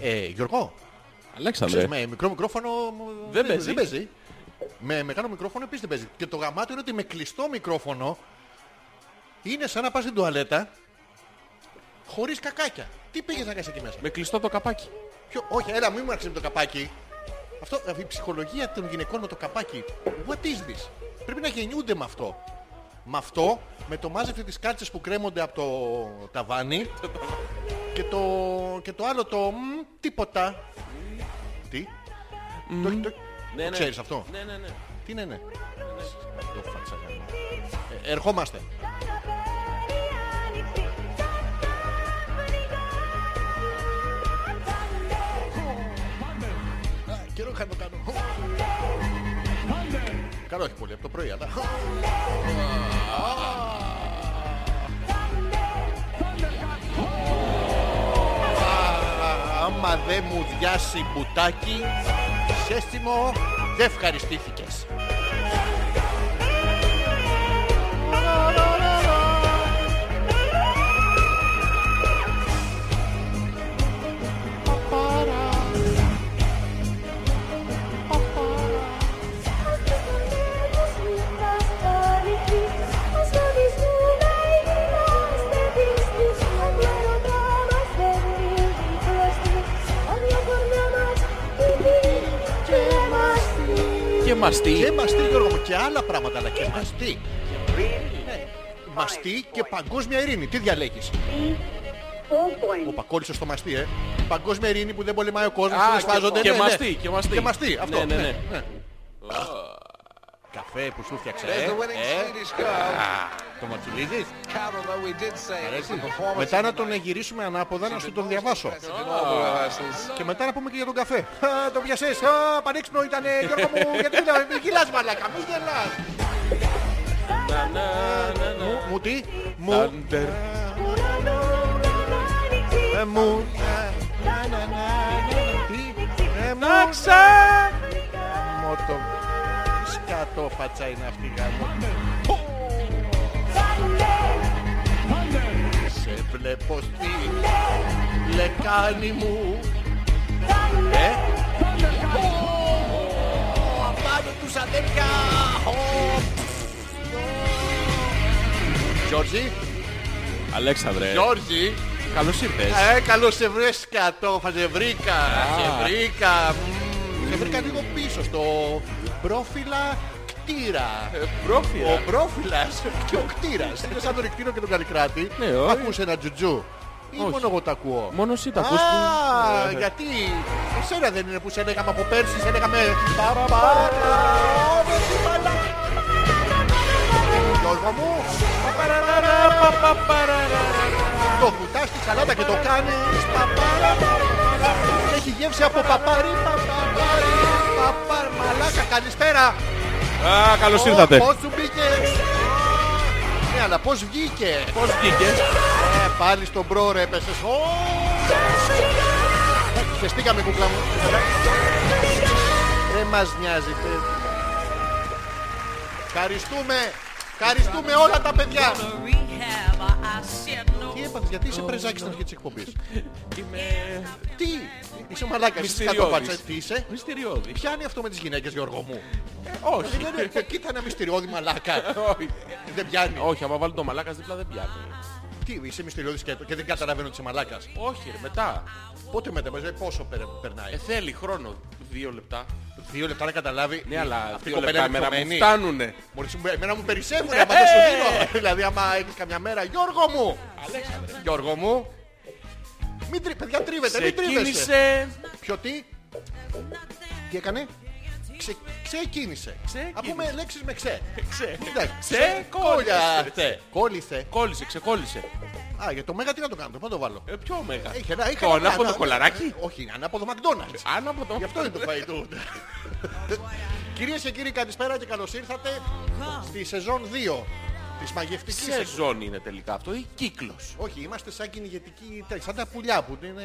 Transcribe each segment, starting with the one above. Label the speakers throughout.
Speaker 1: Ε, Γιώργο,
Speaker 2: Αλέξανδρε.
Speaker 1: ξέρεις, με μικρό μικρόφωνο μ,
Speaker 2: Δεν παίζει.
Speaker 1: Με μεγάλο μικρόφωνο επίσης δεν παίζει. Και το γαμάτο είναι ότι με κλειστό μικρόφωνο είναι σαν να πας στην τουαλέτα χωρίς κακάκια. Τι πήγες να κάνεις εκεί μέσα.
Speaker 2: Με κλειστό το καπάκι.
Speaker 1: Ποιο... Όχι, έλα, μην μου έρχεσαι με το καπάκι. Αυτό, ε, η ψυχολογία των γυναικών με το καπάκι. What is this? Πρέπει να γεννιούνται με αυτό. Με αυτό, με το μάζευτε τις κάλτσες που κρέμονται από το ταβάνι και, το, και το άλλο το μ, τίποτα. Τι? Το, το, το ξέρεις αυτό.
Speaker 2: Ναι, ναι, ναι.
Speaker 1: Τι ναι, ναι. Το φάτσα γαμώ. Ε, Ερχόμαστε. Α, Καιρό είχα να το κάνω. Καλό όχι πολύ από το πρωί, αλλά... Α, Άμα δεν μου διάσει μπουτάκι, σέστιμο, δεν ευχαριστήθηκες.
Speaker 2: Και μαστί.
Speaker 1: Και Ε, μαστί, Γιώργο μου, και άλλα πράγματα, αλλά και Ε, μαστί. Ναι. Μαστί και παγκόσμια ειρήνη. Τι διαλέγεις. Ο κόλλησε στο μαστί, ε. Παγκόσμια ειρήνη που δεν πολεμάει ο κόσμος,
Speaker 2: Α,
Speaker 1: που δεν σφάζονται.
Speaker 2: και
Speaker 1: ναι, ναι.
Speaker 2: μαστί, και μαστί.
Speaker 1: Και μαστί, αυτό.
Speaker 2: Ναι, ναι, ναι.
Speaker 1: ναι. Καφέ που σου φτιάξε, ε.
Speaker 3: There's the winning
Speaker 1: ε.
Speaker 3: Swedish goal.
Speaker 1: Α, Το μοτσιλίζεις.
Speaker 3: However, though we did say it's the
Speaker 1: αρέσει.
Speaker 3: performance
Speaker 1: Μετά
Speaker 3: of
Speaker 1: να
Speaker 3: the
Speaker 1: τον
Speaker 3: night.
Speaker 1: γυρίσουμε ανάποδα να σου τον διαβάσω.
Speaker 3: Impressive in all the rehearsals.
Speaker 1: Και μετά να πούμε και για τον καφέ. Α, το πιασες. Α, πανέξυπνο ήταν, ε, Γιώργο μου. Γιατί μιλάς, μη γελάς, μαλάκα. Μη γελάς.
Speaker 2: Να, να, να, να.
Speaker 1: Μου- Μου τι. Μου.
Speaker 2: Thunder.
Speaker 1: Ε, μου. Να, να, να, να. Τι. Ε, μου. Γαμώ το σκατό φατσα είναι αυτή γαμώ. Σε βλέπω στη λεκάνη μου Ε, Ω, απάνω τους αδέρφια Ω. Γιώργη,
Speaker 2: Αλέξανδρε.
Speaker 1: Γιώργη
Speaker 2: Καλώς ήρθες.
Speaker 1: ε, καλώς σε βρέσκα το φαζεβρίκα. Σε βρήκα. μμμ. Σε βρήκα λίγο πίσω στο πρόφυλα κτήρα.
Speaker 2: Ε,
Speaker 1: Ο
Speaker 2: Πρόφυρα.
Speaker 1: πρόφυλας και ο κτήρας. Είναι σαν τον Ικτήρο και τον Καλικράτη.
Speaker 2: Ναι, όχι.
Speaker 1: Ακούς ένα τζουτζού. Ή
Speaker 2: Όχι.
Speaker 1: μόνο εγώ τα ακούω.
Speaker 2: Μόνος εσύ τα
Speaker 1: Α,
Speaker 2: ακούς που- Ε, ε.
Speaker 1: γιατί εσένα δεν είναι που σε λέγαμε από πέρσι, σε λέγαμε... Γιώργο μου, το βουτά στη σαλάτα και το κάνεις Έχει γεύση από παπάρι, παπάρι, παπάρι, μαλάκα, καλησπέρα.
Speaker 2: Α, καλώς ήρθατε.
Speaker 1: Πώς σου μπήκε. Ναι, αλλά πώς βγήκε.
Speaker 2: Πώς βγήκες.
Speaker 1: Ε, πάλι στον πρόωρε έπεσες. Ω! Ε, Χεστήκαμε κούκλα μου. Δεν μας νοιάζει. θε. Ευχαριστούμε. Ευχαριστούμε όλα τα παιδιά. Τι έπαθες, γιατί είσαι πρεζάκι στην αρχή της εκπομπής.
Speaker 2: Είμαι
Speaker 1: Τι, είσαι μαλάκας, είσαι
Speaker 2: Μυστηριώδης.
Speaker 1: κατόπατσα. Τι είσαι.
Speaker 2: μυστηριώδης.
Speaker 1: Πιάνει αυτό με τις γυναίκες Γιώργο μου.
Speaker 2: Όχι.
Speaker 1: Ε, Δεν είναι- Κοίτα ένα μυστηριώδη μαλάκα.
Speaker 2: Όχι.
Speaker 1: Δεν πιάνει.
Speaker 2: Όχι, άμα βάλει το μαλάκας δίπλα δεν πιάνει.
Speaker 1: Τι, είσαι μυστηριώδης και, και δεν καταλαβαίνω ότι είσαι μαλάκας.
Speaker 2: Όχι, ρε, μετά.
Speaker 1: Πότε μετά, μας λέει, πόσο περ-
Speaker 2: Ε,
Speaker 1: περνάει.
Speaker 2: θέλει χρόνο. Δύο λεπτά.
Speaker 1: Δύο λεπτά να καταλάβει.
Speaker 2: Ναι, αλλά
Speaker 1: αυτή η
Speaker 2: δύο
Speaker 1: κοπέλα
Speaker 2: λεπτά
Speaker 1: είναι
Speaker 2: εμένα μου Ε!
Speaker 1: χωμένη.
Speaker 2: φτάνουνε.
Speaker 1: Μόλις μου- εμένα μου περισσεύουν άμα δεν σου δίνω. δηλαδή, άμα έχεις καμιά μέρα, Γιώργο μου! Γιώργο μου! Μην τρι... Παιδιά, τρίβετε, μην τρίβεστε.
Speaker 2: Ξεκίνησε...
Speaker 1: Ποιο τι? Τι έκανε? Ξε... Ξεκίνησε.
Speaker 2: Ξεκίνησε.
Speaker 1: Α πούμε λέξεις με ξέ.
Speaker 2: Ξέ.
Speaker 1: Εντάξει.
Speaker 2: Ξεκόλλησε.
Speaker 1: Ξεκόλλησε. Κόλλησε.
Speaker 2: Κόλλησε, ξεκόλλησε.
Speaker 1: Α, για το μέγα τι να το κάνω, το πάω να το βάλω.
Speaker 2: Ε, ποιο μέγα.
Speaker 1: Έχει ένα, είχα
Speaker 2: Το
Speaker 1: ένα-
Speaker 2: ανάποδο
Speaker 1: ένα-
Speaker 2: κολαράκι.
Speaker 1: Όχι, ανάποδο McDonald's.
Speaker 2: Αν από το...
Speaker 1: Γι' αυτό είναι το φαγητό. Κυρίες και κύριοι καλησπέρα και καλώς ήρθατε στη σεζόν 2 της μαγευτικής εκπομπής.
Speaker 2: Σεζόν είναι τελικά αυτό ή κύκλος.
Speaker 1: Όχι, είμαστε σαν κυνηγετική, τε- σαν τα πουλιά που είναι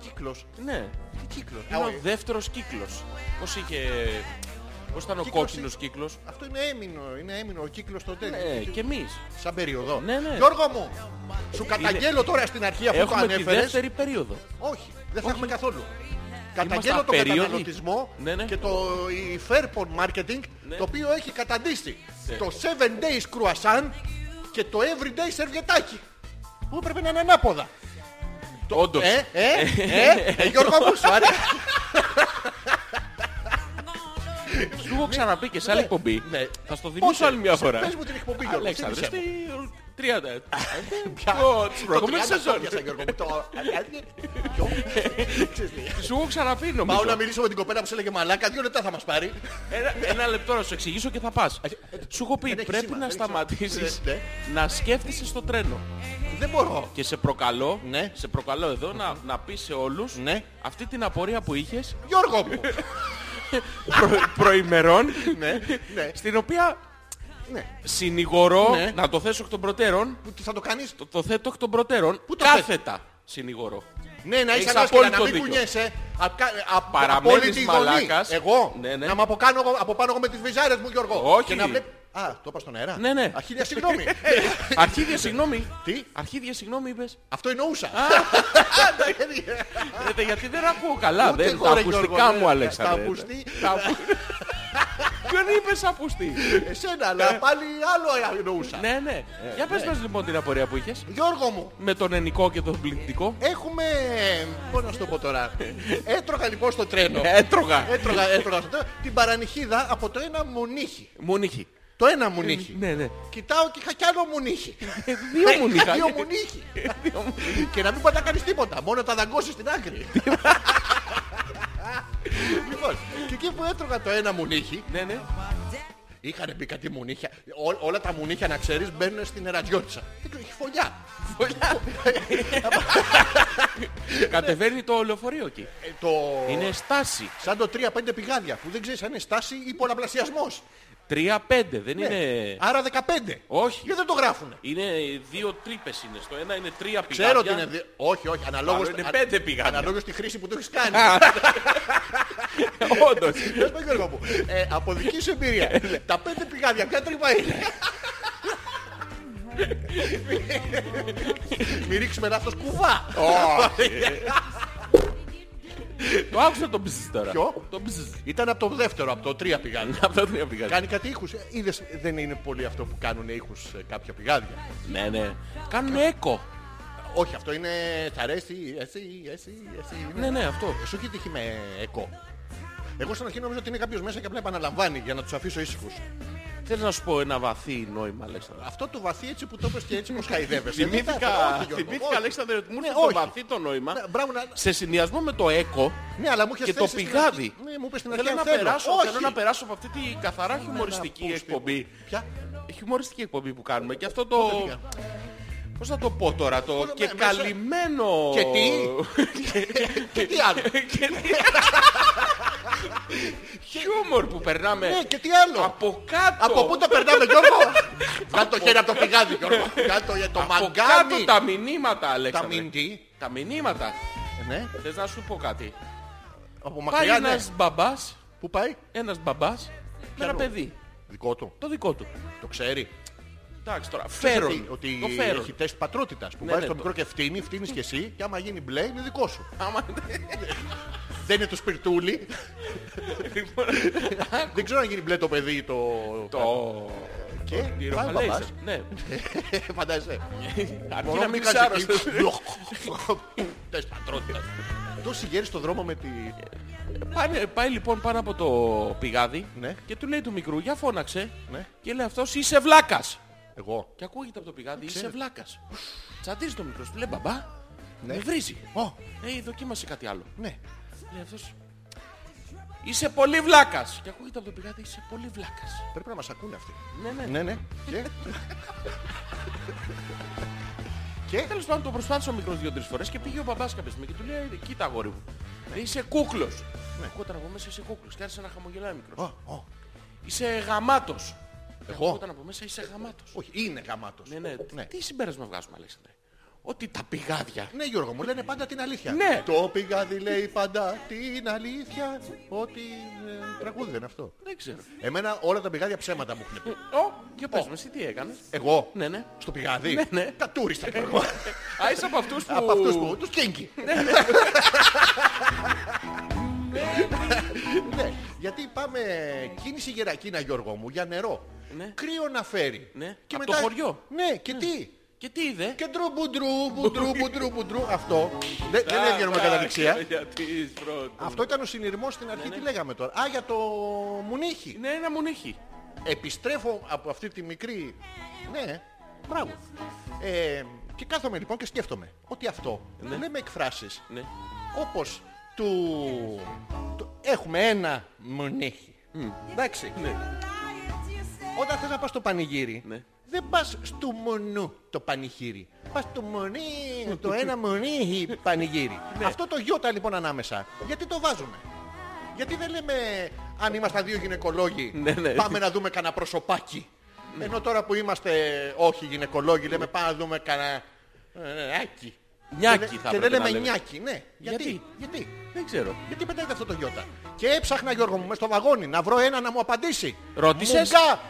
Speaker 1: κύκλος.
Speaker 2: Ναι.
Speaker 1: Τι κύκλος. Ε, Α,
Speaker 2: Είναι ο
Speaker 1: όχι.
Speaker 2: δεύτερος κύκλος. Πώς είχε... Πώς ήταν ο
Speaker 1: Κύκλος
Speaker 2: κόκκινος κύκλος.
Speaker 1: Αυτό είναι έμεινο, είναι έμεινο ο κύκλος το τέτοιο.
Speaker 2: Ναι, και εμείς.
Speaker 1: Σαν περίοδο.
Speaker 2: Ναι, ναι.
Speaker 1: Γιώργο μου, σου καταγγέλλω τώρα στην αρχή αφού το
Speaker 2: Έχουμε τη
Speaker 1: ανέφερες.
Speaker 2: δεύτερη περίοδο.
Speaker 1: Όχι, δεν θα έχουμε καθόλου. Καταγγέλλω τον
Speaker 2: απερίοδοι.
Speaker 1: καταναλωτισμό
Speaker 2: Ναι, ναι.
Speaker 1: και το η Fairport Marketing
Speaker 2: Ναι.
Speaker 1: το οποίο έχει καταντήσει το 7 Days Croissant και το Everyday Σερβιετάκι που έπρεπε να είναι ανάποδα.
Speaker 2: Όντως.
Speaker 1: Ε, ε, ε, ε, Γιώργο μου, σου άρεσε.
Speaker 2: Σου έχω ξαναπεί και σε άλλη
Speaker 1: Ναι.
Speaker 2: εκπομπή.
Speaker 1: Ναι.
Speaker 2: Θα στο
Speaker 1: Πότε?
Speaker 2: θυμίσω άλλη μια φορά.
Speaker 1: Πες μου την εκπομπή, Γιώργο.
Speaker 2: Αλέξανδρε,
Speaker 1: θύμισε
Speaker 2: στη
Speaker 1: μου. Ε,
Speaker 2: 30.
Speaker 1: Πια.
Speaker 2: Το-
Speaker 1: Το
Speaker 2: Την προηγούμενη
Speaker 1: 30
Speaker 2: σεζόν.
Speaker 1: πιάσα, Γιώργο μου, το- Ποιο? Ξέρεις τι.
Speaker 2: Σου έχω ξαναπεί νομίζω.
Speaker 1: Πάω να μιλήσω με την κοπέλα που σε έλεγε μαλάκα, δύο λεπτά θα μας πάρει.
Speaker 2: Ένα, ένα λεπτό να σου εξηγήσω και θα πας. Σου έχω πει
Speaker 1: έχει
Speaker 2: πρέπει
Speaker 1: σήμα,
Speaker 2: να
Speaker 1: Ε, δεν ξέρω.
Speaker 2: σταματήσεις
Speaker 1: Ναι, ναι.
Speaker 2: να σκέφτεσαι στο τρένο.
Speaker 1: Δεν μπορώ.
Speaker 2: Και σε προκαλώ,
Speaker 1: Ναι.
Speaker 2: σε προκαλώ εδώ να, να πεις σε όλους
Speaker 1: Ναι.
Speaker 2: αυτή την απορία που είχες
Speaker 1: Γιώργο μου.
Speaker 2: προ, προημερών
Speaker 1: Ναι, ναι.
Speaker 2: στην οποία
Speaker 1: Ναι.
Speaker 2: συνηγορώ
Speaker 1: Ναι.
Speaker 2: να το θέσω εκ των προτέρων
Speaker 1: Που τι θα το κάνεις.
Speaker 2: το, το θέτω εκ των προτέρων
Speaker 1: Πού το
Speaker 2: κάθετα συνηγορώ.
Speaker 1: Ναι, να είσαι
Speaker 2: Έχεις
Speaker 1: ανάσκελα, να
Speaker 2: απόλυτο
Speaker 1: μην
Speaker 2: δίκιο.
Speaker 1: κουνιέσαι. Απ' κα- απ-
Speaker 2: Παραμένεις
Speaker 1: απόλυτη ειδονή.
Speaker 2: μαλάκας.
Speaker 1: Εγώ.
Speaker 2: Ναι, ναι.
Speaker 1: Να με αποκάνω εγώ- από πάνω εγώ με τις βυζάρες μου, Γιώργο.
Speaker 2: Όχι.
Speaker 1: Και να βλέπ- Α, το είπα στον αέρα.
Speaker 2: Ναι, ναι.
Speaker 1: Αχίλια, συγγνώμη.
Speaker 2: Αρχίδια συγγνώμη.
Speaker 1: Τι?
Speaker 2: Αρχίδια συγγνώμη είπες.
Speaker 1: Αυτό εννοούσα. Ναι,
Speaker 2: Ε, δε, γιατί δεν ακούω καλά.
Speaker 1: Ούτε
Speaker 2: Δεν,
Speaker 1: εγώ,
Speaker 2: τα
Speaker 1: ρε,
Speaker 2: ακουστικά
Speaker 1: Γιώργο, ναι.
Speaker 2: μου Αλέξανδρε.
Speaker 1: Τα ακουστή.
Speaker 2: Τα ακου- Ποιον είπες ακουστή.
Speaker 1: Εσένα, αλλά πάλι άλλο εννοούσα.
Speaker 2: ναι, ναι.
Speaker 1: Ε,
Speaker 2: Για πες μας λοιπόν την απορία που είχες.
Speaker 1: Γιώργο μου,
Speaker 2: Με τον ενικό και τον πληκτικό.
Speaker 1: έχουμε... Πώς να σου το πω τώρα. Έτρωγα λοιπόν στο τρένο.
Speaker 2: Ναι. Έτρωγα.
Speaker 1: Έτρωγα, έτρωγα στο τρένο την παρανυχίδα από το ένα μουνίχι.
Speaker 2: Μουνίχη.
Speaker 1: Το ένα μουνίχι.
Speaker 2: Ναι, ναι.
Speaker 1: Κοιτάω και είχα κι άλλο μουνίχι.
Speaker 2: Ε, Δύο μου νύχα.
Speaker 1: Δύο μουνίχι. και να μην πατά κάνεις τίποτα. Μόνο τα δαγκώσει στην άκρη. λοιπόν, και εκεί που έτρωγα το ένα μουνίχι,
Speaker 2: Ναι, ναι.
Speaker 1: είχαν μπει κάτι μουνίχια. Ό- όλα τα μουνίχια να ξέρεις μπαίνουν στην ερατζιότσα. Δεν ξέρω, έχει φωλιά.
Speaker 2: Κατεβαίνει το λεωφορείο εκεί.
Speaker 1: Ε, το...
Speaker 2: Είναι στάση.
Speaker 1: Σαν το 3-5 πηγάδια που δεν ξέρεις αν είναι στάση ή πολλαπλασιασμός.
Speaker 2: 3-5 δεν
Speaker 1: Ναι.
Speaker 2: είναι...
Speaker 1: Άρα 15.
Speaker 2: Όχι.
Speaker 1: Γιατί δεν το γράφουνε.
Speaker 2: Είναι δύο τρύπες είναι. Στο ένα είναι τρία πηγάδια.
Speaker 1: Ξέρω ότι είναι. δι- Όχι, όχι. Αναλόγως,
Speaker 2: Άλλο είναι
Speaker 1: α-
Speaker 2: πέντε πηγάδια.
Speaker 1: Αναλόγως τη χρήση που το έχεις κάνει.
Speaker 2: Όντως.
Speaker 1: Πες μου, Γιώργο μου. Ε, από δική σου εμπειρία. τα πέντε πηγάδια, ποια τρύπα είναι. Μη ρίξουμε λάθος κουβά.
Speaker 2: Το άκουσα το μπζζ τώρα.
Speaker 1: Ποιο?
Speaker 2: Το μπζζ.
Speaker 1: Ήταν από το δεύτερο, από το τρία πηγάδια.
Speaker 2: Αυτό δεν είναι πηγάδι.
Speaker 1: Κάνει κάτι ήχους. Ε, Είδες, δεν είναι πολύ αυτό που κάνουν ήχους ε, κάποια πηγάδια.
Speaker 2: Ναι, ναι. Κάνουν έκο.
Speaker 1: Όχι, αυτό είναι... Θα αρέσει, εσύ, εσύ, εσύ. Ε,
Speaker 2: Ναι, ναι, αυτό.
Speaker 1: Σου έχει τύχει με εκό. Εγώ στην αρχή νομίζω ότι είναι κάποιος μέσα και απλά επαναλαμβάνει για να τους αφήσω ήσυχους.
Speaker 2: Θέλω να σου πω ένα βαθύ νόημα, Αλέξανδρα.
Speaker 1: Αυτό το βαθύ έτσι που το είπες και έτσι πως χαϊδεύεσαι. Ε,
Speaker 2: Θυμήθηκα, θυμήθηκα Αλέξανδρε, ότι μου ήρθε το
Speaker 1: Ναι, όχι.
Speaker 2: βαθύ το νόημα.
Speaker 1: Ναι, μπράβο, να-
Speaker 2: Σε συνδυασμό με το έκο,
Speaker 1: Ναι, αλλά μου είχες
Speaker 2: Και το
Speaker 1: θέσει στην
Speaker 2: πηγάδι.
Speaker 1: αρχή- Ναι, μου είπες στην αρχή
Speaker 2: θέλω να,
Speaker 1: αν θέλω.
Speaker 2: περάσω,
Speaker 1: Όχι.
Speaker 2: θέλω να περάσω από αυτή τη καθαρά χιουμοριστική
Speaker 1: Να πω,
Speaker 2: εκπομπή.
Speaker 1: Ποια?
Speaker 2: Χιουμοριστική εκπομπή που κάνουμε. Και αυτό το...
Speaker 1: πήγα.
Speaker 2: Πώς θα το πω τώρα, το
Speaker 1: Πώς,
Speaker 2: και
Speaker 1: με- μέσα-
Speaker 2: καλυμμένο...
Speaker 1: Και τι? Και τι άλλο.
Speaker 2: Και τι- Χιούμορ που περνάμε
Speaker 1: Ναι, και τι άλλο.
Speaker 2: από κάτω.
Speaker 1: Από πού τα περνάμε Γιώργο. Βγάλ το χέρι από το πηγάδι Γιώργο. Βγάλ το για το
Speaker 2: από
Speaker 1: μαγκάμι.
Speaker 2: κάτω τα μηνύματα,
Speaker 1: Τα
Speaker 2: Αλέξανδρε.
Speaker 1: μιντί.
Speaker 2: Τα μηνύματα.
Speaker 1: Ναι.
Speaker 2: Θες να σου πω κάτι.
Speaker 1: Από
Speaker 2: Πάει
Speaker 1: μακριά ναι.
Speaker 2: ένας μπαμπάς,
Speaker 1: Πού πάει.
Speaker 2: ένας μπαμπάς με ένα
Speaker 1: Ποιανού?
Speaker 2: παιδί.
Speaker 1: Δικό του.
Speaker 2: Το δικό του.
Speaker 1: Το ξέρει.
Speaker 2: Εντάξει τώρα.
Speaker 1: Ξέρεις
Speaker 2: Φέρον.
Speaker 1: Ότι, ότι
Speaker 2: Το φέρον.
Speaker 1: έχει τεστ πατρότητας που
Speaker 2: Ναι,
Speaker 1: βάζεις
Speaker 2: ναι,
Speaker 1: το
Speaker 2: το-
Speaker 1: μικρό και φτύνει, φτύνεις και εσύ και άμα γίνει μπλε είναι δικό σου.
Speaker 2: Άμα...
Speaker 1: Δεν είναι το σπιρτούλι. Δεν ξέρω αν γίνει μπλε το παιδί ή το...
Speaker 2: Λοιπόν. Το...
Speaker 1: Και
Speaker 2: Η
Speaker 1: πάει ο
Speaker 2: Ρωμαλέζα.
Speaker 1: μπαμπάς. Ε,
Speaker 2: Ναι.
Speaker 1: Φαντάζεσαι.
Speaker 2: Αρκεί
Speaker 1: Μπορώ
Speaker 2: να
Speaker 1: να
Speaker 2: μην
Speaker 1: μην
Speaker 2: είσαι
Speaker 1: κάνεις
Speaker 2: άρρωστος.
Speaker 1: εκεί. Τες πατρότητας. Τόσοι γέροι στον δρόμο με τη...
Speaker 2: Πάνε- Πάει λοιπόν πάνω από το πηγάδι
Speaker 1: Ναι.
Speaker 2: και του λέει του μικρού για φώναξε
Speaker 1: Ναι.
Speaker 2: και λέει αυτός είσαι βλάκας.
Speaker 1: Εγώ.
Speaker 2: Και ακούγεται από το πηγάδι είσαι βλάκας. Τσαντίζει το μικρό του λέει μπαμπά με
Speaker 1: Ναι.
Speaker 2: βρίζει.
Speaker 1: Ω,
Speaker 2: Ε, δοκίμασε κάτι άλλο.
Speaker 1: ναι.
Speaker 2: Λέει αυτός είσαι πολύ βλάκας. Και ακούγεται από το πηγάδι είσαι πολύ βλάκας.
Speaker 1: Πρέπει να μας ακούνε αυτοί.
Speaker 2: Ναι,
Speaker 1: Ναι,
Speaker 2: ναι.
Speaker 1: ναι. Και... και...
Speaker 2: Τέλος πάντων το προσπάθησε ο μικρός δύο-τρεις φορές και πήγε ο μπαμπάς κάποια στιγμή και του λέει κοίτα αγόρι μου. Είσαι κούκλος. Ναι. Ακούγονταν από μέσα είσαι κούκλος και άρχισε να χαμογελάει μικρός.
Speaker 1: Ω, ω,
Speaker 2: Είσαι γαμάτος.
Speaker 1: Εγώ.
Speaker 2: Ακούγονταν από μέσα είσαι γαμάτος.
Speaker 1: Όχι, είναι γαμάτος.
Speaker 2: Ναι, ναι. Τι- Τι συμπέρασμα ναι. βγάζουμε, Αλέξανδρε. ότι τα πηγάδια.
Speaker 1: Ναι, Γιώργο, μου λένε πάντα την αλήθεια.
Speaker 2: Ναι.
Speaker 1: Το πηγάδι λέει πάντα την αλήθεια. Ότι. ε, τραγούδι δεν είναι αυτό.
Speaker 2: Δεν ξέρω.
Speaker 1: Εμένα όλα τα πηγάδια ψέματα μου έχουν πει.
Speaker 2: Ω, και πες μας, τι έκανες.
Speaker 1: Εγώ.
Speaker 2: Ναι, ναι.
Speaker 1: Στο πηγάδι.
Speaker 2: Ναι, ναι.
Speaker 1: Κατούριστα, Γιώργο.
Speaker 2: Α, είσαι από αυτούς που...
Speaker 1: Από αυτούς που. Τους κέγκι. Ναι, γιατί πάμε κίνηση γερακίνα, Γιώργο μου, για νερό.
Speaker 2: Ναι.
Speaker 1: Κρύο να φέρει.
Speaker 2: Ναι, απ' το χωριό.
Speaker 1: Ναι, και τι.
Speaker 2: Και τι είδε.
Speaker 1: Και ντρου μπουντρου, μπουντρου, μπουντρου, μπουντρου. Αυτό. Δεν δεν έβγαινε με κατά δεξιά.
Speaker 2: Γιατί πρώτος.
Speaker 1: Αυτό ήταν ο συνειρμός στην αρχή, τι λέγαμε τώρα. Α, για το μουνίχι.
Speaker 2: Ναι, ένα μουνίχι.
Speaker 1: Επιστρέφω από αυτή τη μικρή... Ναι, μπράβο. Ε, και κάθομαι λοιπόν και σκέφτομαι ότι αυτό δεν με εκφράσεις
Speaker 2: Ναι.
Speaker 1: όπως του... του- Έχουμε ένα μουνίχι. Εντάξει. Όταν θες να πας στο πανηγύρι,
Speaker 2: Ναι.
Speaker 1: δεν πας στο μονού το πανηγύρι. Πας στο μονί, το ένα μονί πανηγύρι.
Speaker 2: Ναι.
Speaker 1: Αυτό το γιώτα λοιπόν ανάμεσα, γιατί το βάζουμε. Γιατί δεν λέμε αν είμαστε δύο γυναικολόγοι
Speaker 2: Ναι, ναι.
Speaker 1: πάμε να δούμε κανένα προσωπάκι. Ενώ τώρα που είμαστε όχι γυναικολόγοι λέμε πάμε να δούμε κανένα ε, άκι.
Speaker 2: Νιάκι
Speaker 1: Και
Speaker 2: θα
Speaker 1: δε- Και
Speaker 2: έπρεπε
Speaker 1: δεν
Speaker 2: να
Speaker 1: λέμε
Speaker 2: λέμε.
Speaker 1: νιάκι, ναι. Γιατί,
Speaker 2: Γιατί?
Speaker 1: γιατί,
Speaker 2: Δεν ξέρω.
Speaker 1: γιατί πετάει αυτό το γιώτα. Και έψαχνα Γιώργο μου μες στο βαγόνι να βρω ένα να μου απαντήσει.
Speaker 2: Ρώτησες?
Speaker 1: Μουγκά,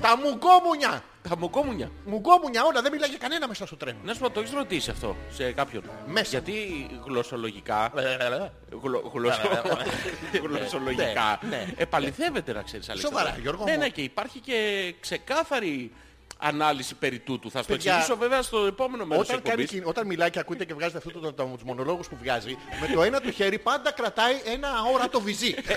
Speaker 1: τα μουγκόμουνια.
Speaker 2: Χαμοκόμουνια.
Speaker 1: Μουγκόμουνια όλα, δεν μιλάγε κανένα μέσα στο τρένο.
Speaker 2: Να σου πω, το έχεις ρωτήσει αυτό σε κάποιον.
Speaker 1: Μέσα.
Speaker 2: Γιατί γλωσσολογικά... γλω- γλωσσο- Γλωσσολογικά.
Speaker 1: Ναι, ναι.
Speaker 2: Επαληθεύεται να ξέρεις Αλέξανδρε.
Speaker 1: Σοβαρά, Γιώργο
Speaker 2: Ναι,
Speaker 1: μου.
Speaker 2: ναι, και υπάρχει και ξεκάθαρη ανάλυση περί τούτου. Θα σου το
Speaker 1: Παιδιά,
Speaker 2: εξηγήσω βέβαια στο επόμενο μέρος της
Speaker 1: Όταν, κάνει,
Speaker 2: εκπομπής.
Speaker 1: κιν- όταν μιλάει και ακούτε και βγάζετε αυτό το, το, τους μονολόγους που βγάζει, με το ένα του χέρι πάντα κρατάει ένα αόρατο βυζί.
Speaker 2: Ε,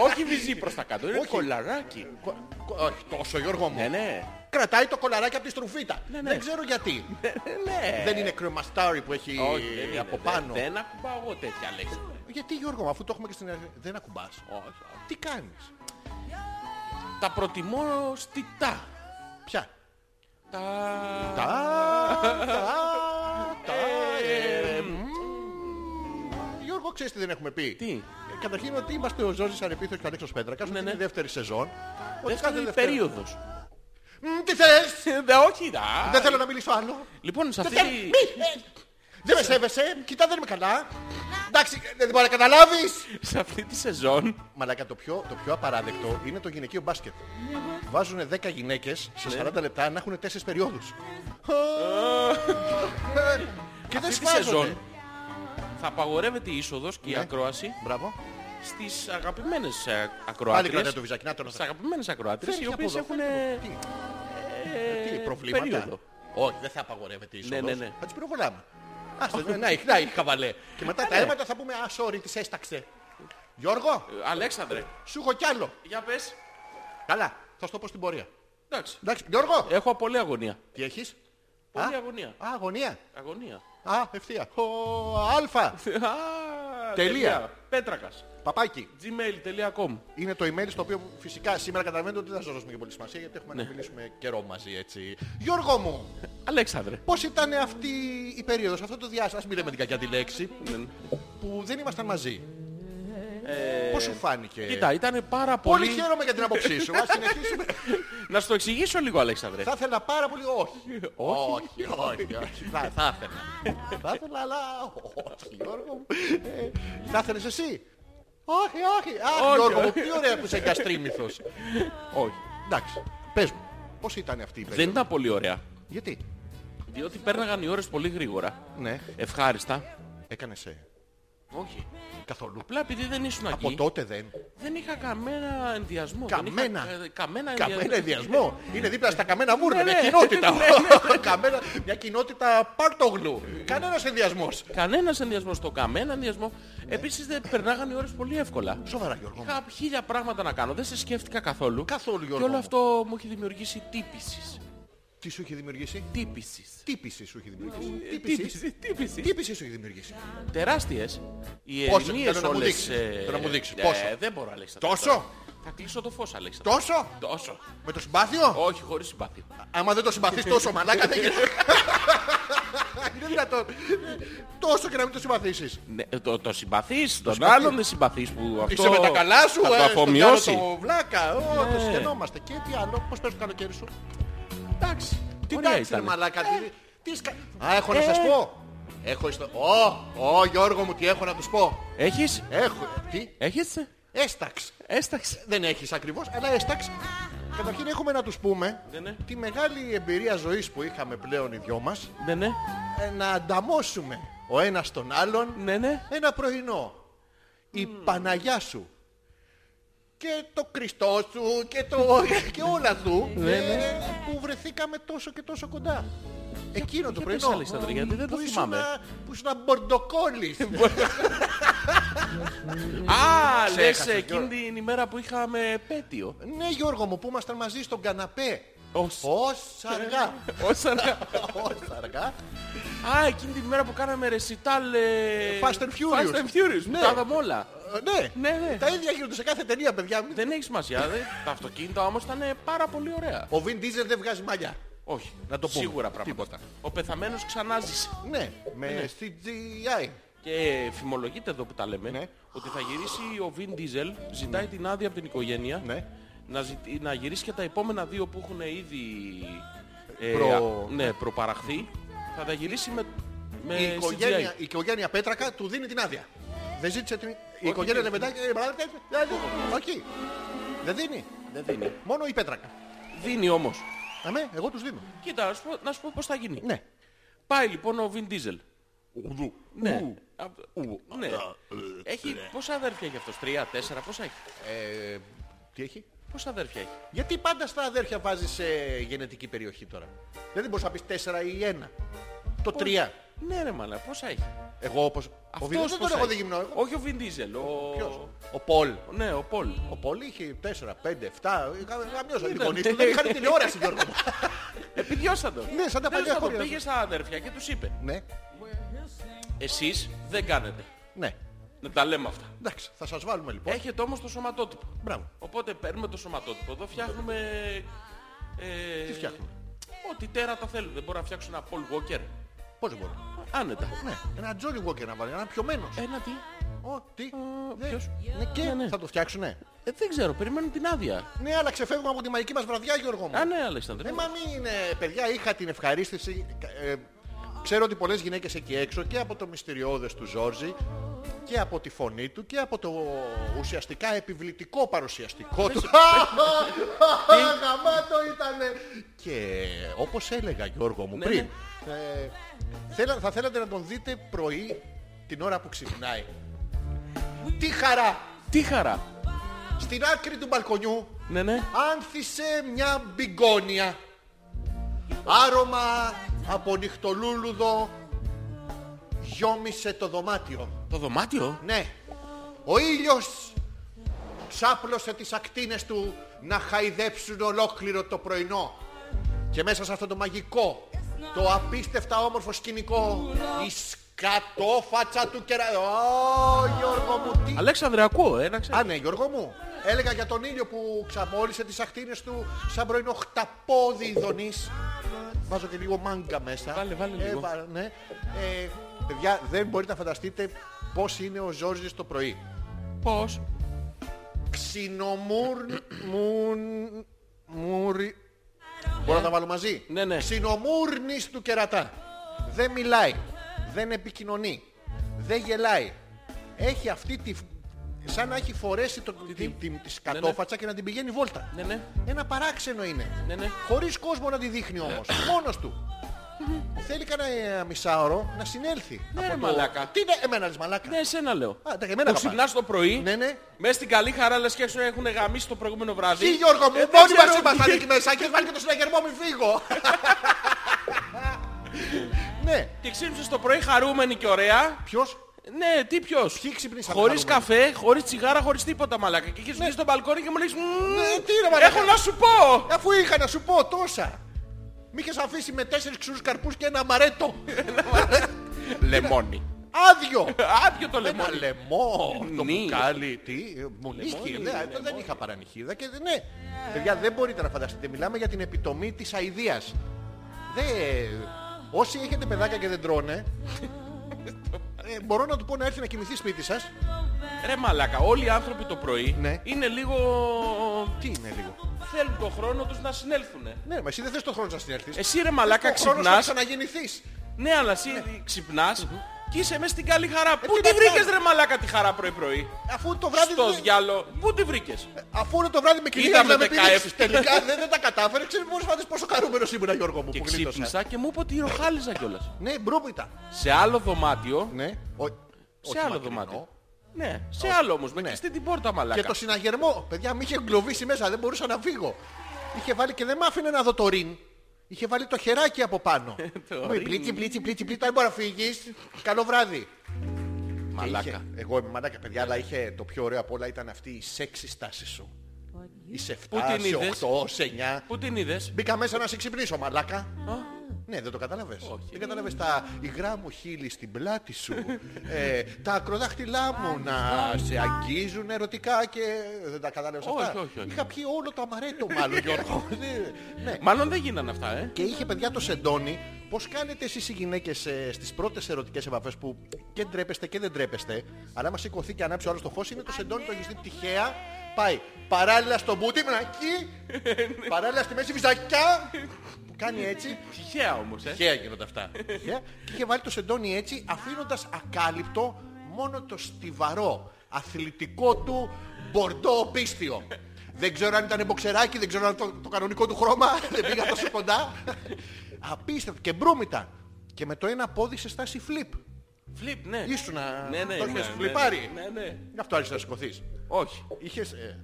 Speaker 2: Όχι βυζί προς τα κάτω, είναι
Speaker 1: Όχι.
Speaker 2: κολαράκι.
Speaker 1: Ε, Κο- κο- Όχι τόσο Γιώργο μου.
Speaker 2: Ναι, ναι.
Speaker 1: Κρατάει το κολαράκι από τη στρουφίτα.
Speaker 2: ναι.
Speaker 1: Δεν ξέρω γιατί.
Speaker 2: Ναι.
Speaker 1: Δεν είναι κρεμαστάρι που έχει
Speaker 2: Όχι, δεν είναι.
Speaker 1: από
Speaker 2: Δεν-
Speaker 1: πάνω.
Speaker 2: Δεν ακουμπάω εγώ τέτοια λέξη.
Speaker 1: Γιατί Γιώργο μου, αφού το έχουμε και στην αρχή, δεν ακουμπάς.
Speaker 2: Όχι.
Speaker 1: Τι κάνεις.
Speaker 2: Τα προτιμώ στιτά.
Speaker 1: Πια.
Speaker 2: Τα...
Speaker 1: Τα, τα, τα, ε, μ. Γιώργο, ξέρεις τι δεν έχουμε πει.
Speaker 2: Τι?
Speaker 1: Ε, Καταρχήν ότι είμαστε ο Ζώζης Ανεπίθετος και ο Αλέξος Πέτρακας, ότι
Speaker 2: ναι.
Speaker 1: είναι η δεύτερη σεζόν. Ότι κάθε
Speaker 2: Δεύτερη περίοδος.
Speaker 1: Μ, Τι θες!
Speaker 2: Δε, όχι, να.
Speaker 1: Δεν θέλω να μιλήσω άλλο.
Speaker 2: Λοιπόν, σε
Speaker 1: Δεν
Speaker 2: αυτή...
Speaker 1: θέλω- μη, ε, Δεν με σέβεσαι, κοιτά δεν είμαι καλά. Εντάξει, ε, δεν μπορεί να καταλάβεις.
Speaker 2: σε αυτή τη σεζόν.
Speaker 1: Μαλάκα, το πιο, το πιο απαράδεκτο είναι το γυναικείο μπάσκετ. Βάζουν 10 γυναίκες
Speaker 2: Ναι.
Speaker 1: σε 40 λεπτά να έχουν 4 περιόδους. Ε, Και δεν
Speaker 2: αυτή τη
Speaker 1: σφάζονται.
Speaker 2: σεζόν θα απαγορεύεται η είσοδος και η
Speaker 1: Ναι.
Speaker 2: ακρόαση
Speaker 1: Μπράβο.
Speaker 2: στις αγαπημένες ε,
Speaker 1: Πάλι κρατάει
Speaker 2: ακροάτριες.
Speaker 1: το βυζακινά τώρα.
Speaker 2: Στις αγαπημένες ακροάτριες, οι
Speaker 1: Φεύγει από
Speaker 2: οποίες
Speaker 1: εδώ,
Speaker 2: έχουν...
Speaker 1: φεύγει
Speaker 2: ε,
Speaker 1: από εδώ.
Speaker 2: ε,
Speaker 1: Τι, τι, προβλήματα.
Speaker 2: περίοδο.
Speaker 1: Όχι, δεν θα απαγορεύεται η είσοδος.
Speaker 2: Ναι, ναι, ναι.
Speaker 1: Θα τις πυροβολάμε. Ας το, να έχει, να έχει χαβαλέ. Και μετά τα
Speaker 2: ναι.
Speaker 1: αίματα θα πούμε, α, sorry, τις έσταξε. Γιώργο,
Speaker 2: Ε, Αλέξανδρε,
Speaker 1: σου έχω κι άλλο.
Speaker 2: για πες.
Speaker 1: Καλά, θα σου το πω στην πορεία.
Speaker 2: Εντάξει.
Speaker 1: Εντάξει, Γιώργο,
Speaker 2: Έχω πολλή αγωνία.
Speaker 1: τι έχεις.
Speaker 2: Πολλή
Speaker 1: Α?
Speaker 2: αγωνία.
Speaker 1: Α, αγωνία.
Speaker 2: Αγωνία.
Speaker 1: Α, ευθεία. Ο, αλφα.
Speaker 2: Α,
Speaker 1: Τελεία.
Speaker 2: Πέτρακας.
Speaker 1: Παπάκι.
Speaker 2: gmail.com
Speaker 1: Είναι το email στο οποίο φυσικά σήμερα καταλαβαίνετε ότι δεν θα σας δώσουμε και πολύ σημασία γιατί έχουμε
Speaker 2: Ναι.
Speaker 1: να μιλήσουμε καιρό μαζί έτσι. Γιώργο μου,
Speaker 2: Αλέξανδρε.
Speaker 1: πώς ήταν αυτή η περίοδος, αυτό το διάστημα, ας μην λέμε την κακιά τη λέξη,
Speaker 2: Ναι.
Speaker 1: που δεν ήμασταν μαζί. Πώς σου φάνηκε.
Speaker 2: Ε, Κοίτα, ήταν πάρα
Speaker 1: πολύ...
Speaker 2: πολύ...
Speaker 1: χαίρομαι για την άποψή σου. Ας συνεχίσουμε.
Speaker 2: Να σου το εξηγήσω λίγο, Αλέξανδρε.
Speaker 1: θα ήθελα πάρα πολύ... Όχι. όχι, όχι, όχι. θα, θα ήθελα. θα ήθελα, αλλά... Όχι, Γιώργο μου. Ε, θα ήθελες εσύ. Όχι, όχι. Αχ,
Speaker 2: Όχι.
Speaker 1: Γιώργο μου, τι ωραία που είσαι εγκαστρίμηθος.
Speaker 2: Όχι.
Speaker 1: Εντάξει, πες μου. Πώς ήταν αυτή η περίοδος.
Speaker 2: Δεν ήταν πολύ ωραία.
Speaker 1: Γιατί.
Speaker 2: Διότι πέρναγαν οι ώρες πολύ γρήγορα.
Speaker 1: Ναι.
Speaker 2: Ευχάριστα.
Speaker 1: Έκανες ε,
Speaker 2: Όχι.
Speaker 1: καθόλου.
Speaker 2: Απλά επειδή δεν ήσουν
Speaker 1: Από
Speaker 2: εκεί,
Speaker 1: τότε δεν.
Speaker 2: δεν είχα καμένα ενδιασμό. Δεν είχα
Speaker 1: Καμένα.
Speaker 2: κα- Καμένα
Speaker 1: Καμένα
Speaker 2: ενδιασμό.
Speaker 1: ενδιασμό. Είναι δίπλα στα καμένα βούρνα.
Speaker 2: Ναι,
Speaker 1: Μια
Speaker 2: ναι.
Speaker 1: κοινότητα.
Speaker 2: Ναι, ναι.
Speaker 1: Καμένα- Μια κοινότητα πάρτογλου. Κανένας ενδιασμός.
Speaker 2: Κανένας ενδιασμός στο καμένα ενδιασμό. Επίσης δεν περνάγαν οι ώρες πολύ εύκολα.
Speaker 1: Σοβαρά Γιώργο. μου.
Speaker 2: Είχα χίλια πράγματα να κάνω. Δεν σε σκέφτηκα καθόλου.
Speaker 1: Καθόλου,
Speaker 2: Και
Speaker 1: Γιώργο
Speaker 2: όλο
Speaker 1: μου.
Speaker 2: αυτό μου έχει δημιουργήσει τύπησης.
Speaker 1: Τι σου έχει δημιουργήσει.
Speaker 2: Τύπησης.
Speaker 1: Τύπηση σου έχει δημιουργήσει.
Speaker 2: Ε,
Speaker 1: Τύπηση.
Speaker 2: Τύπησης. Τύπησης.
Speaker 1: Τύπηση σου έχει δημιουργήσει.
Speaker 2: τεράστιες. Οι
Speaker 1: Πόσο?
Speaker 2: ερμηνείες
Speaker 1: Θέλω να μου
Speaker 2: όλες...
Speaker 1: δείξεις. Θέλω να μου δείξεις.
Speaker 2: ε,
Speaker 1: Πόσο?
Speaker 2: δεν μπορώ, Αλέξανδρε.
Speaker 1: Τόσο.
Speaker 2: τώρα. Θα κλείσω το φως, Αλέξανδρε.
Speaker 1: Τόσο.
Speaker 2: Τόσο.
Speaker 1: Με το συμπάθειο.
Speaker 2: Όχι, χωρίς συμπάθεια.
Speaker 1: Άμα δεν το συμπαθείς τόσο μαλάκα δεν γίνεται. Είναι δυνατόν. Τόσο και να μην το συμπαθήσεις.
Speaker 2: Ναι, το, το συμπαθείς, τον
Speaker 1: συμπαθεί.
Speaker 2: άλλον δεν συμπαθείς που αυτό...
Speaker 1: Είσαι με τα καλά σου.
Speaker 2: Θα το
Speaker 1: ε, στον
Speaker 2: αφομοιώσει.
Speaker 1: κάνω Το βλάκα. Ω,
Speaker 2: Ναι.
Speaker 1: το σχαινόμαστε. Και τι άλλο. Πώς παίζει το καλοκαίρι σου.
Speaker 2: Εντάξει.
Speaker 1: Τι
Speaker 2: ωραία
Speaker 1: τάξη είναι
Speaker 2: ήταν.
Speaker 1: μαλάκα. τι- Τι σκα... Α, έχω
Speaker 2: Ε.
Speaker 1: να σας πω. Έχω ιστο... Ω, ω, Γιώργο μου, τι έχω να τους πω.
Speaker 2: Έχεις,
Speaker 1: Έχω... Τι?
Speaker 2: έχεις,
Speaker 1: Έσταξ.
Speaker 2: έσταξε.
Speaker 1: Δεν έχεις ακριβώς, αλλά έσταξ. Καταρχήν έχουμε να τους πούμε
Speaker 2: Ναι, ναι.
Speaker 1: τη μεγάλη εμπειρία ζωής που είχαμε πλέον οι δυο μας
Speaker 2: Ναι, ναι,
Speaker 1: ε, να ανταμώσουμε ο ένας τον άλλον
Speaker 2: ναι, ναι.
Speaker 1: ένα πρωινό. Η Παναγιά σου. Και το Χριστό σου και, το... και όλα του
Speaker 2: Ναι, ναι.
Speaker 1: ε, που βρεθήκαμε τόσο και τόσο κοντά. Εκείνο το
Speaker 2: για
Speaker 1: πρωινό.
Speaker 2: πες, Αλέξανδρε, γιατί δεν το
Speaker 1: που
Speaker 2: θυμάμαι.
Speaker 1: ήσουνα- Που ήσουν μπορντοκόλλης.
Speaker 2: Α, λες
Speaker 1: Ξέχασα,
Speaker 2: εκείνη την ημέρα που είχαμε επέτειο.
Speaker 1: ναι Γιώργο μου που ήμασταν μαζί στον καναπέ.
Speaker 2: Ως-
Speaker 1: Ως αργά.
Speaker 2: Όσαν...
Speaker 1: Ως αργά.
Speaker 2: Α, εκείνη την ημέρα που κάναμε ρεσιτάλ... ε,
Speaker 1: Fast and Furious.
Speaker 2: Fast and Furious, που
Speaker 1: Ναι.
Speaker 2: τα είδαμε όλα.
Speaker 1: Ε, Ναι.
Speaker 2: Ναι, ναι.
Speaker 1: Τα ίδια γίνονται σε κάθε ταινία παιδιά. Μην-
Speaker 2: Δεν έχει σημασία. δε. Τα αυτοκίνητα όμως ήταν ε, πάρα πολύ ωραία.
Speaker 1: Ο Vin Diesel δεν βγάζει μαλλιά.
Speaker 2: Όχι,
Speaker 1: Να το πούμε.
Speaker 2: σίγουρα πράγματα. Ο πεθαμένος ξανά ζήσε.
Speaker 1: Ναι. Με CGI.
Speaker 2: Και φημολογείται εδώ που τα λέμε
Speaker 1: Ναι.
Speaker 2: ότι θα γυρίσει ο Vin Diesel, ζητάει την άδεια από την οικογένεια
Speaker 1: Ναι.
Speaker 2: να, ζητ- να γυρίσει και τα επόμενα δύο που έχουν ήδη ε,
Speaker 1: Προ-
Speaker 2: α- ναι, προπαραχθεί. Θα τα γυρίσει με, με
Speaker 1: η, οικογένεια,
Speaker 2: CGI.
Speaker 1: η οικογένεια Πέτρακα του δίνει την άδεια. Δεν ζήτησε την. Η οικογένεια
Speaker 2: δεν-
Speaker 1: Λεβεντάκη. ε, μπράβο, τέτοιο, δεν δίνει. Όχι. Δεν δίνει.
Speaker 2: Δεν δίνει.
Speaker 1: Μόνο η Πέτρακα.
Speaker 2: Δίνει όμως.
Speaker 1: Αμέ, εγώ τους δίνω.
Speaker 2: Κοίτα, να σου πω, να σου πω πώς θα γίνει.
Speaker 1: Ναι.
Speaker 2: Πάει λοιπόν ο Vin Diesel.
Speaker 1: Ουδού. ναι.
Speaker 2: Ναι. Α, ναι. Έχει πόσα αδέρφια έχει αυτός, τρία, τέσσερα, πόσα έχει.
Speaker 1: Ε, τι έχει.
Speaker 2: Πόσα αδέρφια έχει.
Speaker 1: Γιατί πάντα στα αδέρφια βάζεις σε γενετική περιοχή τώρα. Δηλαδή μπορείς να πεις 4 ή 1. Το 3.
Speaker 2: Ναι ρε μαλα, πόσα έχει.
Speaker 1: Εγώ όπως... ο
Speaker 2: Αυτός
Speaker 1: Βίδος δεν τον
Speaker 2: πόσα
Speaker 1: έχω δει
Speaker 2: έχει.
Speaker 1: γυμνό. Εγώ...
Speaker 2: Όχι ο Vin Diesel, ο...
Speaker 1: Ποιος. Ο Πολ.
Speaker 2: Ναι, ο Πολ.
Speaker 1: Ο Πολ είχε 4, 5, 7. Γαμιώσα την
Speaker 2: Ήταν ναι.
Speaker 1: γονή του.
Speaker 2: τέλειο.
Speaker 1: Δεν είχαν τηλεόραση Γιώργο. μου.
Speaker 2: Επιδιώσα Ε, τον.
Speaker 1: Ναι, σαν τα
Speaker 2: Τέλος
Speaker 1: παλιά
Speaker 2: πάντων,
Speaker 1: χρόνια.
Speaker 2: Πήγε στα αδέρφια και τους είπε.
Speaker 1: Ναι.
Speaker 2: Εσείς δεν κάνετε.
Speaker 1: Ναι.
Speaker 2: Να τα λέμε αυτά.
Speaker 1: Εντάξει, θα σας βάλουμε λοιπόν.
Speaker 2: Έχετε όμως το σωματότυπο.
Speaker 1: Μπράβο.
Speaker 2: Οπότε παίρνουμε το σωματότυπο. Εδώ φτιάχνουμε... Ε,
Speaker 1: Τι φτιάχνουμε.
Speaker 2: Ό,τι τέρατα θέλουν. Δεν μπορώ να φτιάξω ένα Paul Walker.
Speaker 1: Πώς μπορώ.
Speaker 2: Άνετα.
Speaker 1: Ναι, ένα Τζόνι Walker να βάλει, ένα πιωμένος.
Speaker 2: Ένα τι.
Speaker 1: Ω, τι. Ναι.
Speaker 2: ποιος?
Speaker 1: Ναι, και
Speaker 2: Ναι, ναι.
Speaker 1: θα το φτιάξουνε.
Speaker 2: Ε, δεν ξέρω, περιμένουν την άδεια.
Speaker 1: Ναι, αλλά ξεφεύγουμε από τη μαγική μας βραδιά, Γιώργο μου.
Speaker 2: Α, ναι, Αλέξανδρε.
Speaker 1: Ναι, μα μην είναι, παιδιά, είχα την ευχαρίστηση. ε, ξέρω ότι πολλές γυναίκες εκεί έξω και από το μυστηριώδες του Ζόρζη και από τη φωνή του και από το ουσιαστικά επιβλητικό παρουσιαστικό του. Γαμάτο ήτανε. Και όπως έλεγα Γιώργο μου
Speaker 2: Ναι,
Speaker 1: πριν, ε, θέλα- θα θέλατε να τον δείτε πρωί την ώρα που ξυπνάει. Τι χαρά!
Speaker 2: Τι χαρά.
Speaker 1: Στην άκρη του μπαλκονιού
Speaker 2: Ναι, ναι.
Speaker 1: άνθησε μια μπιγκόνια. Άρωμα από νυχτολούλουδο γιόμισε το δωμάτιο.
Speaker 2: Το δωμάτιο.
Speaker 1: Ναι, ο ήλιος ξάπλωσε τις ακτίνες του να χαϊδέψουν ολόκληρο το πρωινό. Και μέσα σε αυτό το μαγικό, το απίστευτα όμορφο σκηνικό, η σκατόφατσα του κερα... Ω, Γιώργο μου, τι
Speaker 2: Αλέξανδρε, ακούω, ένα ξέρω.
Speaker 1: Α, ναι, Γιώργο μου. Έλεγα για τον ήλιο που ξαμόλυσε τις ακτίνες του σαν πρωινό χταπόδι ειδονής. Βάζω και λίγο μάγκα μέσα.
Speaker 2: Βάλε, βάλε λίγο.
Speaker 1: βα- ναι. Ε, παιδιά, δεν μπορείτε να φανταστείτε πώς είναι ο Ζόρζης το πρωί.
Speaker 2: Πώς.
Speaker 1: Ξινομούρ... μουν- Μουρι... Μπορώ να τα βάλω μαζί.
Speaker 2: Ναι, ναι.
Speaker 1: Ξινομούρνης του κερατά. Δεν μιλάει. Δεν επικοινωνεί. Δεν γελάει. Έχει αυτή τη... Σαν να έχει φορέσει το, τη, τη, τη, σκατόφατσα και να την πηγαίνει βόλτα.
Speaker 2: Ναι, ναι.
Speaker 1: Ένα παράξενο είναι.
Speaker 2: Ναι, ναι.
Speaker 1: Χωρίς κόσμο να τη δείχνει όμως. Μόνος του. Θέλει κανένα ε, μισάωρο να συνέλθει.
Speaker 2: Ναι,
Speaker 1: από
Speaker 2: ρε, μαλάκα.
Speaker 1: Τι είναι εμένα λες μαλάκα.
Speaker 2: Ναι, εσένα λέω.
Speaker 1: Α, τα εμένα
Speaker 2: Που
Speaker 1: αγαπάς.
Speaker 2: ξυπνάς το πρωί.
Speaker 1: Ναι, ναι.
Speaker 2: Μέσα στην καλή χαρά λες και έξω έχουν γαμίσει το προηγούμενο βράδυ.
Speaker 1: Τι Γιώργο μου,
Speaker 2: Ε, δεν
Speaker 1: μόνοι
Speaker 2: ξέρω
Speaker 1: μας ήμασταν
Speaker 2: τι.
Speaker 1: εκεί μέσα και βάλει και το συναγερμό μην φύγω. ναι,
Speaker 2: Και ξύπνησες το πρωί χαρούμενη και ωραία.
Speaker 1: ποιος,
Speaker 2: Ναι, τι ποιος.
Speaker 1: ποιοι ξυπνήσαμε
Speaker 2: Χωρίς
Speaker 1: χαρούμενοι.
Speaker 2: καφέ, χωρίς τσιγάρα, χωρίς τίποτα μαλάκα. Και είχες βγει στο μπαλκόνι και μου λες
Speaker 1: Ναι, τι ρε μαλάκα.
Speaker 2: Έχω να σου πω.
Speaker 1: Αφού είχα να σου πω τόσα. Μη είχες αφήσει με τέσσερις ξηρούς καρπούς και ένα μαρέτο.
Speaker 2: Λεμόνι.
Speaker 1: Άδειο.
Speaker 2: Άδειο το
Speaker 1: Ένα
Speaker 2: λεμόνι.
Speaker 1: λεμό, Ε, το
Speaker 2: Νι.
Speaker 1: μπουκάλι, τι, ε, μου νύχι,
Speaker 2: Λεμόνι,
Speaker 1: ναι,
Speaker 2: ναι,
Speaker 1: αυτό δεν είχα παρανυχίδα και δεν- ναι. Παιδιά δεν μπορείτε να φανταστείτε, μιλάμε για την επιτομή της αηδίας. Δε, όσοι έχετε παιδάκια και δεν τρώνε, ε, μπορώ να του πω να έρθει να κοιμηθεί σπίτι σας.
Speaker 2: Ρε μαλάκα, όλοι οι άνθρωποι το πρωί
Speaker 1: Ναι.
Speaker 2: είναι λίγο... Τι
Speaker 1: Ναι, λίγο.
Speaker 2: Θέλουν τον χρόνο τους να συνέλθουνε.
Speaker 1: Ναι, μα εσύ δεν θες τον χρόνο να συνέλθεις.
Speaker 2: Εσύ ρε μαλάκα
Speaker 1: Θες τον χρόνο να
Speaker 2: ξυπνάς.
Speaker 1: ξαναγεννηθείς.
Speaker 2: Ναι, αλλά εσύ ξυπνάς και είσαι μέσα στην καλή χαρά. Πού
Speaker 1: Ε, τι
Speaker 2: τη
Speaker 1: να
Speaker 2: βρήκες
Speaker 1: κάνω.
Speaker 2: ρε μαλάκα τη χαρά πρωί-πρωί.
Speaker 1: Αφού το βράδυ...
Speaker 2: Στο
Speaker 1: δεν- Ε,
Speaker 2: διάλο. Πού τη βρήκες.
Speaker 1: Αφού όλο το βράδυ με κυνήγαγες
Speaker 2: Είδαμε
Speaker 1: να με
Speaker 2: 17.
Speaker 1: πήρες, τελικά δεν, δεν τα κατάφερε, ξέρεις μόλις φάντες πόσο χαρούμενος ήμουν Γιώργο μου
Speaker 2: Και
Speaker 1: που γλίτωσα.
Speaker 2: ξύπνησα και μου είπε ότι ροχάλιζα κιόλας.
Speaker 1: Ναι, μπρούμητα.
Speaker 2: Σε άλλο δωμάτιο.
Speaker 1: Ναι. Ο-
Speaker 2: Σε
Speaker 1: όχι
Speaker 2: άλλο
Speaker 1: μακρινό.
Speaker 2: δωμάτιο. Ναι, σε άλλο όμως. Με
Speaker 1: Ναι.
Speaker 2: κλειστή την πόρτα
Speaker 1: Και
Speaker 2: μαλάκα.
Speaker 1: το συναγερμό. Παιδιά, με είχε εγκλωβίσει μέσα, δεν μπορούσα να φύγω. Είχε βάλει και δεν μ' άφηνε να δω το ρίν. Είχε βάλει το χεράκι από πάνω.
Speaker 2: Το
Speaker 1: Μου είπε,
Speaker 2: ρίν.
Speaker 1: πλίτσι, πλίτσι, πλίτσι, πλίτσι, δεν μπορεί να φύγεις. Καλό βράδυ. Και
Speaker 2: Μαλάκα.
Speaker 1: είχε- εγώ είμαι μαλάκα, παιδιά, αλλά είχε το πιο ωραίο από όλα ήταν αυτή η σεξι στάση σου. Είσαι 7,
Speaker 2: την
Speaker 1: σε
Speaker 2: είδες?
Speaker 1: 8, σε 9.
Speaker 2: Πού την είδες.
Speaker 1: Μπήκα μέσα να σε ξυπνήσω, μαλάκα. Ναι, δεν το κατάλαβες.
Speaker 2: Όχι.
Speaker 1: Δεν κατάλαβες τα υγρά μου χείλη στην πλάτη σου. ε, τα ακροδάχτυλά μου να σε αγγίζουν ερωτικά και δεν τα κατάλαβες
Speaker 2: Όχι,
Speaker 1: αυτά.
Speaker 2: όχι, όχι.
Speaker 1: Είχα πιει όλο το αμαρέτο μάλλον, Γιώργο. Ναι, ναι.
Speaker 2: Μάλλον δεν γίνανε αυτά, ε.
Speaker 1: Και είχε παιδιά το σεντόνι. Πώς κάνετε εσείς οι γυναίκες ε, στις πρώτες ερωτικές επαφές που και ντρέπεστε και δεν ντρέπεστε. Αλλά άμα σηκωθεί και ανάψει ο άλλος το φως, είναι το σεντόνι το έχει δει τυχαία. Πάει παράλληλα στο μπούτι, μνακί,
Speaker 2: Ε, ναι.
Speaker 1: παράλληλα στη μέση βυζακιά. Που κάνει έτσι.
Speaker 2: Τυχαία όμως, ε.
Speaker 1: Τυχαία γίνονται αυτά. Τυχαία. και είχε βάλει το σεντόνι έτσι, αφήνοντας ακάλυπτο μόνο το στιβαρό, αθλητικό του μπορντό πίστιο. Δεν ξέρω αν ήταν μποξεράκι, δεν ξέρω αν το, το κανονικό του χρώμα, δεν πήγα τόσο κοντά. Απίστευτο και μπρούμητα. Και με το ένα πόδι σε στάση flip.
Speaker 2: Φλιπ, ναι.
Speaker 1: Ήσουνα,
Speaker 2: Ναι, ναι,
Speaker 1: το
Speaker 2: ναι,
Speaker 1: είχες
Speaker 2: ναι,
Speaker 1: φλιπάρει.
Speaker 2: Ναι, ναι.
Speaker 1: Γι' αυτό άρχισες να σηκωθείς.
Speaker 2: Όχι.
Speaker 1: Είχες... Ε,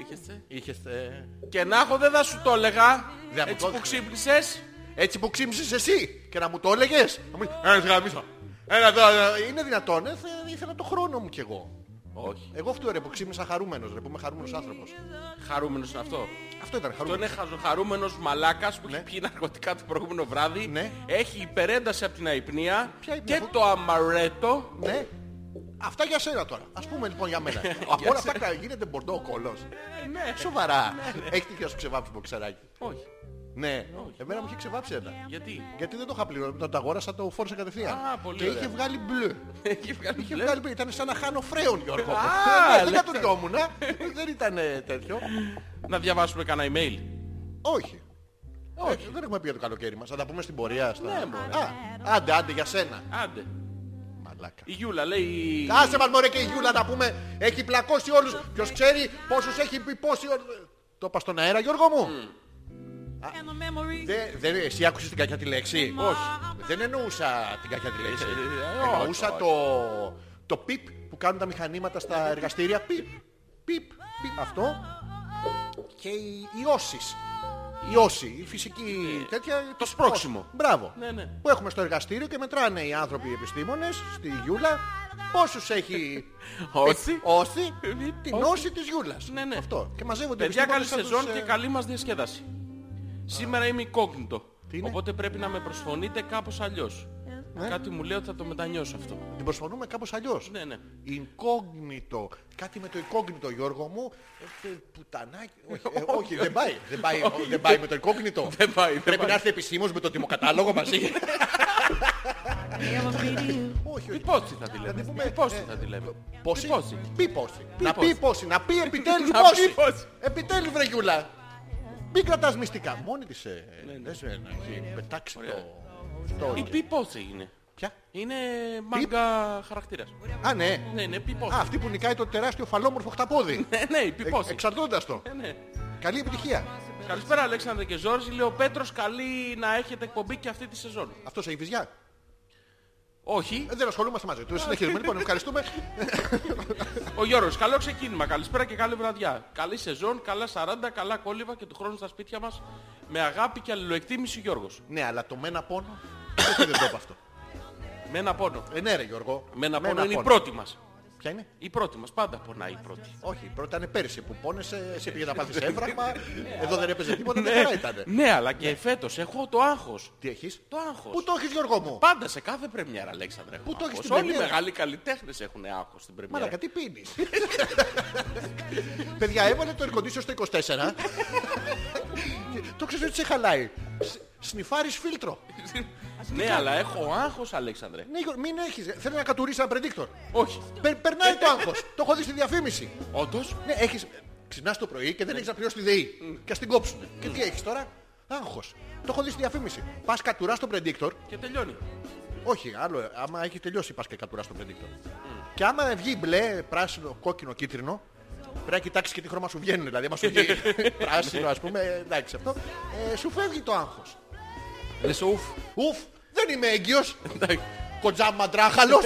Speaker 2: Είχες, ε.
Speaker 1: είχες ε,
Speaker 2: Και να έχω δεν θα σου το έλεγα.
Speaker 1: Δεν μου
Speaker 2: Έτσι
Speaker 1: το
Speaker 2: που
Speaker 1: έλεγα.
Speaker 2: ξύπνησες.
Speaker 1: Έτσι που ξύμψες εσύ και να μου το έλεγες. Να μου λες, «Ε, «Ένας γαμίσο». Ένα εδώ, ένα- Είναι δυνατόν. Ε, θε- ήθελα το χρόνο μου κι εγώ.
Speaker 2: Όχι.
Speaker 1: Εγώ αυτό ρε που ξύμνησα χαρούμενος ρε που είμαι χαρούμενος άνθρωπος.
Speaker 2: Χαρούμενος είναι αυτό.
Speaker 1: Αυτό ήταν
Speaker 2: Αυτό
Speaker 1: χαρούμενος.
Speaker 2: είναι χαρούμενος μαλάκας που έχει πιει ναρκωτικά το προηγούμενο βράδυ.
Speaker 1: Ναι.
Speaker 2: Έχει υπερένταση από την αϊπνία.
Speaker 1: Ποια αϊπνία,
Speaker 2: και
Speaker 1: πού-
Speaker 2: το αμαρέτο.
Speaker 1: Ναι. Αυτά για σένα τώρα. Ας πούμε λοιπόν για μένα. Από όλα αυτά γίνεται μπορντό ο κόλος.
Speaker 2: ναι.
Speaker 1: Σοβαρά. Έχει τύχει να σου ξεβάψει μποξεράκι.
Speaker 2: Όχι.
Speaker 1: Ναι. Εμένα μου είχε ξεβάψει ένα.
Speaker 2: Γιατί.
Speaker 1: Γιατί δεν το είχα πληρώσει. Όταν το αγόρασα το φόρσα κατευθείαν.
Speaker 2: Α, πολύ
Speaker 1: Και είχε
Speaker 2: ωραία.
Speaker 1: βγάλει μπλε.
Speaker 2: Έχει βγάλει
Speaker 1: Είχε
Speaker 2: μπλε.
Speaker 1: βγάλει μπλε. Ήταν σαν να χάνω φρέον Γιώργο.
Speaker 2: Α,
Speaker 1: Ναι, Δεν
Speaker 2: λέτε.
Speaker 1: κατουριόμουν. α. Δεν ήταν ε, τέτοιο.
Speaker 2: Να διαβάσουμε κανένα email.
Speaker 1: Όχι. Όχι, δεν έχουμε πει για το καλοκαίρι μας. Θα τα πούμε στην πορεία. στα-
Speaker 2: Ναι, μωρέ.
Speaker 1: Α, Άντε, άντε για σένα.
Speaker 2: Άντε.
Speaker 1: Μαλάκα.
Speaker 2: Η Γιούλα λέει.
Speaker 1: Άσε μας μωρέ και η Γιούλα να πούμε Έχει πλακώσει όλους Ποιος ξέρει πόσους έχει πει πόσοι Το είπα στον αέρα Γιώργο μου
Speaker 2: Mm.
Speaker 4: And the memories.
Speaker 1: Δε- δεν- Εσύ άκουσες την κακιά τη λέξη
Speaker 2: Όχι.
Speaker 1: Δεν εννοούσα την κακιά τη λέξη
Speaker 2: Ε, όχι,
Speaker 1: Εννοούσα
Speaker 2: όχι.
Speaker 1: το Το πιπ που κάνουν τα μηχανήματα στα εργαστήρια Πιπ Πιπ πιπ. Αυτό Και οι οι όσεις η όση, η φυσική τέτοια.
Speaker 2: Ε, το σπρώξιμο.
Speaker 1: όση. Μπράβο.
Speaker 2: Ναι, ναι.
Speaker 1: Που έχουμε στο εργαστήριο και μετράνε οι άνθρωποι οι επιστήμονες στη Γιούλα πόσους έχει
Speaker 2: Όση.
Speaker 1: Όση την
Speaker 2: Όση.
Speaker 1: όση της Γιούλας.
Speaker 2: Ναι, ναι.
Speaker 1: Αυτό. Και μαζεύονται οι
Speaker 2: Παιδιά, καλή
Speaker 1: επιστήμονες σαν
Speaker 2: σεζόν
Speaker 1: τους,
Speaker 2: και
Speaker 1: ε,
Speaker 2: καλή μας διασκέδαση. Σήμερα είμαι οικόγνητο.
Speaker 1: Τι είναι? Ναι.
Speaker 2: Οπότε πρέπει να με προσφωνείτε κάπως αλλιώς.
Speaker 1: Ε.
Speaker 2: Κάτι μου λέει ότι θα το μετανιώσω αυτό.
Speaker 1: Την προσφωνούμε κάπως αλλιώς.
Speaker 2: Ναι, ναι.
Speaker 1: Incognito. Κάτι με το incognito Γιώργο μου. Ε, Πουτανάκι. Όχι, ε, Όχι, δεν πάει. Δεν πάει, δεν πάει με το incognito.
Speaker 2: Δεν πάει, δεν
Speaker 1: Πρέπει
Speaker 2: πάει.
Speaker 1: να έρθει επισήμως με το τιμοκατάλογο μαζί.
Speaker 4: Never be to you.
Speaker 1: Όχι, όχι.
Speaker 2: Τυπώση θα τη
Speaker 1: Να την
Speaker 2: λέμε.
Speaker 1: πούμε,
Speaker 2: Τυπώση
Speaker 1: ε,
Speaker 2: θα τη λέμε.
Speaker 1: Πόση.
Speaker 2: Τυπώση.
Speaker 1: Πει πόση.
Speaker 2: Πει
Speaker 1: Να πει
Speaker 2: πόση.
Speaker 1: πόση. Να πει επιτέλους
Speaker 2: Να
Speaker 1: πόση.
Speaker 2: πει πόση.
Speaker 1: Επιτέλους βρε Γιούλα. Μην κρατάς μυστικά. Μόνη της ε,
Speaker 2: Ναι,
Speaker 1: δεν σε να έχει πετάξει το... το-
Speaker 2: Η πι πόση είναι.
Speaker 1: Ποια.
Speaker 2: Είναι μάγκα χαρακτήρας.
Speaker 1: Α, ναι.
Speaker 2: Ναι, ναι, πι πόση.
Speaker 1: Α, αυτή που νικάει το τεράστιο φαλόμορφο χταπόδι.
Speaker 2: Ναι, ναι, η πι
Speaker 1: Ε,
Speaker 2: πόση.
Speaker 1: Εξαρτώντας το.
Speaker 2: Ναι, ναι.
Speaker 1: Καλή επιτυχία.
Speaker 2: Καλησπέρα Αλέξανδρε και Ζόρζη. Λέει ο Πέτρος καλή να έχετε εκπομπή και αυτή τη σεζόν.
Speaker 1: Αυτός έχει βυζιά.
Speaker 2: Όχι.
Speaker 1: Ε, Δεν ασχολούμαστε μαζί του. Συνεχίζουμε.
Speaker 2: ναι.
Speaker 1: Λοιπόν, ευχαριστούμε.
Speaker 2: Ο Γιώργος, καλό ξεκίνημα. Καλησπέρα και καλή βραδιά. Καλή σεζόν, καλά 40, καλά κόλληβα και του χρόνου στα σπίτια μας. Με αγάπη και αλληλοεκτίμηση Γιώργος.
Speaker 1: Ναι, αλλά το μένα πόνο. Γιατί δεν το είπα αυτό.
Speaker 2: Με ένα πόνο.
Speaker 1: Ε, ναι, ρε Γιώργο.
Speaker 2: Με ένα πόνο είναι η πρώτη μας.
Speaker 1: Ποια είναι.
Speaker 2: Η πρώτη μας. Πάντα πονάει η πρώτη.
Speaker 1: Όχι, η πρώτη ήταν πέρυσι που πόνεσαι, εσύ πήγε να πάθεις έφραγμα, εδώ δεν έπαιζε τίποτα, δεν χαρά ήταν.
Speaker 2: Ναι, αλλά και φέτος έχω το άγχος.
Speaker 1: Τι έχεις?
Speaker 2: Το άγχος.
Speaker 1: Πού το έχεις Γιώργο μου?
Speaker 2: Πάντα σε κάθε πρεμιέρα, Αλέξανδρε. έχω
Speaker 1: Πού το έχεις
Speaker 2: άγχος.
Speaker 1: την
Speaker 2: Όλοι οι
Speaker 1: πρεμιέρα?
Speaker 2: μεγάλοι καλλιτέχνες έχουν άγχος στην πρεμιέρα.
Speaker 1: Μαλάκα, τι πίνεις. Παιδιά, έβαλε το air condition στο 24. Και το ξέρεις ότι σε χαλάει. Σε- Σνιφάρεις φίλτρο.
Speaker 2: ναι, αλλά έχω άγχος, Αλέξανδρε.
Speaker 1: Νίκο, μην έχεις. Θέλω να κατουρίσει ένα predictor.
Speaker 2: Όχι.
Speaker 1: Περ- περνάει το άγχος. το έχω δει στη διαφήμιση.
Speaker 2: Όντως,
Speaker 1: Ναι, έχεις... Ξυπνάς το πρωί και δεν έχεις να πληρώσεις τη ΔΕΗ. Και ας την κόψουν. Και τι έχεις τώρα. Άγχος. Το έχω δει στη διαφήμιση. Πας κατουράς το predictor.
Speaker 2: και τελειώνει.
Speaker 1: Όχι, άλλο. Άμα έχεις τελειώσει πας και κατουράς το predictor. Και άμα βγει μπλε, πράσινο, κόκκινο, κίτρινο. Πρέπει να κοιτάξεις και τι χρώμα σου βγαίνουν. Δηλαδή, άμα σου βγει πράσινο, ας πούμε, εντάξει αυτό. Ε, σου φεύγει το άγχος.
Speaker 2: Λες ουφ.
Speaker 1: Ουφ, δεν είμαι έγκυος. Κοντζάμα τράχαλος.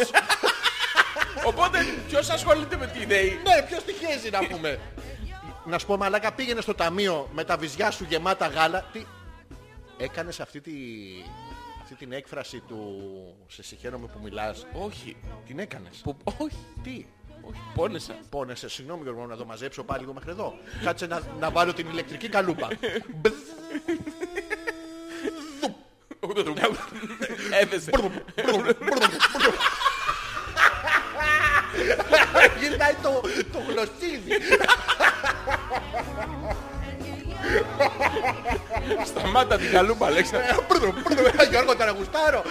Speaker 2: Οπότε, ποιος ασχολείται με την ιδέα.
Speaker 1: ναι, ποιος τυχαίζει να πούμε. να σου πω, μαλάκα, πήγαινε στο ταμείο με τα βυζιά σου γεμάτα γάλα. Τι... Έκανες αυτή, τη... αυτή την έκφραση του «Σε συγχαίρομαι που μιλάς».
Speaker 2: Όχι.
Speaker 1: Την έκανες.
Speaker 2: Που- Όχι.
Speaker 1: Τι.
Speaker 2: Όχι. Πόνεσα.
Speaker 1: Πόνεσαι, συγγνώμη Γιώργο, να το μαζέψω πάλι εγώ μέχρι εδώ. Κάτσε να, να βάλω την ηλεκτρική καλούπα. Μπδ.
Speaker 2: Ναι, Έδεσε.
Speaker 1: Γυρνάει το, το γλωσσίδι.
Speaker 2: Σταμάτα την καλούμπα, Αλέξανδρε.
Speaker 1: Γιώργο, τώρα γουστάρω.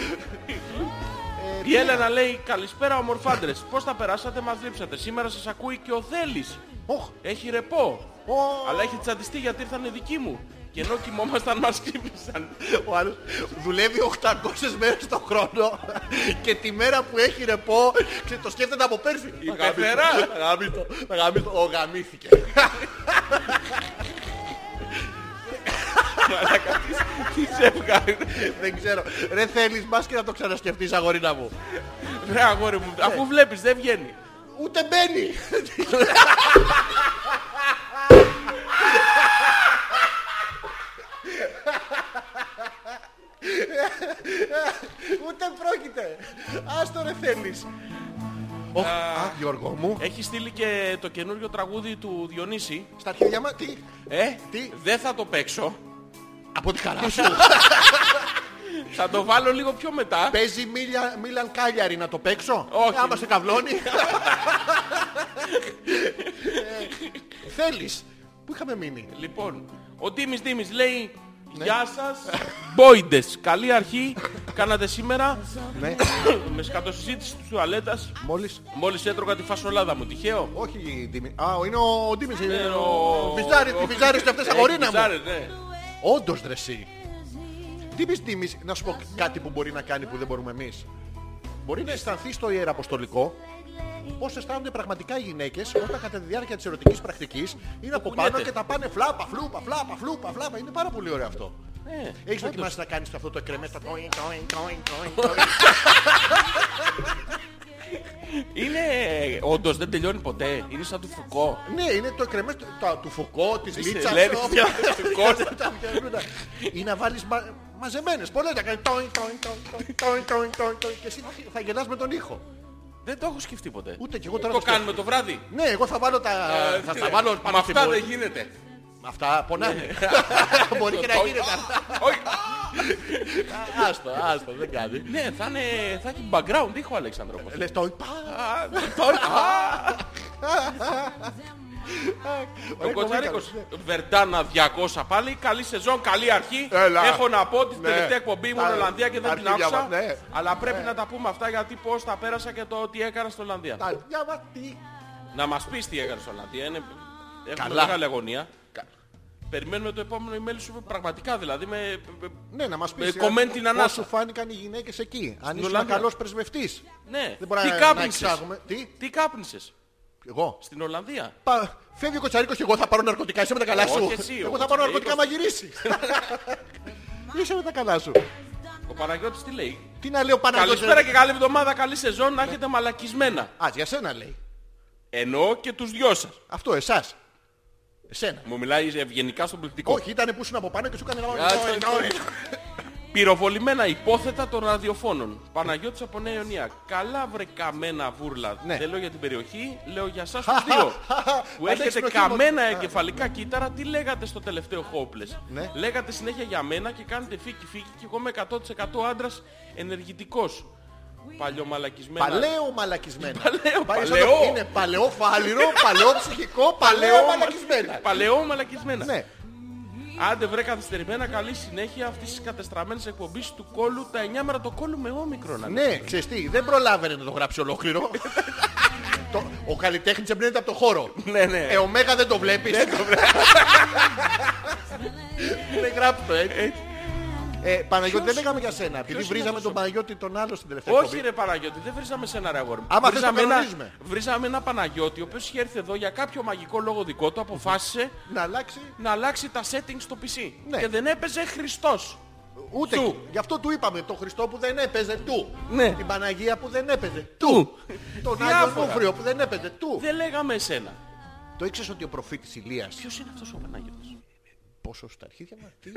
Speaker 1: Ε,
Speaker 2: Η Έλενα λέει καλησπέρα ομορφάντρες. Πώς τα περάσατε, μας λείψατε. Σήμερα σας ακούει και ο Θέλης.
Speaker 1: Οχ,
Speaker 2: Έχει ρεπό.
Speaker 1: Ω.
Speaker 2: Αλλά έχει τσαντιστεί γιατί ήρθαν οι δικοί μου. Και ενώ κοιμόμασταν μας ξύπνησαν.
Speaker 1: Ο άλλος δουλεύει 800 μέρες το χρόνο και τη μέρα που έχει ρεπό ξέρει, το σκέφτεται από πέρσι. Η
Speaker 2: καθερά.
Speaker 1: Γαμίτο, γαμίτο, ο γαμήθηκε.
Speaker 2: Τι σε έβγαλε.
Speaker 1: Δεν ξέρω. Ρε θέλεις μπας και να το ξανασκεφτείς αγορίνα μου.
Speaker 2: Ρε αγόρι μου,
Speaker 1: Ε.
Speaker 2: αφού βλέπεις δεν βγαίνει.
Speaker 1: Ούτε μπαίνει. Ούτε πρόκειται. Άστο ρε θέλεις. Οχ, α, Γιώργο μου.
Speaker 2: Έχεις στείλει και το καινούριο τραγούδι του Διονύση.
Speaker 1: Στα αρχίδια μας, τι.
Speaker 2: Ε,
Speaker 1: Τι?
Speaker 2: δεν θα το παίξω.
Speaker 1: Από τη χαρά σου.
Speaker 2: Θα το βάλω λίγο πιο μετά.
Speaker 1: Παίζει Μίλια- Μίλαν Κάλιαρη να το παίξω.
Speaker 2: Όχι.
Speaker 1: Άμα σε καβλώνει. ε, θέλεις. Πού είχαμε μείνει.
Speaker 2: Λοιπόν, ο Ντίμης Ντίμης λέει
Speaker 1: Ναι.
Speaker 2: Γεια σας, μπόιντες. Καλή αρχή κάνατε σήμερα
Speaker 1: ναι.
Speaker 2: με σκατοσυζήτηση της τουαλέτας.
Speaker 1: Μόλις.
Speaker 2: Μόλις έτρωγα τη φασολάδα μου, τυχαίο.
Speaker 1: Όχι Ντίμι. Α, είναι ο Ντίμις. Είναι
Speaker 2: Ε,
Speaker 1: ο
Speaker 2: ο-
Speaker 1: Βυζάρης.
Speaker 2: ο-
Speaker 1: Τι Βυζάρης και αυτές
Speaker 2: Ε,
Speaker 1: αγορίνα μου.
Speaker 2: βυζάρες, ναι.
Speaker 1: Όντως ρε εσύ. Ντίμις Ντίμις. Να σου πω κάτι που μπορεί να κάνει που δεν μπορούμε εμείς. Μπορεί να αισθανθείς στο ιεραποστολικό Πώς αισθάνονται πραγματικά οι γυναίκες όταν κατά τη διάρκεια της ερωτικής πρακτικής είναι από πάνω
Speaker 2: κουνιέται.
Speaker 1: και τα πάνε φλάπα, φλούπα, φλάπα, φλούπα, φλάπα. Είναι πάρα πολύ ωραίο αυτό.
Speaker 2: Ε,
Speaker 1: Έχεις
Speaker 2: όντως.
Speaker 1: δοκιμάσει να κάνεις αυτό το εκκρεμές το τόιν, τόιν, τόιν, τόιν, τόιν.
Speaker 2: Είναι όντως δεν τελειώνει ποτέ. Είναι σαν του Φουκώ.
Speaker 1: Ναι, είναι το εκκρεμές του- το- του φουκώ, της λίτσας.
Speaker 2: Λέρης,
Speaker 1: όπα,
Speaker 2: πια, κόρτα.
Speaker 1: τα βγαίνουν. Ή να βάλεις μα- μαζεμένες πολλές να κάνεις τόιν, τόιν, τόιν, τόιν, τόιν, τόιν, τόιν, και εσύ θα γελάς με τον ήχο.
Speaker 2: Δεν το έχω σκεφτεί ποτέ.
Speaker 1: Ούτε κι εγώ τώρα
Speaker 2: Το
Speaker 1: σκέφτομαι.
Speaker 2: κάνουμε το βράδυ.
Speaker 1: Ναι, εγώ θα βάλω τα...
Speaker 2: Ε,
Speaker 1: θα
Speaker 2: τι
Speaker 1: τα
Speaker 2: ρε,
Speaker 1: βάλω
Speaker 2: Μα
Speaker 1: πάνω στην
Speaker 2: αυτά δεν Ε,
Speaker 1: πόλη.
Speaker 2: γίνεται.
Speaker 1: Αυτά πονάνε. Μπορεί και να
Speaker 2: Το-
Speaker 1: γίνεται.
Speaker 2: Όχι.
Speaker 1: Άστο, άστο, δεν κάνει.
Speaker 2: Ναι, θα, είναι, θα έχει background ήχο Αλέξανδρος. όπως.
Speaker 1: Λες το είπα.
Speaker 2: Α, τώρα, α, Ο Κοτσαρίκος. Ναι. Βερντάνα 200 πάλι. Καλή σεζόν, καλή αρχή.
Speaker 1: Έλα.
Speaker 2: Έχω να πω ότι την
Speaker 1: Ναι.
Speaker 2: τελευταία εκπομπή ήμουν
Speaker 1: Τα-
Speaker 2: Ολλανδία και
Speaker 1: τα
Speaker 2: δεν την
Speaker 1: αρχίδια
Speaker 2: άκουσα.
Speaker 1: μας, ναι.
Speaker 2: Αλλά πρέπει να τα πούμε αυτά γιατί πώς τα πέρασα και το τι έκανα στην Ολλανδία.
Speaker 1: Τα αρχίδια μας τι.
Speaker 2: Να μας πεις τι έκανες στην Ολλανδία. Είναι... Έχουμε
Speaker 1: Καλά.
Speaker 2: μεγάλη αγωνία. Περιμένουμε το επόμενο email σου πραγματικά δηλαδή. Με...
Speaker 1: Ναι, να μας πεις
Speaker 2: Ε, comment την ανάσα.
Speaker 1: πώς σου φάνηκαν οι γυναίκες εκεί. Αν ήσουν
Speaker 2: Ολλανδία.
Speaker 1: καλός πρεσβευτής.
Speaker 2: Ναι.
Speaker 1: Δεν μπορεί
Speaker 2: τι
Speaker 1: να- να
Speaker 2: κάπνισες.
Speaker 1: εξάγουμε. Τι,
Speaker 2: Τι κάπνισες
Speaker 1: εγώ.
Speaker 2: στην Ολλανδία.
Speaker 1: Πα- Φεύγει ο Κοτσαρίκος και εγώ θα πάρω ναρκωτικά. Είσαι με τα καλά
Speaker 2: Ε, Όχι
Speaker 1: σου.
Speaker 2: εσύ, ο
Speaker 1: Εγώ θα πάρω ναρκωτικά
Speaker 2: Κοτσαρίκος.
Speaker 1: άμα γυρίσεις. Είσαι με τα καλά σου.
Speaker 2: Ο Παναγιώτης τι λέει.
Speaker 1: Τι να λέω πάνω
Speaker 2: Καλησπέρα και καλή εβδομάδα, καλή σεζόν, να έχετε μαλακισμένα.
Speaker 1: Α, για σένα λέει.
Speaker 2: Εννοώ και τους δυο σας.
Speaker 1: Αυτό, εσάς. Εσένα.
Speaker 2: Μου μιλάει ευγενικά στον πληκτικό.
Speaker 1: Όχι, ήταν που ήσουν από πάνω και σου έκανε
Speaker 2: Α,
Speaker 1: ένα...
Speaker 2: το- Πυροβολημένα υπόθετα των ραδιοφώνων. Παναγιώτης από Νέα Ιωνία. Καλά βρε καμένα βούρλα.
Speaker 1: Ναι.
Speaker 2: Δεν λέω για την περιοχή, λέω για εσάς τους δύο. που
Speaker 1: Αντέξτε
Speaker 2: έχετε
Speaker 1: με το
Speaker 2: καμένα
Speaker 1: χειμώνα.
Speaker 2: εγκεφαλικά κύτταρα, τι λέγατε στο τελευταίο Hopeless.
Speaker 1: Ναι.
Speaker 2: Λέγατε συνέχεια για μένα και κάνετε φίκι φίκι και εγώ είμαι 100% άντρας ενεργητικός. Παλιωμαλακισμένα.
Speaker 1: Παλαιό μαλακισμένα.
Speaker 2: Παλαιό,
Speaker 1: Πάει σαν
Speaker 2: παλαιό.
Speaker 1: το- Είναι παλαιό φάλιρο, παλαιό ψυχικό, παλαιό μαλακισμένα.
Speaker 2: Παλαιό μαλακισμένα.
Speaker 1: Ναι.
Speaker 2: Άντε βρε καθυστερημένα, καλή συνέχεια αυτής της κατεστραμμένης εκπομπής του κόλου τα 9 μέρα το κόλλου με όμικρον. Ναι.
Speaker 1: Ναι, ξέρεις τι, δεν προλάβαινε να το γράψει ολόκληρο. Το- ο καλλιτέχνης εμπνέεται από το χώρο.
Speaker 2: Ναι, ναι.
Speaker 1: Ε, ο Μέγα δεν το βλέπεις. Δεν γράφει το έτσι. Ε, Παναγιώτη, δεν λέγαμε για σένα. Επειδή
Speaker 2: ποιος
Speaker 1: βρίζαμε
Speaker 2: είναι
Speaker 1: τον Παναγιώτη τον άλλο στην τελευταία
Speaker 2: Όχι
Speaker 1: εκπομπή.
Speaker 2: ρε Παναγιώτη, δεν βρίζαμε σε ένα ρε αγόρι. μου.
Speaker 1: Άμα θες το
Speaker 2: βρίζαμε, ένα,
Speaker 1: κανονίζουμε.
Speaker 2: βρίζαμε ένα Παναγιώτη, ο οποίος είχε έρθει εδώ για κάποιο μαγικό λόγο δικό του, αποφάσισε
Speaker 1: Να αλλάξει
Speaker 2: να αλλάξει τα settings στο PC.
Speaker 1: Ναι.
Speaker 2: Και δεν έπαιζε Χριστός.
Speaker 1: ούτε.
Speaker 2: Του.
Speaker 1: εκεί. Γι' αυτό του είπαμε τον Χριστό που δεν έπαιζε του.
Speaker 2: Ναι.
Speaker 1: Την Παναγία που δεν έπαιζε
Speaker 2: Του.
Speaker 1: του. Τον Άγιο
Speaker 2: Διάφορα.
Speaker 1: Νούφριο που δεν έπαιζε του.
Speaker 2: Δεν λέγαμε εσένα.
Speaker 1: Το ήξερες ότι ο προφήτης Ηλίας
Speaker 2: Ποιος είναι αυτός ο Παναγιώτης.
Speaker 1: Πόσο στα αρχίδια μας, τι,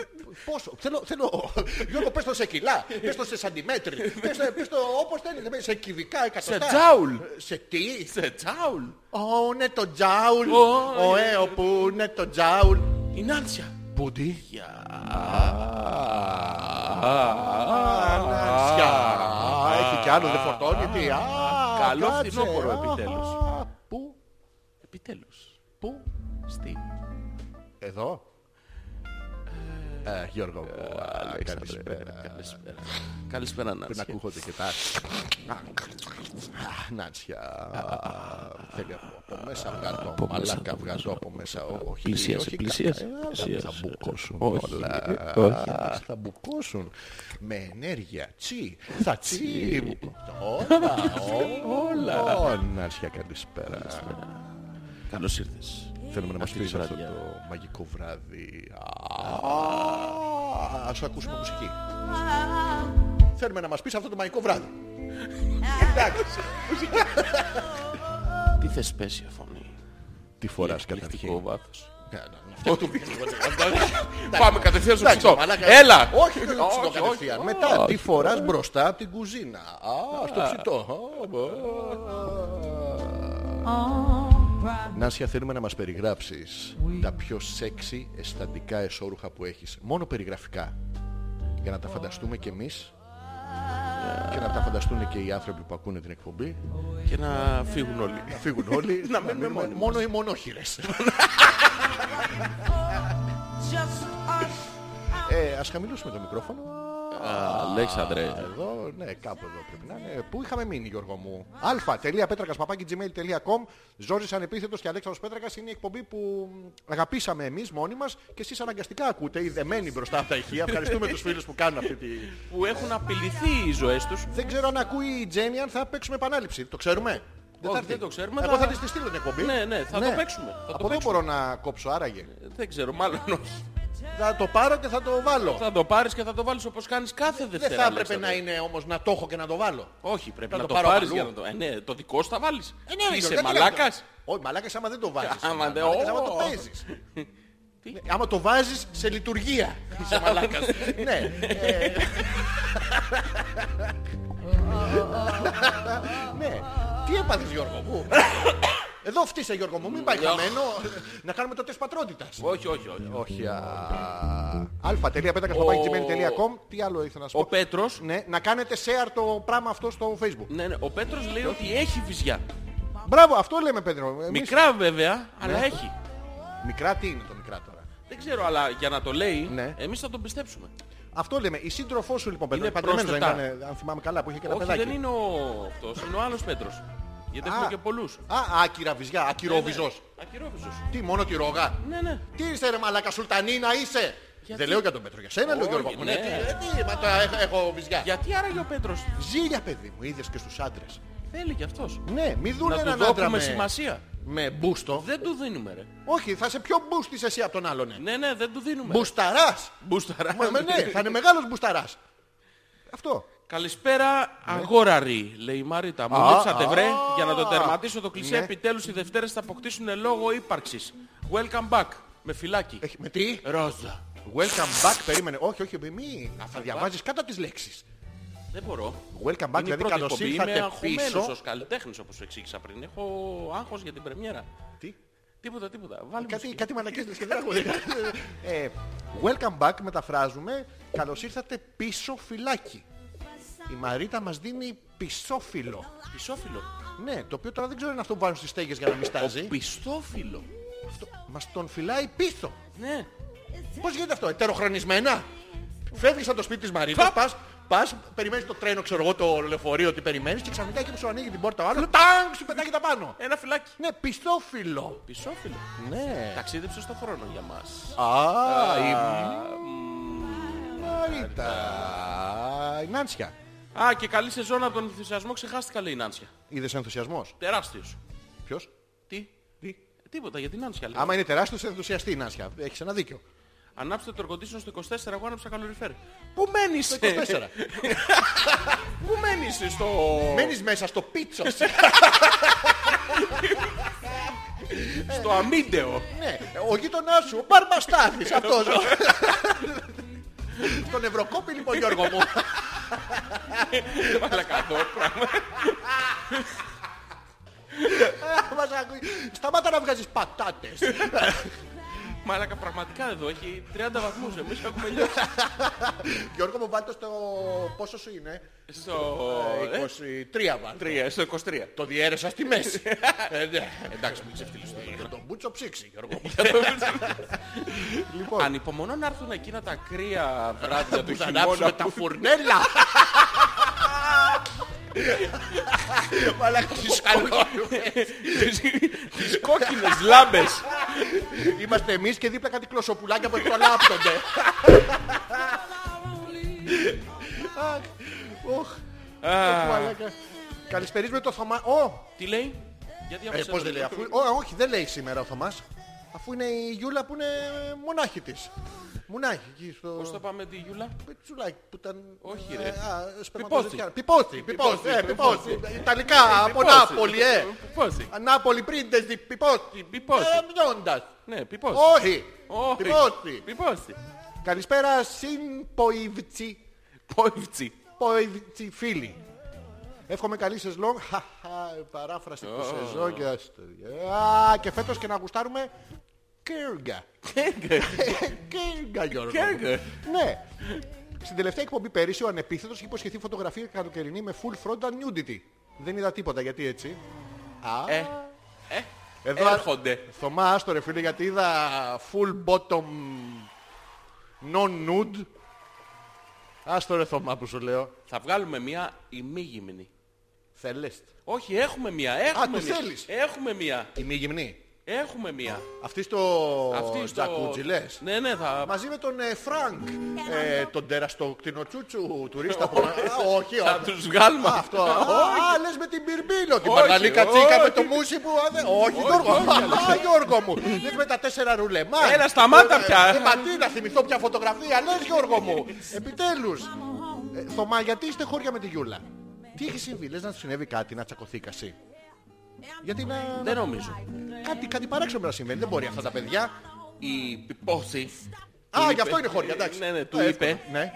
Speaker 1: πόσο. Θέλω, θέλω, Γιώργο πες το σε κιλά, πες το σε σαντιμέτρη, πες το, πες το όπως θέλεις, σε κυβικά εκατοστά. Ε,
Speaker 2: Σε Ε, τζάουλ.
Speaker 1: Σε τι.
Speaker 2: Σε τσάουλ.
Speaker 1: Ω, είναι το τζάουλ,
Speaker 2: Ω,
Speaker 1: ο
Speaker 2: ε.
Speaker 1: ε, ο, που είναι το τζάουλ.
Speaker 2: Η Νάνσια.
Speaker 1: Μπουντίγια. Έχει κι άλλο, δεν φορτώνει, τι. Α,
Speaker 2: Καλό
Speaker 1: κάτσε.
Speaker 2: φθινόπωρο,
Speaker 1: Α,
Speaker 2: επιτέλους.
Speaker 1: α, Πού,
Speaker 2: Επιτέλους.
Speaker 1: πού,
Speaker 2: Στη.
Speaker 1: εδώ. Ε, Γιώργο, μου, α, καλησπέρα.
Speaker 2: Καλησπέρα. Καλησπέρα
Speaker 1: Πρέπει
Speaker 2: Νάνσια.
Speaker 1: να ακούγονται και τα Α, Νάτσια. Θέλει από- από μέσα βγάζω. Μαλάκα βγάζω από μέσα. Όχι,
Speaker 2: Πλησίασε,
Speaker 1: όχι,
Speaker 2: πλησίασε,
Speaker 1: καλά. Ε,
Speaker 2: πλησίασε.
Speaker 1: Θα μπουκώσουν
Speaker 2: Όχι,
Speaker 1: όλα.
Speaker 2: ε, όχι.
Speaker 1: Α, Θα μπουκώσουν. Με ενέργεια. Τσι. Θα τσι. Όλα. Όλα. Ω, Νάτσια, καλησπέρα.
Speaker 2: Καλώς ήρθες.
Speaker 1: Θέλουμε να μας
Speaker 2: Αυτή τη
Speaker 1: πεις αυτό
Speaker 2: βραδιά.
Speaker 1: το μαγικό βράδυ. Α, Ας ακούσουμε μουσική. Θέλουμε να μας πεις αυτό το μαγικό βράδυ.
Speaker 2: Τι θεσπέσια φωνή.
Speaker 1: Τι φοράς
Speaker 2: Εκπληκτικό
Speaker 1: καταρχήν.
Speaker 2: βάθος.
Speaker 1: Ναι, ναι, Αυτό του δείχνει.
Speaker 2: Πάμε κατευθείαν στο
Speaker 1: Εντάξει,
Speaker 2: ψητό.
Speaker 1: μαλάκα.
Speaker 2: Έλα.
Speaker 1: Όχι, δεν το ψητό
Speaker 2: όχι.
Speaker 1: κατευθείαν. Μετά τη φοράς μπροστά από την κουζίνα. Α, στο ψητό. Νάσια, θέλουμε να μας περιγράψεις τα πιο σεξι αισθαντικά εσώρουχα που έχεις. Μόνο περιγραφικά. Για να τα φανταστούμε κι εμείς και να τα φανταστούν και οι άνθρωποι που ακούνε την εκπομπή.
Speaker 2: Και να φύγουν όλοι.
Speaker 1: Να φύγουν όλοι. να μείνουμε μόνο οι μονόχειρες.
Speaker 4: Just us.
Speaker 1: ε, ας χαμηλώσουμε το μικρόφωνο.
Speaker 2: Αλέξανδρε.
Speaker 1: Εδώ, ναι, κάπου εδώ πρέπει να είναι. Πού είχαμε μείνει, Γιώργο μου. α.πέτρακα.gmail.com Ζόρις Ανεπίθετος και Αλέξανδρος Πέτρακας είναι η εκπομπή που αγαπήσαμε εμείς μόνοι μας και εσείς αναγκαστικά ακούτε, οι δεμένοι μπροστά από τα ηχεία. Ευχαριστούμε τους φίλους που κάνουν αυτή τη...
Speaker 2: Που έχουν απειληθεί οι ζωές τους.
Speaker 1: Δεν ξέρω αν ακούει η Τζένι αν θα παίξουμε επανάληψη. Το ξέρουμε.
Speaker 2: Όχι,
Speaker 1: έρθει.
Speaker 2: δεν το ξέρουμε,
Speaker 1: Εγώ
Speaker 2: αλλά-
Speaker 1: θα της τη στείλω την εκπομπή.
Speaker 2: Ναι, ναι, θα το παίξουμε. Θα το
Speaker 1: από εδώ
Speaker 2: παίξουμε.
Speaker 1: μπορώ να κόψω άραγε.
Speaker 2: Δεν ξέρω, μάλλον όχι.
Speaker 1: Θα το πάρω και θα το βάλω.
Speaker 2: Θα το πάρεις και θα το βάλεις όπως κάνεις κάθε Δευτέρα.
Speaker 1: Δεν θα έπρεπε
Speaker 2: Αλέξανδρε.
Speaker 1: να είναι όμως να το έχω και να το βάλω.
Speaker 2: Όχι, πρέπει
Speaker 1: Θα
Speaker 2: να
Speaker 1: το
Speaker 2: το
Speaker 1: πάρω
Speaker 2: πάρεις
Speaker 1: αλλού.
Speaker 2: για να το... Ε, ναι, το δικό σου θα βάλεις.
Speaker 1: Ε, ναι, ρε,
Speaker 2: Είσαι
Speaker 1: Γιώργο, δεν
Speaker 2: μαλάκας.
Speaker 1: λέγαμε. Όχι, μαλάκας άμα δεν το βάζεις.
Speaker 2: Άμα δεν-
Speaker 1: Μαλάκας άμα
Speaker 2: Ω.
Speaker 1: το παίζεις. Ναι, Άμα το βάζεις σε λειτουργία. Είσαι μαλάκας. Ναι. ε, Ναι. Τι έπαθες Γιώργο μου. Εδώ φτύσε Γιώργο μου. Μην πάει χαμένο. Να κάνουμε το τεστ πατρότητας.
Speaker 2: Όχι, όχι, όχι.
Speaker 1: Όχι. α.πέτρακα.gmail.com Τι άλλο ήθελα να σου πω.
Speaker 2: Ο Πέτρος,
Speaker 1: Ναι, να κάνετε share το πράγμα αυτό στο facebook.
Speaker 2: ναι, ναι, ο Πέτρος λέει ότι έχει βυζιά.
Speaker 1: Μπράβο, αυτό λέμε Πέτρο. Εμείς- Ναι.
Speaker 2: Μικρά βέβαια, αλλά έχει.
Speaker 1: Μικρά τι είναι το μικρά τώρα.
Speaker 2: Δεν ξέρω, αλλά για να το λέει,
Speaker 1: Ναι.
Speaker 2: εμείς θα τον πιστέψουμε.
Speaker 1: Αυτό λέμε. Η σύντροφός σου λοιπόν, Πέτρο,
Speaker 2: Είναι
Speaker 1: παντρεμένος δεν
Speaker 2: πρόσθετα.
Speaker 1: ήταν, αν θυμάμαι καλά, που είχε και ένα
Speaker 2: Όχι,
Speaker 1: παιδάκι.
Speaker 2: δεν είναι ο αυτός, είναι ο άλλος Πέτρος. Γιατί έχουμε και πολλούς. Ναι,
Speaker 1: Α, άκυρα βυζιά, ακυρόβυζος.
Speaker 2: Ακυρόβυζος.
Speaker 1: Τι, μόνο τη ρόγα.
Speaker 2: Ναι, ναι.
Speaker 1: Τι είσαι ρε μαλάκα, σουλτανίνα είσαι. Δεν λέω για τον Πέτρο, για σένα λέω
Speaker 2: Όχι,
Speaker 1: Γιώργο. μου.
Speaker 2: ναι.
Speaker 1: Ναι, τι, ε, τι, μα το έχω, έχω βυζιά.
Speaker 2: Γιατί άραγε ο Πέτρος
Speaker 1: Ζήλια παιδί μου, είδες και στους άντρες.
Speaker 2: θέλει κι αυτός.
Speaker 1: Ναι, μη δουν
Speaker 2: Να του
Speaker 1: έναν άντρα
Speaker 2: δώσουμε
Speaker 1: με,
Speaker 2: σημασία.
Speaker 1: με μπούστο.
Speaker 2: Δεν του δίνουμε ρε.
Speaker 1: Όχι, θα είσαι πιο μπούστης εσύ από τον άλλον. Ναι.
Speaker 2: Ναι, ναι, δεν του δίνουμε.
Speaker 1: Μπουσταράς.
Speaker 2: Μπούσταρα.
Speaker 1: Μα, με, ναι, θα είναι μεγάλος μπουσταράς. Αυτό.
Speaker 2: Καλησπέρα, αγόραρη, λέει η Μαρίτα. Μου
Speaker 1: Α,
Speaker 2: λείψατε,
Speaker 1: α,
Speaker 2: βρε. Για να το τερματίσω το κλισέ,
Speaker 1: ναι.
Speaker 2: επιτέλους οι Δευτέρες θα αποκτήσουν λόγο ύπαρξης. Welcome back. Με φυλάκι.
Speaker 1: Έχει, με τι.
Speaker 2: Ρόζα.
Speaker 1: Welcome back, περίμενε. Όχι, όχι, μη- μη. Θα διαβάζεις κάτω τις λέξεις.
Speaker 2: Δεν μπορώ.
Speaker 1: Welcome back,
Speaker 2: Είναι η
Speaker 1: δηλαδή
Speaker 2: πρώτη
Speaker 1: καλώς
Speaker 2: εκπομπή. Είμαι
Speaker 1: ήρθατε
Speaker 2: αγχωμένος
Speaker 1: πίσω.
Speaker 2: ως καλλιτέχνης, όπως εξήγησα πριν. Έχω άγχος για την πρεμιέρα.
Speaker 1: Τι,
Speaker 2: Τίποτα, τίποτα. Βάλε
Speaker 1: κάτι,
Speaker 2: μουσική.
Speaker 1: κάτι μαλακές λες και δεν ακούω. ε, welcome back μεταφράζουμε. Καλώς ήρθατε πίσω φυλάκι. Η Μαρίτα μας δίνει πισόφυλλο.
Speaker 2: Πισόφυλλο.
Speaker 1: Ναι, το οποίο τώρα δεν ξέρω αν αυτό που βάζουν στις στέγες για να μην στάζει.
Speaker 2: Πιστόφυλλο.
Speaker 1: Μας τον φυλάει πίσω.
Speaker 2: Ναι.
Speaker 1: Πώς γίνεται αυτό, ετεροχρονισμένα. Φεύγεις από το σπίτι της Μαρίνας, πας, πας, περιμένεις το τρένο, ξέρω εγώ, το λεωφορείο, τι περιμένεις και ξαφνικά εκεί που σου ανοίγει την πόρτα ο άλλος, τάγκ, σου πετάγει τα πάνω.
Speaker 2: Ένα φυλάκι.
Speaker 1: Ναι, πιστόφυλλο.
Speaker 2: Πισόφιλο.
Speaker 1: Ναι.
Speaker 2: Ταξίδεψε στον χρόνο για μας.
Speaker 1: Α, η Μαρίτα. Η Νάνσια.
Speaker 2: Α, και καλή σεζόν από τον ενθουσιασμό ξεχάστηκα, λέει η Νάνσια.
Speaker 1: Είδες ενθουσιασμός.
Speaker 2: Τεράστιος.
Speaker 1: Ποιος.
Speaker 2: Τι. Τι. Τίποτα για την Νάνσια. λέει.
Speaker 1: Άμα είναι τεράστιος θα ενθουσιαστεί η Νάνσια. Έχεις ένα δίκιο.
Speaker 2: Ανάψτε το ερκοντήσιο στο 24, εγώ άναψα καλοριφέρ. Πού μένεις
Speaker 1: Το 24.
Speaker 2: Πού μένεις στο...
Speaker 1: Μένεις μέσα στο πίτσο.
Speaker 2: στο αμύντεο.
Speaker 1: Ναι, ο γείτονάς σου, ο Μπαρμπαστάθης αυτός. Στον Ευρωκόπη λοιπόν Γιώργο μου.
Speaker 2: Μαλακαδό πράγμα.
Speaker 1: Μας ακούει. Σταμάτα να βγάζεις πατάτες.
Speaker 2: Μαλακα πραγματικά εδώ έχει 30 βαθμούς. Εμείς έχουμε λιώσει.
Speaker 1: Γιώργο μου βάλτε στο πόσο σου είναι.
Speaker 2: Στο... ε,
Speaker 1: 23 βάλτε.
Speaker 2: τρία, Στο 23.
Speaker 1: Το διέρεσα στη μέση. Ε, ναι. Εντάξει, μην ξεφτυλιστεί. Για τον Μπούτσο ψήξη, Γιώργο μου. Λοιπόν,
Speaker 2: Ανυπομονώ να έρθουν εκείνα τα κρύα βράδια του
Speaker 1: που θα ανάψουμε
Speaker 2: χειμώνα
Speaker 1: τα
Speaker 2: που
Speaker 1: φουρνέλα. Μαλάκα, τις σκαλώνουμε.
Speaker 2: τις κόκκινες λάμπες.
Speaker 1: Είμαστε εμείς και δίπλα κάτι κλωσοπουλάκια που εκτολάπτονται. Αχ, οχ, οχ, μαλάκα. Καλησπερίζουμε το Θωμά. Ω,
Speaker 2: Τι λέει, γιατί
Speaker 1: ε,
Speaker 2: άμα σε
Speaker 1: πώς δεν λέει.
Speaker 2: ρωτήσω-
Speaker 1: Αφού, Ω, όχι, δεν λέει σήμερα ο Θωμάς. Αφού είναι η Γιούλα που είναι μονάχη της. Μονάχη εκεί
Speaker 2: Πώς
Speaker 1: στο
Speaker 2: το πάμε τη Γιούλα.
Speaker 1: πετσουλάκι που ήταν...
Speaker 2: Όχι, ρε.
Speaker 1: Ε, α,
Speaker 2: Πιπόστη.
Speaker 1: σπερματοζωικά. Πιπόστη, πιπόστη, ε,
Speaker 2: Πιπόστη.
Speaker 1: πιπόστη. Ιταλικά, από Νάπολη, ε.
Speaker 2: λοιπόν, Πόσοι.
Speaker 1: Νάπολη πριν τες δι- πιπόστη.
Speaker 2: Πιπόστη.
Speaker 1: Καραμπιόντας.
Speaker 2: Ναι, πιπόσοι.
Speaker 1: Όχι.
Speaker 2: Όχι.
Speaker 1: Πιπόστη.
Speaker 2: Πιπόσοι.
Speaker 1: Καλησπέρα συμποϊβτσι
Speaker 2: Πόιβτσι.
Speaker 1: ποϊβτσι φίλοι. Εύχομαι καλή σεζόν. Χαχα, Παράφραση του σεζόν και αστέρια. Α, Και φέτος και να γουστάρουμε Κέργα. Κέργα Γιώργο.
Speaker 2: Κέργα.
Speaker 1: Ναι. Στην τελευταία εκπομπή πέρυσι ο ανεπίθετος είχε υποσχεθεί φωτογραφία καλοκαιρινή με full frontal nudity. Δεν είδα τίποτα γιατί έτσι. Α,
Speaker 2: Ε,
Speaker 1: εδώ
Speaker 2: έρχονται.
Speaker 1: Θωμά, άστο ρε φίλε, γιατί είδα full bottom non-nude. Άστο ρε Θωμά που σου λέω.
Speaker 2: Θα βγάλουμε μία ημίγυμνη.
Speaker 1: Θέλεις.
Speaker 2: Όχι, έχουμε μία. Έχουμε
Speaker 1: τη
Speaker 2: μία.
Speaker 1: θέλεις.
Speaker 2: Έχουμε μία.
Speaker 1: Η μη γυμνή.
Speaker 2: Έχουμε μία.
Speaker 1: Αυτή στο
Speaker 2: Αυτή στο-
Speaker 1: Τζακούτζι λες.
Speaker 2: Ναι, ναι, θα...
Speaker 1: Μαζί με τον ε, Φρανκ, ε, τον τεραστοκτηνοτσούτσου τουρίστα που... Α, όχι,
Speaker 2: Θα
Speaker 1: όχι.
Speaker 2: τους βγάλουμε.
Speaker 1: Α, Αυτό. Α, λες με την Μπυρμπίνο, την
Speaker 2: Όχι,
Speaker 1: Μαργαλίκα Τσίκα με το
Speaker 2: όχι.
Speaker 1: μουσι που... α, δεν- Όχι, Γιώργο. Α, Γιώργο μου. Λες με τα τέσσερα ρουλεμά.
Speaker 2: Έλα, σταμάτα πια.
Speaker 1: Ε, μα τι να θυμηθώ πια φωτογραφία, λες Γιώργο μου. Επιτέλους. Ε, Θωμά, γιατί είστε χώρια με τη Γιούλα. Τι έχει συμβεί, λες να σου συνέβη κάτι, να τσακωθήκα εσύ. Γιατί να...
Speaker 2: Δεν νομίζω.
Speaker 1: Κάτι, κάτι παράξενο να συμβαίνει, δεν μπορεί αυτά τα παιδιά.
Speaker 2: Η πιπόση.
Speaker 1: Α,
Speaker 2: Του
Speaker 1: γι' αυτό
Speaker 2: είπε-
Speaker 1: είναι χώρια, εντάξει.
Speaker 2: Ναι, ναι, του
Speaker 1: Ε,
Speaker 2: είπε.
Speaker 1: εύκολα. Ναι.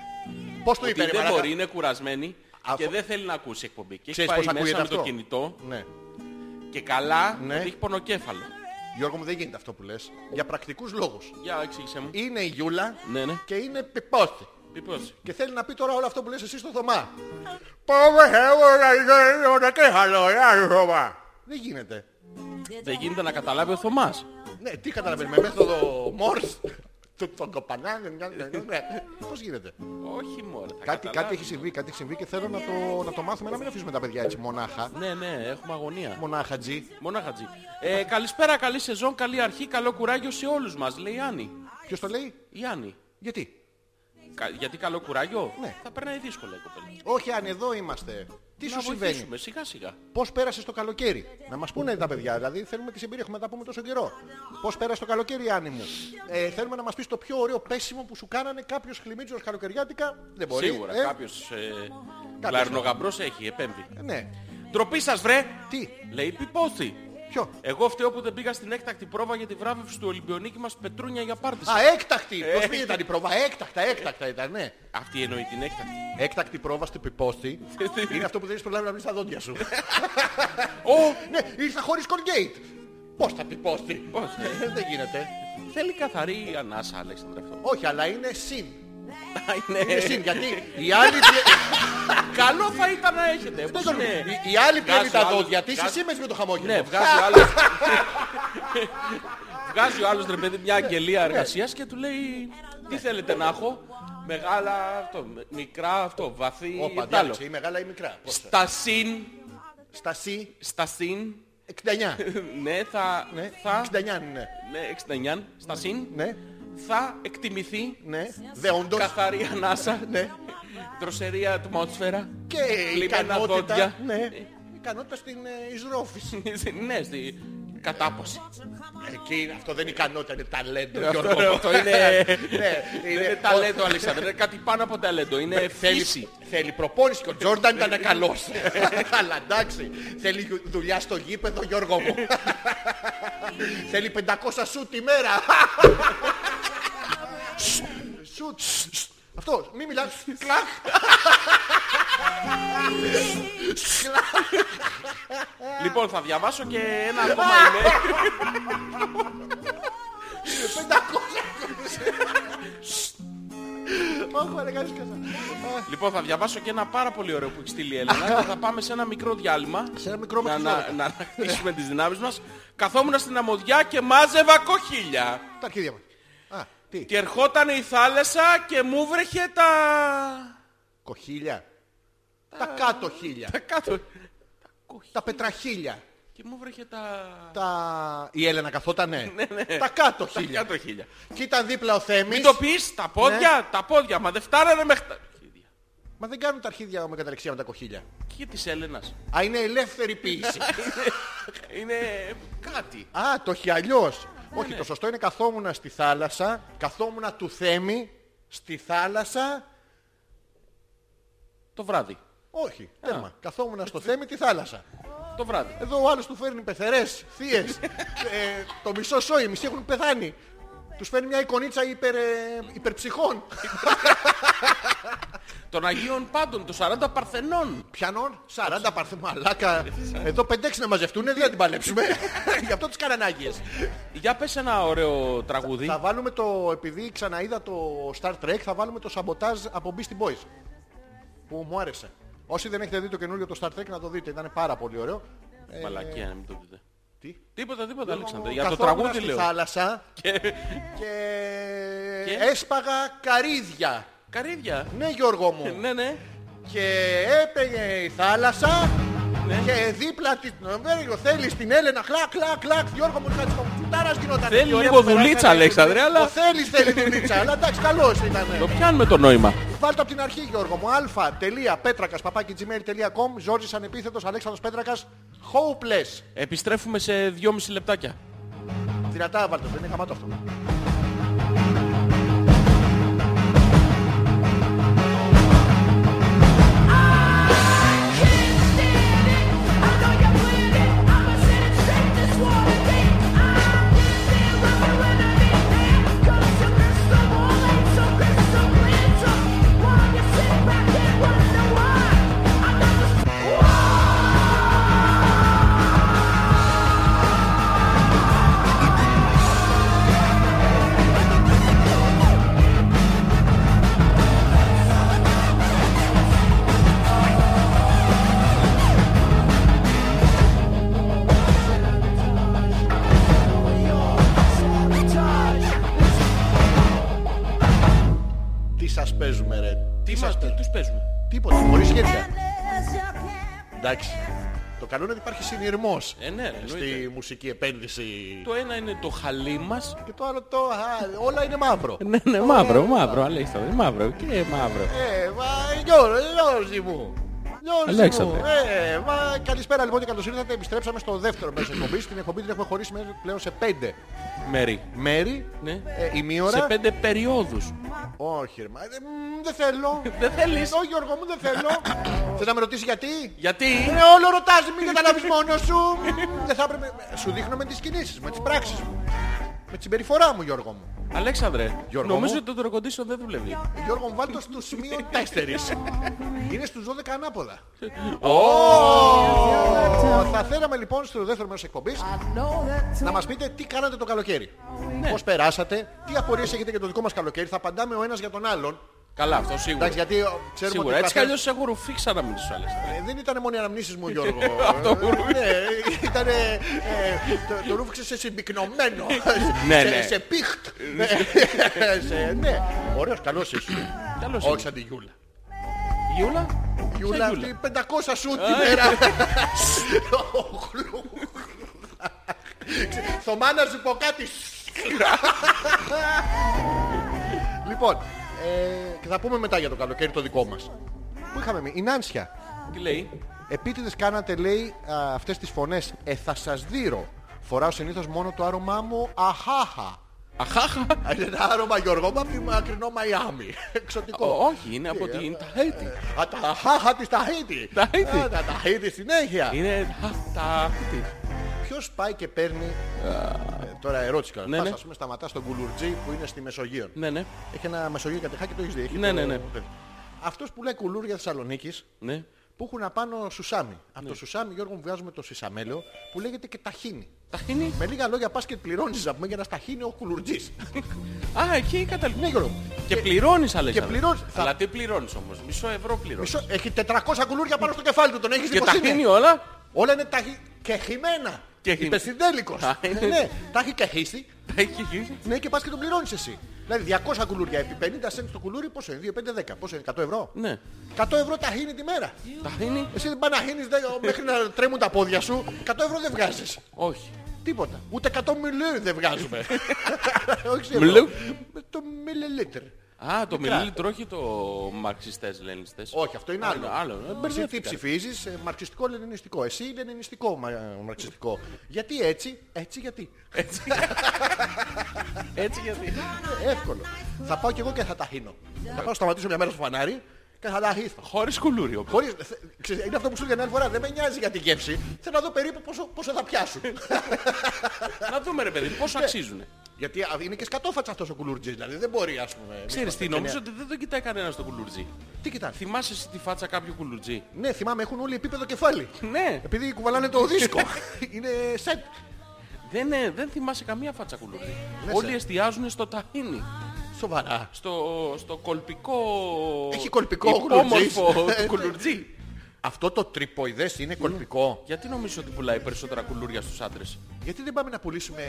Speaker 1: Πώς του είπε,
Speaker 2: Ότι
Speaker 1: ρε
Speaker 2: δεν
Speaker 1: μαλάκα?
Speaker 2: μπορεί, είναι κουρασμένη
Speaker 1: Α,
Speaker 2: και
Speaker 1: φο-
Speaker 2: δεν θέλει να ακούσει εκπομπή. Και έχει
Speaker 1: Ξέρεις
Speaker 2: πάει
Speaker 1: πώς
Speaker 2: μέσα
Speaker 1: ακούγεται
Speaker 2: με το
Speaker 1: αυτό?
Speaker 2: κινητό
Speaker 1: Ναι.
Speaker 2: και καλά
Speaker 1: Ναι.
Speaker 2: ότι έχει πονοκέφαλο.
Speaker 1: Γιώργο μου δεν γίνεται αυτό που λες. Για πρακτικούς λόγους.
Speaker 2: Για εξήγησέ μου.
Speaker 1: Είναι η Γιούλα
Speaker 2: Ναι, ναι.
Speaker 1: και είναι πιπόστη.
Speaker 2: Πιπόση.
Speaker 1: Και θέλει να πει τώρα όλο αυτό που λες εσύ στο Θωμά. Πάμε χέγορα, γέγορα και χαλωριά, Θωμά. Δεν γίνεται.
Speaker 2: Δεν γίνεται να καταλάβει ο Θωμάς.
Speaker 1: Ναι, τι καταλαβαίνει, με μέθοδο Μόρς. Του τον κοπανά. ναι. Πώς γίνεται.
Speaker 2: Όχι μόνο. θα
Speaker 1: Κάτι, κάτι
Speaker 2: καταλάβει.
Speaker 1: έχει συμβεί, κάτι έχει συμβεί και θέλω να το, να το μάθουμε, να μην αφήσουμε τα παιδιά έτσι μονάχα.
Speaker 2: Ναι, ναι, έχουμε αγωνία.
Speaker 1: Μονάχα τζι.
Speaker 2: Μονάχα τζι. Ε, καλησπέρα, καλή σεζόν, καλή αρχή, καλό κουράγιο σε όλους μας, λέει η Άννη.
Speaker 1: Ποιος το λέει,
Speaker 2: Η Άννη.
Speaker 1: γιατί.
Speaker 2: Κα- γιατί καλό κουράγιο,
Speaker 1: Ναι.
Speaker 2: θα περνάει δύσκολα η κοπέλα.
Speaker 1: Όχι, αν εδώ είμαστε. Τι σου
Speaker 2: Να
Speaker 1: συμβαίνει,
Speaker 2: βοηθήσουμε, σιγά σιγά.
Speaker 1: πώς πέρασε το καλοκαίρι. Να μας πούνε τα παιδιά, δηλαδή θέλουμε τις εμπειρίες, έχουμε να τα πούμε τόσο καιρό. Πώς πέρασε το καλοκαίρι, Άννη μου. Ε, θέλουμε να μας πεις το πιο ωραίο πέσιμο που σου κάνανε κάποιος χλιμίτζος καλοκαιριάτικα. Δεν μπορεί.
Speaker 2: Σίγουρα,
Speaker 1: ε.
Speaker 2: κάποιος... Ε, Λαρνογαμπρός έχει, επέμβει.
Speaker 1: Ε, Ναι.
Speaker 2: Ντροπή σας βρε!
Speaker 1: Τι,
Speaker 2: Λέει πιπόθη.
Speaker 1: ποιο.
Speaker 2: Εγώ φταίω που δεν πήγα στην έκτακτη πρόβα για τη βράβευση του Ολυμπιονίκη μας Πετρούνια για πάρτιση.
Speaker 1: Α, έκτακτη.
Speaker 2: Ε.
Speaker 1: Πώς πήγε ήταν η πρόβα. Έκτακτα, έκτακτα ήταν, ναι.
Speaker 2: Αυτή εννοεί την έκτακτη.
Speaker 1: Έκτακτη πρόβα στην πιπόστη. Είναι αυτό που δεν έχεις προλάβει να μπει στα δόντια σου.
Speaker 2: Ω!
Speaker 1: Ναι, ήρθα χωρίς Colgate. Πώς θα πιπόστη.
Speaker 2: Πώς, ναι.
Speaker 1: Ε, Δεν γίνεται.
Speaker 2: Θέλει καθαρή ανάσα, Αλέξανδρα αυτό.
Speaker 1: Όχι, αλλά είναι συν.
Speaker 2: Α,
Speaker 1: Είναι
Speaker 2: Είναι
Speaker 1: συν, γιατί η άλλη, πλέ-
Speaker 2: Καλό θα ήταν να έχετε. Ναι. Πώς
Speaker 1: Δεν
Speaker 2: είναι.
Speaker 1: ξέρω, η- η άλλη πλένει
Speaker 2: Βγάζει
Speaker 1: τα
Speaker 2: άλλος,
Speaker 1: δόντια της,
Speaker 2: Ναι, βγάζει-
Speaker 1: εσύ με με το χαμόγελο.
Speaker 2: Ναι, βγάζει άλλος. βγάζει ο άλλος ρε παιδί
Speaker 1: Ναι.
Speaker 2: μια αγγελία εργασίας και του λέει τι θέλετε να έχω. Μεγάλα αυτό, μικρά αυτό, βαθύ
Speaker 1: Όπα,
Speaker 2: τ' άλλο.
Speaker 1: διάλεξε, ή μεγάλα ή μικρά. Πώς θα-
Speaker 2: Στα συν,
Speaker 1: Στα C,
Speaker 2: στα συν,
Speaker 1: 69.
Speaker 2: ναι, θα,
Speaker 1: Ναι,
Speaker 2: θα,
Speaker 1: 69 είναι.
Speaker 2: ναι, 69, στα συν,
Speaker 1: Ναι,
Speaker 2: θα εκτιμηθεί
Speaker 1: ναι. Δε όντως.
Speaker 2: καθαρή ανάσα,
Speaker 1: Ναι.
Speaker 2: δροσερή ατμόσφαιρα.
Speaker 1: Και η
Speaker 2: Λιμένα
Speaker 1: ικανότητα.
Speaker 2: δόντια.
Speaker 1: Ναι. Η ικανότητα στην ε, εισρόφηση.
Speaker 2: ναι, στη κατάποση.
Speaker 1: Εκεί αυτό δεν είναι ικανότητα, είναι ταλέντο. Γιώργο.
Speaker 2: Αυτό, αυτό είναι,
Speaker 1: Ναι,
Speaker 2: δεν είναι
Speaker 1: είναι-
Speaker 2: ταλέντο, Αλεξάνδρε. Είναι κάτι πάνω από ταλέντο. Είναι
Speaker 1: Θέλει,
Speaker 2: φύση.
Speaker 1: θέλει προπόνηση και ο Τζόρνταν ήταν καλός. Αλλά εντάξει. Θέλει δουλειά στο γήπεδο, Γιώργο μου. θέλει 500 σουτ τη μέρα. σουτ. Αυτός, μη μιλάς. Κλακ.
Speaker 2: Λοιπόν, θα διαβάσω και ένα ακόμα email.
Speaker 1: 500. Όχι, ρε, κάνεις καλά.
Speaker 2: λοιπόν, θα διαβάσω και ένα πάρα πολύ ωραίο που έχει στείλει η Έλενα και θα πάμε σε ένα μικρό διάλειμμα.
Speaker 1: Σε ένα μικρό
Speaker 2: να, να,
Speaker 1: μαξιλάρι.
Speaker 2: να ανακτήσουμε τις δυνάμεις μας. Καθόμουν στην αμμωδιά και μάζευα κοχύλια.
Speaker 1: Τα αρχίδια μας. Α, τι.
Speaker 2: Και ερχόταν η θάλασσα και μου βρέχε τα...
Speaker 1: Κοχύλια. Τα κάτω χίλια.
Speaker 2: τα κάτω.
Speaker 1: Τα πετραχίλια.
Speaker 2: Και μου βρέχε τα...
Speaker 1: Τα... Η Έλενα καθότανε. Ναι, Τα κάτω
Speaker 2: Τα
Speaker 1: χίλια.
Speaker 2: κάτω χίλια.
Speaker 1: Και ήταν δίπλα ο Θέμης.
Speaker 2: Μην το πεις, τα πόδια,
Speaker 1: Ναι.
Speaker 2: τα πόδια. Μα δεν φτάνανε μέχρι τα... χίλια.
Speaker 1: Μα δεν κάνουν τα αρχίδια με καταληξία με τα κοχύλια.
Speaker 2: Και της Έλενας.
Speaker 1: Α, είναι ελεύθερη ποιήση.
Speaker 2: Είναι κάτι.
Speaker 1: Α, το έχει αλλιώς. Όχι, το σωστό είναι καθόμουνα στη θάλασσα, καθόμουνα του Θέμη, στη θάλασσα.
Speaker 2: Το βράδυ.
Speaker 1: Όχι, τέρμα. Καθόμουνα στο Θέμη τη θάλασσα.
Speaker 2: Το βράδυ.
Speaker 1: Εδώ ο άλλος του φέρνει πεθερές, θείες. ε, το μισό σόι, οι μισοί έχουν πεθάνει. Τους φέρνει μια εικονίτσα υπερ, ε, υπερψυχών.
Speaker 2: Των Αγίων Πάντων, των 40 Παρθενών.
Speaker 1: Πιανών, 40 πάρθε μαλάκα. Εδώ 5-6 να μαζευτούν, δεν θα την παλέψουμε. Γι' αυτό τις κάνανε άγιες.
Speaker 2: Για πες ένα ωραίο τραγούδι.
Speaker 1: Θα βάλουμε το, επειδή ξαναείδα το Star Trek, θα βάλουμε το σαμποτάζ από Beastie Boys. Που μου άρεσε. Όσοι δεν έχετε δει το καινούριο το Star Trek να το δείτε, ήταν πάρα πολύ ωραίο. Ε,
Speaker 2: Μαλακία να μην το δείτε.
Speaker 1: τι?
Speaker 2: Τίποτα, τίποτα, Αλέξανδρε. Για το
Speaker 1: Καθόμουν
Speaker 2: τραγούδι
Speaker 1: στη
Speaker 2: λέω.
Speaker 1: θάλασσα
Speaker 2: Και...
Speaker 1: και...
Speaker 2: Και?
Speaker 1: έσπαγα καρύδια.
Speaker 2: Καρύδια.
Speaker 1: Ναι Γιώργο μου.
Speaker 2: ναι, ναι.
Speaker 1: και έπαιγε η θάλασσα
Speaker 2: Ναι.
Speaker 1: και δίπλα την... Βέργο, θέλεις την Έλενα, κλακ, κλακ, κλακ, Γιώργο μου, κάτι κουτάρας γινόταν.
Speaker 2: Θέλει
Speaker 1: εκεί, ωραία
Speaker 2: λίγο
Speaker 1: που περάσαμε.
Speaker 2: δουλίτσα, Αλέξανδρε, αλλά-
Speaker 1: Ο Θέλης θέλει δουλίτσα, αλλά εντάξει, καλός ήταν.
Speaker 2: Το πιάνουμε το νόημα.
Speaker 1: Βάλτε από την αρχή Γιώργο μου α.πέτρακας παπάκι gmail.com Ζόρζης ανεπίθετος Αλέξανδρος Πέτρακας Hopeless
Speaker 2: Επιστρέφουμε σε 2,5 λεπτάκια.
Speaker 1: Δυνατά βάλτε το, είναι γαμάτο αυτό Τι σας παίζουμε ρε
Speaker 2: Τι
Speaker 1: σας
Speaker 2: μας, τι τους παίζουμε.
Speaker 1: Τίποτα, χωρίς σχέδια Εντάξει Το καλό είναι ότι υπάρχει συνειρμός
Speaker 2: Ε, ναι, ρε, εννοείται.
Speaker 1: Στη μουσική επένδυση
Speaker 2: Το ένα είναι το χαλί μας.
Speaker 1: Και το άλλο το α, όλα είναι μαύρο
Speaker 2: Ναι, ναι, μαύρο, μαύρο, Αλέξανδρε, μαύρο και μαύρο.
Speaker 1: Ε, μα Γιώργο, Γιώργη μου. Γιώργη μου.
Speaker 2: Αλέξανδρε.
Speaker 1: Ε, μα καλησπέρα λοιπόν και καλώς ήρθατε. Επιστρέψαμε στο δεύτερο μέρος της εκπομπής. Την εκπομπή την έχουμε χωρίσει μέχρι πλέον σε πέντε
Speaker 2: Μέρη.
Speaker 1: μέρη.
Speaker 2: Ναι.
Speaker 1: Ε, η μία
Speaker 2: Σε
Speaker 1: ώρα.
Speaker 2: πέντε περιόδους.
Speaker 1: Όχι, ρε, μα, ε, μ, δεν θέλω.
Speaker 2: Δεν θέλεις.
Speaker 1: Εδώ Γιώργο μου δεν θέλω. Θες να με ρωτήσεις γιατί.
Speaker 2: Γιατί
Speaker 1: Ε, όλο ρωτάς, μην καταλάβεις μόνος σου. Μ, δεν θα έπρεπε. ε, Σου δείχνω με τις κινήσεις, με τις πράξεις μου. Με τη συμπεριφορά μου, Γιώργο μου.
Speaker 2: Αλέξανδρε,
Speaker 1: Γιώργο
Speaker 2: νομίζω
Speaker 1: μου.
Speaker 2: ότι το air condition δεν δουλεύει.
Speaker 1: Γιώργο μου, βάλ το στο σημείο 4. Είναι στους 12 ανάποδα. Θα θέλαμε λοιπόν στο δεύτερο μέρος της εκπομπής να μας πείτε τι κάνατε το καλοκαίρι. Πώς περάσατε, τι απορίες έχετε για το δικό μας καλοκαίρι. Θα απαντάμε ο ένας για τον άλλον.
Speaker 2: Καλά, αυτό σίγουρα.
Speaker 1: Εντάξει, γιατί ο, ξέρουμε
Speaker 2: Σίγουρα.
Speaker 1: ότι ο
Speaker 2: Έτσι κι
Speaker 1: καθένας-
Speaker 2: αλλιώς έχω ρουφήξει να μην τους άλλαξε.
Speaker 1: Ε, Δεν ήταν μόνο οι αναμνήσεις μου, Γιώργο.
Speaker 2: Αυτό
Speaker 1: Ε, ναι, ήταν. Το ρούφηξε σε συμπυκνωμένο.
Speaker 2: Ναι,
Speaker 1: σε-
Speaker 2: ναι.
Speaker 1: Σε πίχτ. Ναι, σε- Ναι. Ωραίος, καλός ήσουν.
Speaker 2: Καλώς
Speaker 1: Όχι
Speaker 2: είναι.
Speaker 1: σαν τη Γιούλα.
Speaker 2: Γιούλα.
Speaker 1: Η Γιούλα
Speaker 2: Γιούλα.
Speaker 1: αυτή 500 σου τη μέρα. Οχλού. Θωμά να σου πω κάτι. Λοιπόν, ε, και θα πούμε μετά για το καλοκαίρι το δικό μας. Πού είχαμε εμείς, η Νάνσια.
Speaker 2: Τι λέει.
Speaker 1: Επίτηδες κάνατε λέει α, αυτές τις φωνές Ε θα σας δείρω Φοράω συνήθως μόνο το άρωμά μου Αχάχα
Speaker 2: Αχάχα.
Speaker 1: Α, Είναι ένα άρωμα Γιώργο μου από τη μακρινό Μαϊάμι Εξωτικό
Speaker 2: Ω, Όχι, είναι από την Ταχέτη.
Speaker 1: Α, τα αχάχα της Ταχίτη
Speaker 2: Ταχίτη. Ε,
Speaker 1: Α, Τα Ταχίτη συνέχεια
Speaker 2: Είναι τα- Ταχέτη.
Speaker 1: Ποιος πάει και παίρνει ε, Τώρα ερώτηση καλά
Speaker 2: Ναι,
Speaker 1: Πας
Speaker 2: ναι.
Speaker 1: ας πούμε σταματάς στον Κουλουρτζή που είναι στη Μεσογείο
Speaker 2: Ναι, ναι.
Speaker 1: Έχει ένα Μεσογείο κατεχάκι το έχεις δει έχει
Speaker 2: Ναι,
Speaker 1: το-
Speaker 2: ναι, ναι.
Speaker 1: τέτοιο. Αυτός που λέει κουλούρια Θεσσαλονίκης
Speaker 2: ναι.
Speaker 1: που έχουν απάνω σουσάμι. Από το σουσάμι, Γιώργο μου, βγάζουμε το σισαμέλαιο που λέγεται και ταχίνι.
Speaker 2: Ταχίνι.
Speaker 1: Με λίγα λόγια πας και πληρώνεις να πούμε για να σταχύνει ο κουλουρτζής.
Speaker 2: Α, εκεί καταλήγει.
Speaker 1: ναι Γιώργο μου.
Speaker 2: Και πληρώνεις Αλέξανδρε.
Speaker 1: πληρώνεις. Θα-
Speaker 2: Αλλά τι πληρώνεις όμως. Μισό ευρώ πληρώνεις.
Speaker 1: Μισό- Έχει 400 κουλούρια πάνω στο κεφάλι του, τον έχεις
Speaker 2: Και
Speaker 1: δει πως
Speaker 2: τα
Speaker 1: είναι.
Speaker 2: κλείνει όλα.
Speaker 1: Όλα είναι ταχύ... και χυμένα.
Speaker 2: Και χυ-
Speaker 1: Είπε συντέλικος.
Speaker 2: Α,
Speaker 1: Ε,
Speaker 2: είναι.
Speaker 1: ναι, τα έχει και χύσει.
Speaker 2: Τα έχει γίνει.
Speaker 1: Ναι και πας και τον πληρώνεις εσύ. Δηλαδή 200 κουλούρια επί 50 cents το κουλούρι πόσο είναι, 2, 5, 10, πόσο είναι, 100 ευρώ.
Speaker 2: Ναι.
Speaker 1: 100 ευρώ ταχύνει τη μέρα.
Speaker 2: Ταχίνι.
Speaker 1: Εσύ δεν πας να χύνεις δε- μέχρι να τρέμουν τα πόδια σου, 100 ευρώ δεν βγάζεις.
Speaker 2: Όχι.
Speaker 1: Τίποτα. Ούτε 100 μιλίου δεν βγάζουμε. Όχι σε
Speaker 2: Μιλού.
Speaker 1: ευρώ. Με το μιλιλίτερ.
Speaker 2: Α, το μιλίλιτρο όχι το μαρξιστές λενιστές.
Speaker 1: Όχι, αυτό είναι άλλο.
Speaker 2: Άλλο, άλλο. Ε,
Speaker 1: Εσύ τι
Speaker 2: μπερδεύτηκα.
Speaker 1: ψηφίζεις, μαρξιστικό λενινιστικό. Εσύ λενινιστικό μα- ε, μαρξιστικό. Γιατί έτσι, έτσι γιατί.
Speaker 2: Έτσι γιατί.
Speaker 1: Ε, Εύκολο. Θα πάω κι εγώ και θα ταχύνω. Θα πάω σταματήσω μια μέρα στο φανάρι και θα ταχύθω.
Speaker 2: Χωρίς κουλούρι όμως.
Speaker 1: Χωρίς, θε- ξέρεις, είναι αυτό που σου λέγανε άλλη φορά. Δεν με νοιάζει για την γεύση. Θέλω να δω περίπου πόσο, πόσο θα πιάσουν.
Speaker 2: Να δούμε ρε παιδί,
Speaker 1: Ε,
Speaker 2: πόσο αξίζουνε.
Speaker 1: Γιατί α, είναι και σκατόφατσα αυτός ο κουλούρτζης. Δηλαδή δεν μπορεί, ας πούμε.
Speaker 2: Ξέρεις τι,
Speaker 1: μην-
Speaker 2: νομίζω ότι δεν το κοιτάει κανένας τον κουλουρτζή.
Speaker 1: Τι κοιτάνε.
Speaker 2: Θυμάσαι εσύ τη φάτσα κάποιου κουλουρτζή.
Speaker 1: Ναι, θυμάμαι, έχουν όλοι επίπεδο κεφάλι.
Speaker 2: Ναι,
Speaker 1: Επειδή κουβαλάνε το δίσκο. είναι σετ.
Speaker 2: δεν, ε, δεν θυμάσαι καμία φάτσα κουλουρτζή.
Speaker 1: Ναι,
Speaker 2: Όλοι
Speaker 1: σε.
Speaker 2: εστιάζουν στο ταχίνι.
Speaker 1: Σοβαρά.
Speaker 2: Στο, στο κολπικό...
Speaker 1: Έχει κολπικό ο Ναι, κουλουρτζής.
Speaker 2: Όμορφο του κουλουρτζή.
Speaker 1: Αυτό το τριποειδές είναι κολπικό.
Speaker 2: Γιατί νομίζω ότι πουλάει περισσότερα κουλούρια στους άντρες.
Speaker 1: Γιατί δεν πάμε να πουλήσουμε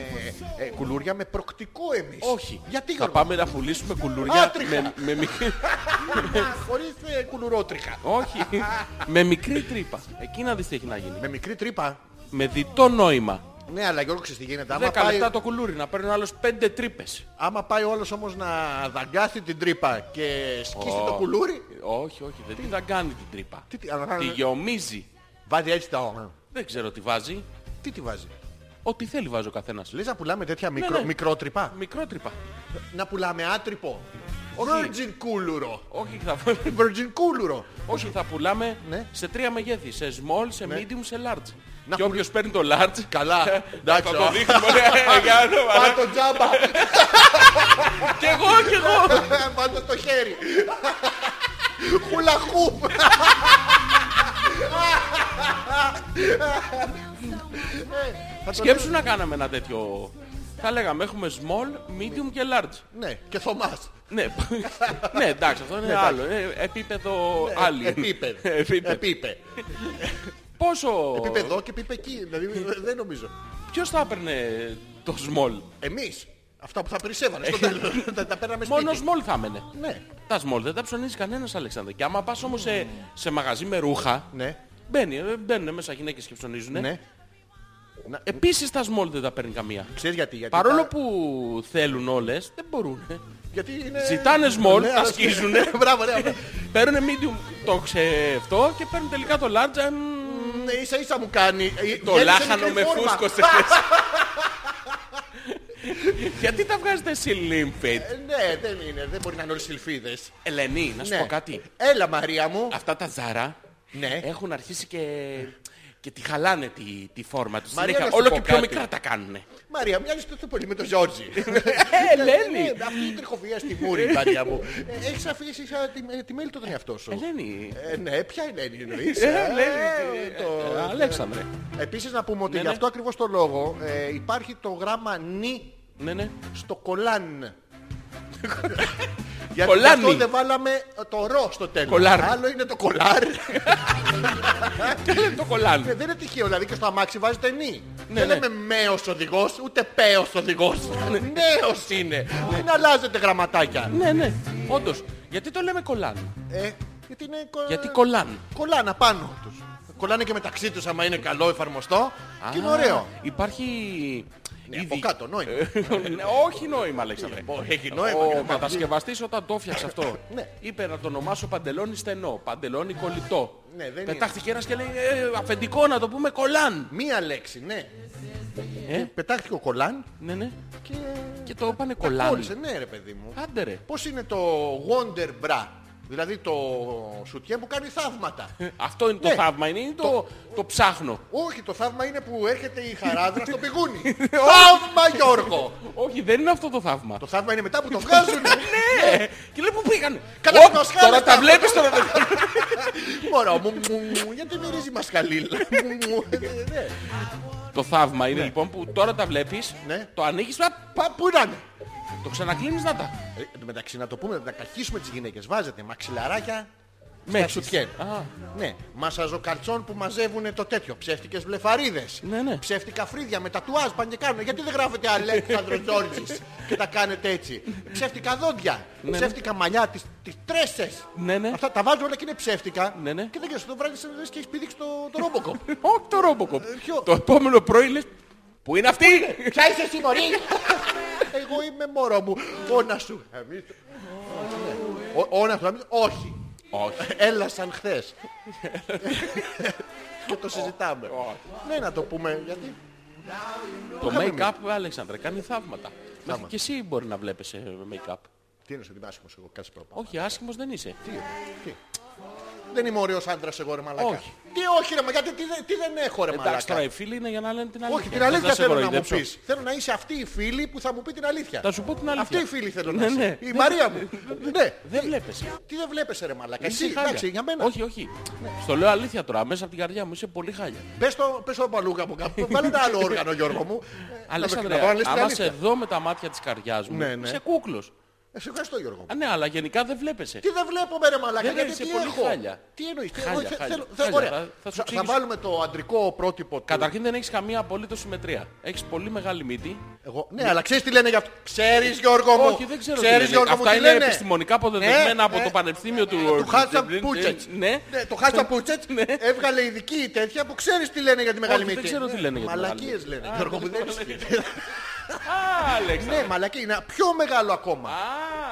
Speaker 1: ε, κουλούρια με προκτικό εμείς.
Speaker 2: Όχι.
Speaker 1: Γιατί
Speaker 2: Θα
Speaker 1: Γιώργο.
Speaker 2: πάμε να πουλήσουμε κουλούρια
Speaker 1: Άτριχα.
Speaker 2: με, με, μικρή...
Speaker 1: Χωρίς ε, κουλουρότριχα.
Speaker 2: Όχι. με μικρή τρύπα. Εκεί να δεις τι έχει να γίνει.
Speaker 1: Με μικρή τρύπα.
Speaker 2: Με διτό νόημα.
Speaker 1: Ναι, αλλά Γιώργο ξέρεις τι γίνεται. Άμα
Speaker 2: Δέκα
Speaker 1: πάει,
Speaker 2: λεπτά το κουλούρι να παίρνει άλλος πέντε τρύπες.
Speaker 1: άμα πάει όλος όμως να δαγκάσει την τρύπα και σκίσει
Speaker 2: Ω.
Speaker 1: το κουλούρι,
Speaker 2: Όχι, όχι, δεν την κάνει την τρύπα.
Speaker 1: Τι τι- αλλά-
Speaker 2: Τη γεωμίζει.
Speaker 1: βάζει έτσι τα...
Speaker 2: Δεν ξέρω τι βάζει.
Speaker 1: Τι τη βάζει.
Speaker 2: Ό,τι θέλει βάζει ο καθένας.
Speaker 1: Λες να πουλάμε τέτοια μικρό,
Speaker 2: ναι.
Speaker 1: μικρότρυπα.
Speaker 2: Μικρό τρύπα.
Speaker 1: Να πουλάμε άτρυπο. Virgin κούλουρο.
Speaker 2: Όχι, θα, πουλ-
Speaker 1: Virgin κούλουρο.
Speaker 2: όχι, θα πουλάμε
Speaker 1: Ναι.
Speaker 2: σε τρία μεγέθη. Σε small, σε medium, σε large.
Speaker 1: Να
Speaker 2: και όποιος παίρνει το large... Ε,
Speaker 1: Καλά.
Speaker 2: Θα
Speaker 1: Εντάξει.
Speaker 2: το δείχνουμε. ρε, για να το
Speaker 1: Πάρ'
Speaker 2: βάλω.
Speaker 1: το τζάμπα.
Speaker 2: Κι εγώ, κι εγώ.
Speaker 1: Πάντα στο Ε, χέρι. Χουλαχούπ. Ε,
Speaker 2: Σκέψου να κάναμε ένα τέτοιο... Θα λέγαμε έχουμε small, medium και large.
Speaker 1: Ναι, και Θωμάς.
Speaker 2: Ναι, ναι εντάξει, αυτό είναι άλλο. Ε, Επίπεδο άλλη.
Speaker 1: Ναι, Ε, Επίπεδο.
Speaker 2: Ε, Επίπεδο.
Speaker 1: Επίπε.
Speaker 2: Πόσο...
Speaker 1: Επίπε εδώ και επίπε εκεί. Δηλαδή δεν νομίζω.
Speaker 2: Ποιος θα έπαιρνε το small.
Speaker 1: Εμείς. Αυτά που θα περισσεύανε στο
Speaker 2: Ε.
Speaker 1: τέλος. Τα- Τα παίρναμε
Speaker 2: Μόνο
Speaker 1: σπίτι.
Speaker 2: small θα έμενε.
Speaker 1: Ναι.
Speaker 2: Τα small δεν τα ψωνίζεις κανένας Αλεξάνδρε. Και άμα πας όμως σε, σε μαγαζί με ρούχα,
Speaker 1: Ναι.
Speaker 2: μπαίνει, ε, μπαίνουν μέσα γυναίκες και ψωνίζουν.
Speaker 1: Ναι. ε,
Speaker 2: Επίσης τα small δεν τα παίρνει καμία.
Speaker 1: Ξέρεις γιατί. γιατί
Speaker 2: Παρόλο
Speaker 1: τα-
Speaker 2: που θέλουν όλες, δεν μπορούν.
Speaker 1: Γιατί είναι...
Speaker 2: Ζητάνε small,
Speaker 1: Ναι,
Speaker 2: τα σκίζουνε.
Speaker 1: Μπράβο, ναι. αυτό.
Speaker 2: παίρνουν medium το ξεφτό και παίρνουν τελικά το large. αν-
Speaker 1: Ναι, ίσα ίσα μου κάνει.
Speaker 2: Το
Speaker 1: Γέννησε
Speaker 2: λάχανο
Speaker 1: μικρή
Speaker 2: με
Speaker 1: φόρμα.
Speaker 2: φούσκωσε. Γιατί τα βγάζετε slim fit.
Speaker 1: Ε, Ναι, δεν είναι. Δεν μπορεί να είναι όλοι συλφίδες.
Speaker 2: Ελένη, να σου
Speaker 1: Ναι.
Speaker 2: πω κάτι. ε.
Speaker 1: Έλα Μαρία μου.
Speaker 2: Αυτά τα ζάρα
Speaker 1: Ναι.
Speaker 2: έχουν αρχίσει και, και τη χαλάνε τη, τη φόρμα τους.
Speaker 1: Μαρία,
Speaker 2: Συνέχεια,
Speaker 1: να σου
Speaker 2: όλο
Speaker 1: πω
Speaker 2: και πιο
Speaker 1: κάτι.
Speaker 2: μικρά τα κάνουνε.
Speaker 1: Μαρία, μοιάζεις τόσο πολύ με τον Ζόρζι.
Speaker 2: Ε, Ελένη.
Speaker 1: Ναι, Αυτή η τριχοφυΐα στη μούρη, Μαρία μου. Ε, Έχεις αφήσει σαν τη, ε, τη μέλη του τον εαυτό σου.
Speaker 2: Ελένη.
Speaker 1: Ε, ναι, ποια Ελένη εννοείς.
Speaker 2: Ε,
Speaker 1: ε,
Speaker 2: Ελένη.
Speaker 1: ε, το-
Speaker 2: ε, Αλέξανδρε.
Speaker 1: Επίσης να πούμε ότι
Speaker 2: Ναι,
Speaker 1: γι'
Speaker 2: ναι.
Speaker 1: αυτό ακριβώς το λόγο ε, υπάρχει το γράμμα νι
Speaker 2: Ναι, ναι.
Speaker 1: στο κολάν. Γιατί γι'
Speaker 2: Κολλάνει.
Speaker 1: αυτό δεν βάλαμε το ρο στο τέλος.
Speaker 2: Κολάρ.
Speaker 1: Άλλο είναι το κολάρ.
Speaker 2: το κολλάνε.
Speaker 1: Ε, δεν είναι τυχαίο, δηλαδή και στο αμάξι βάζει το ενή.
Speaker 2: Ναι,
Speaker 1: δεν
Speaker 2: ναι.
Speaker 1: λέμε μέος οδηγός, ούτε πέος οδηγός. Ε, Νέος είναι. Δεν αλλάζετε γραμματάκια.
Speaker 2: ναι, ναι. Όντως. Γιατί το λέμε κολλάνε.
Speaker 1: Ε, γιατί είναι κο...
Speaker 2: Γιατί κολλάνε.
Speaker 1: κολλάνε απάνω τους. Κολλάνε και μεταξύ τους άμα είναι καλό εφαρμοστό και είναι ωραίο.
Speaker 2: Υπάρχει...
Speaker 1: Ναι,
Speaker 2: ήδη-
Speaker 1: από κάτω, νόημα.
Speaker 2: Ναι, Όχι νόημα, Αλέξανδρε.
Speaker 1: Ε, Έχει νόημα.
Speaker 2: Ο
Speaker 1: και να τα βγει.
Speaker 2: κατασκευαστής όταν το έφτιαξε αυτό,
Speaker 1: Ναι.
Speaker 2: είπε να το ονομάσω παντελόνι στενό, παντελόνι κολλητό.
Speaker 1: Ναι, δεν είναι.
Speaker 2: Πετάχτηκε ένας και λέει «Ε, αφεντικό να το πούμε κολάν.
Speaker 1: Μία λέξη, ναι. Ε, πετάχτηκε ο κολάν
Speaker 2: Ναι, ναι.
Speaker 1: και...
Speaker 2: Και το είπανε
Speaker 1: Κόλλησε,
Speaker 2: κολάν.
Speaker 1: ναι ρε παιδί μου.
Speaker 2: Άντε ρε.
Speaker 1: Πώς είναι το Wonder Bra, δηλαδή το σουτιέ που κάνει θαύματα.
Speaker 2: Ε. Αυτό είναι το
Speaker 1: Ναι.
Speaker 2: θαύμα, είναι ή το, το ψάχνω.
Speaker 1: Όχι, το θαύμα είναι που έρχεται η χαράδρα στο πηγούνι. θαύμα Γιώργο!
Speaker 2: Όχι, δεν είναι αυτό το θαύμα.
Speaker 1: το θαύμα είναι μετά που το βγάζουν.
Speaker 2: Ναι! Και λέει πού πήγανε.
Speaker 1: Κατά
Speaker 2: Οπ,
Speaker 1: την Πασχάλη
Speaker 2: Τώρα
Speaker 1: αυτά.
Speaker 2: τα βλέπεις τώρα. τα-
Speaker 1: Μωρό μου, μου, μου, γιατί μυρίζει μασκαλίλα. Μου, μου, ε, ναι.
Speaker 2: Το θαύμα είναι λοιπόν που τώρα τα βλέπεις,
Speaker 1: Ναι.
Speaker 2: το ανοίγεις, πα,
Speaker 1: Πα, πού ήταν.
Speaker 2: το ξανακλίνεις να τα.
Speaker 1: Ε, εν τω μεταξύ να το πούμε, να κακίσουμε τις γυναίκες. Βάζετε μαξιλαράκια με
Speaker 2: Μέχεις.
Speaker 1: σουτιέ.
Speaker 2: Α.
Speaker 1: Ναι, μασαζοκαλτσόν που μαζεύουν το τέτοιο. Ψεύτικες βλεφαρίδες.
Speaker 2: Ναι, ναι.
Speaker 1: Ψεύτικα φρύδια με τατουάζ πάνε και κάνουν. Γιατί δεν γράφετε Αλέξανδρος Τζόρτζης και τα κάνετε έτσι. Ψεύτικα δόντια.
Speaker 2: ναι.
Speaker 1: Ψεύτικα μαλλιά, τις, τις τρέσες.
Speaker 2: Ναι, ναι.
Speaker 1: Αυτά τα βάζουν όλα και είναι ψεύτικα.
Speaker 2: Ναι, ναι.
Speaker 1: Και δεν ξέρω, το βράδυ σε λες και έχεις πηδήξει το, το ρόμποκο.
Speaker 2: Όχι το ρόμποκοπ.
Speaker 1: Ε, ποιο?
Speaker 2: Το επόμενο πρωί λες Πού είναι αυτή!
Speaker 1: Ποια είσαι εσύ μωρή. Εγώ είμαι μωρό μου. Όνα σου γαμίσω. Ναι. Ω- Όνα σου γαμίσω. Όχι.
Speaker 2: Όχι.
Speaker 1: Έλα σαν χθες. Και το συζητάμε. Ναι να το πούμε γιατί.
Speaker 2: Το
Speaker 1: είχαμε
Speaker 2: make-up, Αλέξανδρε, κάνει θαύματα. Μέχρι και εσύ μπορεί να βλέπεις ε, make-up.
Speaker 1: Τι είναι ότι είμαι άσχημος εγώ. Κάτσε πάνω.
Speaker 2: Όχι, άσχημος δεν είσαι.
Speaker 1: Τι, τι. Δεν είμαι ωραίος άντρας εγώ ρε μαλακά.
Speaker 2: Όχι.
Speaker 1: Τι όχι ρε μα γιατί τι, δεν- τι δεν έχω ρε
Speaker 2: Εντάξει, τώρα
Speaker 1: μαλακά.
Speaker 2: οι φίλοι είναι για να λένε την αλήθεια.
Speaker 1: Όχι, την
Speaker 2: Δεν
Speaker 1: αλήθεια
Speaker 2: σε
Speaker 1: θέλω να μου
Speaker 2: κοροϊδέψω.
Speaker 1: πεις. Θέλω να είσαι αυτή η φίλη που θα μου πει την αλήθεια.
Speaker 2: Θα σου πω την αλήθεια.
Speaker 1: Αυτή η φίλη θέλω να
Speaker 2: Ναι, ναι.
Speaker 1: είσαι. Η Μαρία μου. Ναι.
Speaker 2: Δεν βλέπεσαι.
Speaker 1: Τι δεν βλέπεις ρε μαλακά.
Speaker 2: Είσαι
Speaker 1: Εσύ,
Speaker 2: χάλια.
Speaker 1: εντάξει, για μένα. Ναι.
Speaker 2: Όχι, όχι. Στο λέω αλήθεια τώρα, μέσα από την καρδιά μου είσαι πολύ χάλια.
Speaker 1: Πες το, πες το παλούγα μου κάπου. Βάλε ένα άλλο όργανο Γιώργο μου.
Speaker 2: Αλέξανδρε,
Speaker 1: να βάλεις την
Speaker 2: άμα
Speaker 1: αλήθεια.
Speaker 2: σε δω με τα μάτια της καρδιάς μου,
Speaker 1: Ναι, ναι.
Speaker 2: είσαι κούκλος.
Speaker 1: Ε, σε ευχαριστώ Γιώργο μου.
Speaker 2: Α, ναι, αλλά γενικά δεν βλέπεσαι.
Speaker 1: Τι δεν βλέπω με ρε μαλακά.
Speaker 2: Δεν
Speaker 1: Γιατί
Speaker 2: είσαι
Speaker 1: τι
Speaker 2: πολύ
Speaker 1: έχω.
Speaker 2: χάλια.
Speaker 1: Τι εννοείς. τι-
Speaker 2: Χάλια,
Speaker 1: εγώ θε-
Speaker 2: χάλια,
Speaker 1: θέλω-
Speaker 2: χάλια.
Speaker 1: ωραία.
Speaker 2: Θα- θα σου
Speaker 1: Θα- Θα
Speaker 2: εξηγήσω.
Speaker 1: βάλουμε το αντρικό πρότυπο. του-
Speaker 2: Καταρχήν δεν έχεις καμία απολύτως συμμετρία. Έχεις πολύ μεγάλη μύτη.
Speaker 1: Εγώ- Ναι, αλλά ξέρεις τι λένε γι' αυτό. Ξέρεις Γιώργο μου.
Speaker 2: Όχι, δεν ξέρω. τι
Speaker 1: Ξέρεις
Speaker 2: λένε.
Speaker 1: Γιώργο μου
Speaker 2: Αυτά
Speaker 1: τι
Speaker 2: είναι
Speaker 1: λένε.
Speaker 2: επιστημονικά αποδεδειγμένα
Speaker 1: Ε,
Speaker 2: από
Speaker 1: ε,
Speaker 2: το Πανεπιστήμιο του.
Speaker 1: Του Χάτσαμ Πούτσετς.
Speaker 2: Ναι.
Speaker 1: Ναι, το Χάτσα Πούτσετ έβγαλε ειδική τέτοια που ξέρεις τι λένε για τη μεγάλη
Speaker 2: Όχι,
Speaker 1: μύτη.
Speaker 2: δεν ξέρω τι λένε για τη μεγάλη
Speaker 1: Μαλακίες
Speaker 2: μύτη.
Speaker 1: λένε.
Speaker 2: Α,
Speaker 1: Γιώργο μου
Speaker 2: δεν
Speaker 1: δεν
Speaker 2: ξέρω τι
Speaker 1: έχεις-
Speaker 2: Α, Αλέξανδρε.
Speaker 1: Ναι, μαλακή είναι πιο μεγάλο ακόμα.
Speaker 2: Α.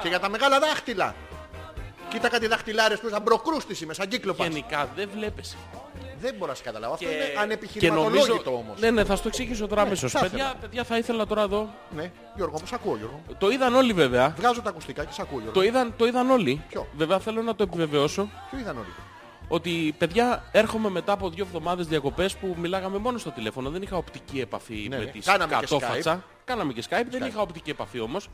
Speaker 1: Και για τα μεγάλα δάχτυλα. Κοίτα κάτι δαχτυλάρες που είχαν προκρούστηση με σαν κύκλοπα.
Speaker 2: Γενικά δεν βλέπεις.
Speaker 1: Δεν μπορώ να σε καταλάβω.
Speaker 2: Και-
Speaker 1: Αυτό είναι
Speaker 2: και νομίζω-
Speaker 1: ανεπιχειρηματολόγητο όμως.
Speaker 2: Ναι, ναι, θα σου το εξηγήσω τώρα αμέσως.
Speaker 1: θα
Speaker 2: Παιδιά,
Speaker 1: ήθελα.
Speaker 2: παιδιά, θα ήθελα τώρα εδώ.
Speaker 1: Ναι, Γιώργο μου, σ' ακούω Γιώργο.
Speaker 2: Το είδαν όλοι βέβαια.
Speaker 1: Βγάζω τα ακουστικά και σ' ακούω Γιώργο.
Speaker 2: Το είδαν, το είδαν όλοι.
Speaker 1: Ποιο?
Speaker 2: Βέβαια θέλω να το επιβεβαιώσω
Speaker 1: Ποιο ήταν όλοι.
Speaker 2: ότι παιδιά έρχομαι μετά από δύο εβδομάδες διακοπές που μιλάγαμε μόνο στο τηλέφωνο. Δεν είχα οπτική επαφή
Speaker 1: Ναι,
Speaker 2: με
Speaker 1: ναι.
Speaker 2: τις
Speaker 1: Κάναμε και
Speaker 2: κατόφατσα. Κάναμε και Skype, δεν είχα οπτική επαφή όμως.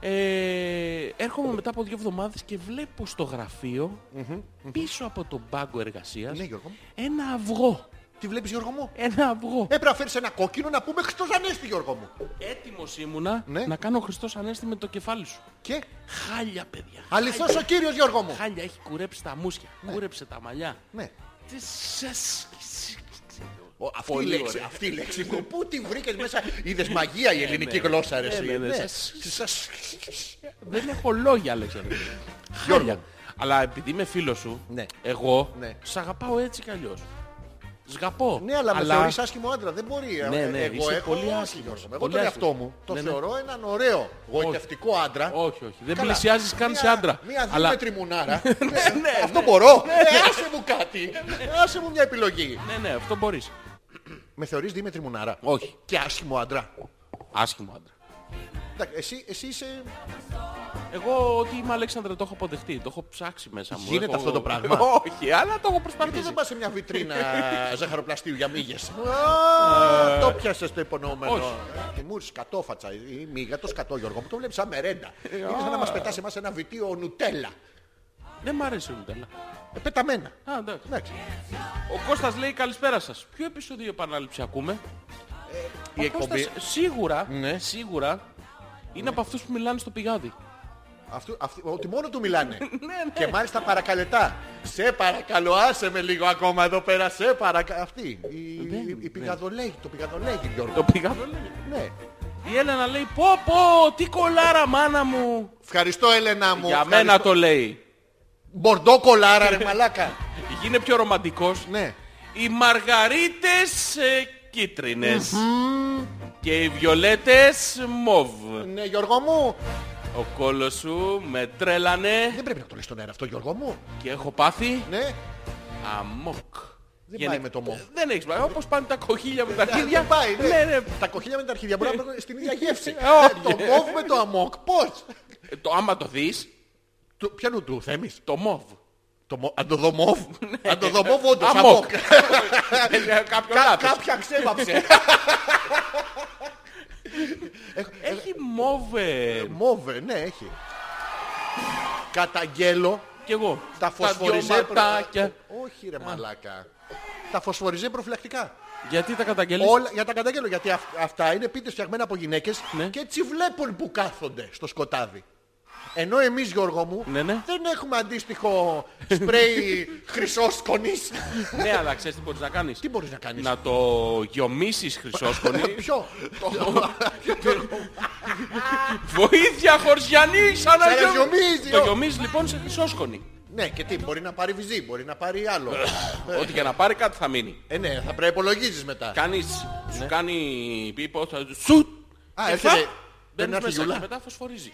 Speaker 2: Ε, έρχομαι μετά από δύο εβδομάδες και βλέπω στο γραφειο πίσω από τον πάγκο εργασίας
Speaker 1: Ναι, Γιώργο μου.
Speaker 2: ένα αυγό.
Speaker 1: Τι βλέπεις Γιώργο μου.
Speaker 2: Ένα αυγό.
Speaker 1: Έπρεπε να φέρεις ένα κόκκινο να πούμε Χριστός Ανέστη Γιώργο μου.
Speaker 2: Έτοιμος ήμουνα
Speaker 1: Ναι.
Speaker 2: να κάνω Χριστός Ανέστη με το κεφάλι σου.
Speaker 1: Και
Speaker 2: Χάλια παιδιά.
Speaker 1: αληθώς ο κύριος Γιώργο μου.
Speaker 2: Χάλια έχει κουρέψει τα μουσια, κούρεψε τα μαλλιά.
Speaker 1: Ναι.
Speaker 2: Τι σας...
Speaker 1: Ο, αυτή, η
Speaker 2: Πολύ
Speaker 1: λέξη,
Speaker 2: ωραία. Ε,
Speaker 1: αυτή η λέξη. Που- Πού τη βρήκες μέσα. Είδες μαγεία η ελληνική γλώσσα ρε. εσύ.
Speaker 2: ναι, ναι.
Speaker 1: Ναι.
Speaker 2: Σας-
Speaker 1: Σας-
Speaker 2: Δεν έχω λόγια, Αλέξανδρε. Χάλια. Αλλά επειδή είμαι φίλος σου,
Speaker 1: Ναι.
Speaker 2: εγώ
Speaker 1: Ναι.
Speaker 2: σ' αγαπάω έτσι κι αλλιώς. Σγαπώ.
Speaker 1: Ναι, αλλά, με θεωρείς άσχημο άντρα. Δεν μπορεί. ε,
Speaker 2: Ναι, ναι,
Speaker 1: εγώ
Speaker 2: είσαι
Speaker 1: έχω
Speaker 2: πολύ
Speaker 1: όχι,
Speaker 2: άσχημος.
Speaker 1: Γιώργο μου. Εγώ
Speaker 2: Πολύ
Speaker 1: τον
Speaker 2: άσχημος.
Speaker 1: εαυτό μου το
Speaker 2: Ναι, ναι.
Speaker 1: θεωρώ έναν ωραίο γοητευτικό άντρα.
Speaker 2: Όχι, όχι. Δεν
Speaker 1: Καλά.
Speaker 2: πλησιάζεις καν
Speaker 1: Μια-
Speaker 2: σε άντρα.
Speaker 1: Μια
Speaker 2: Αλλά Ναι,
Speaker 1: δίμετρη μουνάρα. Ναι, Αυτό μπορώ. Ε, Άσε μου κάτι. Ναι, Άσε μου μια επιλογή.
Speaker 2: ναι, ναι, αυτό μπορείς.
Speaker 1: Με θεωρείς δίμετρη μουνάρα.
Speaker 2: Όχι.
Speaker 1: Και άσχημο άντρα.
Speaker 2: Άσχημο άντρα.
Speaker 1: Εντάξει, Εσύ, εσύ είσαι...
Speaker 2: Εγώ ότι είμαι Αλέξανδρε το έχω αποδεχτεί. Το έχω ψάξει μέσα μου.
Speaker 1: Γίνεται
Speaker 2: Έχω-
Speaker 1: αυτό το πράγμα?
Speaker 2: Όχι, αλλά το έχω
Speaker 1: Γιατί
Speaker 2: προσπαθήσει.
Speaker 1: δεν πας σε μια βιτρίνα ζαχαροπλαστείου για μύγες. Α, Το πιάσες το υπονοούμενο. Ε,
Speaker 2: ε. όχι.
Speaker 1: Τη μούρης κατόφατσα ή μύγα, το σκατό Γιώργο μου. Το βλέπεις σαν μερέντα.
Speaker 2: Ε,
Speaker 1: Είναι σαν να μας πετάς εμάς ένα βιτίο νουτέλα.
Speaker 2: Δεν μ' αρέσει η Νουτέλα.
Speaker 1: Ε, Πεταμένα.
Speaker 2: Α, εντάξει.
Speaker 1: Εντάξει.
Speaker 2: Ο Κώστας λέει καλησπέρα σας. Ποιο επεισόδιο επανάληψη ακούμε.
Speaker 1: Η
Speaker 2: Ο
Speaker 1: Ε,
Speaker 2: Κώστας
Speaker 1: εκπομπή.
Speaker 2: σίγουρα,
Speaker 1: Ναι.
Speaker 2: σίγουρα είναι από αυτούς που μιλάνε στο πηγάδι.
Speaker 1: Αυτού, αυτοί- ότι μόνο του μιλάνε. και μάλιστα παρακαλετά. Σε παρακαλώ, άσε με λίγο ακόμα εδώ πέρα. Σε παρακαλώ. Αυτή. Η, η, η πηγαδολέγη, το πηγαδολέγη, Γιώργο.
Speaker 2: Το πήγα το λέει.
Speaker 1: Ναι.
Speaker 2: Η Έλενα λέει πω πω τι κολάρα μάνα μου.
Speaker 1: Ευχαριστώ, Έλενα μου.
Speaker 2: Για
Speaker 1: Ευχαριστώ.
Speaker 2: μένα το λέει.
Speaker 1: Μπορντό κολάρα, ρε μαλάκα.
Speaker 2: Γίνε πιο ρομαντικός.
Speaker 1: ναι.
Speaker 2: Οι μαργαρίτες ε, κίτρινες. Και οι βιολέτες μοβ.
Speaker 1: Ναι, Γιώργο μου.
Speaker 2: Ο κόλος σου με τρέλανε
Speaker 1: Δεν πρέπει να το λες στον αέρα αυτό, Γιώργο μου.
Speaker 2: και έχω πάθει
Speaker 1: Ναι.
Speaker 2: αμόκ.
Speaker 1: Δεν
Speaker 2: Γενε-
Speaker 1: πάει με το μο.
Speaker 2: Δεν έχεις πράγμα. Όπως πάνε τα κοχύλια με τα αρχίδια.
Speaker 1: Δεν πάει, ναι.
Speaker 2: Ναι, ναι.
Speaker 1: Τα κοχύλια με τα αρχίδια μπορεί να είναι στην ίδια γεύση. Ε,
Speaker 2: Όχι.
Speaker 1: το μοβ με το αμόκ, πώς.
Speaker 2: Ε, Το άμα το δεις,
Speaker 1: Του- Ποιανού του θέμης.
Speaker 2: το μοβ.
Speaker 1: Το μο- Αν το δω μοβ. Αν το δω μοβ, όντως,
Speaker 2: Αμόκ.
Speaker 1: αμόκ.
Speaker 2: Ε, ναι, Κάποιο
Speaker 1: Κα-
Speaker 2: λάθος.
Speaker 1: Κάποια ξέβαψε.
Speaker 2: Έχει μοβ. ε,
Speaker 1: Μόβ, ναι, έχει. Καταγγέλλω
Speaker 2: Κι εγώ.
Speaker 1: τα
Speaker 2: δυο
Speaker 1: φωσφοριζέ
Speaker 2: ματάκια.
Speaker 1: προφυλακτικά. Όχι ρε μαλάκα. Τα φωσφοριζέ προφυλακτικά.
Speaker 2: Γιατί τα καταγγέλεις.
Speaker 1: Όλα, για τα καταγγέλλω γιατί αυ- αυτά είναι πίτες φτιαγμένα από γυναίκες
Speaker 2: Ναι.
Speaker 1: και έτσι βλέπουν που κάθονται στο σκοτάδι. Ενώ εμείς Γιώργο μου
Speaker 2: Ναι, ναι.
Speaker 1: δεν έχουμε αντίστοιχο σπρέι χρυσός σκονής.
Speaker 2: Ναι, αλλά ξέρεις τι μπορείς να κάνεις.
Speaker 1: Τι μπορείς να κάνεις. Ε,
Speaker 2: Να το γιομίσεις χρυσόσκονη.
Speaker 1: Ποιο.
Speaker 2: Βοήθεια χωριανή σαν να
Speaker 1: Σαν να
Speaker 2: γιω-
Speaker 1: γιομίζει,
Speaker 2: Το
Speaker 1: ο.
Speaker 2: γιομίζεις λοιπόν σε χρυσόσκονη.
Speaker 1: ναι και τι μπορεί να πάρει βυζί, μπορεί να πάρει άλλο.
Speaker 2: Ό,τι και να πάρει κάτι θα μείνει.
Speaker 1: ε ναι θα προπολογίζεις μετά.
Speaker 2: Κάνεις, σου κάνει πίπο, θα σου...
Speaker 1: Ναι. Α,
Speaker 2: και
Speaker 1: έρχεται.
Speaker 2: φαπ,
Speaker 1: Δεν
Speaker 2: μπαίνεις
Speaker 1: έρθει
Speaker 2: μέσα
Speaker 1: γιουλά.
Speaker 2: και μετά φωσφορίζει.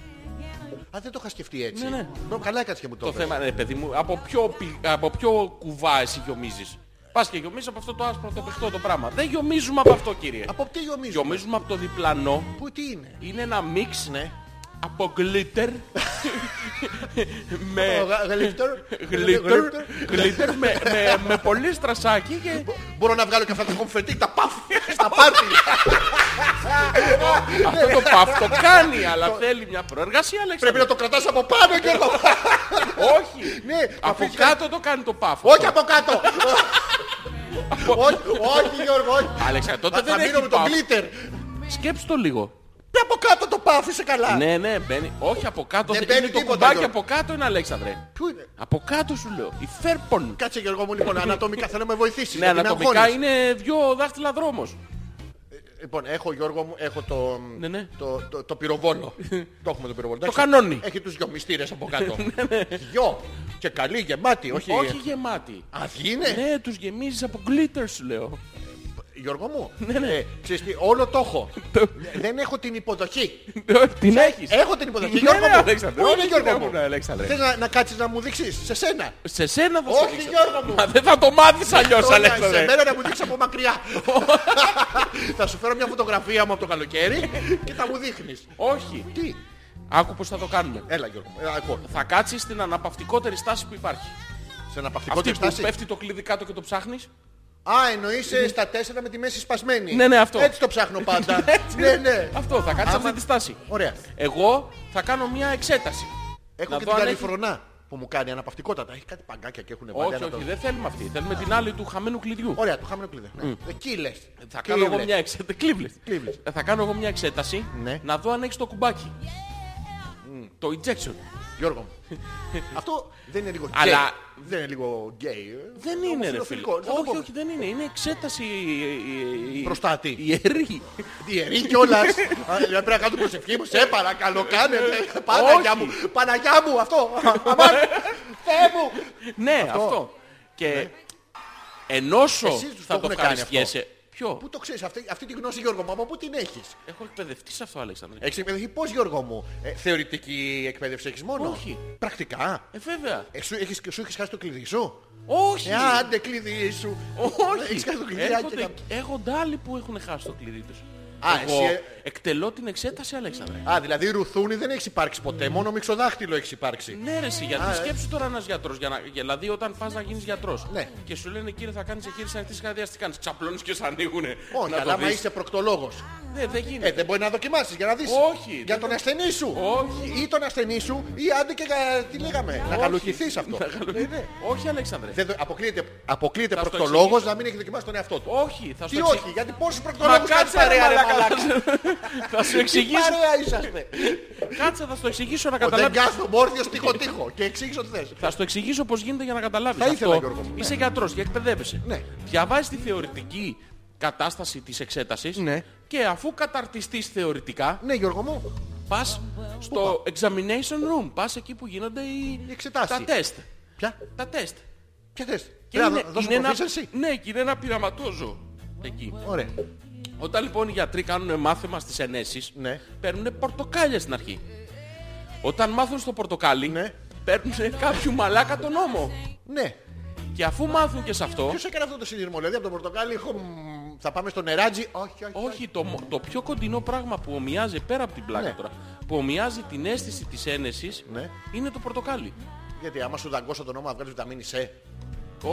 Speaker 1: Α δεν το είχα σκεφτεί έτσι.
Speaker 2: Ναι, ναι.
Speaker 1: Μπρο, καλά έκατσε και μου το,
Speaker 2: Το
Speaker 1: είπες.
Speaker 2: θέμα είναι, παιδί μου, από ποιο, πι- από ποιο κουβά εσύ γιομίζεις. Πας και γιομίζεις από αυτό το άσπρο το πιστό το πράγμα. Δεν γιομίζουμε από αυτό κύριε.
Speaker 1: Από τι γιομίζουμε.
Speaker 2: Γιομίζουμε από το διπλανό.
Speaker 1: Που τι είναι.
Speaker 2: Είναι ένα μίξ
Speaker 1: Ναι.
Speaker 2: από γκλίτερ με
Speaker 1: Γλίτερ.
Speaker 2: γλίτερ, γλίτερ με, με, με πολύ στρασάκι και
Speaker 1: Μπορώ να βγάλω και αυτά τα κομφετή, τα παφ, στα πάρτι.
Speaker 2: αυτό το παφ το κάνει, αλλά θέλει μια προεργασία,
Speaker 1: Πρέπει να
Speaker 2: Αλέξανδρε.
Speaker 1: το κρατάς από πάνω, Γιώργο.
Speaker 2: Όχι,
Speaker 1: Ναι,
Speaker 2: από
Speaker 1: αφήσεις-
Speaker 2: κάτω το κάνει το παφ.
Speaker 1: Όχι από κάτω. Όχι, όχι, Γιώργο, όχι.
Speaker 2: Αλέξανδρε, τότε
Speaker 1: Θα- Θα
Speaker 2: δεν
Speaker 1: μείνω με
Speaker 2: έχει
Speaker 1: τον
Speaker 2: παφ.
Speaker 1: γκλίτερ.
Speaker 2: Σκέψου το λίγο.
Speaker 1: Τι από κάτω το παφ, είσαι καλά.
Speaker 2: Ναι, ναι, μπαίνει. Όχι από κάτω,
Speaker 1: Δεν
Speaker 2: δεν
Speaker 1: μπαίνει
Speaker 2: μπαίνει το
Speaker 1: τίποτα,
Speaker 2: κουμπάκι
Speaker 1: Γιώργο.
Speaker 2: από κάτω είναι Αλέξανδρε.
Speaker 1: Πού είναι.
Speaker 2: Από κάτω σου λέω. Η Φέρπον.
Speaker 1: Κάτσε Γιώργο μου λοιπόν, ανατομικά θέλω να με βοηθήσεις.
Speaker 2: Ναι,
Speaker 1: γιατί με
Speaker 2: ανατομικά
Speaker 1: αγχώνεις.
Speaker 2: είναι δύο δάχτυλα δρόμος.
Speaker 1: Λοιπόν, έχω Γιώργο μου, έχω το,
Speaker 2: Ναι, ναι.
Speaker 1: το, το, το πυροβόλο. το έχουμε το πυροβόλο. Το
Speaker 2: κανόνι. Ναι,
Speaker 1: Έχει τους δυο μυστήρες από κάτω. Δυο. Και καλή, γεμάτη, όχι. ε.
Speaker 2: Όχι γεμάτη.
Speaker 1: Αυτή είναι.
Speaker 2: Ναι, τους γεμίζεις από glitter σου λέω.
Speaker 1: Γιώργο μου,
Speaker 2: Ναι, ναι.
Speaker 1: ε, ξέρεις τι, όλο το έχω. Δεν έχω την υποδοχή.
Speaker 2: Την έχεις.
Speaker 1: Έχω την υποδοχή,
Speaker 2: Ναι,
Speaker 1: Γιώργο
Speaker 2: ναι,
Speaker 1: μου.
Speaker 2: Αλέξανδρε,
Speaker 1: Πού
Speaker 2: όχι,
Speaker 1: είναι
Speaker 2: την
Speaker 1: Γιώργο
Speaker 2: έχουν,
Speaker 1: μου.
Speaker 2: Αλέξανδρε.
Speaker 1: Θες να, να κάτσεις να μου δείξεις σε σένα.
Speaker 2: Σε σένα θα σου
Speaker 1: Όχι
Speaker 2: δείξω.
Speaker 1: Γιώργο μου.
Speaker 2: Μα δεν θα το μάθεις αλλιώς
Speaker 1: Τώρα, Σε
Speaker 2: Αλέξανδρε.
Speaker 1: μένα να μου δείξεις από μακριά. θα σου φέρω μια φωτογραφία μου από το καλοκαίρι και θα μου δείχνεις.
Speaker 2: Όχι.
Speaker 1: Τι.
Speaker 2: Άκου πως θα το κάνουμε.
Speaker 1: Έλα Γιώργο μου. Ε, ακούω.
Speaker 2: Θα κάτσεις στην αναπαυτικότερη στάση που υπάρχει.
Speaker 1: Σε ένα παυτικό
Speaker 2: Αυτή που
Speaker 1: τεστάσι.
Speaker 2: πέφτει το κλειδί κάτω και το ψάχνεις.
Speaker 1: Α, εννοείς ε, στα τέσσερα με τη μέση σπασμένη.
Speaker 2: Ναι, ναι, αυτό.
Speaker 1: Έτσι το ψάχνω πάντα.
Speaker 2: Έτσι.
Speaker 1: ναι, ναι.
Speaker 2: Αυτό, θα κάτσεις
Speaker 1: Άμα-
Speaker 2: αυτή τη στάση.
Speaker 1: Ωραία.
Speaker 2: Εγώ θα κάνω μια εξέταση.
Speaker 1: Έχω
Speaker 2: Να
Speaker 1: και την
Speaker 2: δω αν
Speaker 1: καλή
Speaker 2: έχει-
Speaker 1: φρονά που μου κάνει αναπαυτικότατα. Έχει κάτι παγκάκια και έχουν βάλει
Speaker 2: Όχι,
Speaker 1: ένα το-
Speaker 2: όχι, δεν θέλουμε αυτή. Θέλουμε την άλλη του χαμένου κλειδιού.
Speaker 1: Ωραία, το χάμενο κλειδί. Ναι. Εκεί λες.
Speaker 2: Θα
Speaker 1: Εκεί
Speaker 2: κάνω εγώ
Speaker 1: λες.
Speaker 2: μια εξέταση. Κλίβλες.
Speaker 1: Cleveland.
Speaker 2: Ε, Θα κάνω εγώ μια εξέταση
Speaker 1: Ναι.
Speaker 2: να δω αν έχεις το κουμπάκι. Το injection.
Speaker 1: Γιώργο μου. Αυτό δεν είναι λίγο γκέι.
Speaker 2: Αλλά-
Speaker 1: Δεν είναι λίγο γκέι. ε.
Speaker 2: Δεν είναι, ρε φίλε.
Speaker 1: φιλοφιλικό. Θα το
Speaker 2: Όχι,
Speaker 1: πούμε.
Speaker 2: όχι, δεν είναι. Είναι εξέταση. ε, ε, ε,
Speaker 1: Προστάτη.
Speaker 2: Ιερή.
Speaker 1: Διαιρεί κιόλας. Α, ε, Πρέπει να κάνω προσευχή μου. Σε παρακαλώ, κάνε. ε, Παναγιά μου. Παναγιά μου αυτό. Αμάν. Θεέ μου.
Speaker 2: Ναι, αυτό. Και ενώ σου
Speaker 1: Ναι. Εσείς τους το
Speaker 2: θα το
Speaker 1: έχουνε κάνει
Speaker 2: ευχαριστιέσαι. Ποιο.
Speaker 1: Πού το ξέρεις αυτή, αυτή τη γνώση Γιώργο μου, από πού την έχεις.
Speaker 2: Έχω εκπαιδευτεί σε αυτό, Αλέξανδρε.
Speaker 1: Έχεις εκπαιδευτεί πώς Γιώργο μου. Ε, θεωρητική εκπαίδευση έχεις μόνο.
Speaker 2: Όχι.
Speaker 1: Πρακτικά.
Speaker 2: Ε, βέβαια.
Speaker 1: Ε, σου, έχεις, σου έχεις χάσει το κλειδί σου.
Speaker 2: Όχι.
Speaker 1: Ε, άντε κλειδί σου.
Speaker 2: Όχι.
Speaker 1: Έχεις χάσει το κλειδί.
Speaker 2: Έρχονται-
Speaker 1: άκυρα.
Speaker 2: Έχονται άλλοι που έχουν χάσει το κλειδί τους.
Speaker 1: Α,
Speaker 2: Εγώ
Speaker 1: εσύ, ε.
Speaker 2: εκτελώ την εξέταση, Αλέξανδρε.
Speaker 1: Α, δηλαδή ρουθούνη δεν έχεις υπάρξει ποτέ. Μόνο μυξοδάχτυλο έχεις υπάρξει.
Speaker 2: Ναι, ρε, εσύ,
Speaker 1: ε.
Speaker 2: γιατί σκέψου τώρα ένας γιατρός. Για να... για- Δηλαδή, όταν πας να γίνεις γιατρός
Speaker 1: Ναι.
Speaker 2: και σου λένε κύριε, θα κάνεις εγχείρηση ανοιχτής καρδιάς, τι κάνεις. Ξαπλώνεις και σου ανοίγουνε.
Speaker 1: Όχι,
Speaker 2: Να
Speaker 1: αλλά
Speaker 2: το
Speaker 1: άμα
Speaker 2: δεις.
Speaker 1: είσαι προκτολόγος.
Speaker 2: Ναι, δεν
Speaker 1: Ε,
Speaker 2: γίνεται.
Speaker 1: δεν μπορεί να δοκιμάσεις για να δεις.
Speaker 2: Όχι,
Speaker 1: Για
Speaker 2: δεν-
Speaker 1: τον ασθενή σου.
Speaker 2: Όχι.
Speaker 1: Ή τον ασθενή σου ή άντε και για- τι λέγαμε. Να
Speaker 2: Όχι.
Speaker 1: γαλουχηθείς αυτό.
Speaker 2: Να γαλου-
Speaker 1: Ναι, ναι.
Speaker 2: Όχι, Αλέξανδρε.
Speaker 1: Δεν δο- αποκλείεται, αποκλείεται
Speaker 2: Θα στο
Speaker 1: προκτολόγος
Speaker 2: εξηγήσω.
Speaker 1: να μην έχει δοκιμάσει τον εαυτό του.
Speaker 2: Όχι, θα σου
Speaker 1: Τι
Speaker 2: εξηγήσω.
Speaker 1: όχι, γιατί πόσους
Speaker 2: Μα
Speaker 1: προκτολόγους κάνεις
Speaker 2: κάτσε ρε
Speaker 1: παρέα ρε
Speaker 2: μαλάκα.
Speaker 1: μαλάκα.
Speaker 2: θα σου
Speaker 1: Τι
Speaker 2: εξηγήσω.
Speaker 1: παρέα είσαστε.
Speaker 2: Κάτσε, θα στο εξηγήσω να
Speaker 1: Ο
Speaker 2: καταλάβεις.
Speaker 1: Ντεγκάς στον Μόρθιο τείχο τείχο. Και εξήγησε ότι θες.
Speaker 2: Θα στο εξηγήσω πώς γίνεται για να καταλάβεις.
Speaker 1: Θα ήθελα, Γιώργο μου.
Speaker 2: Είσαι γιατρός και εκπαιδεύεσαι.
Speaker 1: Ναι.
Speaker 2: Διαβάζεις τη θεωρητική κατάσταση της εξέτασης
Speaker 1: Ναι.
Speaker 2: και αφού καταρτιστείς θεωρητικά,
Speaker 1: Ναι, Γιώργο μου.
Speaker 2: πας στο examination room. Πας εκεί που γίνονται οι,
Speaker 1: Οι εξετάσεις.
Speaker 2: Τα τεστ.
Speaker 1: Ποια,
Speaker 2: Τα τεστ.
Speaker 1: ποια θες. Πρέπει να δώσω
Speaker 2: ένα,
Speaker 1: προφήσεις εσύ.
Speaker 2: ναι, και είναι ένα πειραματόζω εκεί.
Speaker 1: Ωραία.
Speaker 2: Όταν λοιπόν οι γιατροί κάνουν μάθημα στις ενέσεις,
Speaker 1: Ναι.
Speaker 2: παίρνουν πορτοκάλια στην αρχή. Όταν μάθουν στο πορτοκάλι,
Speaker 1: Ναι.
Speaker 2: παίρνουν κάποιου μαλάκα τον νόμο.
Speaker 1: Ναι.
Speaker 2: Και αφού μάθουν και σε αυτό,
Speaker 1: Ποιος έκανε αυτό το σύνδεσμο, δηλαδή από το πορτοκάλι χουμ, θα πάμε στο νεράτζι. Όχι, όχι.
Speaker 2: όχι, το, μο- το πιο κοντινό πράγμα που ομοιάζει πέρα από την πλάκα
Speaker 1: Ναι.
Speaker 2: τώρα, που ομοιάζει την αίσθηση της ένεσης,
Speaker 1: Ναι.
Speaker 2: είναι το πορτοκάλι.
Speaker 1: Γιατί άμα σου δαγκώσω το νόμο να βγάλεις βιταμίνη C.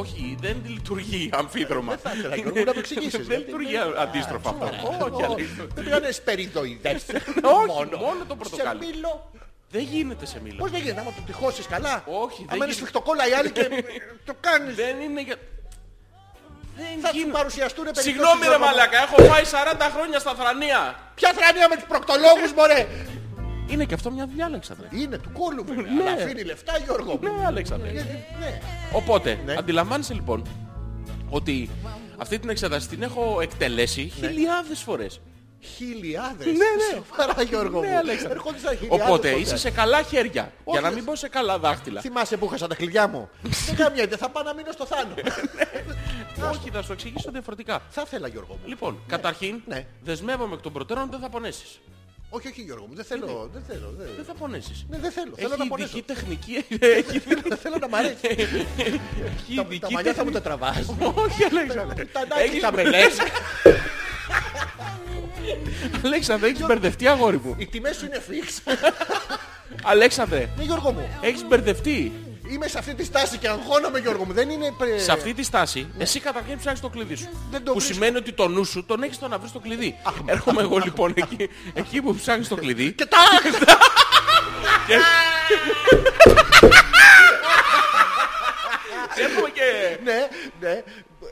Speaker 2: Όχι, δεν λειτουργεί αμφίδρομα.
Speaker 1: θα ήθελα, Γιώργο, να μου εξηγήσεις,
Speaker 2: Δεν
Speaker 1: γιατί-
Speaker 2: λειτουργεί αντίστροφα αυτό. Όχι,
Speaker 1: Ω,
Speaker 2: αλήθεια.
Speaker 1: Δεν πήγανε σπεριδοειδές.
Speaker 2: Όχι, μόνο το πορτοκάλι.
Speaker 1: Σε μήλο.
Speaker 2: Δεν γίνεται σε μήλο.
Speaker 1: Πώς δεν γίνεται, άμα το τυχώσεις καλά.
Speaker 2: Όχι,
Speaker 1: Άμα
Speaker 2: δεν
Speaker 1: είναι
Speaker 2: γίνεται.
Speaker 1: σφιχτοκόλλα οι άλλοι και το κάνεις.
Speaker 2: Δεν είναι για... Δεν
Speaker 1: Θα σου
Speaker 2: γίνεται.
Speaker 1: παρουσιαστούν περιπτώσεις.
Speaker 2: Συγγνώμη ρε
Speaker 1: Γιώργο μου.
Speaker 2: μαλάκα, έχω πάει 40 χρόνια στα θρανία.
Speaker 1: Ποια θρανία με τους προκτολόγους, μωρέ.
Speaker 2: Είναι και αυτό μια δουλειά, Αλέξανδρε.
Speaker 1: Είναι του κόλλου μου. Αλλά αφήνει λεφτά, Γιώργο. μου.
Speaker 2: Ναι, Αλέξανδρε.
Speaker 1: Γιατί, ναι.
Speaker 2: Οπότε,
Speaker 1: Ναι.
Speaker 2: αντιλαμβάνεσαι λοιπόν ότι αυτή την εξέταση την έχω
Speaker 1: Ναι.
Speaker 2: εκτελέσει χιλιάδες φορές.
Speaker 1: Χιλιάδες.
Speaker 2: Ναι, ναι.
Speaker 1: Σοβαρά, Γιώργο μου.
Speaker 2: Ναι, Αλέξανδρε.
Speaker 1: Ερχόντουσαν χιλιάδες
Speaker 2: Οπότε
Speaker 1: κοντά.
Speaker 2: είσαι σε καλά χέρια.
Speaker 1: Όχι,
Speaker 2: Για να
Speaker 1: δεν-
Speaker 2: μην πω σε καλά δάχτυλα.
Speaker 1: Θυμάσαι που είχα τα κλειδιά μου. Δεν καμιέται, θα πάω να μείνω στο θάνατο.
Speaker 2: Όχι, θα σου εξηγήσω διαφορετικά.
Speaker 1: Θα ήθελα, Γιώργο μου.
Speaker 2: Λοιπόν, καταρχήν,
Speaker 1: Ναι.
Speaker 2: δεσμεύομαι εκ των προτέρων δεν θα πονέσεις.
Speaker 1: Όχι, όχι, Γιώργο μου. Δεν θέλω. Δεν θέλω. δεν-
Speaker 2: Δεν θα πονέσεις.
Speaker 1: Ναι, δεν θέλω. Θέλω
Speaker 2: Λοιπόν. Έχει
Speaker 1: να
Speaker 2: ειδική
Speaker 1: πονέσω.
Speaker 2: τεχνική. Έχει
Speaker 1: Θέλω να μ' αρέσει.
Speaker 2: έχει
Speaker 1: Τα-
Speaker 2: ειδική
Speaker 1: Τα μαλλιά θα μου
Speaker 2: τεχνική.
Speaker 1: τα τραβάς.
Speaker 2: Όχι, Αλέξανδρε.
Speaker 1: Πουτανάκι
Speaker 2: Έχεις-
Speaker 1: θα με λες.
Speaker 2: Αλέξανδρε, έχεις μπερδευτεί, αγόρι μου.
Speaker 1: Οι τιμές σου είναι φίξ.
Speaker 2: Αλέξανδρε,
Speaker 1: Ναι, Γιώργο μου.
Speaker 2: έχεις μπερδευτεί.
Speaker 1: Είμαι σε αυτή τη στάση και αγχώνομαι, Γιώργο μου. Δεν είναι. πρε-
Speaker 2: Σε αυτή τη στάση, εσύ καταρχήν ψάχνεις το κλειδί σου.
Speaker 1: Ε, ναι. Δεν το
Speaker 2: Που
Speaker 1: βρίσκω.
Speaker 2: σημαίνει ότι το νου σου τον έχεις το να βρεις το κλειδί. Έρχομαι εγώ λοιπόν εκεί, εκεί που ψάχνεις το κλειδί.
Speaker 1: Και τα
Speaker 2: Έρχομαι και...
Speaker 1: Ναι, ναι.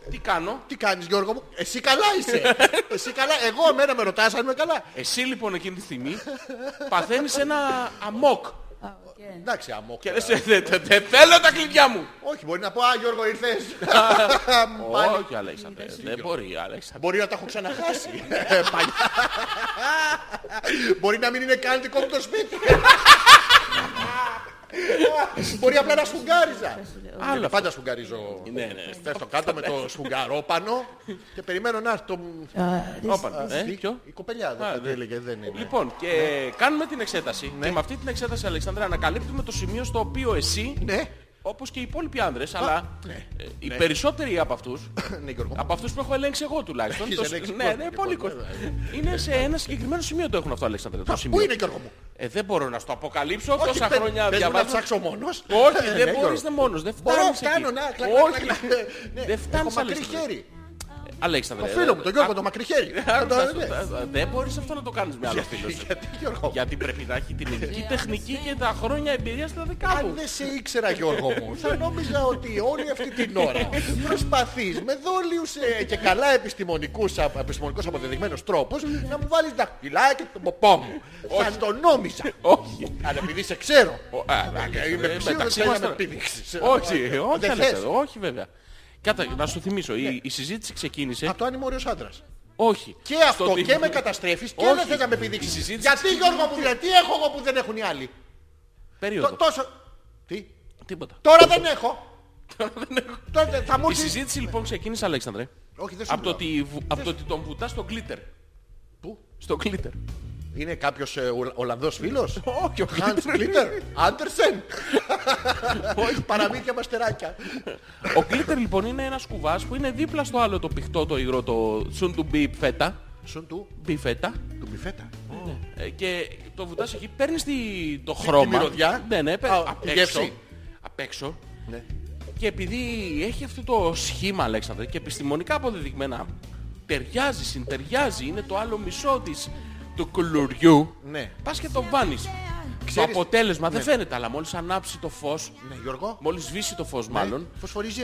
Speaker 2: Τι κάνω.
Speaker 1: Τι κάνεις Γιώργο μου, εσύ καλά είσαι. εσύ καλά, εγώ εμένα με ρωτάς αν είμαι καλά.
Speaker 2: Εσύ λοιπόν εκείνη τη στιγμή παθαίνεις ένα αμόκ.
Speaker 1: Εντάξει, αμό.
Speaker 2: Και λες, «Ε, δεν δεν- δεν θέλω τα κλειδιά μου.
Speaker 1: Όχι, μπορεί να πω, Α, Γιώργο ήρθες. Πάλι.
Speaker 2: Όχι Αλέξανδρε, δεν μπορεί Αλέξανδρε.
Speaker 1: Μπορεί να τα έχω ξαναχάσει. Ε, παλιά. Μπορεί να μην είναι καν δικό μου το σπίτι. Μπορεί απλά να σφουγγάριζα.
Speaker 2: Άλλο αυτό.
Speaker 1: Πάντα σφουγγαρίζω.
Speaker 2: Ναι, ναι.
Speaker 1: Θες το κάτω με το σφουγγαρόπανο και περιμένω να έρθει το...
Speaker 2: Όπα, ε,
Speaker 1: Τι,
Speaker 2: ποιο?
Speaker 1: Η κοπελιά
Speaker 2: Α,
Speaker 1: δεν
Speaker 2: ναι.
Speaker 1: έλεγε, δεν είναι.
Speaker 2: Λοιπόν, και
Speaker 1: Ναι.
Speaker 2: κάνουμε την εξέταση. Και με αυτή την εξέταση, Αλεξάνδρα, ανακαλύπτουμε το σημείο στο οποίο εσύ,
Speaker 1: Ναι,
Speaker 2: όπως και οι υπόλοιποι άνδρες, αλλά
Speaker 1: ναι.
Speaker 2: ε, οι περισσότεροι από αυτούς,
Speaker 1: ναι Γιώργο.
Speaker 2: από αυτούς που έχω ελέγξει εγώ τουλάχιστον,
Speaker 1: Έχεις
Speaker 2: το-
Speaker 1: ελέγξει
Speaker 2: ναι,
Speaker 1: κόσμο,
Speaker 2: ναι,
Speaker 1: λοιπόν,
Speaker 2: πολύ κόσμο.
Speaker 1: βέβαια.
Speaker 2: Είναι σε ένα συγκεκριμένο σημείο το έχουν αυτό, Αλεξάνδρα, το
Speaker 1: Πού
Speaker 2: σημείο.
Speaker 1: είναι Γιώργο μου.
Speaker 2: Ε, δεν μπορώ να σου το αποκαλύψω,
Speaker 1: Όχι,
Speaker 2: τόσα
Speaker 1: πες-
Speaker 2: χρόνια
Speaker 1: πες μου να
Speaker 2: διαβάζω.
Speaker 1: ψάξω μόνος.
Speaker 2: Όχι,
Speaker 1: Ε,
Speaker 2: δεν
Speaker 1: ναι,
Speaker 2: μπορείς
Speaker 1: Γιώργο.
Speaker 2: να μόνος, δεν
Speaker 1: Μπορώ,
Speaker 2: φτάνεις εκεί.
Speaker 1: φτάνω, να, κλακ,
Speaker 2: Όχι,
Speaker 1: κλακ, κλακ. Ναι,
Speaker 2: δεν φτάνεις,
Speaker 1: Έχω μακρύ
Speaker 2: Αλέξανδρε.
Speaker 1: χέρι.
Speaker 2: Αλέξανδρε.
Speaker 1: Το φίλο μου, τον Γιώργο, το μακρύ χέρι.
Speaker 2: Άκουσα
Speaker 1: Το-
Speaker 2: αυτό,
Speaker 1: ναι.
Speaker 2: τα- Δεν μπορείς αυτό να το κάνεις με άλλο φίλο σου.
Speaker 1: Γιατί Γιώργο.
Speaker 2: Γιατί πρέπει να έχει την ειδική τεχνική και τα χρόνια εμπειρίας στα δικά
Speaker 1: Αν
Speaker 2: του.
Speaker 1: δεν σε ήξερα Γιώργο μου, θα νόμιζα ότι όλη αυτή την ώρα προσπαθείς με δόλιους ε, και καλά επιστημονικούς, α- επιστημονικούς αποδεδειγμένους τρόπους να μου βάλεις δαχτυλάκι του ποπό μου. Θα το νόμιζα.
Speaker 2: Όχι.
Speaker 1: Αλλά επειδή σε ξέρω.
Speaker 2: Ο- α,
Speaker 1: ε,
Speaker 2: ε,
Speaker 1: Είμαι ψήφιος,
Speaker 2: μεταξύ
Speaker 1: θέλω
Speaker 2: μας
Speaker 1: να με
Speaker 2: τώρα.
Speaker 1: πηδήξεις.
Speaker 2: Όχι, όχι,
Speaker 1: Ε, Δεν θες.
Speaker 2: Αλέξανδρε, όχι βέβαια. Κάτα, να σου θυμίσω, η, η συζήτηση ξεκίνησε.
Speaker 1: Από το αν είμαι ωραίος άντρας.
Speaker 2: Όχι.
Speaker 1: Και
Speaker 2: Στο
Speaker 1: αυτό
Speaker 2: ότι-
Speaker 1: και με καταστρέφεις και
Speaker 2: Όχι.
Speaker 1: δεν θες να με
Speaker 2: Η
Speaker 1: επιδείξεις.
Speaker 2: συζήτηση-
Speaker 1: Γιατί Γιώργο μου, γιατί έχω εγώ που δεν έχουν οι άλλοι. Το
Speaker 2: Περίοδο.
Speaker 1: τόσο... Τι,
Speaker 2: Τίποτα.
Speaker 1: τώρα δεν έχω. Τώρα δεν- θα μου
Speaker 2: Η
Speaker 1: έρθει-
Speaker 2: συζήτηση λοιπόν ξεκίνησε, Αλέξανδρε.
Speaker 1: Όχι, δεν σου
Speaker 2: Από το
Speaker 1: μιλάω.
Speaker 2: ότι, βου- απ' το ότι τον βουτάς στο γκλίτερ.
Speaker 1: Πού?
Speaker 2: Στο γκλίτερ.
Speaker 1: Είναι κάποιος ε, Ολ- Ολλανδός φίλος.
Speaker 2: Όχι, ο
Speaker 1: Hans
Speaker 2: γκλίτερ.
Speaker 1: Glitter. Άντερσεν. Παραμύθια μαστεράκια.
Speaker 2: Ο γκλίτερ λοιπόν είναι ένας κουβάς που είναι δίπλα στο άλλο το πηχτό το υγρό, το soon to be φέτα.
Speaker 1: Σουν του,
Speaker 2: Be φέτα.
Speaker 1: του μπιφέτα.
Speaker 2: Ε, και το βουτάς εκεί, παίρνεις τη, το
Speaker 1: τη
Speaker 2: χρώμα.
Speaker 1: μυρωδιά.
Speaker 2: Ναι, ναι, παί-
Speaker 1: Α,
Speaker 2: απ'
Speaker 1: τη
Speaker 2: έξω.
Speaker 1: γεύση.
Speaker 2: Απ' έξω.
Speaker 1: Ναι.
Speaker 2: Και επειδή έχει αυτό το σχήμα, Αλέξανδρε, και επιστημονικά αποδεδειγμένα ταιριάζει, συντεριάζει, είναι το άλλο μισό της του κουλουριού.
Speaker 1: Ναι.
Speaker 2: Πας και το βάνεις. Το
Speaker 1: Ξέρεις-
Speaker 2: αποτέλεσμα δεν φαίνεται, αλλά μόλις ανάψει το φως,
Speaker 1: Ναι, Γιώργο.
Speaker 2: μόλις σβήσει το φως μάλλον,
Speaker 1: Ναι, φωσφορίζει.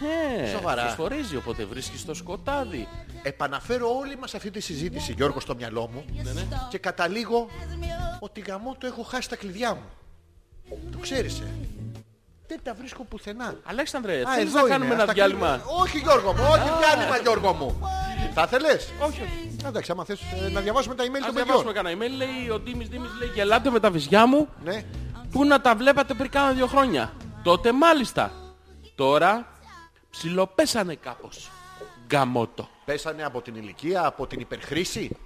Speaker 2: ναι,
Speaker 1: Σοβαρά.
Speaker 2: φωσφορίζει, οπότε βρίσκεις το σκοτάδι.
Speaker 1: Επαναφέρω όλη μας αυτή τη συζήτηση, Γιώργο, στο μυαλό μου
Speaker 2: Ναι,
Speaker 1: και καταλήγω ότι γαμό το έχω χάσει τα κλειδιά μου. Το ξέρεις, ε. Δεν τα βρίσκω πουθενά.
Speaker 2: Αλέξανδρε,
Speaker 1: Α,
Speaker 2: Ε, θέλεις
Speaker 1: εδώ
Speaker 2: να
Speaker 1: είναι,
Speaker 2: κάνουμε
Speaker 1: αυτά
Speaker 2: ένα διάλειμμα.
Speaker 1: κλείνουμε. Όχι Γιώργο μου, όχι διάλειμμα Γιώργο μου. Θα θέλες. Όχι. Εντάξει, άμα θες ε, να διαβάσουμε τα email
Speaker 2: Ας
Speaker 1: των
Speaker 2: διαβάσουμε
Speaker 1: παιδιών.
Speaker 2: κανένα email, λέει ο Ντίμης Ντίμης, λέει γελάτε με τα βυζιά μου,
Speaker 1: Ναι.
Speaker 2: Πού να τα βλέπατε πριν κάνα δύο χρόνια. Τότε μάλιστα. Τώρα ψιλοπέσανε κάπως. Γκαμότο.
Speaker 1: Πέσανε από την ηλικία, από την υπερχρήση.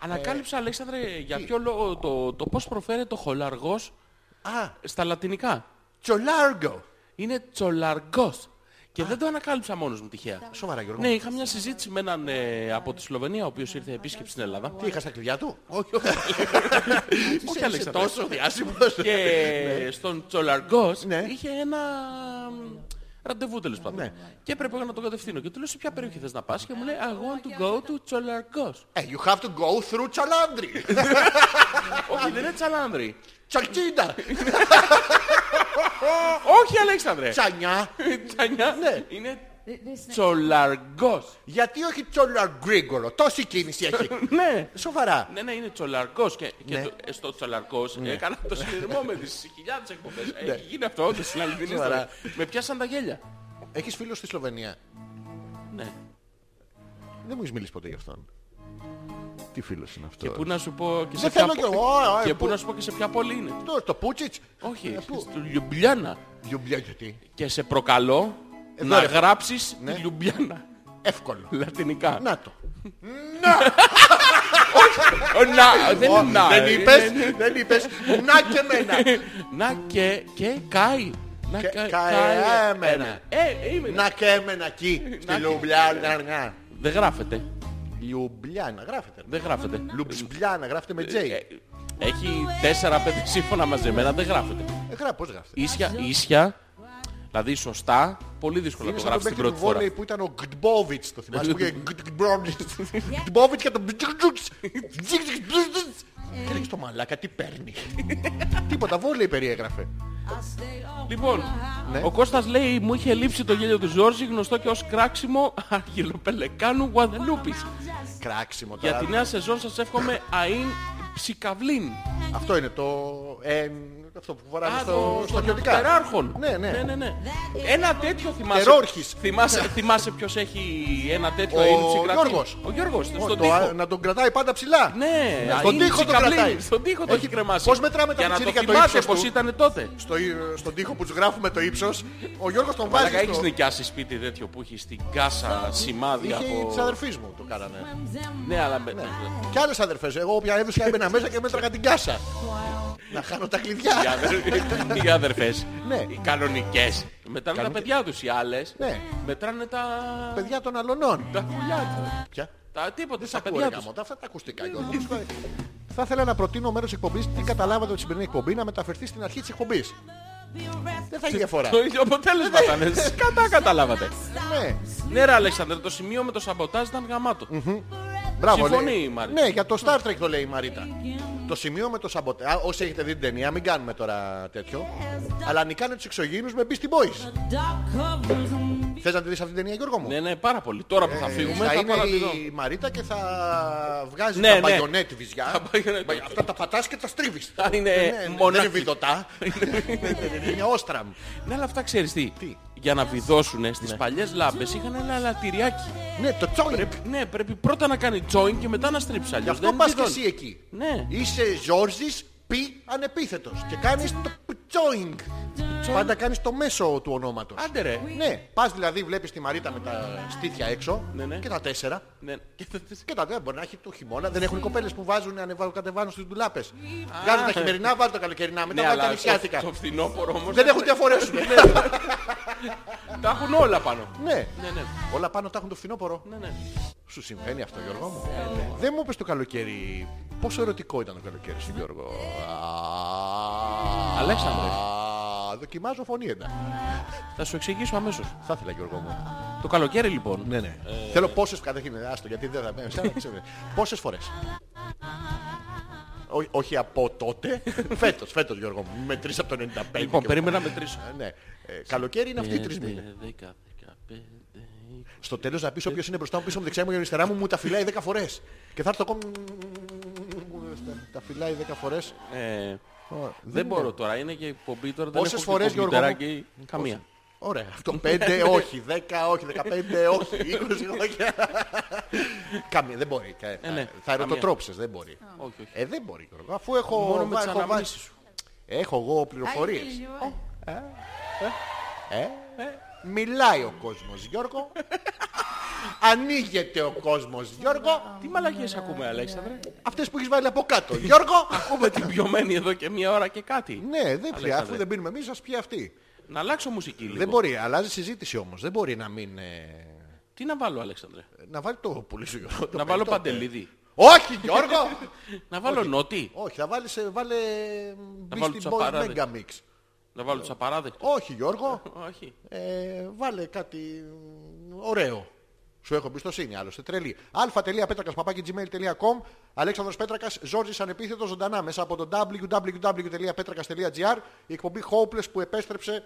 Speaker 2: Ανακάλυψα, Αλέξανδρε, για ποιο λόγο το, το πώς προφέρεται το χολαργός
Speaker 1: Α,
Speaker 2: στα λατινικά.
Speaker 1: τσολάργο.
Speaker 2: Είναι τσολαργός. Και δεν το ανακάλυψα μόνος μου τυχαία.
Speaker 1: Σοβαρά Γιώργο.
Speaker 2: Ναι, είχα μια συζήτηση με έναν ε, από τη Σλοβενία, ο οποίος ήρθε επίσκεψη στην Ελλάδα.
Speaker 1: Τι είχα στα κλειδιά του.
Speaker 2: Όχι, όχι.
Speaker 1: Είσαι-
Speaker 2: Όχι,
Speaker 1: είσαι
Speaker 2: Αλέξανδρε.
Speaker 1: τόσο διάσημος.
Speaker 2: Και στον Τσολαργός
Speaker 1: Ναι.
Speaker 2: είχε ένα μ, ραντεβού τέλος πάντων.
Speaker 1: Ναι.
Speaker 2: Και έπρεπε εγώ να τον κατευθύνω. Και του λέω σε ποια περιοχή θες να πας και μου λέει I want to go to Τσολαργός.
Speaker 1: Ε, You have to go through τσαλάνδρι.
Speaker 2: Όχι, δεν είναι Τσαλάνδρη.
Speaker 1: Τσαλκίντα.
Speaker 2: Όχι, Αλέξανδρε.
Speaker 1: Τσανιά.
Speaker 2: Τσανιά.
Speaker 1: Ναι.
Speaker 2: Είναι Τσολαργός.
Speaker 1: Γιατί όχι τσολαγκρίγκολο. Τόση κίνηση έχει.
Speaker 2: Ναι.
Speaker 1: Σοβαρά.
Speaker 2: Ναι, ναι, είναι τσολαρκός και, και
Speaker 1: Ναι.
Speaker 2: το- ε, στο τσολαρκός έκανα το συνειρμό με τις χιλιάδες εκπομπές. Έχει γίνει αυτό όντως στην αληθινή
Speaker 1: Ναι. Σοβαρά.
Speaker 2: ιστορία. Με πιάσαν τα γέλια.
Speaker 1: Έχεις φίλο στη Σλοβενία.
Speaker 2: Ναι.
Speaker 1: Δεν μου έχεις μιλήσει ποτέ γι' αυτόν. Τι φίλος είναι αυτός.
Speaker 2: Και πού να σου πω και σε
Speaker 1: Δεν
Speaker 2: ποια
Speaker 1: θέλω κι
Speaker 2: πο-
Speaker 1: εγώ, ε,
Speaker 2: και
Speaker 1: ε,
Speaker 2: πού
Speaker 1: πού-
Speaker 2: να σου πω και σε ποια πόλη είναι.
Speaker 1: Αυτό, στο Πούτσιτς.
Speaker 2: Όχι,
Speaker 1: Ε, πού?
Speaker 2: στη Λιουμπλιάνα.
Speaker 1: Λιουμπλιά γιατί.
Speaker 2: Και σε προκαλώ
Speaker 1: Εδώ,
Speaker 2: να
Speaker 1: ρε.
Speaker 2: γράψεις
Speaker 1: Ε, Ναι.
Speaker 2: τη Λιουμπλιάνα.
Speaker 1: Εύκολο.
Speaker 2: Λατινικά.
Speaker 1: Να το.
Speaker 2: Ω, να, δεν είναι να.
Speaker 1: Δεν
Speaker 2: ε,
Speaker 1: είπες,
Speaker 2: είναι- είναι-
Speaker 1: δεν είπες. Να και εμένα.
Speaker 2: Να και, και καεί. Να
Speaker 1: Και
Speaker 2: κα-
Speaker 1: καεί εμένα.
Speaker 2: Ε, είμαι.
Speaker 1: Να και εμένα εκεί. Στη Λιουμπλιάνα.
Speaker 2: Δεν γράφεται.
Speaker 1: Λιουμπλιάνα γράφεται.
Speaker 2: Δεν γράφεται.
Speaker 1: Λουμπλιάνα γράφεται με
Speaker 2: Ε,
Speaker 1: J.
Speaker 2: Έχει τέσσερα πέντε σύμφωνα μαζεμένα, δεν γράφεται.
Speaker 1: Ε, γρά- Πώς γράφεται.
Speaker 2: Ίσια, ίσια, δηλαδή σωστά, πολύ δύσκολο να
Speaker 1: Είναι
Speaker 2: το
Speaker 1: σαν τον
Speaker 2: γράψεις την
Speaker 1: παίκτη του
Speaker 2: πρώτη φορά.
Speaker 1: βόλεϊ που ήταν ο Γκντμπόβιτς, το θυμάσαι που είχε Γκντμπόβιτς. Γκντμπόβιτς και τον Μπτζικτζουκτς. Μπτζικτζουκτς. Και λέγεις το μαλάκα τι παίρνει. Τίποτα βόλεϊ περιέγραφε.
Speaker 2: Λοιπόν,
Speaker 1: Ναι.
Speaker 2: ο Κώστας λέει μου είχε λείψει το γέλιο του Ζόρζη γνωστό και ως κράξιμο αργυλοπελεκάνου Γουαδελούπης.
Speaker 1: Κράξιμο
Speaker 2: Για
Speaker 1: τώρα.
Speaker 2: τη νέα σεζόν σας εύχομαι αΐν ψικαβλίν.
Speaker 1: Αυτό είναι το... ε, Αυτό που
Speaker 2: Α,
Speaker 1: φοράνε
Speaker 2: το-
Speaker 1: στο
Speaker 2: των
Speaker 1: στρατιωτικά.
Speaker 2: υπεράρχων.
Speaker 1: Ναι, ναι.
Speaker 2: ναι, Ένα τέτοιο θυμάσαι.
Speaker 1: Τερόρχης.
Speaker 2: Θυμάσαι, θυμάσαι ποιος έχει ένα τέτοιο
Speaker 1: Ο
Speaker 2: αΐν ψικαβλίν.
Speaker 1: Γιώργος.
Speaker 2: Ο Γιώργος,
Speaker 1: Ο,
Speaker 2: στον
Speaker 1: το-
Speaker 2: τοίχο.
Speaker 1: Να τον κρατάει πάντα ψηλά.
Speaker 2: Ναι,
Speaker 1: Στον
Speaker 2: αΐν
Speaker 1: τοίχο τον
Speaker 2: ψικαβλίν.
Speaker 1: κρατάει.
Speaker 2: Στον τοίχο το
Speaker 1: Όχι,
Speaker 2: έχει κρεμάσει.
Speaker 1: πώς μετράμε τα
Speaker 2: Για να το
Speaker 1: πιτσίρικα το
Speaker 2: θυμάται
Speaker 1: ύψος
Speaker 2: πως
Speaker 1: του.
Speaker 2: ήταν τότε.
Speaker 1: Στο, ε, στον τοίχο που τους γράφουμε το ύψος, ο Γιώργος τον
Speaker 2: Μαλάκα
Speaker 1: βάζει
Speaker 2: έχεις
Speaker 1: στο...
Speaker 2: νοικιάσει σπίτι τέτοιο που έχει στην κάσα σημάδι
Speaker 1: Είχε
Speaker 2: από...
Speaker 1: της αδερφής μου το κάνανε.
Speaker 2: Ναι, αλλά με-
Speaker 1: Κι άλλες αδερφές. Εγώ όποια έδωσα έμπαινα μέσα και μέτραγα την κάσα. να χάνω τα
Speaker 2: οι
Speaker 1: κλειδιά.
Speaker 2: αδερ- οι αδερφές,
Speaker 1: Ναι.
Speaker 2: οι κανονικές, μετράνε τα παιδιά τους. Οι άλλες
Speaker 1: Ναι.
Speaker 2: μετράνε τα...
Speaker 1: Παιδιά των αλωνών.
Speaker 2: Τα πουλιά τους.
Speaker 1: Ποια?
Speaker 2: Τα τίποτα,
Speaker 1: Δεν
Speaker 2: τα
Speaker 1: σ' ακούω, ρε
Speaker 2: παιδιά τους.
Speaker 1: γαμώτα. Αυτά τα ακουστικά. Γιώργο. Θα ήθελα να προτείνω μέρος εκπομπής, τι καταλάβατε ότι σημερινή εκπομπή, να μεταφερθεί στην αρχή της εκπομπής. Δεν θα έχει διαφορά. Ε,
Speaker 2: Το ίδιο αποτέλεσμα ήταν. Κατά καταλάβατε.
Speaker 1: Ναι.
Speaker 2: Ναι ρε Αλέξανδρε, το σημείο με το σαμποτάζ ήταν γαμάτο.
Speaker 1: Μπράβο,
Speaker 2: Συμφωνεί
Speaker 1: λέει.
Speaker 2: η Μαρίτα.
Speaker 1: Ναι, για το Star Trek το λέει η Μαρίτα. Το σημείο με το σαμποτέ. Όσοι έχετε δει την ταινία, μην κάνουμε τώρα τέτοιο. Αλλά νικάνε τους εξωγήινους με Beastie Boys. Θες να τη δεις αυτή την ταινία, Γιώργο μου.
Speaker 2: Ναι, ναι, πάρα πολύ. Τώρα που θα φύγουμε
Speaker 1: Ε, θα
Speaker 2: θα
Speaker 1: είναι
Speaker 2: πάω να τη δω.
Speaker 1: η Μαρίτα και θα βγάζει
Speaker 2: Ναι,
Speaker 1: τα
Speaker 2: ναι.
Speaker 1: μπαγιονέτ βυζιά.
Speaker 2: μπαγιονέτ. Ε,
Speaker 1: Μπα- Αυτά τα πατάς και τα στρίβεις.
Speaker 2: Α, είναι
Speaker 1: Ναι, ναι,
Speaker 2: μονάχη.
Speaker 1: Δεν είναι βιδωτά. Είναι όστραμ.
Speaker 2: Ναι, αλλά αυτά ξέρεις τι.
Speaker 1: Τι?
Speaker 2: Για να βιδώσουνε στις παλιές λάμπες είχαν ένα αλατηριάκι.
Speaker 1: Ναι, το τσόι.
Speaker 2: Πρέπει, ναι, πρέπει πρώτα να κάνει join και μετά να στρίψει.
Speaker 1: Γι'
Speaker 2: Αλλιώς
Speaker 1: αυτό
Speaker 2: δεν
Speaker 1: πας και
Speaker 2: βιδώνεις.
Speaker 1: εσύ εκεί.
Speaker 2: Ναι.
Speaker 1: Είσαι Ζόρζης πι ανεπίθετος και κάνεις το πτσόινγκ. Πάντα κάνεις το μέσο του ονόματος.
Speaker 2: Άντε ρε.
Speaker 1: Ναι, πας δηλαδή βλέπεις τη Μαρίτα με τα στήθια έξω
Speaker 2: Ναι, ναι.
Speaker 1: και τα τέσσερα.
Speaker 2: Ναι. Και θα τις-
Speaker 1: Και τα τέσσερα μπορεί να έχει το χειμώνα. Δεν έχουν οι κοπέλες που βάζουν ανεβάζουν κατεβάνουν στις ντουλάπες. Βγάζουν τα χειμερινά, βάλουν τα καλοκαιρινά, μετά
Speaker 2: Ναι,
Speaker 1: βάλουν τα
Speaker 2: αλλά
Speaker 1: νησιάτικα.
Speaker 2: το, Ναι. το φθινόπωρο όμως
Speaker 1: Δεν έχουν τι αφορέσουν.
Speaker 2: τα έχουν όλα πάνω.
Speaker 1: Ναι.
Speaker 2: Ναι, ναι,
Speaker 1: Όλα πάνω τα έχουν το φθινόπωρο.
Speaker 2: ναι, ναι.
Speaker 1: Σου συμβαίνει αυτό Γιώργο μου. Δεν μου είπες το καλοκαίρι. Πόσο ερωτικό ήταν το καλοκαίρι σου Γιώργο. Α,
Speaker 2: Αλέξανδρε.
Speaker 1: α, Δοκιμάζω φωνή εντά.
Speaker 2: Θα σου εξηγήσω αμέσως.
Speaker 1: Θα ήθελα Γιώργο μου.
Speaker 2: Το καλοκαίρι λοιπόν.
Speaker 1: Ναι, ναι. ε, Θέλω πόσες καταρχήν. Άστο γιατί δεν θα μένω. Πόσες φορές. ό- όχι από τότε. Φέτος, φέτος Γιώργο μου. Με τρεις από το 95.
Speaker 2: Λοιπόν,
Speaker 1: και-
Speaker 2: περίμενα Ναι, να μετρήσω.
Speaker 1: Ε, Ναι. Ε, καλοκαίρι είναι αυτοί οι τρεις μήνε.
Speaker 2: 10, 15,
Speaker 1: Στο τέλος να πεις όποιος είναι μπροστά μου, πίσω μου, δεξιά μου και αριστερά μου, μου τα φυλάει 10 φορές. Και θα έρθω ακόμη. Τα- Τα φυλάει 10 φορές.
Speaker 2: 20. Ε, δεν μπορώ τώρα, είναι και εκπομπή τώρα. δεν
Speaker 1: Πόσες
Speaker 2: έχω και
Speaker 1: φορές, Γιώργο μου?
Speaker 2: κομπιουτεράκι. Καμία.
Speaker 1: Ωραία. Αυτό 5 όχι, 10 όχι, 15 όχι, 20 όχι. Καμία, δεν μπορεί. Κα-
Speaker 2: Ε, ναι.
Speaker 1: θα- Θα ερωτοτρόψεις, δεν μπορεί.
Speaker 2: Όχι, όχι.
Speaker 1: Ε, δεν μπορεί, Γιώργο. Αφού έχω,
Speaker 2: Μόνο με
Speaker 1: βα-
Speaker 2: τις
Speaker 1: έχω βα-
Speaker 2: αναμνήσεις σου.
Speaker 1: έχω εγώ
Speaker 4: I
Speaker 1: πληροφορίες.
Speaker 4: feel you.
Speaker 1: Ε, Μιλάει ο κόσμος, Γιώργο. Ανοίγεται ο κόσμος, Γιώργο.
Speaker 2: Τι μαλακίες
Speaker 1: Ναι.
Speaker 2: ακούμε, Αλέξανδρε.
Speaker 1: Αυτές που έχεις βάλει από κάτω, Γιώργο.
Speaker 2: Ακούμε την πιωμένη εδώ και μία ώρα και κάτι.
Speaker 1: Ναι, δεν πει. Αφού
Speaker 2: Αλέξανδρε.
Speaker 1: δεν πίνουμε εμείς, ας πει αυτή.
Speaker 2: Να αλλάξω μουσική λίγο.
Speaker 1: Δεν μπορεί, αλλάζει συζήτηση όμως. Δεν μπορεί να μην... ε,
Speaker 2: Τι να βάλω, Αλέξανδρε.
Speaker 1: Να βάλει το πουλί σου, Γιώργο. Ε, το
Speaker 2: Να βάλω
Speaker 1: πετώ.
Speaker 2: παντελίδι.
Speaker 1: Όχι, Γιώργο!
Speaker 2: Να βάλω νότι.
Speaker 1: Όχι, θα βάλεις, ε, βάλε
Speaker 2: βάλω
Speaker 1: Beastie
Speaker 2: τους
Speaker 1: Boys
Speaker 2: απαράδεκτους.
Speaker 1: Mega Mix.
Speaker 2: Να βάλω τους απαράδεκτους.
Speaker 1: Όχι, Γιώργο.
Speaker 2: Όχι.
Speaker 1: Ε, βάλε κάτι μ, ωραίο. Σου έχω εμπιστοσύνη άλλωστε. Τρελή. α.πέτρακα.gmail.com Αλέξανδρος Πέτρακας, Ζόρζης ανεπίθετος ζωντανά μέσα από το www.petrakas.gr η εκπομπή Hopeless που επέστρεψε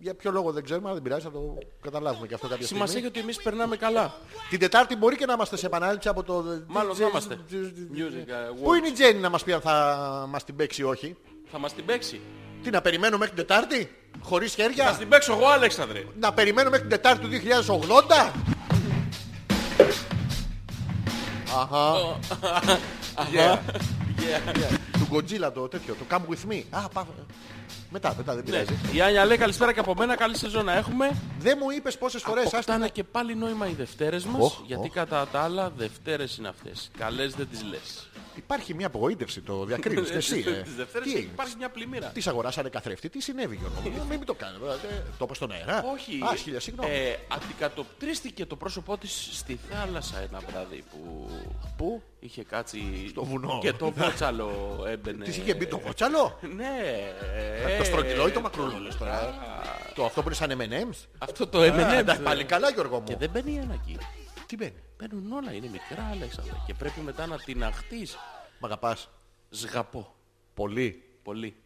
Speaker 1: για ποιο λόγο δεν ξέρουμε, αλλά δεν πειράζει, θα το καταλάβουμε και αυτό κάποια στιγμή.
Speaker 2: Σημασία έχει ότι εμείς περνάμε καλά.
Speaker 1: Την Τετάρτη μπορεί και να είμαστε σε επανάληψη από το...
Speaker 2: Μάλλον θα είμαστε. Music uh, Awards.
Speaker 1: Πού είναι η Τζέννη να μας πει αν θα μας την παίξει ή όχι.
Speaker 2: Θα μας την παίξει.
Speaker 1: Τι να περιμένω μέχρι την Τετάρτη, χωρίς χέρια.
Speaker 2: Θα την παίξω εγώ, Αλέξανδρε.
Speaker 1: Να περιμένω μέχρι την Τετάρτη του 2080. Αχα. Yeah. Του Godzilla το τέτοιο, το Come With Me. Α, πάμε. Μετά, μετά
Speaker 2: Ναι.
Speaker 1: δεν πειράζει.
Speaker 2: Η Άνια λέει καλησπέρα και από μένα. Καλή σεζόν να έχουμε.
Speaker 1: Δεν μου είπες πόσες φορές άστα.
Speaker 2: Αποκτάνε και πάλι νόημα οι Δευτέρες μας,
Speaker 1: Οχ,
Speaker 2: γιατί
Speaker 1: οχ.
Speaker 2: κατά τα άλλα Δευτέρες είναι αυτές. Καλές δεν τις λες.
Speaker 1: Υπάρχει μια απογοήτευση, το διακρίνεις
Speaker 2: Ναι,
Speaker 1: και εσύ. ε.
Speaker 2: Τις Δευτέρες
Speaker 1: Τι έγινε.
Speaker 2: υπάρχει μια πλημμύρα.
Speaker 1: Τη αγοράσανε καθρέφτη, τι συνέβη Γιώργο μου, μην μην το κάνετε. ε, Το είπα στον αέρα.
Speaker 2: Όχι.
Speaker 1: Α, χίλια, συγγνώμη.
Speaker 2: Ε, αντικατοπτρίστηκε το πρόσωπό της στη θάλασσα ένα βράδυ που
Speaker 1: Πού,
Speaker 2: είχε κάτσει
Speaker 1: Στο βουνό. Ναι.
Speaker 2: και το βότσαλο έμπαινε.
Speaker 1: της είχε μπει το βότσαλο.
Speaker 2: Ναι.
Speaker 1: Το
Speaker 2: ε,
Speaker 1: στρογγυλό ή το μακρούλο λες τώρα. ε. Το αυτό που είναι σαν M&M's.
Speaker 2: Αυτό το M&M.
Speaker 1: Πάλι καλά Γιώργο
Speaker 2: Και
Speaker 1: μου.
Speaker 2: δεν μπαίνει ένα εκεί.
Speaker 1: Τι μπαίνει.
Speaker 2: Μπαίνουν όλα, είναι μικρά Αλέξανδρα και πρέπει μετά να την αχτείς.
Speaker 1: Μ' αγαπάς.
Speaker 2: Σγαπώ.
Speaker 1: Πολύ.
Speaker 2: Πολύ.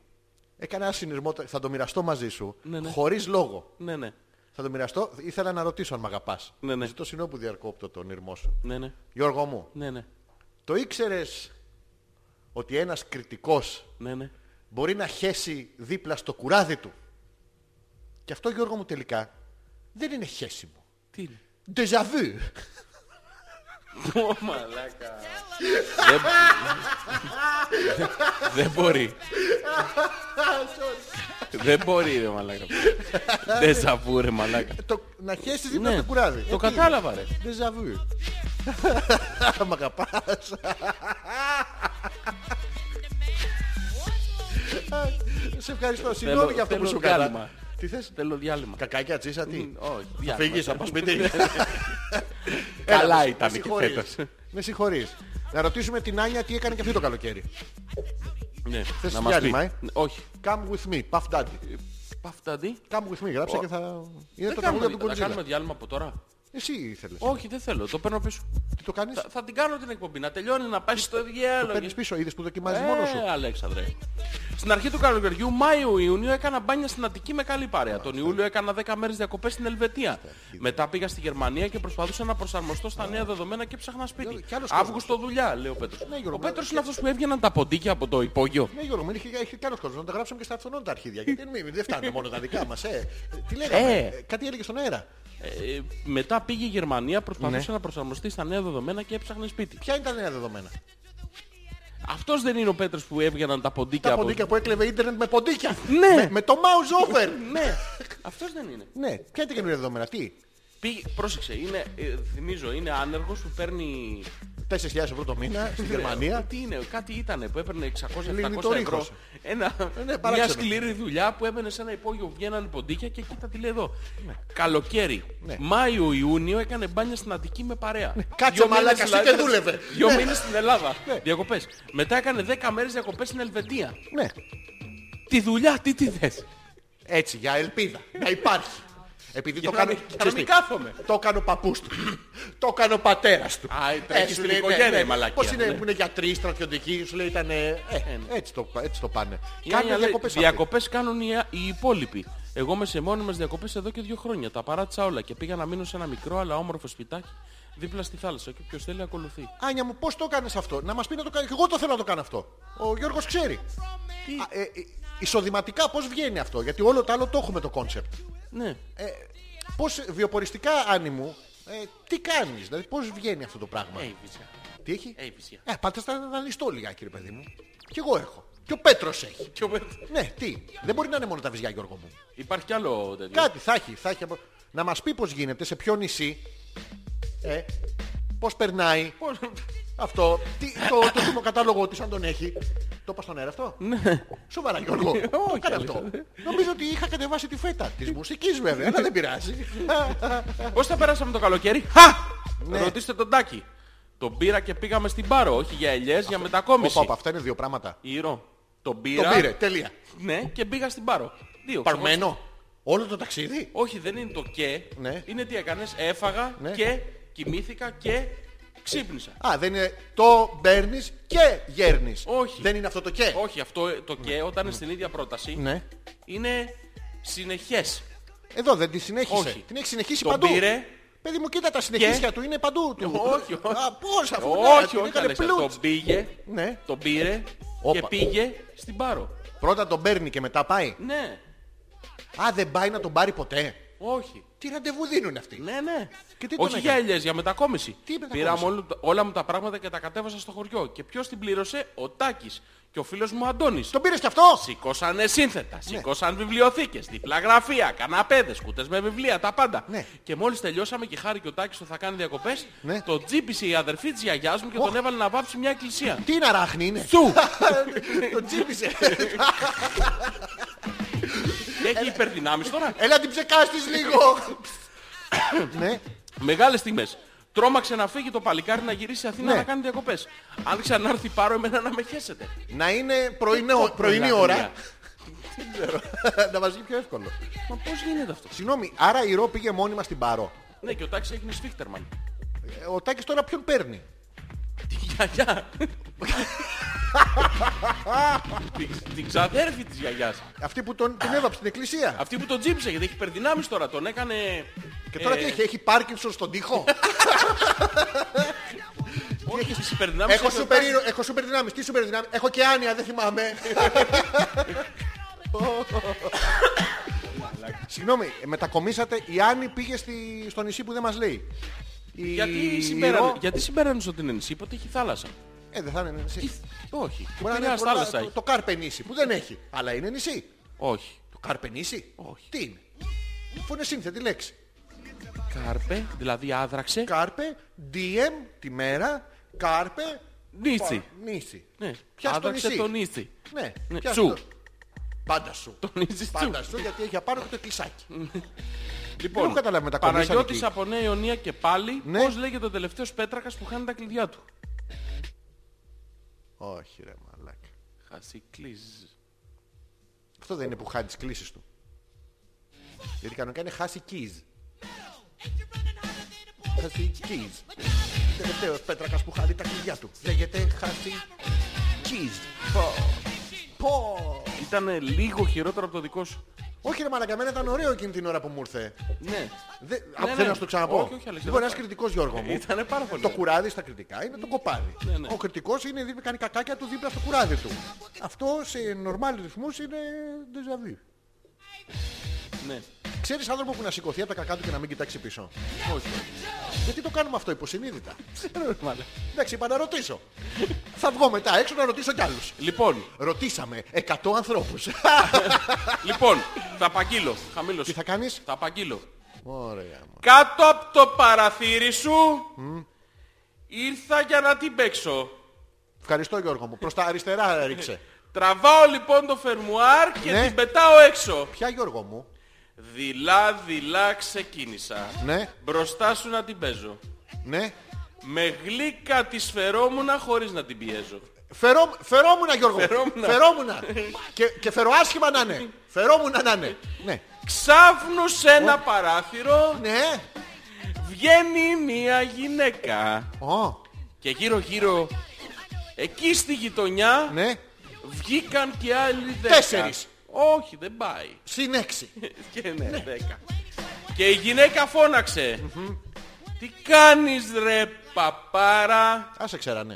Speaker 1: Έκανα ένα συνειρμό, θα το μοιραστώ μαζί σου,
Speaker 2: Ναι, ναι.
Speaker 1: χωρίς λόγο.
Speaker 2: Ναι, ναι.
Speaker 1: Θα το μοιραστώ, ήθελα να ρωτήσω αν μ' αγαπάς.
Speaker 2: Ναι, ναι.
Speaker 1: Ζητώ συγγνώμη που διακόπτω τον ήρμό σου.
Speaker 2: Ναι, ναι.
Speaker 1: Γιώργο μου,
Speaker 2: Ναι, ναι.
Speaker 1: το ήξερες ότι ένας κριτικός
Speaker 2: Ναι, ναι.
Speaker 1: μπορεί να χέσει δίπλα στο κουράδι του. Και αυτό Γιώργο μου τελικά δεν είναι χέσιμο.
Speaker 2: Τι είναι.
Speaker 1: Déjà vu.
Speaker 2: Ω, μαλάκα. Δεν- Δεν μπορεί. Δεν μπορεί, ρε μαλάκα. Δεν σαβού, ρε μαλάκα.
Speaker 1: Ε, Το, να χέσεις δίπλα
Speaker 2: Ναι,
Speaker 1: στο κουράδι.
Speaker 2: το κατάλαβα, ρε.
Speaker 1: Déjà vu. Μ' αγαπάς. Σε ευχαριστώ. Συγγνώμη για αυτό που
Speaker 2: θέλω
Speaker 1: σου έκανα.
Speaker 2: διάλειμμα.
Speaker 1: Τι θες.
Speaker 2: Θέλω διάλειμμα.
Speaker 1: Κακάκια τσίσα τι.
Speaker 2: Μ, Όχι,
Speaker 1: Θα
Speaker 2: διάλειμμα. Ναι.
Speaker 1: φύγεις, θα πας σπίτι. Έλα,
Speaker 2: Καλά
Speaker 1: με-
Speaker 2: ήταν
Speaker 1: με
Speaker 2: και
Speaker 1: συγχωρείς.
Speaker 2: φέτος.
Speaker 1: Με συγχωρείς. Να ρωτήσουμε την Άνια τι έκανε και αυτή το καλοκαίρι.
Speaker 2: Ναι,
Speaker 1: Θες
Speaker 2: να μας πει.
Speaker 1: διάλειμμα, ε?
Speaker 2: Ναι, Όχι.
Speaker 1: Come with me, Puff Daddy.
Speaker 2: Παφτά τι.
Speaker 1: Come with me, γράψα και θα... Είναι
Speaker 2: Δεν
Speaker 1: το
Speaker 2: κάνουμε,
Speaker 1: τραγούδι του
Speaker 2: θα κάνουμε
Speaker 1: Godzilla.
Speaker 2: διάλειμμα από τώρα.
Speaker 1: Εσύ ήθελες.
Speaker 2: Όχι, δεν θέλω. Το παίρνω πίσω.
Speaker 1: Τι το κάνεις,
Speaker 2: Θα, θα την κάνω την εκπομπή. Να τελειώνει, να πάει στο διάλογο.
Speaker 1: παίρνεις πίσω, είδες που δοκιμάζεις μόνος σου.
Speaker 2: Ε, Αλέξανδρε. Στην αρχή του καλοκαιριού, Μάιο-Ιούνιο, έκανα μπάνια στην Αττική με καλή παρέα. Τον Ιούλιο έκανα 10 μέρες διακοπές στην Ελβετία. Μετά πήγα στη Γερμανία και προσπαθούσα να προσαρμοστώ στα νέα δεδομένα και ψάχνα σπίτι.
Speaker 1: Κι άλλος
Speaker 2: Αύγουστο δουλειά, λέει ο Πέτρος.
Speaker 1: Ναι, Γιώργο,
Speaker 2: Ο Πέτρος
Speaker 1: και-
Speaker 2: είναι αυτός που έβγαιναν τα ποντίκια από το υπόγειο.
Speaker 1: Ναι, Γιώργο, μου είχε, είχε κάνει κόσμος να τα γράψουμε και στα αυτονών τα αρχίδια. Γιατί μη- δεν φτάνουν μόνο τα δικά μας, Ε. Τι λέγαμε,
Speaker 2: Ε.
Speaker 1: ε, κάτι έλεγε στον αέρα.
Speaker 2: Ε, μετά πήγε η Γερμανία, προσπαθούσε να προσαρμοστεί στα νέα δεδομένα και έψαχνε σπίτι.
Speaker 1: Ποια είναι τα νέα δεδομένα.
Speaker 2: Αυτός δεν είναι ο Πέτρος που έβγαιναν τα ποντίκια
Speaker 1: Τα
Speaker 2: από
Speaker 1: ποντίκια που έκλεβε ίντερνετ με ποντίκια.
Speaker 2: Ναι.
Speaker 1: Με, με το mouse over.
Speaker 2: Ναι, αυτός δεν είναι.
Speaker 1: ναι, ποια είναι τα καινούργια δεδομένα, τι.
Speaker 2: Πήγε, πρόσεξε, είναι, ε, θυμίζω, είναι άνεργος που παίρνει
Speaker 1: 4.000 ευρώ το μήνα στη Γερμανία.
Speaker 2: Τι είναι, κάτι ήταν που έπαιρνε 600-700 ευρώ.
Speaker 1: Λιγνητορύχος.
Speaker 2: Ένα,
Speaker 1: Ε, ναι, παράξενο.
Speaker 2: μια σκληρή δουλειά που έμπαινε σε ένα υπόγειο, βγαίνανε ποντίκια και κοίτα τι λέει εδώ. Καλοκαίρι.
Speaker 1: Ναι.
Speaker 2: Μάιο-Ιούνιο έκανε μπάνια στην Αττική με παρέα.
Speaker 1: Κάτσε,
Speaker 2: Δυο μήνες
Speaker 1: μαλάκας,
Speaker 2: στην
Speaker 1: εσύ δεν
Speaker 2: Ελλάδα-
Speaker 1: δούλευε.
Speaker 2: Δυο
Speaker 1: Ναι.
Speaker 2: μήνες στην Ελλάδα.
Speaker 1: Ναι.
Speaker 2: Διακοπές. Μετά έκανε 10 μέρες διακοπές στην Ελβετία.
Speaker 1: ναι,
Speaker 2: Τη δουλειά, τι τη θες.
Speaker 1: έτσι για ελπίδα να υπάρχει. Επειδή
Speaker 2: Για
Speaker 1: το
Speaker 2: να
Speaker 1: κάνω.
Speaker 2: μην- για να
Speaker 1: ξέρεις
Speaker 2: μην
Speaker 1: τι,
Speaker 2: κάθομαι.
Speaker 1: Το έκανε ο παππούς του. το έκανε ο πατέρας του.
Speaker 2: Α, τρέχει
Speaker 1: Έτσι
Speaker 2: στην
Speaker 1: λέει, ναι,
Speaker 2: οικογένεια
Speaker 1: ναι.
Speaker 2: η μαλακία,
Speaker 1: Πώς είναι
Speaker 2: ναι.
Speaker 1: που είναι γιατροί, στρατιωτικοί, σου λέει ήταν. ε, ε, έτσι, το, έτσι το πάνε.
Speaker 2: Η
Speaker 1: Κάνουν
Speaker 2: Άνια λέει,
Speaker 1: διακοπές αυτοί.
Speaker 2: «Διακοπές κάνουν οι, οι υπόλοιποι. Εγώ είμαι σε μόνιμες διακοπές εδώ και δύο χρόνια. Τα παράτησα όλα και πήγα να μείνω σε ένα μικρό αλλά όμορφο σπιτάκι δίπλα στη θάλασσα. Και ποιος θέλει ακολουθεί.
Speaker 1: Άνια μου, πώς το έκανες αυτό. Να μας πει να το κάνει. Εγώ το θέλω να το κάνω αυτό. Ο Γιώργος ξέρει. Α, ε, ε, εισοδηματικά πώς βγαίνει αυτό. Γιατί όλο το άλλο το έχουμε το κόνσεπτ.
Speaker 2: Ναι.
Speaker 1: Πώς βιοποριστικά, Άννη μου, ε, τι κάνεις. Δηλαδή πώς βγαίνει αυτό το πράγμα.
Speaker 2: Ε, βυσιά.
Speaker 1: Τι έχει.
Speaker 2: Ε, βυσιά.
Speaker 1: Ε, πάτε στα να ληστώ λιγάκι, ρε παιδί μου. Κι εγώ έχω. Και ο Πέτρος έχει.
Speaker 2: Και ο Πέτρος.
Speaker 1: Ναι, τι. Δεν μπορεί να είναι μόνο τα βυζιά, Γιώργο μου.
Speaker 2: Υπάρχει κι άλλο τέτοιο.
Speaker 1: Κάτι θα έχει. Θα έχει απο- Να μας πει πώς γίνεται, σε ποιο νησί. Ε, πώς περνάει.
Speaker 2: Πώς-
Speaker 1: Αυτό. Τι, το, το κατάλογο της αν τον έχει. Το είπα στον αέρα αυτό. Ναι. Σοβαρά Γιώργο. το έκανα αυτό.
Speaker 2: ναι.
Speaker 1: Νομίζω ότι είχα κατεβάσει τη φέτα. Της μουσικής βέβαια. Αλλά δεν πειράζει.
Speaker 2: Πώς θα περάσαμε το καλοκαίρι. Χα!
Speaker 1: Ναι.
Speaker 2: Ρωτήστε τον Τάκη. Τον πήρα και πήγαμε στην Πάρο. Όχι για ελιές, για μετακόμιση.
Speaker 1: Όπα, όπα, αυτά είναι δύο πράγματα.
Speaker 2: Ήρω. Τον
Speaker 1: Το
Speaker 2: πήρα.
Speaker 1: πήρε. Τελεία.
Speaker 2: Ναι, και πήγα στην Πάρο. Δύο.
Speaker 1: Παρμένο. Όλο το ταξίδι.
Speaker 2: Όχι, δεν είναι το και.
Speaker 1: Ναι.
Speaker 2: Είναι τι έκανες. Έφαγα
Speaker 1: Ναι.
Speaker 2: και κοιμήθηκα και ξύπνησα.
Speaker 1: Α, δεν είναι το παίρνει και γέρνεις.
Speaker 2: Όχι.
Speaker 1: Δεν είναι αυτό το και.
Speaker 2: Όχι, αυτό ε, το και όταν είναι στην ίδια πρόταση
Speaker 1: Ναι.
Speaker 2: είναι συνεχές.
Speaker 1: Εδώ δεν τη συνέχισε.
Speaker 2: Όχι.
Speaker 1: Την έχει συνεχίσει
Speaker 2: Τον
Speaker 1: παντού.
Speaker 2: πήρε.
Speaker 1: Παιδί μου, κοίτα τα συνεχίσια του, είναι παντού του.
Speaker 2: Όχι, όχι.
Speaker 1: Α, πώς αφού ναι,
Speaker 2: όχι,
Speaker 1: την
Speaker 2: όχι,
Speaker 1: έκανε
Speaker 2: Αλέξανδρε.
Speaker 1: πλούτ.
Speaker 2: Τον πήγε,
Speaker 1: Ναι.
Speaker 2: τον πήρε
Speaker 1: Όπα.
Speaker 2: και πήγε στην Πάρο.
Speaker 1: Πρώτα τον παίρνει και μετά πάει.
Speaker 2: Ναι,
Speaker 1: Α, δεν πάει να τον πάρει ποτέ.
Speaker 2: όχι.
Speaker 1: Τι ραντεβού δίνουν αυτοί.
Speaker 2: Ναι, ναι.
Speaker 1: Και τι τον
Speaker 2: όχι για
Speaker 1: έκανε?
Speaker 2: ελιές, για μετακόμιση.
Speaker 1: Τι μετακόμιση?
Speaker 2: Πήραμε όλο- όλα μου τα πράγματα και τα κατέβασα στο χωριό. Και ποιος την πλήρωσε, ο Τάκης και ο φίλος μου ο Αντώνης.
Speaker 1: Τον πήρες κι αυτός.
Speaker 2: Σήκωσαν
Speaker 1: Ναι.
Speaker 2: σύνθετα, σήκωσαν βιβλιοθήκες, διπλά γραφεία, καναπέδες, κούτες με βιβλία, τα πάντα.
Speaker 1: Ναι.
Speaker 2: Και μόλις τελειώσαμε και χάρη και ο Τάκης το θα κάνει διακοπές,
Speaker 1: Ναι.
Speaker 2: τον τσίπησε η αδερφή της γιαγιάς μου και τον έβαλε να βάψει μια εκκλησία.
Speaker 1: Τι να ράχνει είναι.
Speaker 2: Σου!
Speaker 1: τον τσίπησε. Ε,
Speaker 2: και έχει υπερδυνάμεις τώρα.
Speaker 1: Έλα την ψεκάστης λίγο. ναι.
Speaker 2: Μεγάλες στιγμές. Τρώμαξε να φύγει το παλικάρι να γυρίσει Αθήνα
Speaker 1: Ναι.
Speaker 2: να κάνει διακοπές. Αν ξανάρθει πάρω εμένα να με χέσετε.
Speaker 1: Να είναι πρωινό, πρωινή ώρα. να μας γίνει πιο εύκολο.
Speaker 2: Μα πώς γίνεται αυτό.
Speaker 1: Συγγνώμη, άρα η Ρο πήγε μόνιμα στην Πάρο.
Speaker 2: Ναι και ο Τάκης έγινε σφίχτερμαν.
Speaker 1: Ε, Ο Τάκης τώρα ποιον παίρνει.
Speaker 2: Τη γιαγιά. Την- Την ξαδέρφη της γιαγιάς.
Speaker 1: Αυτή που τον, τον έβαψε στην εκκλησία.
Speaker 2: Αυτή που τον τζίψε γιατί έχει υπερδυνάμεις τώρα. Τον έκανε...
Speaker 1: Και τώρα
Speaker 2: ε,
Speaker 1: τι έχει, έχει Πάρκινσον στον τοίχο.
Speaker 2: Όχι, τις υπερδυνάμεις
Speaker 1: έχω,
Speaker 2: έχει ο
Speaker 1: σούπερ,
Speaker 2: Τάκης.
Speaker 1: ήρωα- έχω σούπερ δυνάμεις. Τι σούπερ δυνάμεις. Έχω και άνοια, δεν θυμάμαι. Συγγνώμη, ε, μετακομίσατε. Η Άννη πήγε στη, στο νησί που δεν μας λέει. Η- η
Speaker 2: Γιατί συμπέρανε,
Speaker 1: Ρο-
Speaker 2: γιατί συμπέρανες ότι είναι νησί, είπατε έχει θάλασσα.
Speaker 1: Ε, δεν θα είναι νησί.
Speaker 2: Όχι.
Speaker 1: Μπορεί να
Speaker 2: Πειραιάς
Speaker 1: είναι
Speaker 2: θάλασσα
Speaker 1: το,
Speaker 2: έχει.
Speaker 1: το, το Καρπενήσι που δεν έχει. Αλλά είναι νησί.
Speaker 2: Όχι.
Speaker 1: Το Καρπενήσι.
Speaker 2: Όχι.
Speaker 1: Τι είναι. Φωνεσύνθετη λέξη.
Speaker 2: Κάρπε, δηλαδή άδραξε.
Speaker 1: Κάρπε, DM τη μέρα, κάρπε,
Speaker 2: Νίτσι.
Speaker 1: πα- νίτσι.
Speaker 2: Ναι.
Speaker 1: Πιάσε το
Speaker 2: Άδραξε
Speaker 1: νησί.
Speaker 2: το νίτσι.
Speaker 1: Ναι,
Speaker 2: Ναι.
Speaker 1: πιάσε
Speaker 2: Σου.
Speaker 1: το- Πάντα σου.
Speaker 2: Το νίτσι σου. Ναι.
Speaker 1: Πάντα σου γιατί έχει απάνω και το κλεισάκι. Δεν
Speaker 2: Λοιπόν,
Speaker 1: έχω καταλάβει μετακομίσανε
Speaker 2: Παναγιώτης
Speaker 1: εκεί.
Speaker 2: από Νέα Ιωνία και πάλι,
Speaker 1: Ναι.
Speaker 2: πώς λέγεται ο τελευταίος πέτρακας που χάνει τα κλειδιά του.
Speaker 1: Όχι ρε μαλάκα.
Speaker 2: Χασικλής.
Speaker 1: Αυτό δεν είναι που χάνει τις κλήσεις του. Γιατί κανονικά είναι χάσει keys. Χάσει keys. Τελευταίος πέτρακας που χάνει τα κλειδιά του. Λέγεται χάσει keys. Πω. Πω.
Speaker 2: Ήταν λίγο χειρότερο από το δικό σου.
Speaker 1: Όχι ρε μαλάκα, εμένα ήταν ωραίο εκείνη την ώρα που μου ήρθε.
Speaker 2: Ναι.
Speaker 1: Δε, α,
Speaker 2: ναι.
Speaker 1: θέλω να σου το ξαναπώ.
Speaker 2: Όχι, όχι,
Speaker 1: λοιπόν,
Speaker 2: Αλέξη, δεν Ε,
Speaker 1: ένα
Speaker 2: πάει.
Speaker 1: κριτικός Γιώργο μου.
Speaker 2: Ήτανε πάρα πολύ
Speaker 1: Το
Speaker 2: ωραίο.
Speaker 1: κουράδι στα κριτικά είναι το κοπάδι.
Speaker 2: Ναι, ναι.
Speaker 1: Ο κριτικός είναι δίπλα, κάνει κακάκια του δίπλα στο κουράδι του. Αυτό σε νορμάλ ρυθμούς είναι ντεζαβί.
Speaker 2: ναι.
Speaker 1: Ξέρεις άνθρωπο που να σηκωθεί από τα κακά του και να μην κοιτάξει πίσω.
Speaker 2: Όχι.
Speaker 1: Γιατί το κάνουμε αυτό υποσυνείδητα.
Speaker 2: Μάλιστα.
Speaker 1: Εντάξει, είπα να ρωτήσω. Θα βγω μετά έξω να ρωτήσω κι άλλους.
Speaker 2: Λοιπόν,
Speaker 1: Ρωτήσαμε 100 ανθρώπους.
Speaker 2: λοιπόν, θα παγγείλω. Χαμήλω.
Speaker 1: Τι θα κάνεις.
Speaker 2: Θα απαγγείλω.
Speaker 1: Ωραία. μα.
Speaker 2: Κάτω από το παραθύρι σου ήρθα για να την παίξω.
Speaker 1: Ευχαριστώ Γιώργο μου. Προς τα αριστερά ρίξε.
Speaker 2: Τραβάω λοιπόν το φερμουάρ και
Speaker 1: Ναι.
Speaker 2: την πετάω έξω.
Speaker 1: Ποια Γιώργο μου.
Speaker 2: Δειλά, δειλά ξεκίνησα.
Speaker 1: Ναι,
Speaker 2: Μπροστά σου να την παίζω.
Speaker 1: ναι.
Speaker 2: Με γλύκα τη σφερόμουνα χωρίς να την πιέζω.
Speaker 1: Φερό, φερόμουνα Γιώργο.
Speaker 2: Φερόμουνα.
Speaker 1: Φερόμουνα. και, και φεροάσχημα να είναι. Φερόμουνα να είναι. Ναι.
Speaker 2: Ξάφνου σε ένα παράθυρο
Speaker 1: Ναι.
Speaker 2: βγαίνει μια γυναίκα.
Speaker 1: Ω,
Speaker 2: Και γύρω γύρω εκεί στη γειτονιά
Speaker 1: ναι.
Speaker 2: βγήκαν και άλλοι δέκα.
Speaker 1: Τέσσερις.
Speaker 2: Όχι δεν πάει.
Speaker 1: Συν έξι.
Speaker 2: Και ναι, δέκα. Και η γυναίκα φώναξε. Τι κάνεις ρε παπάρα.
Speaker 1: Άσε ξέρα, ναι.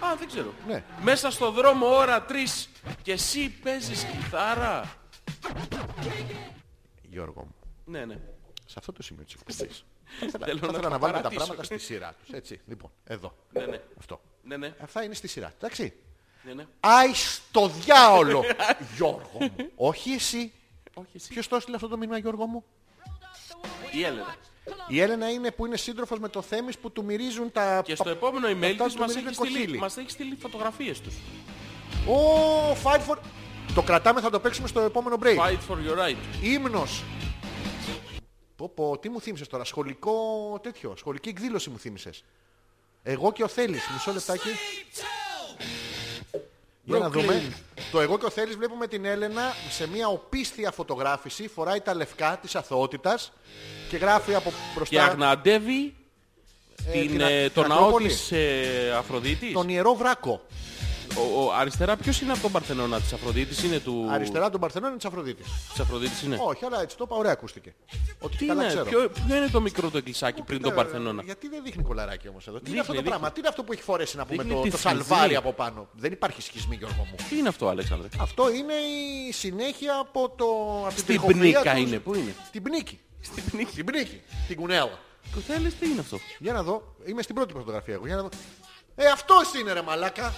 Speaker 2: Α, δεν ξέρω.
Speaker 1: Ναι.
Speaker 2: Μέσα στο δρόμο ώρα 3 και εσύ παίζεις κιθάρα.
Speaker 1: Γιώργο μου,
Speaker 2: Ναι, ναι.
Speaker 1: σε αυτό το σημείο της εκπομπής. Θα ήθελα-
Speaker 2: Θέλω
Speaker 1: θα
Speaker 2: να
Speaker 1: ήθελα
Speaker 2: το
Speaker 1: να βάλουμε τα
Speaker 2: παρατήσω.
Speaker 1: πράγματα στη σειρά τους. Έτσι. Λοιπόν, εδώ.
Speaker 2: Ναι, ναι.
Speaker 1: Αυτό.
Speaker 2: Ναι, ναι.
Speaker 1: Αυτά είναι στη σειρά. Εντάξει.
Speaker 2: ναι, ναι.
Speaker 1: Άι στο διάολο, Γιώργο μου. Όχι εσύ.
Speaker 2: Όχι εσύ.
Speaker 1: Ποιος το έστειλε αυτό το μήνυμα, Γιώργο μου.
Speaker 2: Η Έλενα.
Speaker 1: Η Έλενα είναι που είναι σύντροφος με το Θέμης που του μυρίζουν τα...
Speaker 2: Και στο επόμενο email
Speaker 1: αυτά
Speaker 2: της
Speaker 1: του
Speaker 2: μας
Speaker 1: μυρίζουν
Speaker 2: έχει, στείλει,
Speaker 1: κοχύλι.
Speaker 2: μας έχει στείλει φωτογραφίες τους.
Speaker 1: Ε. Ω, fight for... Το κρατάμε, θα το παίξουμε στο επόμενο break.
Speaker 2: Fight for your right.
Speaker 1: Ύμνος. Πω πω, τι μου θύμισες τώρα, σχολικό τέτοιο, σχολική εκδήλωση μου θύμισες. Εγώ και ο Θέλης, μισό λεπτάκι. Για να
Speaker 2: Brooklyn.
Speaker 1: δούμε. Το εγώ και ο Θέλης βλέπουμε την Έλενα σε μια οπίσθια φωτογράφηση, φοράει τα λευκά της αθωότητας και γράφει από
Speaker 2: Και
Speaker 1: μπροστά
Speaker 2: αγναντεύει την,
Speaker 1: την Α-
Speaker 2: ε,
Speaker 1: την
Speaker 2: το ναό
Speaker 1: Ακρόπολη.
Speaker 2: της ε, Αφροδίτης.
Speaker 1: τον Ιερό Βράκο.
Speaker 2: Ο, ο- αριστερά ποιος είναι από τον Παρθενώνα της Αφροδίτης είναι του...
Speaker 1: Αριστερά τον Παρθενών είναι της Αφροδίτης.
Speaker 2: Της Αφροδίτης είναι.
Speaker 1: Όχι, αλλά έτσι το είπα, ωραία ακούστηκε. Ότι
Speaker 2: Τι
Speaker 1: καλά
Speaker 2: είναι,
Speaker 1: ξέρω.
Speaker 2: ποιο, ποιο είναι το μικρό το εκκλησάκι πριν τον
Speaker 1: Ε,
Speaker 2: Παρθενώνα.
Speaker 1: Γιατί δεν δείχνει κολαράκι όμως εδώ. Τι
Speaker 2: Δείχνει,
Speaker 1: είναι αυτό το
Speaker 2: δείχνει.
Speaker 1: πράγμα, τι είναι αυτό που έχει φορέσει να πούμε
Speaker 2: Δείχνει
Speaker 1: το,
Speaker 2: τη
Speaker 1: το
Speaker 2: φυζή.
Speaker 1: σαλβάρι από πάνω. Δεν υπάρχει σχισμή Γιώργο μου.
Speaker 2: Τι είναι αυτό, Αλέξανδρε.
Speaker 1: Αυτό είναι η συνέχεια από το... Από την
Speaker 2: Στην
Speaker 1: τριχοφυΐα
Speaker 2: πνίκα
Speaker 1: τους.
Speaker 2: είναι, πού είναι.
Speaker 1: Την πνίκη.
Speaker 2: Στην πνίχη.
Speaker 1: Την πνίκη. Την κουνέλα.
Speaker 2: Του θέλεις τι είναι αυτό.
Speaker 1: Για να δω. Είμαι στην πρώτη φωτογραφία εγώ. Για να δω. Ε, αυτός είναι ρε μαλάκα.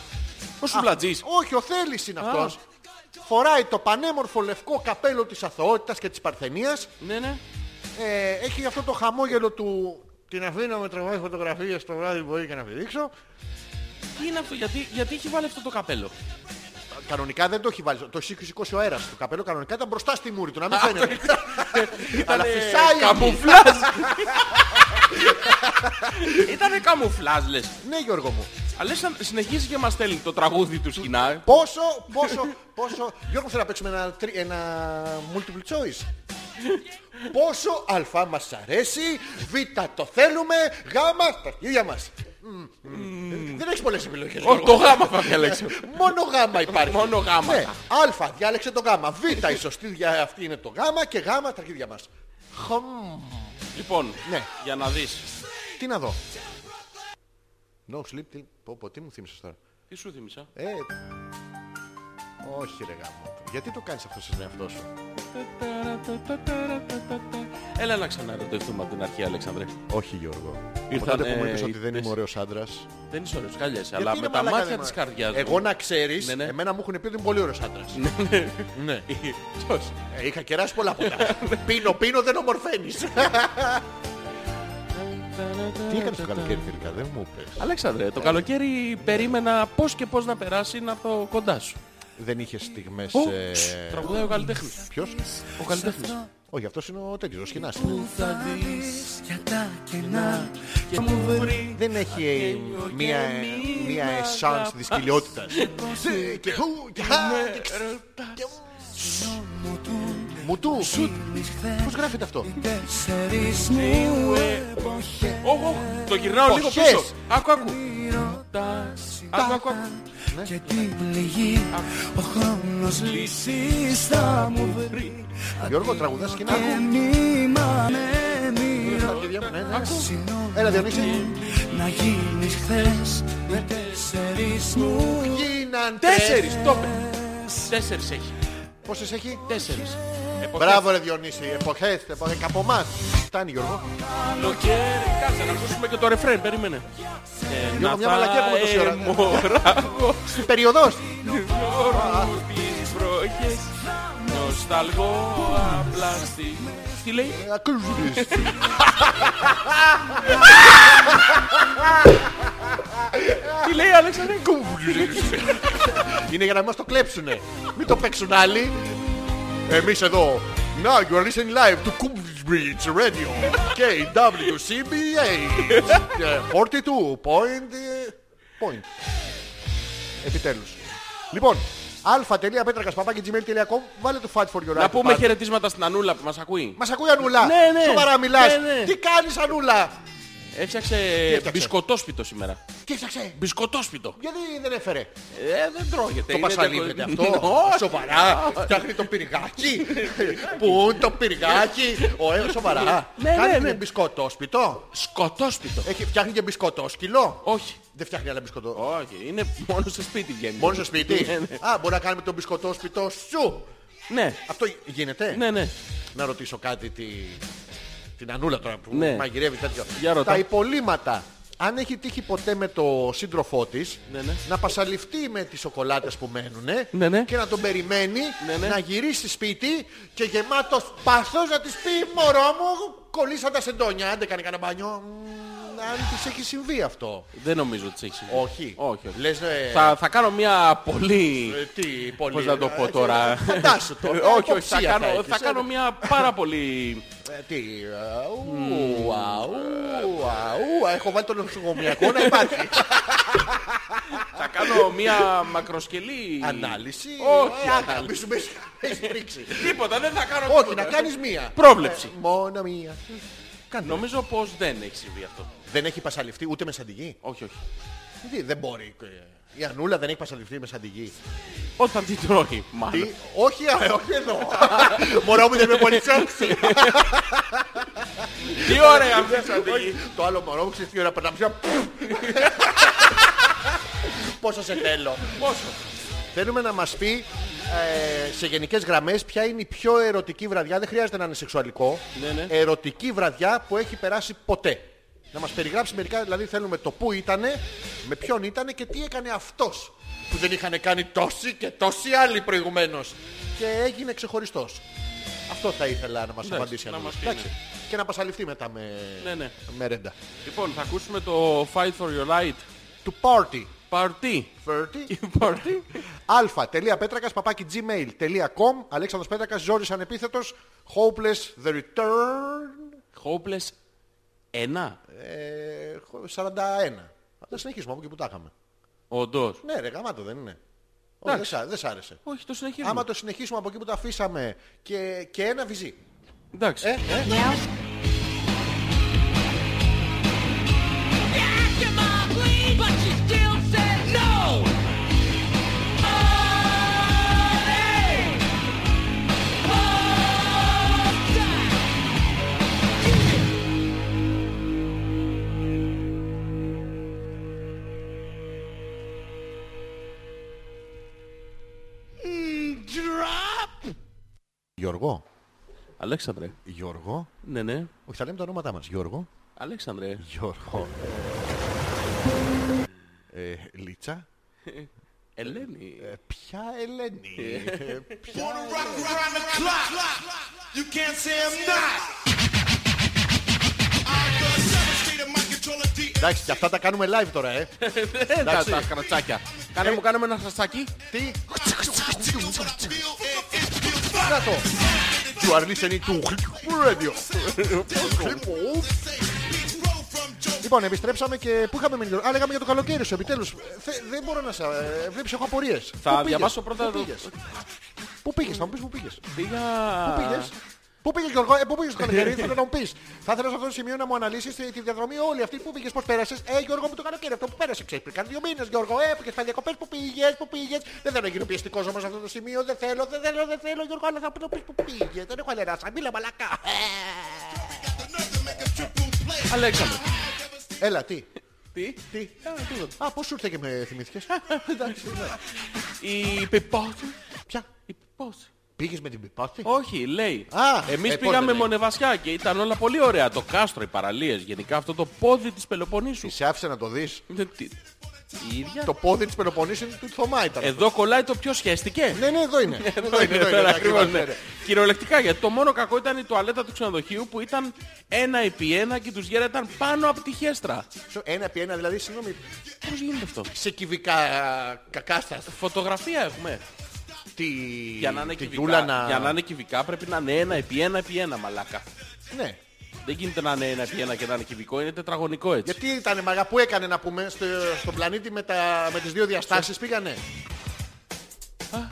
Speaker 2: Ο σουβλατζής.
Speaker 1: Όχι, ο Θέλης είναι αυτός. Φοράει το πανέμορφο λευκό καπέλο της αθωότητας και της παρθενίας.
Speaker 2: Ναι, ναι.
Speaker 1: Ε, έχει αυτό το χαμόγελο του... Την αφήνω με τραβάει φωτογραφίες το βράδυ μπορεί και να φυδίξω.
Speaker 2: Τι είναι αυτό, γιατί, γιατί έχει βάλει αυτό το καπέλο.
Speaker 1: Κανονικά δεν το έχει βάλει. Το έχει σηκώσει ο αέρας του. καπέλο κανονικά ήταν μπροστά στη μούρη του, να μην φαίνεται. Αλλά
Speaker 2: Ήτανε
Speaker 1: φυσάει από
Speaker 2: Καμουφλάζ. Ήτανε καμουφλάζ, λες.
Speaker 1: Ναι, Γιώργο μου.
Speaker 2: Αλέξανδρε, συνεχίζει και μας στέλνει το τραγούδι του σκηνά.
Speaker 1: Πόσο, πόσο, πόσο. Γιώργο, θέλω να παίξουμε ένα, τρι- ένα multiple choice. πόσο α μας αρέσει, β το θέλουμε, γ τα χέρια μας. Μμμ. Δεν έχεις πολλές επιλογές.
Speaker 2: Ω, Το γάμα θα διαλέξω.
Speaker 1: Μόνο γάμα υπάρχει.
Speaker 2: Μόνο γάμα.
Speaker 1: Ναι. Α, διάλεξε το γάμα. Β, η σωστή δια- αυτή είναι το γάμα και γάμα τα χέρια μας. Χαμ.
Speaker 2: Λοιπόν,
Speaker 1: Ναι.
Speaker 2: για να δεις.
Speaker 1: Τι να δω. No sleep till... Πω, πω, τι μου θύμισες τώρα.
Speaker 2: Τι σου θύμισα.
Speaker 1: Ε, όχι ρε γάμο. Γιατί το κάνεις αυτό στον εαυτό σου.
Speaker 2: Έλα να ξαναρωτηθούμε από την αρχή, Αλέξανδρε.
Speaker 1: Όχι Γιώργο.
Speaker 2: Ήρθαν,
Speaker 1: Ήρθατε που μου
Speaker 2: ε,
Speaker 1: είπες ότι δεν
Speaker 2: ήρθες.
Speaker 1: είμαι ωραίος άντρας.
Speaker 2: Δεν είσαι ωραίος, κάλιασαι,
Speaker 1: Γιατί
Speaker 2: αλλά
Speaker 1: είναι
Speaker 2: με τα
Speaker 1: μαλάκα,
Speaker 2: μάτια
Speaker 1: δεν
Speaker 2: της
Speaker 1: μ'
Speaker 2: καρδιάς.
Speaker 1: Εγώ να ξέρεις,
Speaker 2: Ναι, ναι.
Speaker 1: εμένα μου έχουν πει ότι είμαι πολύ ωραίος άντρας.
Speaker 2: Ναι. Ποιος?
Speaker 1: Ε, είχα κεράσει πολλά από τα.
Speaker 2: Ναι.
Speaker 1: πίνω, πίνω, δεν ομορφαίνεις. Τι έκανες το καλοκαίρι τελικά, δεν μου είπες.
Speaker 2: Αλέξανδρε, το καλοκαίρι περίμενα πώς και πώς να περάσει να έρθω κοντά σου.
Speaker 1: Δεν είχες στιγμές...
Speaker 2: Ω,
Speaker 1: ε,
Speaker 2: Τραγουδάει ο καλλιτέχνης.
Speaker 1: Ποιος?
Speaker 2: Ο καλλιτέχνης.
Speaker 1: Όχι, αυτός είναι ο τέτοιος, ο σκηνάς.
Speaker 2: Και μου βρει
Speaker 1: Δεν έχει ε, μία, ε, μία εσάνς της κοιλιότητας. Ναι. Ε, Και χου, και χα, και ξ- και Μου του, σουτ. Πώς γράφεται αυτό.
Speaker 2: Οχ, το γυρνάω λίγο
Speaker 1: Εποχές.
Speaker 2: πίσω. Άκου, άκου. Τα- Άκου, άκου, άκου.
Speaker 5: Και την πληγή ο χρόνος λύσεις θα μου βρει
Speaker 1: Γιώργο, τραγουδάς σκηνά.
Speaker 5: Και μήμα με
Speaker 1: Τα
Speaker 5: μοίρα
Speaker 1: χέρια μου, ναι, ναι.
Speaker 5: συνόδι
Speaker 1: Έλα, Διονύση.
Speaker 5: Να γίνεις χθες με τέσσερις μου
Speaker 1: Γίναν
Speaker 2: Τέσσερις, το είπε. Τέσσερις έχει.
Speaker 1: Πόσες έχει.
Speaker 2: Τέσσερις. Εποχές.
Speaker 1: Μπράβο ρε Διονύση, εποχές, εποχές, καπομάς. Φτάνει Γιώργο.
Speaker 2: Καλοκαίρι, κάτσε να ακούσουμε και το ρεφρέν, περίμενε. Ε,
Speaker 1: Γιώργο, μια μαλακία έχουμε τόση ώρα.
Speaker 2: Μωράγο,
Speaker 1: Περιοδός.
Speaker 2: Γιώργου τις βροχές, νοσταλγώ απλά στη... Τι λέει,
Speaker 1: Ε, Ακούζεις.
Speaker 2: τι λέει Αλέξανδρε.
Speaker 1: Είναι για να μας το κλέψουνε. Μην το παίξουν άλλοι. Εμείς εδώ Now you are listening live to Cambridge Radio KWCBA ε, 42 point, ε, point. Επιτέλους. Λοιπόν, αλφα.πέτρακας.gmail.com Βάλε το fat for your
Speaker 2: Να
Speaker 1: life,
Speaker 2: πούμε
Speaker 1: πάντα.
Speaker 2: χαιρετίσματα στην Ανούλα που μας ακούει.
Speaker 1: Μας ακούει Ανούλα.
Speaker 2: Ναι, ναι.
Speaker 1: Σοβαρά μιλάς.
Speaker 2: Ναι, ναι.
Speaker 1: Τι κάνεις Ανούλα.
Speaker 2: Έφτιαξε
Speaker 1: έφτιαξε?
Speaker 2: μπισκοτόσπιτο σήμερα.
Speaker 1: Τι έφτιαξε.
Speaker 2: Μπισκοτόσπιτο.
Speaker 1: Γιατί δεν έφερε.
Speaker 2: Ε, δεν τρώγεται.
Speaker 1: Το
Speaker 2: είναι
Speaker 1: πασαλίβεται
Speaker 2: διακο-
Speaker 1: αυτό.
Speaker 2: Όχι.
Speaker 1: Σοβαρά. Ναι, Φτιάχνει το πυργάκι. Πού είναι το πυργάκι. Ο ε, σοβαρά.
Speaker 2: Ναι, ναι,
Speaker 1: Κάνει
Speaker 2: ναι.
Speaker 1: και μπισκότο σπιτό.
Speaker 2: Σκοτόσπιτο.
Speaker 1: Έχει φτιάχνει και μπισκότο σκυλό.
Speaker 2: Όχι.
Speaker 1: Δεν φτιάχνει άλλα μπισκότο.
Speaker 2: Όχι, είναι μόνο στο σπίτι βγαίνει.
Speaker 1: Μόνο στο σπίτι.
Speaker 2: Ναι, ναι.
Speaker 1: Α, μπορεί να κάνουμε το μπισκότο σπιτό σου.
Speaker 2: Ναι,
Speaker 1: Αυτό γίνεται.
Speaker 2: ναι, ναι.
Speaker 1: Να ρωτήσω κάτι τη... την Ανούλα τώρα που
Speaker 2: Ναι.
Speaker 1: μαγειρεύει τέτοιο.
Speaker 2: Για ρωτά.
Speaker 1: Τα υπολείμματα. Αν έχει τύχει ποτέ με το σύντροφό της
Speaker 2: Ναι, ναι.
Speaker 1: να πασαλιφτεί με τις σοκολάτες που μένουν
Speaker 2: Ναι, ναι.
Speaker 1: και να τον περιμένει
Speaker 2: Ναι, ναι.
Speaker 1: να γυρίσει σπίτι και γεμάτος πάθος να της πει μωρό μου κολλήσαν τα σεντόνια. Αν δεν κάνει κανένα μπάνιο, μ, αν της έχει συμβεί αυτό.
Speaker 2: Δεν νομίζω ότι της έχει συμβεί.
Speaker 1: Όχι.
Speaker 2: Όχι. όχι.
Speaker 1: Λες, ε,
Speaker 2: Θα, θα κάνω μια πολύ...
Speaker 1: ε, τι, πολύ...
Speaker 2: Πώς να το πω
Speaker 1: ε,
Speaker 2: τώρα.
Speaker 1: Φαντάσου το.
Speaker 2: όχι, όχι, θα
Speaker 1: υποψία
Speaker 2: κάνω,
Speaker 1: έχεις,
Speaker 2: θα
Speaker 1: ε,
Speaker 2: κάνω μια πάρα πολύ...
Speaker 1: Ε, Τι, αου, αου, αου, έχω βάλει τον νοσοκομιακό να υπάρχει.
Speaker 2: θα κάνω μια μακροσκελή...
Speaker 1: Ανάλυση.
Speaker 2: Όχι,
Speaker 1: Ε,
Speaker 2: ανάλυση.
Speaker 1: αγάπη σου, με έχεις πρίξει.
Speaker 2: Τίποτα, δεν θα κάνω
Speaker 1: Όχι,
Speaker 2: τίποτα.
Speaker 1: να κάνεις μία.
Speaker 2: Πρόβλεψη.
Speaker 1: Ε, Μόνο μία.
Speaker 2: Νομίζω πως δεν έχει συμβεί αυτό.
Speaker 1: Δεν έχει πασαλιφθεί ούτε με σαντιγί.
Speaker 2: Όχι, όχι.
Speaker 1: Τι, δεν μπορεί. ε, Η Ανούλα δεν έχει πασαλιφθεί με σαντιγί.
Speaker 2: Όταν την τρώει,
Speaker 1: Τι,
Speaker 2: μάλλον.
Speaker 1: όχι, α, ε, όχι εδώ. Μωρό μου δεν με πολύ τσόξει.
Speaker 2: Τι ωραία αυτή η στρατηγική.
Speaker 1: Το άλλο μωρό μου ξέρεις τι ώρα περνάμε. πια. Πόσο σε θέλω.
Speaker 2: Πόσο.
Speaker 1: Θέλουμε να μας πει ε, σε γενικές γραμμές ποια είναι η πιο ερωτική βραδιά, δεν χρειάζεται να είναι σεξουαλικό,
Speaker 2: Ναι, ναι.
Speaker 1: ερωτική βραδιά που έχει περάσει ποτέ. Να μας περιγράψει μερικά, δηλαδή θέλουμε το πού ήτανε, με ποιον ήτανε και τι έκανε αυτός που δεν είχαν κάνει τόσοι και τόσοι άλλοι προηγουμένως και έγινε ξεχωριστός. Αυτό θα ήθελα να μας
Speaker 2: Εντάξει,
Speaker 1: απαντήσει.
Speaker 2: να
Speaker 1: αν
Speaker 2: μας
Speaker 1: είναι.
Speaker 2: πει,
Speaker 1: Εντάξει. Και να πασαληφθεί μετά με,
Speaker 2: Ναι, ναι.
Speaker 1: με ρέντα.
Speaker 2: Λοιπόν, θα ακούσουμε το Fight for Your Right
Speaker 1: Του party.
Speaker 2: Party.
Speaker 1: 30.
Speaker 2: Party.
Speaker 1: αλφα.πέτρακας παπάκι gmail.com Αλέξανδρος Πέτρακας, Ζόρις Ανεπίθετος Hopeless The Return
Speaker 2: Hopeless 1.
Speaker 1: ε, 41 Δεν συνεχίσουμε από εκεί που τα είχαμε
Speaker 2: Όντως.
Speaker 1: Ναι ρε γαμάτο δεν είναι Όχι,
Speaker 2: Εντάξει.
Speaker 1: δεν, σ' άρε- δεν σ' άρεσε
Speaker 2: Όχι, το συνεχίζουμε.
Speaker 1: Άμα το συνεχίσουμε από εκεί που τα αφήσαμε και, και ένα βυζί
Speaker 2: Εντάξει.
Speaker 1: ε, ε, Γιώργο
Speaker 2: Αλέξανδρε.
Speaker 1: Γιώργο
Speaker 2: Ναι, ναι.
Speaker 1: Όχι θα λέμε τα ονόματά μας Γιώργο
Speaker 2: Αλέξανδρε.
Speaker 1: Γιώργο ε, Λίτσα
Speaker 2: Ελένη.
Speaker 1: Ε, Ποια Ελένη Ε, Ποια
Speaker 6: You can't say I'm not.
Speaker 1: Εντάξει, και αυτά τα κάνουμε live τώρα, ε.
Speaker 2: Ε, τα,
Speaker 1: εντάξει.
Speaker 2: τα χρατσάκια. Κάνε μου, κάνε μου ένα χρατσάκι.
Speaker 1: Τι. Κάτω. You are listening to radio. Λοιπόν, επιστρέψαμε και πού είχαμε μείνει. Γιώργο? Α, λέγαμε για το καλοκαίρι σου, επιτέλους. Θε- Δεν μπορώ να σε... ε, Βλέπεις, έχω απορίες. Πού
Speaker 2: Θα
Speaker 1: πήγες?
Speaker 2: διαβάσω πρώτα
Speaker 1: Πού
Speaker 2: εδώ.
Speaker 1: πήγες? Πού πήγες, θα μου πεις πού πήγες. Πού
Speaker 2: Πήγα.
Speaker 1: πήγες. Πού πήγες Γιώργο, ε, πού πήγες το καλοκαίρι, θέλω να μου πεις. Θα ήθελα σε αυτό το σημείο να μου αναλύσεις τη, τη διαδρομή όλη αυτή. Πού πήγες, πώς πέρασες. Ε, Γιώργο μου το καλοκαίρι, αυτό που πέρασε. Ξέρεις, πριν κάνει δύο μήνες Γιώργο, ε, πήγες στα διακοπές, πού πήγες, πού πήγες. Δεν θέλω να γίνω πιεστικός όμως σε αυτό το σημείο, δεν θέλω, δεν θέλω, δεν θέλω Γιώργο, αλλά θα μου το πεις πού πήγες. Δεν έχω αλεράσα, μίλα μαλακά. Ε.
Speaker 2: Αλέξανδρε.
Speaker 1: Έλα, τι.
Speaker 2: Τι.
Speaker 1: Τι. Α, πώς σου ήρθε και με θυμήθηκες. Εντάξει, ναι.
Speaker 2: Η πεπόση.
Speaker 1: Ποια.
Speaker 2: Η πεπόση.
Speaker 1: Πήγες με την πιπάτη.
Speaker 2: Όχι, λέει.
Speaker 1: Α, ε,
Speaker 2: Εμείς
Speaker 1: πώς δεν
Speaker 2: πήγαμε
Speaker 1: λέει.
Speaker 2: μονεβασιά και ήταν όλα πολύ ωραία. Το κάστρο, οι παραλίες, γενικά αυτό το πόδι της Πελοποννήσου.
Speaker 1: Ε, Σε άφησε να το δεις.
Speaker 2: Είναι τι- Η ίδια.
Speaker 1: Το πόδι της Πελοποννήσου είναι του Θωμά ήταν.
Speaker 2: Εδώ κολλάει το ποιο σχέστηκε.
Speaker 1: Ναι, ναι, εδώ είναι. Εδώ είναι, εδώ
Speaker 2: Ε, Τώρα,
Speaker 1: είναι.
Speaker 2: ακριβώς,
Speaker 1: ακριβώς,
Speaker 2: ναι.
Speaker 1: ναι, ναι.
Speaker 2: Κυριολεκτικά γιατί το μόνο κακό ήταν η τουαλέτα του ξενοδοχείου που ήταν ένα επί ένα και τους γέρα ήταν πάνω από τη χέστρα.
Speaker 1: Ένα επί ένα, δηλαδή, συγγνώμη,
Speaker 2: Πώς γίνεται αυτό.
Speaker 1: σε κυβικά ε, κακάστα.
Speaker 2: Φωτογραφία έχουμε.
Speaker 1: τη,
Speaker 2: Για να είναι
Speaker 1: τη
Speaker 2: κυβικά,
Speaker 1: Γιούλα να...
Speaker 2: για να είναι κυβικά πρέπει να είναι ένα επί ένα επί ένα μαλάκα.
Speaker 1: Ναι.
Speaker 2: Δεν γίνεται να είναι ένα επί ένα και να είναι κυβικό, είναι τετραγωνικό έτσι.
Speaker 1: Γιατί ήταν μαγά που έκανε να πούμε στο, στον πλανήτη με, τα, με τις δύο διαστάσεις πήγανε.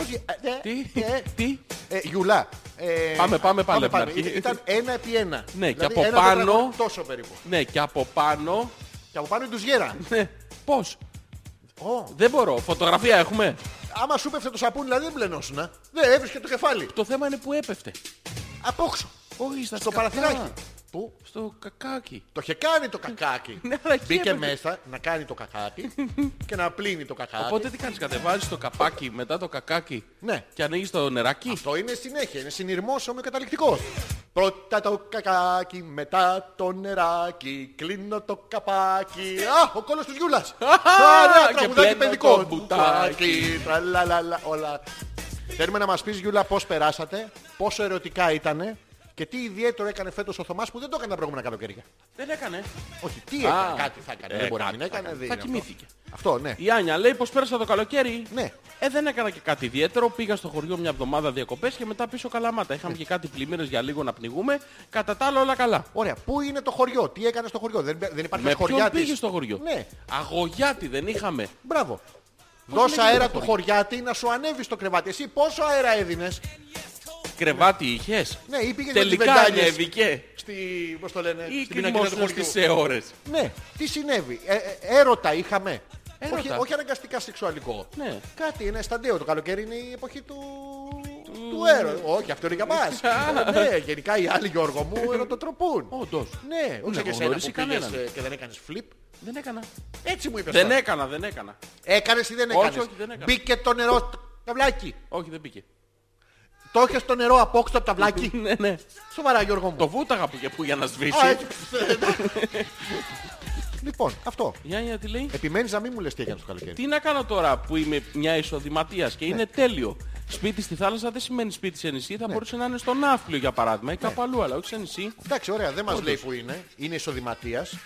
Speaker 1: Όχι, ε, ε,
Speaker 2: Τι,
Speaker 1: ε,
Speaker 2: τι,
Speaker 1: ε, Γιούλα. ε,
Speaker 2: Πάμε, πάμε, πάλι από
Speaker 1: πάμε.
Speaker 2: την αρχή.
Speaker 1: Ήταν ένα επί ένα.
Speaker 2: Ναι, και
Speaker 1: Δηλαδή,
Speaker 2: από
Speaker 1: ένα
Speaker 2: πάνω-
Speaker 1: τετραγωνικό Τόσο περίπου.
Speaker 2: ναι και από πάνω,
Speaker 1: Και από πάνω η ντουζιέρα.
Speaker 2: ναι, πώς,
Speaker 1: Ω,
Speaker 2: δεν μπορώ, φωτογραφία έχουμε.
Speaker 1: Άμα σου πέφτει το σαπούνι, δηλαδή δεν μπλενόσουν. α. Δεν έβρισκε το κεφάλι.
Speaker 2: Το θέμα είναι που έπεφτε.
Speaker 1: Απόξω.
Speaker 2: Όχι, στα
Speaker 1: Στο
Speaker 2: σκατά.
Speaker 1: παραθυράκι. Πού?
Speaker 2: Στο κακάκι.
Speaker 1: Το είχε κάνει το κακάκι.
Speaker 2: Ναι, αλλά εκεί
Speaker 1: Μπήκε
Speaker 2: έπρεπε.
Speaker 1: μέσα να κάνει το κακάκι και να πλύνει το κακάκι.
Speaker 2: Οπότε τι κάνεις, κατεβάζεις το καπάκι μετά το κακάκι
Speaker 1: Ναι.
Speaker 2: και ανοίγεις το νεράκι.
Speaker 1: Αυτό είναι συνέχεια, είναι συνειρμός ομοιοκαταληκτικός. Πρώτα το κακάκι, μετά το νεράκι, κλείνω το καπάκι. Α, ο κόλλος του Γιούλας. Άρα,
Speaker 2: Και
Speaker 1: τραγουδάκι
Speaker 2: πλένω
Speaker 1: παιδικό.
Speaker 2: το μπουτάκι.
Speaker 1: Τραλαλαλα, όλα. Θέλουμε να μας πεις Γιούλα πώς περάσατε, πόσο ερωτικά ήτανε και τι ιδιαίτερο έκανε φέτος ο Θωμάς που δεν το έκανε τα προηγούμενα καλοκαίρια.
Speaker 2: Δεν έκανε.
Speaker 1: Όχι, τι έκανε,
Speaker 2: Α, ε,
Speaker 1: κάτι θα έκανε. Δεν μπορεί να
Speaker 2: κάτι
Speaker 1: μην έκανε.
Speaker 2: θα
Speaker 1: δεν
Speaker 2: Θα
Speaker 1: είναι
Speaker 2: κοιμήθηκε.
Speaker 1: αυτό. Αυτό, ναι.
Speaker 2: Η Άνια λέει πως πέρασα το καλοκαίρι.
Speaker 1: Ναι.
Speaker 2: Ε, δεν έκανα και κάτι ιδιαίτερο. Πήγα στο χωριό μια εβδομάδα διακοπές και μετά πίσω καλαμάτα. Είχαμε και κάτι πλημμύρες για λίγο να πνιγούμε. Κατά τα άλλα όλα καλά.
Speaker 1: Ωραία, πού είναι το χωριό, τι έκανε στο χωριό, δεν, δεν υπάρχει
Speaker 2: Με ποιον
Speaker 1: χωριάτης.
Speaker 2: πήγε στο χωριό.
Speaker 1: Ναι,
Speaker 2: Αγωγιάτη δεν είχαμε.
Speaker 1: μπράβο. Δώσα
Speaker 2: λέγεται
Speaker 1: αέρα
Speaker 2: το
Speaker 1: του
Speaker 2: χωριό?
Speaker 1: χωριάτη να σου ανέβει στο κρεβάτι. Εσύ πόσο αέρα έδινες.
Speaker 2: Κρεβάτι είχες.
Speaker 1: Ναι, ή πήγες με τις
Speaker 2: Τελικά
Speaker 1: βεντάνιες
Speaker 2: ανέβηκε.
Speaker 1: Στη, πώς το λένε,
Speaker 2: Ή
Speaker 1: στην πινακίδα του
Speaker 2: κοιμόσουν
Speaker 1: χωριού.
Speaker 2: στις αιώρες.
Speaker 1: Ναι, τι συνέβη. Ε, ε, έρωτα είχαμε.
Speaker 2: Έρωτα.
Speaker 1: Όχι, όχι αναγκαστικά σεξουαλικό.
Speaker 2: Ναι.
Speaker 1: Κάτι είναι αισθαντέο. Το καλοκαίρι είναι η εποχή του, του έρωτα. Όχι, αυτό είναι για μας. ναι, γενικά οι άλλοι Γιώργο μου ερωτοτροπούν.
Speaker 2: Όντως.
Speaker 1: Ναι, όχι
Speaker 2: έχω
Speaker 1: και εσένα που
Speaker 2: γνωρίσει
Speaker 1: πήγες
Speaker 2: κανέναν.
Speaker 1: ε, και δεν έκανες flip.
Speaker 2: Δεν έκανα.
Speaker 1: Έτσι μου είπες.
Speaker 2: Δεν
Speaker 1: τώρα.
Speaker 2: έκανα, δεν έκανα.
Speaker 1: Έκανες ή δεν
Speaker 2: Όχι,
Speaker 1: έκανες.
Speaker 2: όχι, δεν έκανα.
Speaker 1: Μπήκε το νερό στο ταυλάκι.
Speaker 2: Όχι, δεν πήγε.
Speaker 1: Το είχες το νερό απόξω από το ταυλάκι.
Speaker 2: ναι, ναι.
Speaker 1: Σοβαρά Γιώργο μου.
Speaker 2: Το βούταγα που, για- που για να
Speaker 1: Α,
Speaker 2: σβήσει.
Speaker 1: έτσι, λοιπόν, αυτό.
Speaker 2: Η Άνια τι λέει.
Speaker 1: Επιμένεις να μην μου λες τι έκανες το καλοκαίρι.
Speaker 2: Τι να κάνω τώρα που είμαι μια εισοδηματίας και είναι τέλειο. Σπίτι στη θάλασσα δεν σημαίνει σπίτι σε νησί.
Speaker 1: Ναι.
Speaker 2: Θα μπορούσε να είναι στο Ναύπλιο για παράδειγμα ή κάπου αλλού, αλλά όχι σε νησί.
Speaker 1: Εντάξει, ωραία, δεν μας λέει που είναι. Είναι ισοδηματίας.
Speaker 2: Ναι.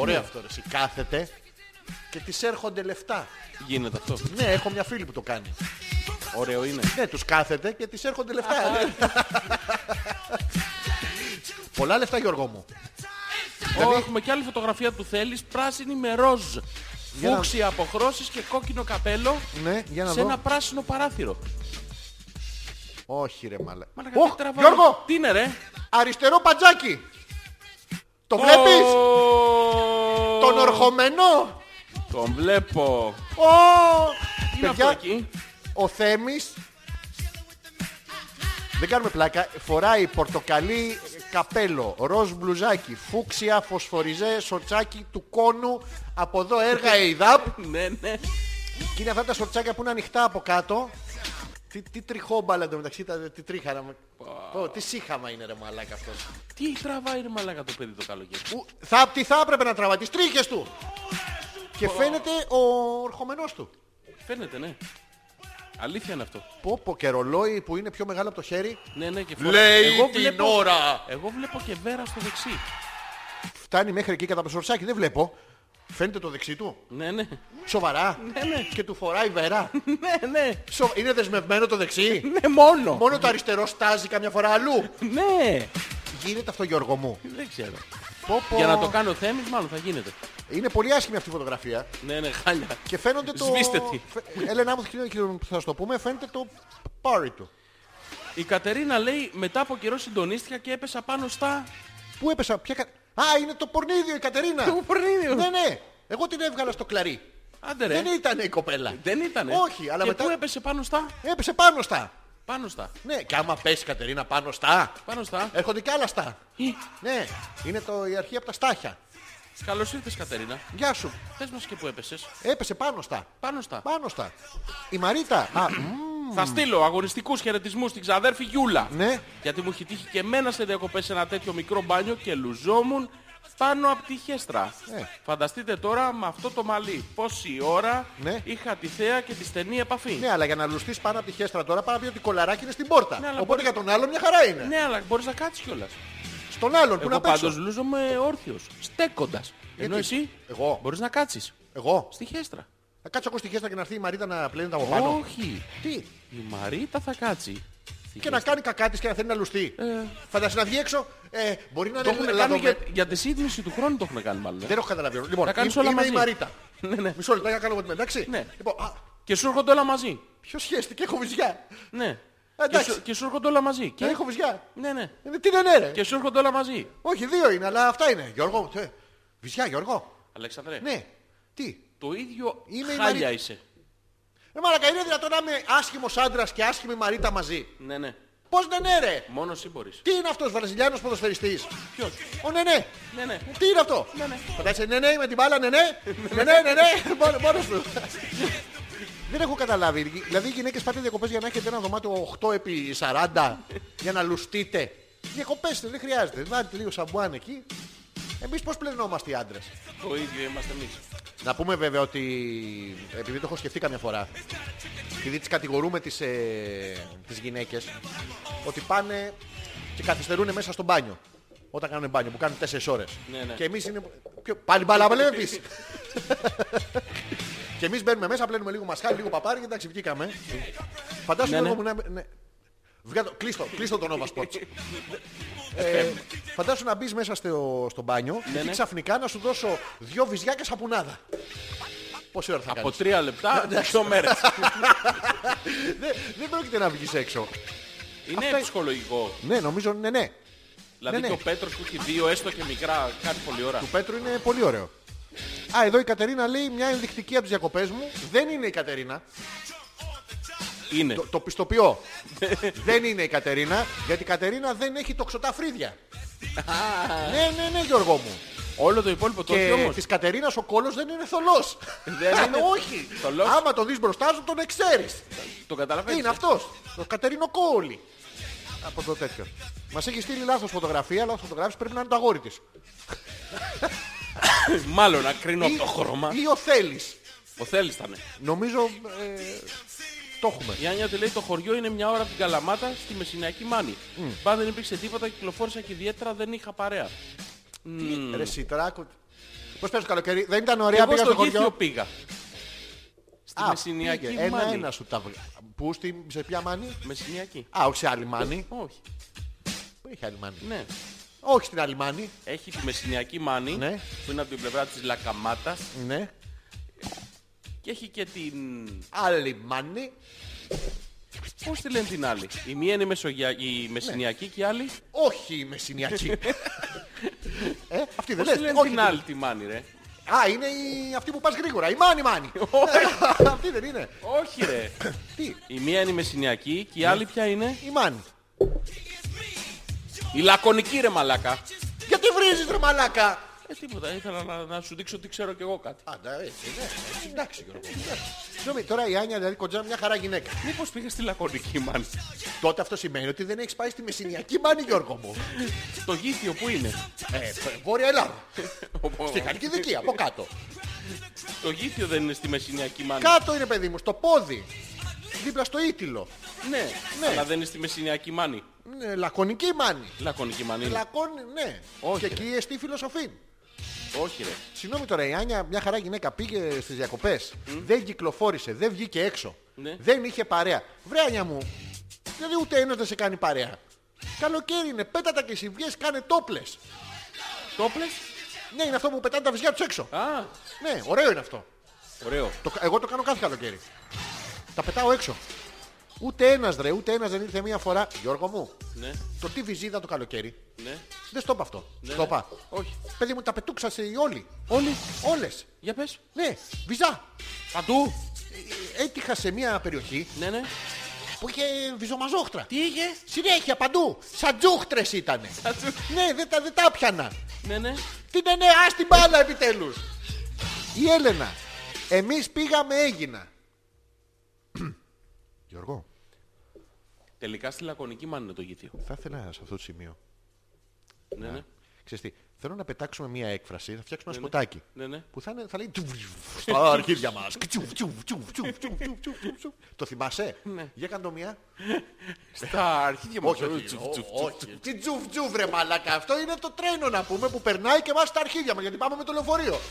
Speaker 1: Ωραίο αυτό, ρε. εσύ. Κάθεται και της έρχονται λεφτά.
Speaker 2: Γίνεται αυτό.
Speaker 1: Ναι, έχω μια φίλη που το κάνει.
Speaker 2: Ωραίο είναι.
Speaker 1: Ναι, τους κάθεται και της έρχονται λεφτά. Ναι. Πολλά λεφτά Γιώργο μου.
Speaker 2: Ω, Δηλαδή, έχουμε και άλλη φωτογραφία του θέλεις, πράσινη με ροζ.
Speaker 1: Για να-
Speaker 2: Φούξι, αποχρώσεις και κόκκινο καπέλο
Speaker 1: Ναι, για να
Speaker 2: σε
Speaker 1: δω.
Speaker 2: ένα πράσινο παράθυρο.
Speaker 1: Όχι ρε μαλα.
Speaker 2: Μαλάκα,
Speaker 1: Οχ,
Speaker 2: τι τραβάει.
Speaker 1: Γιώργο,
Speaker 2: Τι είναι ρε!
Speaker 1: αριστερό πατζάκι. Το βλέπεις.
Speaker 2: Ω,
Speaker 1: Τον ορχομενό.
Speaker 2: Τον βλέπω.
Speaker 1: Ω!
Speaker 2: Είναι αυτό
Speaker 1: Παιδιά,
Speaker 2: εκεί.
Speaker 1: ο Θέμης δεν κάνουμε πλάκα. Φοράει πορτοκαλί καπέλο, ροζ μπλουζάκι, φούξια, φωσφοριζέ, σορτσάκι του κόνου. Από εδώ έργα ΕΙΔΑΠ.
Speaker 2: Ναι, ναι.
Speaker 1: Και είναι αυτά τα σορτσάκια που είναι ανοιχτά από κάτω. Τι, τι τριχόμπαλα εντωμεταξύ, τα- τι τρίχαρα. μου. Πω, τι σύχαμα είναι ρε μαλάκα αυτός.
Speaker 2: Τι τραβάει ρε μαλάκα το παιδί το καλοκαίρι.
Speaker 1: Ου, Θα, τι θα έπρεπε να τραβάει, τις τρίχες του. Και φαίνεται ο ερχομενός του.
Speaker 2: Φαίνεται, ναι. Αλήθεια είναι αυτό.
Speaker 1: Πω, πω και ρολόι που είναι πιο μεγάλο από το χέρι.
Speaker 2: Ναι, ναι, και φορά.
Speaker 1: Λέει την ώρα.
Speaker 2: Εγώ βλέπω και βέρα στο δεξί.
Speaker 1: Φτάνει μέχρι εκεί κατά το σορτσάκι, δεν βλέπω. Φαίνεται το δεξί του.
Speaker 2: Ναι, ναι.
Speaker 1: Σοβαρά.
Speaker 2: Ναι, ναι.
Speaker 1: Και του φοράει βερά.
Speaker 2: Ναι, ναι.
Speaker 1: Σο- Είναι δεσμευμένο το δεξί.
Speaker 2: Ναι, μόνο.
Speaker 1: Μόνο το αριστερό στάζει καμιά φορά αλλού.
Speaker 2: Ναι.
Speaker 1: Γίνεται αυτό Γιώργο μου.
Speaker 2: Δεν ξέρω.
Speaker 1: Πω, πω.
Speaker 2: Για να το κάνει ο Θέμης, μάλλον θα γίνεται.
Speaker 1: Είναι πολύ άσχημη αυτή η φωτογραφία.
Speaker 2: Ναι, ναι, χάλια.
Speaker 1: Και φαίνονται το...
Speaker 2: Σβήστε τη.
Speaker 1: Φε- Έλενα μου, χιλιόμετρο που θα σου το πούμε, φαίνεται το πάρι του.
Speaker 2: Η Κατερίνα λέει μετά από καιρό συντονίστηκα και έπεσα πάνω στα.
Speaker 1: Πού έπεσα, ποια... κα- Α, είναι το πορνίδιο η Κατερίνα.
Speaker 2: πορνίδιο.
Speaker 1: ναι, ναι. Εγώ την έβγαλα στο κλαρί.
Speaker 2: Άντε ρε.
Speaker 1: Δεν ήταν η κοπέλα.
Speaker 2: Δεν ήτανε.
Speaker 1: Όχι, αλλά
Speaker 2: και
Speaker 1: μετά
Speaker 2: Πού έπεσε πάνω στα.
Speaker 1: έπεσε πάνω στα.
Speaker 2: Πάνω στα.
Speaker 1: Ναι, και άμα πέσει η Κατερίνα πάνω στα,
Speaker 2: Πάνω στα.
Speaker 1: έρχονται και άλλα στα. Ναι, είναι το, η αρχή από τα στάχια.
Speaker 2: Καλώς ήρθες, Κατερίνα.
Speaker 1: Γεια σου.
Speaker 2: Πες μας και πού έπεσες.
Speaker 1: Έπεσε πάνω στα.
Speaker 2: Πάνω στα.
Speaker 1: Πάνω στα. Η Μαρίτα. Α, μμμ,
Speaker 2: Θα στείλω αγωνιστικούς χαιρετισμούς στην ξαδέρφη Γιούλα.
Speaker 1: Ναι.
Speaker 2: Γιατί μου έχει τύχει και εμένα σε διακοπές σε ένα τέτοιο μικρό μπάνιο και λουζόμουν πάνω από τη χέστρα.
Speaker 1: Ε.
Speaker 2: Φανταστείτε τώρα με αυτό το μαλλί πόση ώρα
Speaker 1: Ναι.
Speaker 2: είχα τη θέα και τη στενή επαφή.
Speaker 1: ναι, αλλά για να λουστείς πάνω από τη χέστρα τώρα, πάνω ότι κολαράκι είναι στην πόρτα.
Speaker 2: Ναι, αλλά
Speaker 1: Οπότε
Speaker 2: μπορεί-
Speaker 1: για τον άλλο μια χαρά είναι.
Speaker 2: Ναι, αλλά μπορείς να κάτσεις κιόλας.
Speaker 1: Στον άλλον που
Speaker 2: Εγώ
Speaker 1: Ε, να παίξω.
Speaker 2: πάντως λούζομαι όρθιος, στέκοντας. Ενώ εσύ
Speaker 1: Εγώ.
Speaker 2: μπορείς να κάτσεις
Speaker 1: Εγώ.
Speaker 2: στη χέστρα.
Speaker 1: Θα κάτσω εγώ στη χέστα και να έρθει η Μαρίτα να πλένει τα από πάνω.
Speaker 2: Όχι.
Speaker 1: Τι.
Speaker 2: Η Μαρίτα θα κάτσει.
Speaker 1: Και να κάνει κακά της και να θέλει να λουστεί. Φαντάζει να βγει έξω. Ε, μπορεί να
Speaker 2: Ε. Το
Speaker 1: είναι
Speaker 2: έχουν κάνει για,
Speaker 1: λαδωμένο.
Speaker 2: για τη σύντμηση του χρόνου το έχουν κάνει μάλλον. ε.
Speaker 1: Δεν έχω καταλαβαίνω. Λοιπόν,
Speaker 2: Τα κάνεις
Speaker 1: είμαι
Speaker 2: όλα
Speaker 1: είμαι
Speaker 2: μαζί.
Speaker 1: η Μαρίτα.
Speaker 2: Ναι, ναι.
Speaker 1: Μισό λεπτό για να κάνω με την εντάξει.
Speaker 2: Ναι.
Speaker 1: Λοιπόν, α,
Speaker 2: Και σου έρχονται όλα μαζί.
Speaker 1: ποιος σχέστηκε, έχω βυζιά.
Speaker 2: Ναι. Και
Speaker 1: Εντάξει.
Speaker 2: σου, και σου έρχονται όλα μαζί. Και...
Speaker 1: Και έχω βυζιά.
Speaker 2: Ναι, ναι.
Speaker 1: Ε, Τι είναι, ρε.
Speaker 2: Και σου έρχονται όλα μαζί.
Speaker 1: Όχι, δύο είναι, αλλά αυτά είναι. Γιώργο, τε. βυζιά, Γιώργο.
Speaker 2: Αλέξανδρε,
Speaker 1: Ναι. Τι.
Speaker 2: το ίδιο
Speaker 1: Είμαι η
Speaker 2: χάλια
Speaker 1: Μαρίτα.
Speaker 2: είσαι.
Speaker 1: Ε, μαλακα, είναι δυνατόν να είμαι άσχημος άντρας και άσχημη Μαρίτα μαζί.
Speaker 2: Ναι, ναι.
Speaker 1: Πώς ναι, ναι, ρε.
Speaker 2: Μόνο εσύ μπορείς.
Speaker 1: Τι είναι αυτός, Βραζιλιάνος ποδοσφαιριστής.
Speaker 2: Ποιος.
Speaker 1: Ο ναι, ναι.
Speaker 2: Ναι, ναι.
Speaker 1: Τι είναι αυτό. Ναι, ναι. Φαντάζεσαι, ναι, ναι, με την μπάλα, ναι, ναι. ναι, ναι, ναι, ναι. μόνο- Μόνος του. Δεν έχω καταλάβει. Δηλαδή οι γυναίκες πάτε διακοπές για να έχετε ένα δωμάτιο 8 επί 40 για να λουστείτε. Διακοπές δεν χρειάζεται. Βάλετε λίγο σαμπουάν εκεί. Εμείς πώς πλενόμαστε οι άντρες.
Speaker 2: Το ίδιο είμαστε εμείς.
Speaker 1: Να πούμε βέβαια ότι επειδή το έχω σκεφτεί καμιά φορά, επειδή τις κατηγορούμε τις, ε, τις γυναίκες, ότι πάνε και καθυστερούν μέσα στο μπάνιο. Όταν κάνουν μπάνιο, που κάνουν 4 ώρες.
Speaker 2: Ναι, ναι.
Speaker 1: Και εμείς είναι... Πιο... Πάλι μπαλά, λέμε εμείς. και εμείς μπαίνουμε μέσα, πλένουμε λίγο μασχάλι, λίγο παπάρι και εντάξει, βγήκαμε. Φαντάσου
Speaker 2: Ναι,
Speaker 1: εγώ
Speaker 2: ναι.
Speaker 1: μου να... Ναι. Βγάλω, κλείστο, κλείστο το Nova Sports. ε, φαντάσου να μπεις μέσα στο, στο μπάνιο και
Speaker 2: ναι.
Speaker 1: ξαφνικά να σου δώσω δύο βυζιά και σαπουνάδα. Πόση ώρα θα
Speaker 2: Από
Speaker 1: κάνεις.
Speaker 2: τρία λεπτά, δύο μέρες.
Speaker 1: Δεν, δεν πρόκειται να βγεις έξω.
Speaker 2: Είναι
Speaker 1: Αυτά-
Speaker 2: ψυχολογικό.
Speaker 1: Ναι, νομίζω ναι, ναι.
Speaker 2: Δηλαδή
Speaker 1: ναι.
Speaker 2: και ο Πέτρος που έχει δύο έστω και μικρά κάνει πολλή ώρα.
Speaker 1: Του Πέτρου είναι πολύ ωραίο. Α, εδώ η Κατερίνα λέει μια ενδεικτική από τις διακοπές μου. Δεν είναι η Κατερίνα.
Speaker 2: Ναι. Είναι.
Speaker 1: Το, το πιστοποιώ. δεν είναι η Κατερίνα, γιατί η Κατερίνα δεν έχει τοξωτά φρύδια. ναι, ναι, ναι, Γιώργο μου.
Speaker 2: Όλο το υπόλοιπο το όχι
Speaker 1: Και
Speaker 2: όμως.
Speaker 1: της Κατερίνας ο κόλος δεν είναι θολός.
Speaker 2: Δεν είναι
Speaker 1: Όχι.
Speaker 2: θολός.
Speaker 1: Άμα τον δεις μπροστά σου τον εξέρεις.
Speaker 2: Το
Speaker 1: Τι
Speaker 2: καταλαβαίνεις.
Speaker 1: είναι αυτός. Το Κατερίνο Κόολι. Από το τέτοιο. Μας έχει στείλει λάθος φωτογραφία, αλλά φωτογράφηση πρέπει να είναι το αγόρι της.
Speaker 2: ε. Μάλλον ακρινό το χρώμα.
Speaker 1: Ή ο Θέλης.
Speaker 2: Ο Θέλης θα είναι.
Speaker 1: Νομίζω ε, το έχουμε.
Speaker 2: Η Άνια του λέει το χωριό είναι μια ώρα από την Καλαμάτα στη Μεσσηνιακή Μάνη. Μπα δεν υπήρξε τίποτα, κυκλοφόρησα και ιδιαίτερα δεν είχα παρέα.
Speaker 1: Ρε Σιτράκο. Πώς πες το καλοκαίρι. Δεν ήταν ωραία,
Speaker 2: Εγώ
Speaker 1: πήγα στο
Speaker 2: στο γήθιο
Speaker 1: χωριό.
Speaker 2: πήγα. Στη
Speaker 1: Α,
Speaker 2: Μεσσηνιακή
Speaker 1: πήγε.
Speaker 2: Μάνη.
Speaker 1: Ένα-ένα σου τα βγα- Πού, στη- σε ποια μάνη.
Speaker 2: Μεσσηνιακή.
Speaker 1: Α, όχι σε άλλη μάνη.
Speaker 2: Όχι.
Speaker 1: Πού είχε άλλη μάνη.
Speaker 2: Ναι.
Speaker 1: Όχι στην άλλη μάνη.
Speaker 2: Έχει τη Μεσσηνιακή Μάνη
Speaker 1: Ναι.
Speaker 2: που είναι από την πλευρά της Λακαμάτας
Speaker 1: Ναι.
Speaker 2: και έχει και την...
Speaker 1: Άλλη μάνη.
Speaker 2: Πώς τη λένε την άλλη. Η μία είναι η, Μεσογεια... η Μεσσηνιακή και η άλλη.
Speaker 1: Όχι η Μεσσηνιακή. ε, αυτή δεν
Speaker 2: Πώς τη
Speaker 1: λες.
Speaker 2: λένε
Speaker 1: Όχι
Speaker 2: την άλλη τη Μάνη ρε.
Speaker 1: την- Α, είναι η... αυτή που πας γρήγορα. Η Μάνη Μάνη. Ε, αυτή δεν είναι.
Speaker 2: Όχι ρε.
Speaker 1: Τι,
Speaker 2: η μία είναι η Μεσσηνιακή και η
Speaker 1: Ναι.
Speaker 2: άλλη ποια είναι.
Speaker 1: η Μάνη.
Speaker 2: Η Λακωνική ρε μαλάκα.
Speaker 1: Γιατί βρίζεις ρε μαλάκα.
Speaker 2: Ε, τίποτα. Ήθελα να, να σου δείξω ότι ξέρω κι εγώ κάτι.
Speaker 1: Άντα, έτσι, ναι. έτσι, Εντάξει, Γιώργο. εντάξει. Συγγνώμη, τώρα η Άνια δηλαδή κοντζά είναι μια χαρά γυναίκα.
Speaker 2: Μήπως πήγα στη Λακωνική Μάνη.
Speaker 1: Τότε αυτό σημαίνει ότι δεν έχεις πάει στη Μεσσηνιακή Μάνη, Γιώργο μου.
Speaker 2: Το γήθιο που είναι.
Speaker 1: ε, Βόρεια Ελλάδα. Στη Χαλκιδική, από κάτω.
Speaker 2: Το γήθιο δεν είναι στη Μεσσηνιακή Μάνη.
Speaker 1: κάτω είναι, παιδί μου, στο πόδι. Δίπλα στο Ήτυλο.
Speaker 2: Ναι.
Speaker 1: Ναι.
Speaker 2: Αλλά δεν είναι στη Μεσσηνιακή Μάνη.
Speaker 1: Ναι, λακωνική Μάνη.
Speaker 2: Λακωνική Μάνη. είναι.
Speaker 1: Λακώνει, ναι.
Speaker 2: Όχι,
Speaker 1: και
Speaker 2: ρε.
Speaker 1: εκεί εστί φιλοσοφή.
Speaker 2: Όχι ρε.
Speaker 1: Συγγνώμη τώρα, η Άνια μια χαρά γυναίκα πήγε στις διακοπές. Δεν κυκλοφόρησε, δεν βγήκε έξω.
Speaker 2: Ναι.
Speaker 1: Δεν είχε παρέα. Βρε Άνια μου, δηλαδή ούτε ένας δεν σε κάνει παρέα. Καλοκαίρι είναι, πέτα τα και εσύ βγες, κάνε τόπλες.
Speaker 2: Τόπλες.
Speaker 1: Ναι, είναι αυτό που πετάνε τα βυζιά τους έξω.
Speaker 2: Α,
Speaker 1: Ναι, ωραίο είναι αυτό.
Speaker 2: ωραίο.
Speaker 1: Το, εγώ το κάνω κάθε καλοκαίρι. Τα πετάω έξω. Ούτε ένας ρε, ούτε ένας δεν ήρθε μία φορά. Γιώργο μου,
Speaker 2: Ναι,
Speaker 1: το τι βυζίδα το καλοκαίρι.
Speaker 2: ναι.
Speaker 1: Δεν στο είπα αυτό.
Speaker 2: ναι.
Speaker 1: Στο είπα.
Speaker 2: Όχι.
Speaker 1: Παιδί μου, τα πετούξασε οι όλοι.
Speaker 2: Όλοι.
Speaker 1: Όλες.
Speaker 2: Για πες.
Speaker 1: Ναι, βυζά. Ε,
Speaker 2: Παντού.
Speaker 1: Έτυχα σε μια περιοχή
Speaker 2: Ναι, ναι.
Speaker 1: που είχε βυζομαζόχτρα.
Speaker 2: Τι είχε.
Speaker 1: Συνέχεια παντού. Σαν τζούχτρες ήταν. ναι, δεν τα, δεν τα πιανα.
Speaker 2: Ναι, ναι.
Speaker 1: Τι ναι, ναι, ας την μπάλα επιτέλους. Η Έλενα. Εμείς πήγαμε έγινα. Γιώργο,
Speaker 2: Τελικά στη Λακωνική Μάνη είναι το γήθιο.
Speaker 1: θα ήθελα σε αυτό το σημείο
Speaker 2: Ναι, ναι.
Speaker 1: Ξέρεις τι, θέλω να πετάξουμε μία έκφραση, θα φτιάξουμε ένα σποτάκι.
Speaker 2: Ναι, ναι.
Speaker 1: Που θα, είναι, θα λέει στα αρχίδια μας. Κτσουβ, τσουβ, τσουβ, τσουβ, τσουβ, τσουβ, τσουβ, τσουβ. Το θυμάσαι.
Speaker 2: Ναι.
Speaker 1: Για κάνε το μία.
Speaker 2: Στα αρχίδια μου.
Speaker 1: Όχι, όχι, όχι, όχι. Τι τσουβ τσουβ ρε μαλάκα. Αυτό είναι το τρένο να πούμε που περνάει και μας στα αρχίδια μας γιατί πάμε με το λεωφορείο.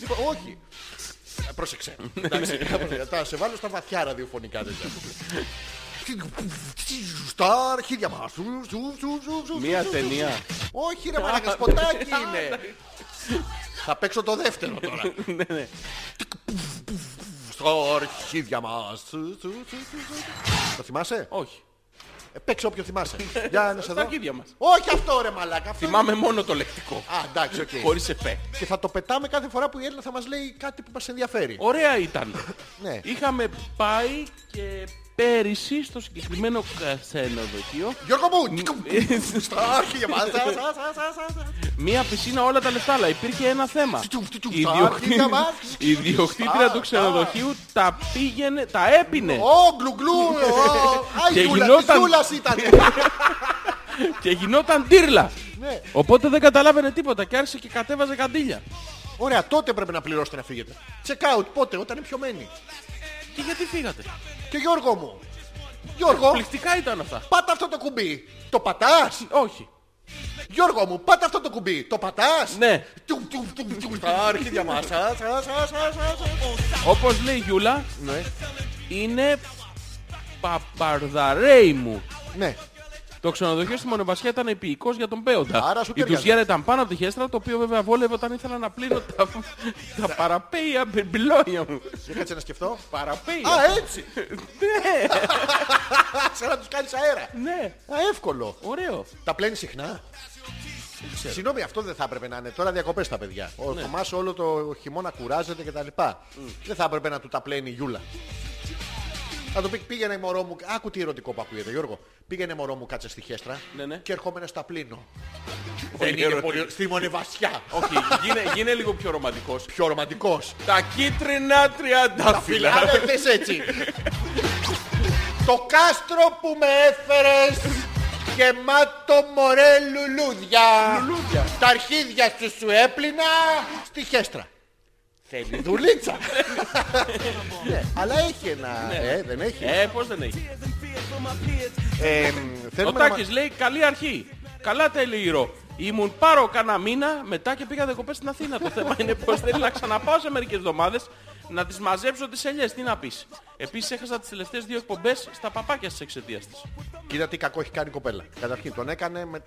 Speaker 1: Λοιπόν, όχι. Ε, Πρόσεξε. Εντάξει, θα σε βάλω στα βαθιά ραδιοφωνικά τέτοια. Στα αρχίδια μας. Τσουβ, τσουβ, τσουβ, τσουβ, τσουβ,
Speaker 2: Μία
Speaker 1: τσουβ, τσουβ.
Speaker 2: ταινία.
Speaker 1: Όχι ρε μαλάκα, σποτάκι είναι. Θα παίξω το δεύτερο τώρα.
Speaker 2: Ναι, ναι.
Speaker 1: Στα αρχίδια μας. Τσου, τσου, τσου, τσου, τσου. Το θυμάσαι?
Speaker 2: Όχι.
Speaker 1: Ε, Παίξε όποιο θυμάσαι. Για να σε
Speaker 2: Στα
Speaker 1: δω.
Speaker 2: αρχίδια μας.
Speaker 1: Όχι αυτό ρε μαλάκα. αυτό
Speaker 2: Θυμάμαι μόνο το λεκτικό.
Speaker 1: είναι- Α, εντάξει, οκ.
Speaker 2: Χωρίς εφέ.
Speaker 1: Και θα το πετάμε κάθε φορά που η Έλληνα θα μας λέει κάτι που μας ενδιαφέρει.
Speaker 2: Ωραία ήταν.
Speaker 1: Ναι.
Speaker 2: Είχαμε πάει και πέρυσι στο συγκεκριμένο ξενοδοχείο
Speaker 1: Γιώργο μου! τικου, Στα αρχίδια μας. Σα, σα, σα, σα, σα, σα.
Speaker 2: μία πισίνα όλα τα λεφτά, αλλά υπήρχε ένα θέμα.
Speaker 1: Τιου, τιου, τιου,
Speaker 2: Η
Speaker 1: στα
Speaker 2: διοκτή-
Speaker 1: αρχίδια μας.
Speaker 2: Η διοκτήτρια του ξενοδοχείου τα πήγαινε, τα έπινε
Speaker 1: Ω, γκλου γκλου. ω, Άι,
Speaker 2: Και
Speaker 1: Γιούλα,
Speaker 2: Ε. γινόταν-
Speaker 1: της Γιούλας ήταν.
Speaker 2: και γινόταν τύρλα.
Speaker 1: Ναι.
Speaker 2: Οπότε δεν καταλάβαινε τίποτα και άρχισε και κατέβαζε καντήλια.
Speaker 1: Ωραία, τότε πρέπει να πληρώσετε να φύγετε. Check out, πότε, όταν είναι πιωμένοι.
Speaker 2: Και γιατί φύγατε.
Speaker 1: Και Γιώργο μου. Γιώργο,
Speaker 2: Πληκτικά ήταν αυτά.
Speaker 1: πάτα αυτό το κουμπί. Το πατάς.
Speaker 2: Όχι.
Speaker 1: Γιώργο μου, πάτα αυτό το κουμπί. Το πατάς.
Speaker 2: Ναι.
Speaker 1: Τιου, τιου, τιου, τιου, Στα αρχίδια μας. Σας, σας, σας, σας, σας, σας. Ναι.
Speaker 2: Όπως λέει η Γιούλα, είναι παπαρδαρέι μου.
Speaker 1: Ναι.
Speaker 2: Το ξενοδοχείο στη Μονοβασιά ήταν υπηκό για τον Πέοντα.
Speaker 1: Άρα σου
Speaker 2: η
Speaker 1: ταιριάζει.
Speaker 2: τουζιέρα ήταν πάνω από τη χέστρα, το οποίο βέβαια βόλευε όταν ήθελα να πλύνω τα, τα παραπέια μπιμπιλόνια μου.
Speaker 1: Για κάτσε να σκεφτώ.
Speaker 2: Παραπέια.
Speaker 1: Α, έτσι.
Speaker 2: ναι,
Speaker 1: Σαν να τους κάνεις αέρα.
Speaker 2: ναι,
Speaker 1: Α, εύκολο.
Speaker 2: ωραίο.
Speaker 1: Τα πλένεις συχνά. Συγγνώμη, αυτό δεν θα έπρεπε να είναι. Τώρα διακοπές τα παιδιά. Ο Θωμάς όλο το χειμώνα κουράζεται κτλ. Δεν θα έπρεπε να του τα πλένει η Γιούλα. Θα του πει πήγαινε μωρό μου, άκου τι ερωτικό που ακούγεται Γιώργο. Πήγαινε μωρό μου κάτσε στη χέστρα
Speaker 2: Ναι, ναι.
Speaker 1: και ερχόμενα στα πλύνω. Δεν είναι
Speaker 2: ερωτικό.
Speaker 1: πολύ... Στη μονεβασιά.
Speaker 2: Όχι, γίνε, γίνε λίγο πιο ρομαντικός.
Speaker 1: Πιο ρομαντικός.
Speaker 2: Τα κίτρινα τριαντάφυλλα.
Speaker 1: Αλλά θες έτσι. Το κάστρο που με έφερες γεμάτο μωρέ λουλούδια. Λουλούδια. Τα αρχίδια σου σου έπλυνα στη χέστρα. Θέλει δουλίτσα. Ναι, Αλλά έχει ένα... Ε, δεν έχει.
Speaker 2: Ναι. ε, πώς δεν έχει.
Speaker 1: Ε,
Speaker 2: Ο
Speaker 1: θέλουμε να μα-
Speaker 2: Τάκης λέει καλή αρχή. Καλά τελείωρο. Ήμουν πάρο κανένα μήνα, μετά και πήγα διακοπές στην Αθήνα. Το θέμα είναι πως θέλει να ξαναπάω σε μερικές εβδομάδες να τις μαζέψω τις ελιές. Τι να πεις. Επίσης έχασα τις τελευταίες δύο εκπομπές στα παπάκια της εξαιτίας της.
Speaker 1: Κοίτα τι κακό έχει κάνει η κοπέλα. Καταρχήν τον έκανε με...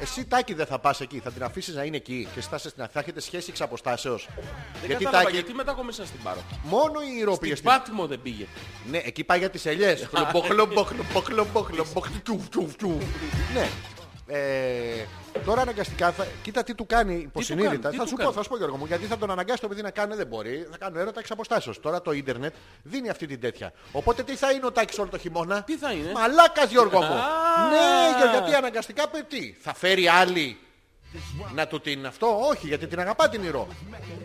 Speaker 1: Εσύ Τάκη δεν θα πας εκεί. Θα την αφήσεις να είναι εκεί και εσύ θα, σε- θα έχετε σχέση εξ αποστάσεως.
Speaker 2: Δεν
Speaker 1: Γιατί
Speaker 2: κατάλαβα
Speaker 1: Τάκη
Speaker 2: γιατί μετακομίσα στην πάρο.
Speaker 1: μόνο οι ηρωπίες
Speaker 2: Στην Πάτμο δεν πήγε.
Speaker 1: Ναι, εκεί πάει για τις ελιές. Χλομποχλο, μποχλο, μποχλο, μποχλο, τσουφ, τσουφ, τσουφ. Ναι. Ε, τώρα αναγκαστικά, θα, κοίτα τι του κάνει
Speaker 2: του
Speaker 1: υποσυνείδητα.
Speaker 2: κάνει, τι
Speaker 1: θα
Speaker 2: του
Speaker 1: σου πω,
Speaker 2: κάνει.
Speaker 1: θα σου πω Γιώργο μου, γιατί θα τον αναγκάσει το παιδί να κάνει, δεν μπορεί. Θα κάνω έρωτα εξ αποστάσεως. Τώρα το ίντερνετ δίνει αυτή την τέτοια. Οπότε τι θα είναι ο Τάκης όλο το χειμώνα.
Speaker 2: Τι θα είναι?
Speaker 1: Μαλάκας Γιώργο μου.
Speaker 2: Α.
Speaker 1: ναι, Γιώργο, γιατί αναγκαστικά παι- τι. Θα φέρει άλλη να του την αυτό, όχι, γιατί την αγαπά την ηρώ.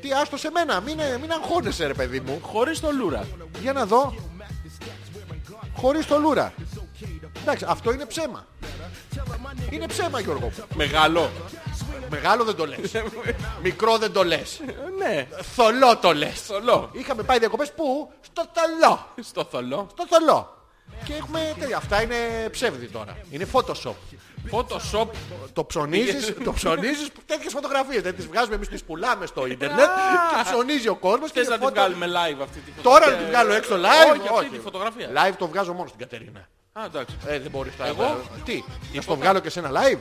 Speaker 1: Τι άστο σε μένα, μην, ε, μην αγχώνεσαι ρε παιδί μου.
Speaker 2: Χωρίς το Λούρα.
Speaker 1: Για να δω. Χωρίς το λούρα. Εντάξει, αυτό είναι ψέμα. Είναι ψέμα Γιώργο. μου.
Speaker 2: Μεγάλο.
Speaker 1: Μεγάλο δεν το λες. Μικρό δεν το λες.
Speaker 2: ναι.
Speaker 1: Θολό το λες.
Speaker 2: Θολό.
Speaker 1: Είχαμε πάει διακοπές που στο θολό.
Speaker 2: Στο θολό.
Speaker 1: Στο θολό. Και έχουμε τέτοια. Αυτά είναι ψεύδι τώρα. Είναι Photoshop.
Speaker 2: Photoshop.
Speaker 1: Το ψωνίζεις, το ψωνίζεις τέτοιες φωτογραφίες. Δεν τις βγάζουμε εμείς, τις πουλάμε στο ίντερνετ και ψωνίζει ο κόσμος. και
Speaker 2: Θες
Speaker 1: είναι
Speaker 2: να την
Speaker 1: photo-
Speaker 2: βγάλουμε live αυτή τη φωτογραφία.
Speaker 1: Τώρα να την βγάλω έξω live.
Speaker 2: Όχι, αυτή τη φωτογραφία.
Speaker 1: Live το βγάζω μόνο στην Κατερίνα.
Speaker 2: Α, εντάξει.
Speaker 1: Ε, δεν μπορείς τα
Speaker 2: Εγώ?
Speaker 1: Τι, να στο βγάλω και σε ένα live.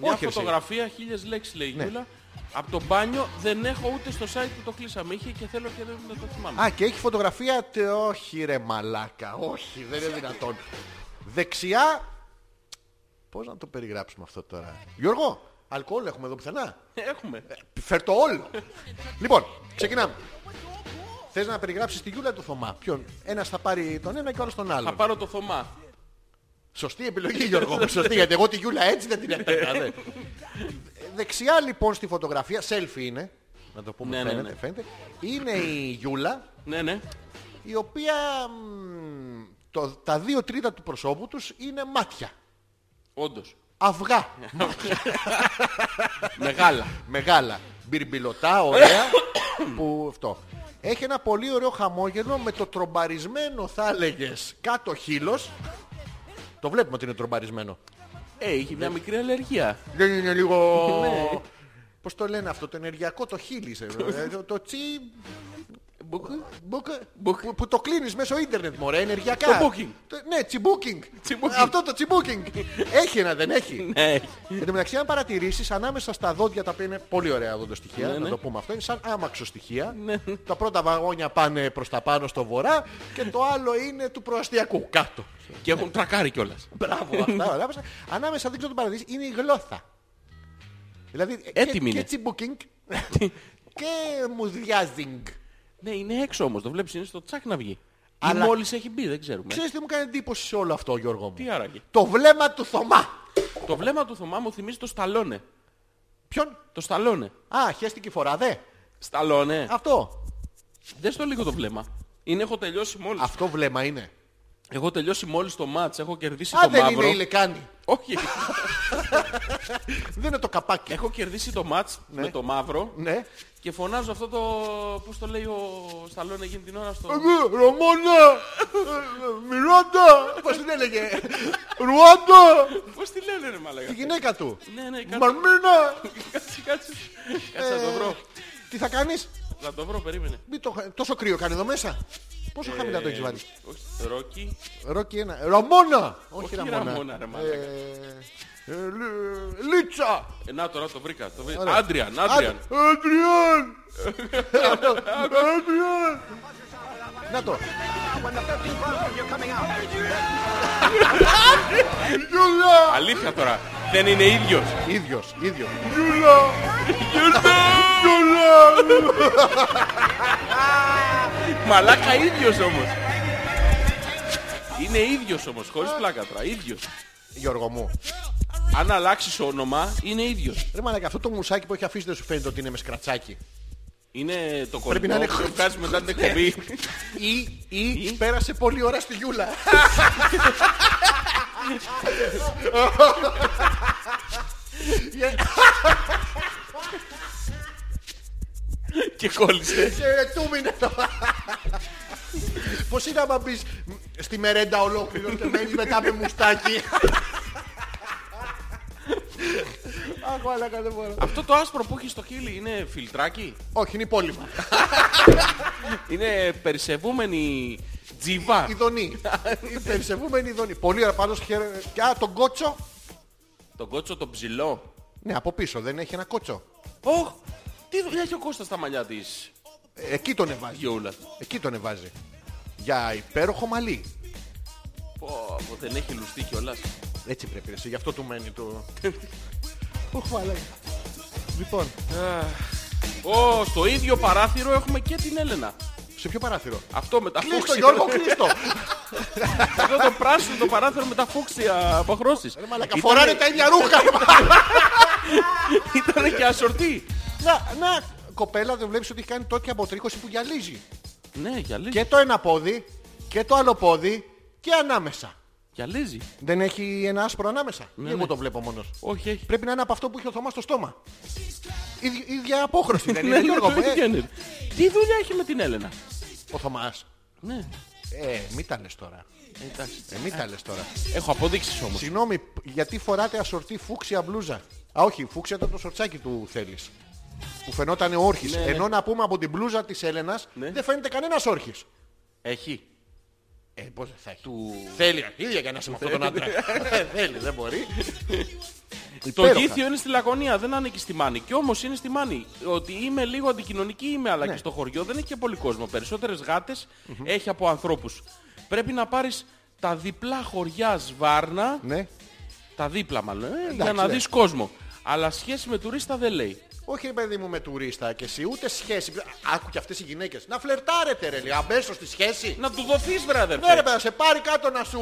Speaker 2: Μια
Speaker 1: Όχι, ρε,
Speaker 2: φωτογραφία, χίλιες λέξεις λέει η Γιούλα. Από το μπάνιο δεν έχω ούτε στο site που το κλείσαμε. Είχε και θέλω και δεν δεν το θυμάμαι.
Speaker 1: Α, και έχει φωτογραφία. τε, όχι ρε μαλάκα. Όχι, δεν είναι δυνατόν. Δεξιά. Πώς να το περιγράψουμε αυτό τώρα. Γιώργο, αλκοόλ έχουμε εδώ πουθενά.
Speaker 2: Έχουμε.
Speaker 1: Φέρ το όλο. λοιπόν, ξεκινάμε. Θες να περιγράψεις τη Γιούλα ή το Θωμά. Ποιον. Ένας θα πάρει τον ένα και ο άλλος τον
Speaker 2: Θα
Speaker 1: άλλον.
Speaker 2: πάρω το Θωμά.
Speaker 1: Σωστή επιλογή Γιώργο μου, σωστή, γιατί εγώ τη Γιούλα έτσι δεν την έπαιρνα. δε. Δεξιά λοιπόν στη φωτογραφία, selfie είναι, να το πούμε
Speaker 2: Ναι, ναι,
Speaker 1: φαίνεται,
Speaker 2: ναι.
Speaker 1: φαίνεται, είναι η Γιούλα
Speaker 2: Ναι, ναι.
Speaker 1: η οποία μ, το, τα δύο τρίτα του προσώπου τους είναι μάτια.
Speaker 2: Όντως.
Speaker 1: αυγά.
Speaker 2: Μεγάλα.
Speaker 1: Μεγάλα. Μπυρμπιλωτά, ωραία. που αυτό. Έχει ένα πολύ ωραίο χαμόγελο με το τρομπαρισμένο, θα έλεγες, κάτω χείλος. Το βλέπουμε ότι είναι τρομπαρισμένο.
Speaker 2: Ε, είχε μια μικρή αλλεργία.
Speaker 1: Δεν είναι λίγο.
Speaker 2: Ναι.
Speaker 1: Πώς το λένε αυτό, το ενεργειακό το χείλη. ε, ε, το- Το τσι. Μπουκ, που- Που το κλείνεις μέσω ίντερνετ, μωρέ, ενεργειακά.
Speaker 2: Το booking.
Speaker 1: Το- Ναι, τσιμπούκινγκ.
Speaker 2: Τσιμπούκινγκ.
Speaker 1: Αυτό το τσιμπούκινγκ. Έχει ένα, δεν έχει.
Speaker 2: Ναι.
Speaker 1: Εν τω μεταξύ, αν παρατηρήσεις, ανάμεσα στα δόντια τα οποία είναι πολύ ωραία δόντο στοιχεία,
Speaker 2: Ναι,
Speaker 1: να
Speaker 2: ναι.
Speaker 1: το πούμε αυτό, είναι σαν άμαξο στοιχεία. Τα πρώτα βαγόνια πάνε προς τα πάνω στο βορρά και το άλλο είναι του προαστιακού κάτω.
Speaker 2: Και έχουν τρακάρει κιόλας.
Speaker 1: Μπράβο, αυτά. όλα. Ανάμεσα, δεν ξέρω το παρατηρήσεις, είναι η γλώσσα. Δηλαδή, και-
Speaker 2: Έτοιμη
Speaker 1: και
Speaker 2: είναι.
Speaker 1: τσιμπούκινγκ και μουδιάζινγκ.
Speaker 2: Ναι, είναι έξω όμως. Το βλέπεις, είναι στο τσακ να βγει. Αλλά...
Speaker 1: Αλλά-
Speaker 2: Ή μόλις έχει μπει, δεν ξέρουμε.
Speaker 1: Ξέρεις τι μου κάνει εντύπωση σε όλο αυτό, Γιώργο μου.
Speaker 2: Τι άραγε.
Speaker 1: Το βλέμμα του Θωμά.
Speaker 2: Το βλέμμα του Θωμά μου θυμίζει το σταλόνε.
Speaker 1: Ποιον?
Speaker 2: Το σταλόνε.
Speaker 1: Α, χέστηκε η φορά, δε.
Speaker 2: Σταλόνε.
Speaker 1: Αυτό.
Speaker 2: Δες το λίγο το βλέμμα. Είναι, έχω τελειώσει μόλις.
Speaker 1: Αυτό βλέμμα είναι.
Speaker 2: Έχω τελειώσει μόλις το μάτ. Έχω κερδίσει
Speaker 1: Α,
Speaker 2: το
Speaker 1: δεν
Speaker 2: μαύρο.
Speaker 1: είναι η λεκάνη.
Speaker 2: Όχι.
Speaker 1: Δεν είναι το καπάκι.
Speaker 2: έχω κερδίσει το μάτ με το μαύρο.
Speaker 1: Ναι.
Speaker 2: Και φωνάζω αυτό το. Πώς το λέει ο Σταλόνε εκείνη την ώρα στο.
Speaker 1: Ρωμόνα! Ε, Μιράντα! Πώς την έλεγε. Ρουάντα!
Speaker 2: Πώς τη λένε, ρε Μαλάκα.
Speaker 1: Τη γυναίκα του.
Speaker 2: Ναι, ναι, κάτσε.
Speaker 1: Μαρμίνα!
Speaker 2: Κάτσε, κάτσε. Κάτσε, να το
Speaker 1: Ε,
Speaker 2: βρω.
Speaker 1: Τι θα κάνεις.
Speaker 2: Να το βρω, περίμενε.
Speaker 1: Μη το χα- Τόσο κρύο κάνει εδώ μέσα. Πόσο
Speaker 2: Ε,
Speaker 1: χαμηλά το έχεις βάλει.
Speaker 2: Όχι, Ρόκι.
Speaker 1: Ρόκι ένα. Ρωμόνα! Όχι
Speaker 2: Όχι
Speaker 1: Ραμόνα.
Speaker 2: Ραμόνα, ρε μαλάκα.
Speaker 1: Ε, ε, Λι- Λίτσα!
Speaker 2: Ε, να τώρα το βρήκα. Το βρήκα.
Speaker 1: Ωραία.
Speaker 2: Άντριαν, Άντριαν.
Speaker 1: Αντριάν! Αντριάν! Να το. Γιούλα!
Speaker 2: Αλήθεια τώρα. Δεν είναι ίδιος.
Speaker 1: Ίδιος, ίδιος. Γιούλα! Γιούλα!
Speaker 2: Μαλάκα ίδιος όμως. Είναι ίδιος όμως. Χωρίς πλάκα τώρα. ίδιος.
Speaker 1: Γιώργο μου,
Speaker 2: Αν αλλάξεις όνομα, είναι ίδιος.
Speaker 1: ρε μαλάκα, αυτό το μουσάκι που έχει αφήσει δεν σου φαίνεται ότι είναι με σκρατσάκι.
Speaker 2: Είναι το
Speaker 1: Πρέπει να
Speaker 2: κολλητό
Speaker 1: είναι
Speaker 2: που βγάζει μετά την εκπομπή.
Speaker 1: Ή, ή, πέρασε πολλή ώρα στη Γιούλα.
Speaker 2: και κόλλησε.
Speaker 1: Και ρε, τούμι είναι το. Πώς είναι άμα μπεις στη μερέντα ολόκληρο και μένεις μετά με μουστάκι. Αχ, μαλάκα, δεν μπορώ.
Speaker 2: Αυτό το άσπρο που έχεις στο χείλι είναι φιλτράκι.
Speaker 1: Όχι, είναι υπόλοιμα.
Speaker 2: Είναι περισεβούμενη τζιβά.
Speaker 1: Ιδονή. Η Περισεβούμενη ιδονή. Πολύ ωραία, πάντως χαίρομαι. Και, Α, τον κότσο.
Speaker 2: Τον κότσο τον ψηλό.
Speaker 1: Ναι, από πίσω δεν έχει ένα κότσο.
Speaker 2: Ωχ! Τι δουλειά έχει ο Κώστας στα μαλλιά της
Speaker 1: Ε, Εκεί τον εβάζει.
Speaker 2: Γιούλας.
Speaker 1: Εκεί τον εβάζει. Για υπέροχο μαλλί.
Speaker 2: Πω, πω, δεν έχει λουστεί κιόλας.
Speaker 1: Έτσι πρέπει, εσύ, γι' αυτό του μένει το. Ωχ, μαλάκα. Λοιπόν,
Speaker 2: Ω, στο ίδιο παράθυρο έχουμε και την Έλενα.
Speaker 1: σε ποιο παράθυρο.
Speaker 2: Αυτό με τα
Speaker 1: Κλείστο,
Speaker 2: φούξια.
Speaker 1: Γιώργο, κλείστο.
Speaker 2: Εδώ το πράσινο το παράθυρο με τα φούξια αποχρώσεις.
Speaker 1: Ρε Μαλάκα, φοράνε τα ίδια ρούχα.
Speaker 2: Ήταν και ασορτή.
Speaker 1: Να, να, κοπέλα, δεν βλέπεις ότι έχει κάνει τέτοια αποτρίχωση που γυαλίζει.
Speaker 2: Ναι, γυαλίζει.
Speaker 1: Και το ένα πόδι και το άλλο πόδι και ανάμεσα.
Speaker 2: Γυαλίζει.
Speaker 1: Δεν έχει ένα άσπρο ανάμεσα. Ή Εγώ
Speaker 2: ναι.
Speaker 1: το βλέπω μόνος.
Speaker 2: Όχι, έχει.
Speaker 1: Πρέπει να είναι από αυτό που είχε ο Θωμάς στο στόμα. Ίδι- ίδια απόχρωση δεν είναι,
Speaker 2: Ναι,
Speaker 1: Γιώργο.
Speaker 2: ναι, το
Speaker 1: ε.
Speaker 2: ίδιο είναι. Τι δουλειά έχει με την Έλενα.
Speaker 1: Ο Θωμάς.
Speaker 2: Ναι,
Speaker 1: Ε, μη τα λες τώρα.
Speaker 2: εντάξει.
Speaker 1: Ε, μη τα λες τώρα.
Speaker 2: Έχω αποδείξεις όμως.
Speaker 1: Συγγνώμη, γιατί φοράτε ασορτή φούξια μπλούζα. Α, όχι, φούξια ήταν το σορτσάκι του θέλεις. Που φαινόταν όρχης.
Speaker 2: Ναι, ναι.
Speaker 1: Ενώ να πούμε από την μπλούζα της Έλενας
Speaker 2: Ναι.
Speaker 1: δεν φαίνεται κανένας όρχης.
Speaker 2: Έχει.
Speaker 1: Ε, πώς δεν θα έχει.
Speaker 2: Του...
Speaker 1: Θέλει αρχίδια για να είσαι με αυτόν τον άντρα. Δεν θέλει, δεν μπορεί.
Speaker 2: Το
Speaker 1: Υπέροχα.
Speaker 2: γήθιο είναι στη Λαγωνία, δεν ανήκει στη Μάνη. Και όμως είναι στη Μάνη. Ότι είμαι λίγο αντικοινωνική είμαι,
Speaker 1: Ναι.
Speaker 2: αλλά και στο χωριό δεν έχει και πολύ κόσμο. Περισσότερες γάτες έχει από ανθρώπους. Πρέπει να πάρεις τα διπλά χωριά σβάρνα,
Speaker 1: Ναι.
Speaker 2: τα δίπλα μάλλον, ε, για
Speaker 1: Εντάξει,
Speaker 2: να
Speaker 1: ναι.
Speaker 2: δεις κόσμο. Αλλά σχέση με τουρίστα δεν λέει.
Speaker 1: Όχι, ρε παιδί μου, με τουρίστα και εσύ, ούτε σχέση. Άκου και αυτές οι γυναίκες. Να φλερτάρετε, ρε, λίγα. Μπέσω στη σχέση.
Speaker 2: Να του δοθείς βρε αδερφέ.
Speaker 1: Ναι, ρε, παιδί, να σε πάρει κάτω να σου.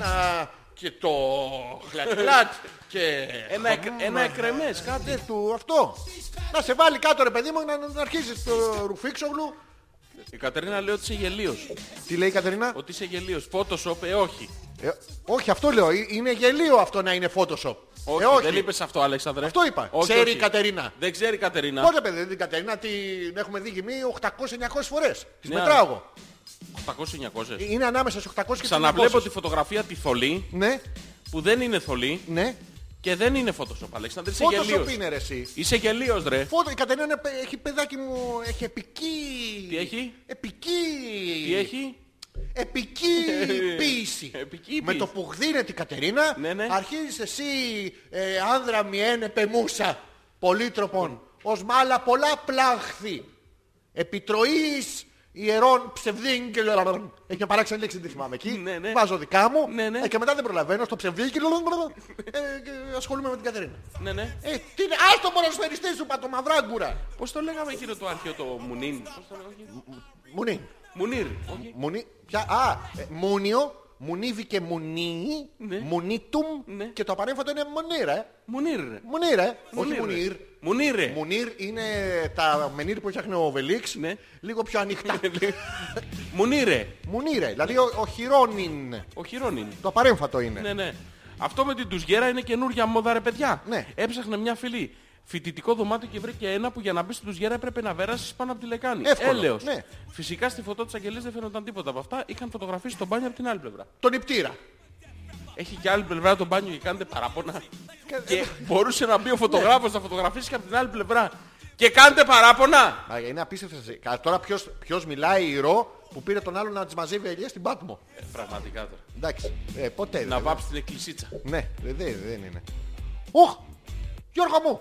Speaker 1: Να... Και το. Χλατ, και.
Speaker 2: Ένα, εκ,
Speaker 1: Ε,
Speaker 2: ένα εκρεμές, κάτι.
Speaker 1: Ναι, του αυτό. Να σε βάλει κάτω, ρε παιδί μου, να, να αρχίζεις το ρουφίξογλου.
Speaker 2: Η Κατερίνα λέει ότι είσαι γελίος.
Speaker 1: Τι λέει η Κατερίνα.
Speaker 2: Ότι είσαι γελίος. Photoshop, ε όχι.
Speaker 1: Ε, όχι, αυτό λέω. Ε, Είναι γελίο αυτό να είναι Photoshop.
Speaker 2: Όχι,
Speaker 1: ε, όχι.
Speaker 2: δεν είπες αυτό, Αλέξανδρε.
Speaker 1: Αυτό είπα. Ξέρει η Κατερίνα.
Speaker 2: Δεν ξέρει η Κατερίνα.
Speaker 1: Πότε παιδί, δεν την Κατερίνα την έχουμε δει γυμνή 800-900 φορές. Τις
Speaker 2: Ναι,
Speaker 1: μετράω
Speaker 2: αλλά-
Speaker 1: εγώ.
Speaker 2: 800-900.
Speaker 1: Είναι ανάμεσα στους 800 και 900.
Speaker 2: Ξαναβλέπω τη φωτογραφία τη θολή
Speaker 1: Ναι,
Speaker 2: που δεν είναι θολή
Speaker 1: ναι.
Speaker 2: και δεν είναι Photoshop, Αλέξανδρε. Είσαι
Speaker 1: Photoshop
Speaker 2: γελίος.
Speaker 1: είναι ρε εσύ.
Speaker 2: Είσαι γελίος, ρε.
Speaker 1: Φώτο, η Κατερίνα είναι- έχει παιδάκι μου, έχει επική...
Speaker 2: Τι έχει?
Speaker 1: Επική...
Speaker 2: Τι έχει.
Speaker 1: Επική ποίηση.
Speaker 2: Επική
Speaker 1: Με το
Speaker 2: ποίηση.
Speaker 1: που γδύνεται η Κατερίνα,
Speaker 2: Ναι, ναι.
Speaker 1: αρχίζεις εσύ ε, άνδρα μιένε πεμούσα πολύτροπον, ως μάλα πολλά πλάχθη, επιτροής ιερών ψευδίγγελων. Έχει μια παράξενη λέξη, δεν τη θυμάμαι εκεί.
Speaker 2: Ναι, ναι.
Speaker 1: Βάζω δικά μου
Speaker 2: Ναι, ναι.
Speaker 1: Ε, και μετά δεν προλαβαίνω στο ψευδίγγελο. ε, και ασχολούμαι με την Κατερίνα.
Speaker 2: Ναι, ναι.
Speaker 1: Ε, τι είναι, άστο ποδοσφαιριστή σου, πατομαυράγκουρα.
Speaker 2: Πώς το λέγαμε εκείνο το αρχείο, το Μουνίν. Πώς το λέγαμε.
Speaker 1: Μουνίν.
Speaker 2: Μουνίρ. όχι.
Speaker 1: Μουνί, ποια, α, ε, μούνιο, μουνίβι και μουνί,
Speaker 2: Ναι.
Speaker 1: μουνίτουμ
Speaker 2: Ναι.
Speaker 1: και το απαρέμφατο είναι μονίρ, ε.
Speaker 2: Μουνίρ.
Speaker 1: Μονίρ, ε. Όχι
Speaker 2: Μουνίρ.
Speaker 1: μουνίρ.
Speaker 2: Μουνίρ. ρε.
Speaker 1: Μουνίρ είναι τα μενίρ που έφτιαχνε ο Βελίξ,
Speaker 2: Ναι.
Speaker 1: λίγο πιο ανοιχτά.
Speaker 2: Μουνίρ. ρε.
Speaker 1: μουνίρ, ε. δηλαδή ο, ο χειρόνιν,
Speaker 2: Ο Χιρόνιν.
Speaker 1: το απαρέμφατο είναι.
Speaker 2: Ναι, ναι. Αυτό με την τουζιέρα είναι καινούργια μόδα, ρε παιδιά.
Speaker 1: Ναι.
Speaker 2: Έψαχνε μια φίλη φοιτητικό δωμάτιο και βρήκε ένα που για να μπει στην τουζιέρα έπρεπε να βέρασεις πάνω από τη λεκάνη.
Speaker 1: Εύκολο.
Speaker 2: Έλεος.
Speaker 1: Ναι.
Speaker 2: Φυσικά στη φωτό της Αγγελή δεν φαίνονταν τίποτα από αυτά. Είχαν φωτογραφίσει τον μπάνιο από την άλλη πλευρά.
Speaker 1: Τον υπτήρα.
Speaker 2: Έχει και άλλη πλευρά τον μπάνιο και κάνετε παράπονα.
Speaker 1: ε,
Speaker 2: και μπορούσε να μπει
Speaker 1: ναι.
Speaker 2: ο φωτογράφος να φωτογραφίσει και από την άλλη πλευρά. Και κάνετε παράπονα!
Speaker 1: Α, είναι απίστευτο. Κα- Τώρα ποιος, ποιος μιλάει ηρώ που πήρε τον άλλο να τις μαζεύει ελιές στην Πάτμο.
Speaker 2: Ε, πραγματικά τώρα.
Speaker 1: Εντάξει, ε, ποτέ
Speaker 2: Να
Speaker 1: δηλαδή.
Speaker 2: βάψει την εκκλησίτσα.
Speaker 1: Ναι, δεν δεν είναι. Οχ, Γιώργο μου,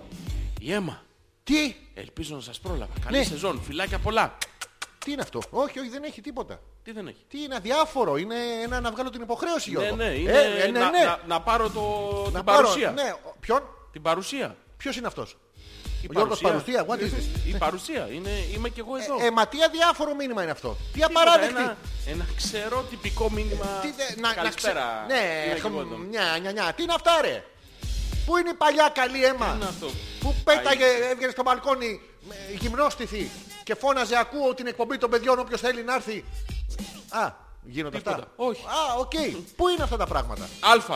Speaker 2: Η αίμα.
Speaker 1: τι,
Speaker 2: Ελπίζω να σας πρόλαβα. Καλή
Speaker 1: Ναι.
Speaker 2: σεζόν. Φυλάκια πολλά.
Speaker 1: τι είναι αυτό. Όχι, όχι, δεν έχει τίποτα.
Speaker 2: Τι δεν έχει.
Speaker 1: Τι είναι αδιάφορο, είναι ένα να βγάλω την υποχρέωση
Speaker 2: Ναι,
Speaker 1: Γιώργο.
Speaker 2: ναι, είναι
Speaker 1: ε, ε, ναι,
Speaker 2: να,
Speaker 1: ναι.
Speaker 2: Να, να πάρω το, την
Speaker 1: Να πάρω,
Speaker 2: παρουσία.
Speaker 1: Ναι, ο- ποιον,
Speaker 2: Την παρουσία.
Speaker 1: ποιος είναι αυτός.
Speaker 2: Η
Speaker 1: Ο Γιώργος Παρουσία, what is this.
Speaker 2: Η παρουσία. Είναι, είμαι και εγώ εδώ.
Speaker 1: Ε, μα τι αδιάφορο μήνυμα είναι αυτό. Τι
Speaker 2: Τίποτα,
Speaker 1: απαράδεκτη.
Speaker 2: Ένα, ένα ξερό τυπικό μήνυμα.
Speaker 1: Τι, δε- να, να ξε-
Speaker 2: Καλησπέρα.
Speaker 1: Ναι,
Speaker 2: είμαι και
Speaker 1: χμ,
Speaker 2: εγώ εδώ.
Speaker 1: νιά, νιά, νιά. Τι είναι αυτά ρε. Πού είναι η παλιά καλή αίμα.
Speaker 2: είναι αυτό.
Speaker 1: Που πέταγε, έβγαινε στο μπαλκόνι με- γυμνόστιθη και φώναζε ακούω την εκπομπή των παιδιών όποιος θέλει να έρθει. Α, γίνονται
Speaker 2: Τίποτα.
Speaker 1: αυτά.
Speaker 2: Όχι.
Speaker 1: Α, οκ. Πού είναι αυτά τα πράγματα.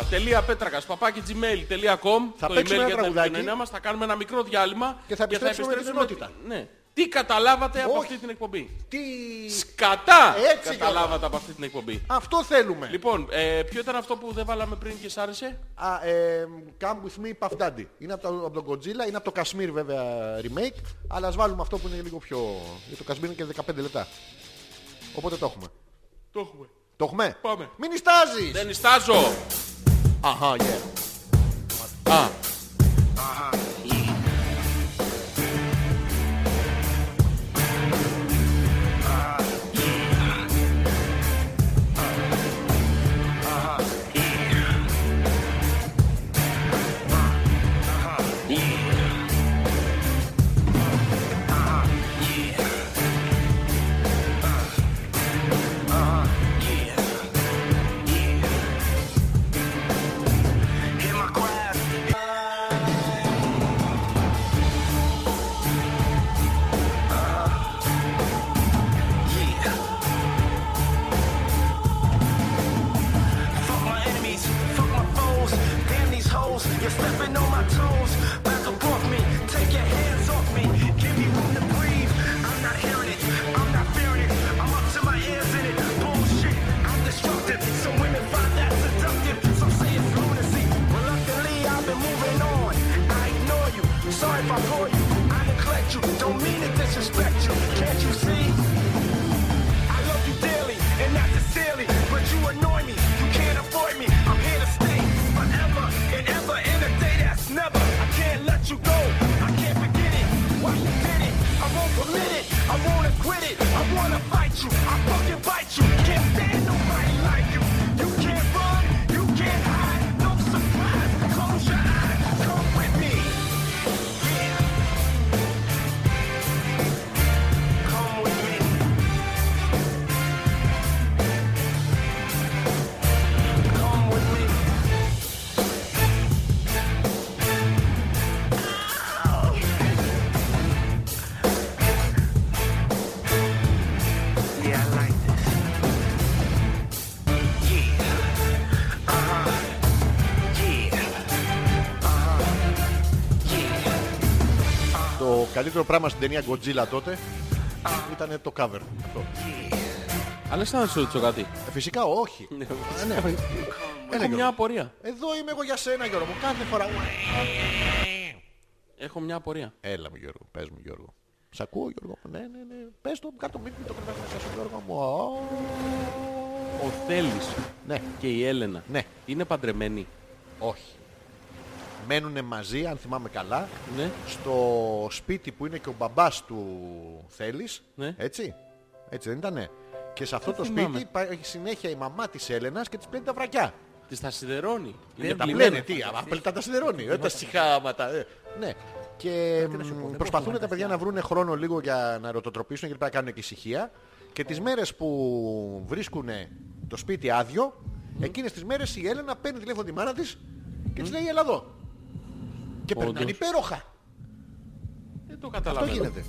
Speaker 2: αλφα.πέτρακα παπάκι gmail.com
Speaker 1: Θα
Speaker 2: το
Speaker 1: παίξουμε
Speaker 2: email
Speaker 1: ένα
Speaker 2: για την
Speaker 1: τραγουδάκι.
Speaker 2: επικοινωνία μας. Θα κάνουμε ένα μικρό διάλειμμα
Speaker 1: Και θα επιστρέψουμε με την ενότητα.
Speaker 2: Ναι. Τι καταλάβατε από
Speaker 1: Όχι.
Speaker 2: αυτή την εκπομπή.
Speaker 1: Τι...
Speaker 2: Σκατά
Speaker 1: Έτσι,
Speaker 2: καταλάβατε από αυτή την εκπομπή.
Speaker 1: Αυτό θέλουμε.
Speaker 2: Λοιπόν, ε, ποιο ήταν αυτό που δεν βάλαμε πριν και σ' άρεσε.
Speaker 1: Α, ε, come with me, Puff Daddy. Είναι από, το, από τον Godzilla, είναι από το Kashmir βέβαια remake, αλλά ας βάλουμε αυτό που είναι λίγο πιο... Γιατί το Kashmir είναι και 15 λεπτά. Οπότε το έχουμε.
Speaker 2: Το έχουμε.
Speaker 1: Το έχουμε.
Speaker 2: Πάμε.
Speaker 1: Μην ιστάζεις.
Speaker 2: Δεν ιστάζω.
Speaker 1: Αχα, yeah.
Speaker 2: Α.
Speaker 7: Fuck my enemies, fuck my foes. Damn these hoes, you're stepping on my toes. About to walk me, take your hands off me. Give me room to breathe. I'm not hearing it, I'm not fearing it. I'm up to my ears in it. Bullshit, I'm destructive. Some women find that seductive. Some say it's lunacy. Reluctantly, I've been moving on. I ignore you. Sorry if I bore you. I neglect you. Don't mean to disrespect you. Can't you see? I love you dearly and not sincerely, but you annoy me. You can't avoid me. I'm here to stay forever and ever in a day that's never. I can't let you go. I can't forget it. Why you did it? I won't permit it. I wanna quit it. I wanna fight you. I fucking bite you. Can't stand nobody like you. You can't run. You can't hide. No surprise. Close your eyes. Come with me. Yeah. Come with me. Come with me. Yeah, Uh-huh. I like this. Yeah.
Speaker 1: Καλύτερο πράγμα στην ταινία Godzilla τότε ήταν το cover. Αυτό.
Speaker 2: Αλέξανδρο, να σου ρωτήσω κάτι.
Speaker 1: Ε, Φυσικά όχι. Α, ναι. Έλα,
Speaker 2: Έχω
Speaker 1: Γιώργο.
Speaker 2: μια απορία.
Speaker 1: Εδώ είμαι εγώ για σένα Γιώργο μου. Κάθε φορά.
Speaker 2: Έχω μια απορία.
Speaker 1: Έλα μου Γιώργο. Πες μου Γιώργο. Σ' ακούω Γιώργο μου. Ναι, ναι, ναι. Πες το κάτω μην μην το κρεμάσεις μέσα σου Γιώργο μου. Α,
Speaker 2: Ο Θέλης
Speaker 1: Ναι.
Speaker 2: και η Έλενα
Speaker 1: Ναι.
Speaker 2: είναι παντρεμένοι.
Speaker 1: Όχι. Μένουνε μαζί αν θυμάμαι καλά.
Speaker 2: Ναι.
Speaker 1: στο σπίτι που είναι και ο μπαμπάς του Θέλης,
Speaker 2: Ναι.
Speaker 1: έτσι, έτσι δεν ήτανε. Και σε αυτό
Speaker 2: Δεν
Speaker 1: το
Speaker 2: θυμάμαι.
Speaker 1: σπίτι υπάρχει συνέχεια η μαμά της Έλενας και της παίρνει τα βρακιά.
Speaker 2: Της τα σιδερώνει.
Speaker 1: Δεν Ε, τα
Speaker 2: πλημμένα.
Speaker 1: πλένε, τι, απλά τα σιδερώνει, δεν τα συχάματα. ε. Ναι. Και μ, προσπαθούν τα παιδιά να βρουν χρόνο λίγο για να ρωτοτροπήσουν γιατί πρέπει να κάνουν και ησυχία. Και τις μέρες που βρίσκουν το σπίτι άδειο, εκείνες τις μέρες η Έλενα παίρνει τηλέφωνο τη μάνα της και της λέει «Έλα εδώ». Και περνάνε
Speaker 2: Όντως.
Speaker 1: υπέροχα.
Speaker 2: Δεν το
Speaker 1: Αυτό
Speaker 2: καταλαβαίνω.
Speaker 1: γίνεται.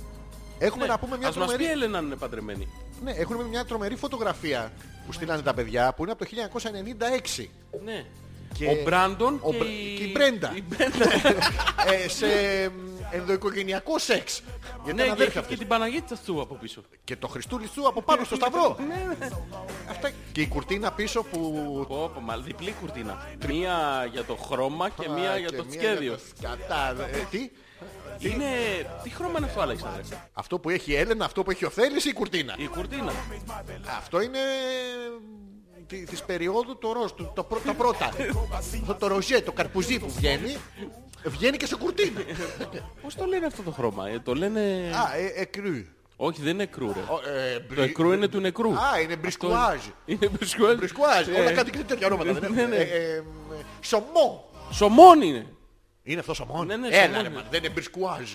Speaker 1: Έχουμε να πούμε μια
Speaker 2: Ναι. Ας μας πει
Speaker 1: τρομερή,
Speaker 2: η Έλενα αν είναι παντρεμένη.
Speaker 1: ναι, έχουμε μια τρομερή φωτογραφία που στείλανε τα παιδιά που είναι από το 1996.
Speaker 2: Ναι.
Speaker 1: Και-
Speaker 2: Ο Μπράντον
Speaker 1: ο
Speaker 2: και,
Speaker 1: Μπρα-
Speaker 2: η...
Speaker 1: και η Μπρέντα.
Speaker 2: η Μπρέντα.
Speaker 1: ε, σε μ, ενδοοικογενειακό σεξ. Γιατί
Speaker 2: ναι,
Speaker 1: ήταν
Speaker 2: και,
Speaker 1: αδέρφια
Speaker 2: έχει
Speaker 1: αυτής.
Speaker 2: και την Παναγία της Αθού από πίσω. Ναι,
Speaker 1: Και το Χριστούλη σου από πάνω στο Σταυρό. Αυτά. Και η κουρτίνα πίσω που...
Speaker 2: Πω, πω, μα διπλή κουρτίνα. Μία για το χρώμα και μία
Speaker 1: Α,
Speaker 2: για το
Speaker 1: μία
Speaker 2: σχέδιο.
Speaker 1: για το σκατά. Ε, τι?
Speaker 2: Είναι... Τι χρώμα είναι αυτό, Αλέξανδρε.
Speaker 1: Αυτό που έχει η Έλενα, αυτό που έχει ο Θέλης ή η κουρτίνα.
Speaker 2: Η κουρτίνα.
Speaker 1: Αυτό είναι τη- της περίοδου το ροζ, το, το, πρω- τα πρώτα. το, το ροζέ, το καρπουζί που βγαίνει, βγαίνει και σε κουρτίνα.
Speaker 2: Πώς το λένε αυτό το χρώμα. ε, το λένε...
Speaker 1: Α, ε, ε, κρύ.
Speaker 2: Όχι, δεν είναι κρού, ρε.
Speaker 1: Ο, ε, μπρι-
Speaker 2: Το εκρού είναι του νεκρού.
Speaker 1: Α, είναι μπρισκουάζ.
Speaker 2: Είναι μπρισκουάζ.
Speaker 1: Μπρισκουάζ,
Speaker 2: Ε,
Speaker 1: όλα κάτι τέτοια ονόματα δεν
Speaker 2: Ναι,
Speaker 1: έχουν.
Speaker 2: ναι.
Speaker 1: Ε, ε, ε, Σωμό.
Speaker 2: Σωμόν είναι.
Speaker 1: Είναι αυτός σωμό.
Speaker 2: Ναι, ναι,
Speaker 1: Έλα,
Speaker 2: σωμόν
Speaker 1: ρε,
Speaker 2: είναι.
Speaker 1: μα, δεν είναι μπρισκουάζ.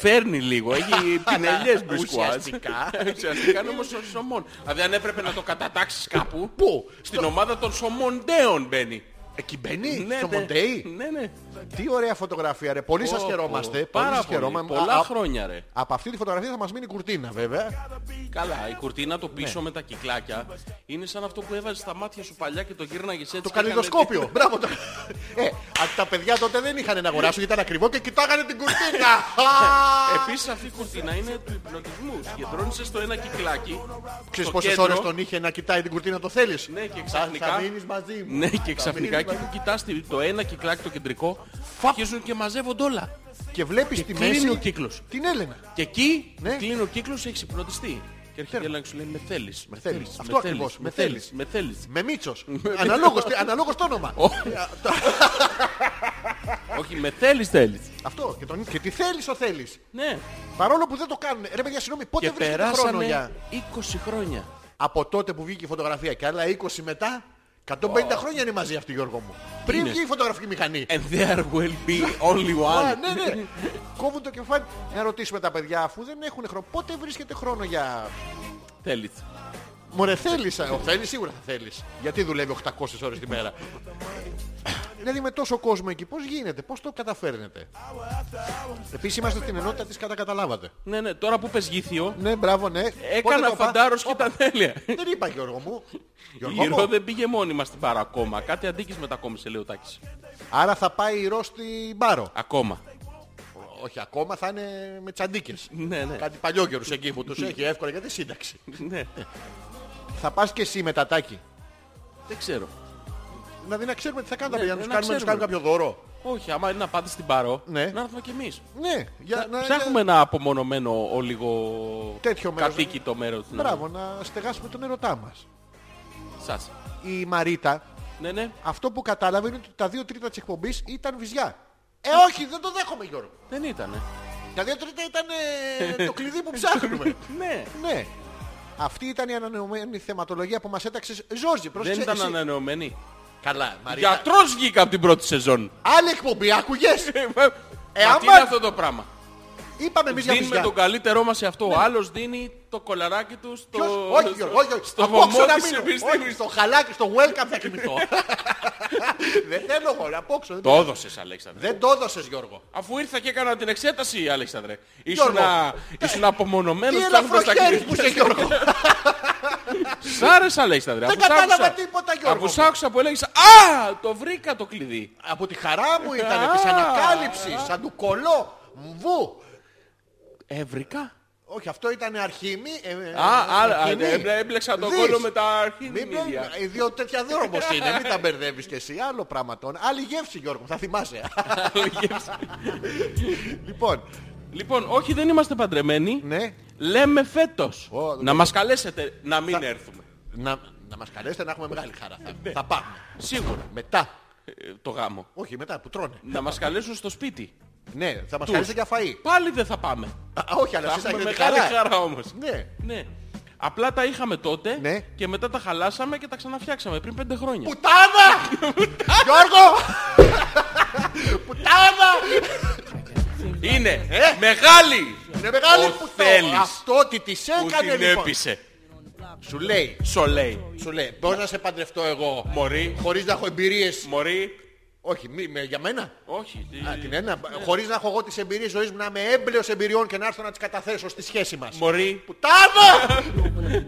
Speaker 2: Φέρνει λίγο, έχει πινελιές μπρισκουάζ.
Speaker 1: Ουσιαστικά.
Speaker 2: Ναι, Ουσιαστικά είναι όμως ο σωμών. Δηλαδή αν έπρεπε να το κατατάξεις κάπου,
Speaker 1: Πού?
Speaker 2: στην ομάδα των σωμοντέων μπαίνει.
Speaker 1: Εκεί μπαίνει,
Speaker 2: Ναι,
Speaker 1: στο
Speaker 2: ναι.
Speaker 1: Μοντέι.
Speaker 2: Ναι, ναι.
Speaker 1: Τι ωραία φωτογραφία, ρε. Πολύ σας
Speaker 2: Πω,
Speaker 1: χαιρόμαστε.
Speaker 2: πω, Πάρα
Speaker 1: σας
Speaker 2: πολύ.
Speaker 1: χαιρόμαστε.
Speaker 2: Πολλά
Speaker 1: Α, α,
Speaker 2: χρόνια ρε.
Speaker 1: Από αυτή τη φωτογραφία θα μας μείνει η κουρτίνα, βέβαια.
Speaker 2: Καλά, η κουρτίνα το πίσω με τα κυκλάκια είναι σαν αυτό που έβαζε στα μάτια σου παλιά και το γύρναγες έτσι.
Speaker 1: Το
Speaker 2: και έκανε-
Speaker 1: καλλιδοσκόπιο. Μπράβο. Το... Ε, α, τα παιδιά τότε δεν είχαν να αγοράσουν γιατί ήταν ακριβό και κοιτάγανε την κουρτίνα.
Speaker 2: Ε,
Speaker 1: Α,
Speaker 2: Επίσης αυτή η κουρτίνα είναι του υπνοτισμού. Συγκεντρώνεσαι στο ένα κυκλάκι.
Speaker 1: Ξέρεις
Speaker 2: στο
Speaker 1: πόσες
Speaker 2: κέντρο.
Speaker 1: ώρες τον είχε να κοιτάει την κουρτίνα το θέλεις.
Speaker 2: Ναι, και
Speaker 1: Θα-
Speaker 2: ξαφνικά.
Speaker 1: Θα μείνεις μαζί μου.
Speaker 2: Ναι,
Speaker 1: Θα
Speaker 2: και
Speaker 1: μείνεις
Speaker 2: ξαφνικά εκεί
Speaker 1: μαζί
Speaker 2: που
Speaker 1: μου.
Speaker 2: κοιτάς τη- το ένα κυκλάκι το κεντρικό, αρχίζουν και μαζεύονται όλα.
Speaker 1: Και βλέπεις τη
Speaker 2: κλείνει
Speaker 1: μέση
Speaker 2: ο κύκλος.
Speaker 1: Την Έλενα.
Speaker 2: Και εκεί
Speaker 1: Ναι.
Speaker 2: κλείνει ο κύκλος, έχει υπνοτιστεί. Και έρχεται η Έλενα και σου λέει με θέλεις, με
Speaker 1: θέλεις».
Speaker 2: θέλεις,
Speaker 1: Αυτό
Speaker 2: με θέλεις,
Speaker 1: ακριβώς,
Speaker 2: με
Speaker 1: «Με
Speaker 2: θέλεις,
Speaker 1: θέλεις».
Speaker 2: με θέλεις.
Speaker 1: Με Μίτσος. Αναλόγως, τι- αναλόγως το όνομα.
Speaker 2: Όχι, με θέλεις θέλεις.
Speaker 1: Αυτό. Και, τον... και τι θέλεις ο θέλεις.
Speaker 2: Ναι,
Speaker 1: Παρόλο που δεν το κάνουν. Ρε παιδιά, συγγνώμη, πότε
Speaker 2: και
Speaker 1: βρίσκεται χρόνο για...
Speaker 2: περάσανε 20 χρόνια.
Speaker 1: Από τότε που βγήκε η φωτογραφία και άλλα 20 μετά. 150 χρόνια είναι μαζί αυτή Γιώργο μου. Πριν
Speaker 2: Είναι. Ε,
Speaker 1: βγει η φωτογραφική μηχανή.
Speaker 2: And there will be only
Speaker 1: Α,
Speaker 2: one.
Speaker 1: ναι, ναι. Κόβουν το κεφάλι. Να ρωτήσουμε τα παιδιά, αφού δεν έχουν χρόνο, πότε βρίσκεται χρόνο για.
Speaker 2: Θέλεις.
Speaker 1: Μωρέ, θέλεις. Θέλεις, σίγουρα θα θέλεις. Γιατί δουλεύει 800 ώρες τη μέρα. δηλαδή με τόσο κόσμο εκεί, πώς γίνεται, πώς το καταφέρνετε. Επίσης είμαστε στην ενότητα της κατά καταλάβατε.
Speaker 2: Ναι, ναι, τώρα που πες γήθιο,
Speaker 1: Ναι, μπράβο, ναι. Πότε
Speaker 2: έκανα
Speaker 1: το πα-
Speaker 2: φαντάρος και ήταν τέλεια.
Speaker 1: Δεν είπα Γιώργο μου. Γιώργο
Speaker 2: Η Ρο
Speaker 1: μου.
Speaker 2: δεν πήγε μόνη μας στην παρά ακόμα. Κάτι αντίκης μετακόμισε, λέει ο Τάκης.
Speaker 1: Άρα θα πάει η Ρο στην Πάρο.
Speaker 2: Ακόμα.
Speaker 1: Όχι ακόμα, θα είναι με τσαντίκες.
Speaker 2: Ναι, ναι.
Speaker 1: Κάτι παλιόγερους εκεί που τους έχει εύκολα γιατί σύνταξη.
Speaker 2: ναι.
Speaker 1: θα πας και εσύ μετατάκι.
Speaker 2: Δεν ξέρω.
Speaker 1: Δηλαδή να ξέρουμε τι θα κάνουν τα
Speaker 2: Ναι,
Speaker 1: παιδιά, να
Speaker 2: ναι,
Speaker 1: τους
Speaker 2: να
Speaker 1: κάνουμε, να τους
Speaker 2: ξέρουμε.
Speaker 1: κάνουμε κάποιο δώρο.
Speaker 2: Όχι, άμα είναι να πάτε στην Παρό,
Speaker 1: Ναι.
Speaker 2: να έρθουμε κι εμείς.
Speaker 1: Ναι, για να...
Speaker 2: Ψάχνουμε ένα απομονωμένο λίγο
Speaker 1: Τέτοιο μέρος.
Speaker 2: κατοίκητο μέρος.
Speaker 1: για- Μπράβο, να στεγάσουμε τον ερωτά μας.
Speaker 2: Σας.
Speaker 1: Η Μαρίτα,
Speaker 2: Ναι, ναι.
Speaker 1: αυτό που κατάλαβε είναι ότι τα δύο τρίτα της εκπομπής ήταν βυζιά. Ε, όχι, δεν το δέχομαι Γιώργο.
Speaker 2: Δεν ήτανε.
Speaker 1: Τα δύο τρίτα ήταν ε, το κλειδί που ψάχνουμε.
Speaker 2: ναι.
Speaker 1: ναι. Αυτή ήταν η ανανεωμένη θεματολογία που μας έταξες. Ζόρζι, πρόσεξε.
Speaker 2: Δεν ήταν
Speaker 1: εσύ.
Speaker 2: ανανεωμένη.
Speaker 1: Καλά, Μαρίτα.
Speaker 2: Γιατρός βγήκα από την πρώτη σεζόν.
Speaker 1: Άλλη εκπομπή, άκουγες.
Speaker 2: Ε,
Speaker 1: άμα-
Speaker 2: Μα τι είναι αυτό το πράγμα.
Speaker 1: Είπαμε εμείς για
Speaker 2: Δίνουμε
Speaker 1: βυζιά.
Speaker 2: τον καλύτερό μας σε αυτό. Ο άλλος δίνει το κολαράκι του στο...
Speaker 1: Ναι. Ποιος? Όχι, Γιώργο, όχι, όχι.
Speaker 2: στο
Speaker 1: Στο
Speaker 2: βωμό
Speaker 1: απόξω να
Speaker 2: της
Speaker 1: μείνω.
Speaker 2: επιστήμης.
Speaker 1: Όχι, στο χαλάκι, στο welcome θα κοιμηθώ. δεν θέλω εγώ, να απόξω.
Speaker 2: Το έδωσες, Αλέξανδρε.
Speaker 1: Δεν το έδωσες Γιώργο.
Speaker 2: Αφού ήρθα και έκανα την εξέταση, Αλέξανδρε. Ήσουνα, ήσουν
Speaker 1: Τι
Speaker 2: απομονωμένος. ψάχνοντας τα
Speaker 1: ελαφροχέρι που
Speaker 2: κλειδιά.
Speaker 1: είσαι Γιώργο.
Speaker 2: Σ' άρεσε, Αλέξανδρε.
Speaker 1: Δεν
Speaker 2: αφού σ'
Speaker 1: κατάλαβα
Speaker 2: άκουσα-
Speaker 1: τίποτα, Γιώργο
Speaker 2: Αφού σ'
Speaker 1: μου.
Speaker 2: άκουσα που έλεγες «Α, το βρήκα το κλειδί».
Speaker 1: Από τη χαρά μου ήταν
Speaker 2: Α.
Speaker 1: της ανακάλυψης, σαν του κολό. Μβου.
Speaker 2: Ευρικά.
Speaker 1: Όχι, αυτό ήταν αρχήμη. ε, ε,
Speaker 2: Α, άρα
Speaker 1: κοινή.
Speaker 2: ε, ε, έμπλεξα τον
Speaker 1: Δεις.
Speaker 2: κόλλο με τα
Speaker 1: Μην
Speaker 2: αρχίδια.
Speaker 1: πλέον, δύο τέτοια δρόμος είναι, μην τα μπερδεύεις κι εσύ. Άλλο πράγμα τον. Άλλη γεύση Γιώργο, θα θυμάσαι. λοιπόν,
Speaker 2: Λοιπόν, όχι, δεν είμαστε παντρεμένοι.
Speaker 1: ναι,
Speaker 2: Λέμε φέτος.
Speaker 1: Ω,
Speaker 2: Να μας καλέσετε να μην έρθουμε.
Speaker 1: να, να μας καλέσετε να έχουμε μεγάλη χαρά. Θα, θα πάμε.
Speaker 2: Σίγουρα.
Speaker 1: Μετά.
Speaker 2: Ε, Το γάμο.
Speaker 1: Όχι, μετά που τρώνε.
Speaker 2: Να μας καλέσουν στο σπίτι.
Speaker 1: Ναι, θα μας
Speaker 2: Τους.
Speaker 1: καλέσετε για φαΐ.
Speaker 2: Πάλι δεν θα πάμε.
Speaker 1: Α, όχι, αλλά
Speaker 2: Θα
Speaker 1: εσείς θα
Speaker 2: έχουμε
Speaker 1: έχετε
Speaker 2: μεγάλη
Speaker 1: χαρά.
Speaker 2: χαρά όμως.
Speaker 1: Ναι.
Speaker 2: Ναι. Απλά τα είχαμε τότε
Speaker 1: Ναι.
Speaker 2: και μετά τα χαλάσαμε και τα ξαναφτιάξαμε πριν πέντε χρόνια.
Speaker 1: Πουτάνα! Γιώργο! Πουτάνα!
Speaker 2: Είναι ε, μεγάλη!
Speaker 1: Είναι μεγάλη
Speaker 2: Ο
Speaker 1: πουτάνα.
Speaker 2: Θέλης
Speaker 1: Αυτό ότι της
Speaker 2: που
Speaker 1: έκανε
Speaker 2: την
Speaker 1: λοιπόν.
Speaker 2: έπεισε.
Speaker 1: Σου λέει,
Speaker 2: Σολέι.
Speaker 1: σου λέει, μπορώ να σε παντρευτώ εγώ.
Speaker 2: Μωρή.
Speaker 1: Χωρίς να έχω εμπειρίες.
Speaker 2: Μωρή.
Speaker 1: Όχι, μη, με, για μένα.
Speaker 2: Όχι.
Speaker 1: Α, την ένα. Χωρίς να έχω εγώ τις εμπειρίες ζωής μου, να είμαι έμπλεος εμπειριών και να έρθω να τις καταθέσω στη σχέση μας.
Speaker 2: Μωρή.
Speaker 1: Πουτάνα!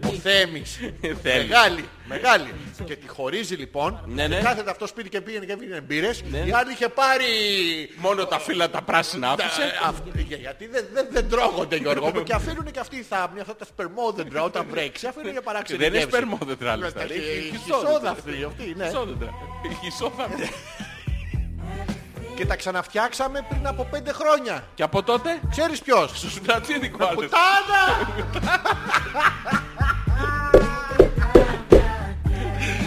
Speaker 1: Ο Θέμης.
Speaker 2: Θέλει.
Speaker 1: Μεγάλη, μεγάλη. και τη χωρίζει λοιπόν.
Speaker 2: Ναι, ναι.
Speaker 1: Και κάθεται αυτό σπίτι και πήγαινε και έβγαινε μπύρες.
Speaker 2: Ναι.
Speaker 1: Η άλλη είχε πάρει...
Speaker 2: Μόνο τα φύλλα τα πράσινα
Speaker 1: Τα- ε,
Speaker 2: άφησε.
Speaker 1: αυ- για- γιατί δεν, δεν, δεν τρώγονται Γιώργο μου και αφήνουν και αυτοί οι θάμνοι, αυτά τα σπερμόδεντρα όταν βρέξει, αφήνουν για παράξενη
Speaker 2: Δεν είναι
Speaker 1: γεύση.
Speaker 2: σπερμόδεντρα άλλωστε.
Speaker 1: Ναι, Τα-
Speaker 2: Είναι
Speaker 1: η- η
Speaker 2: χυσόδεντρα.
Speaker 1: χυσόδα αυτή, αυτή, ναι.
Speaker 2: Χυσόδεντρα. Χυσόδεντρα.
Speaker 1: Και τα ξαναφτιάξαμε πριν από πέντε χρόνια.
Speaker 2: Και από τότε
Speaker 1: Ξέρεις ποιος.
Speaker 2: στο σπιτατσίδικο άλλος.
Speaker 1: Πουτάνα!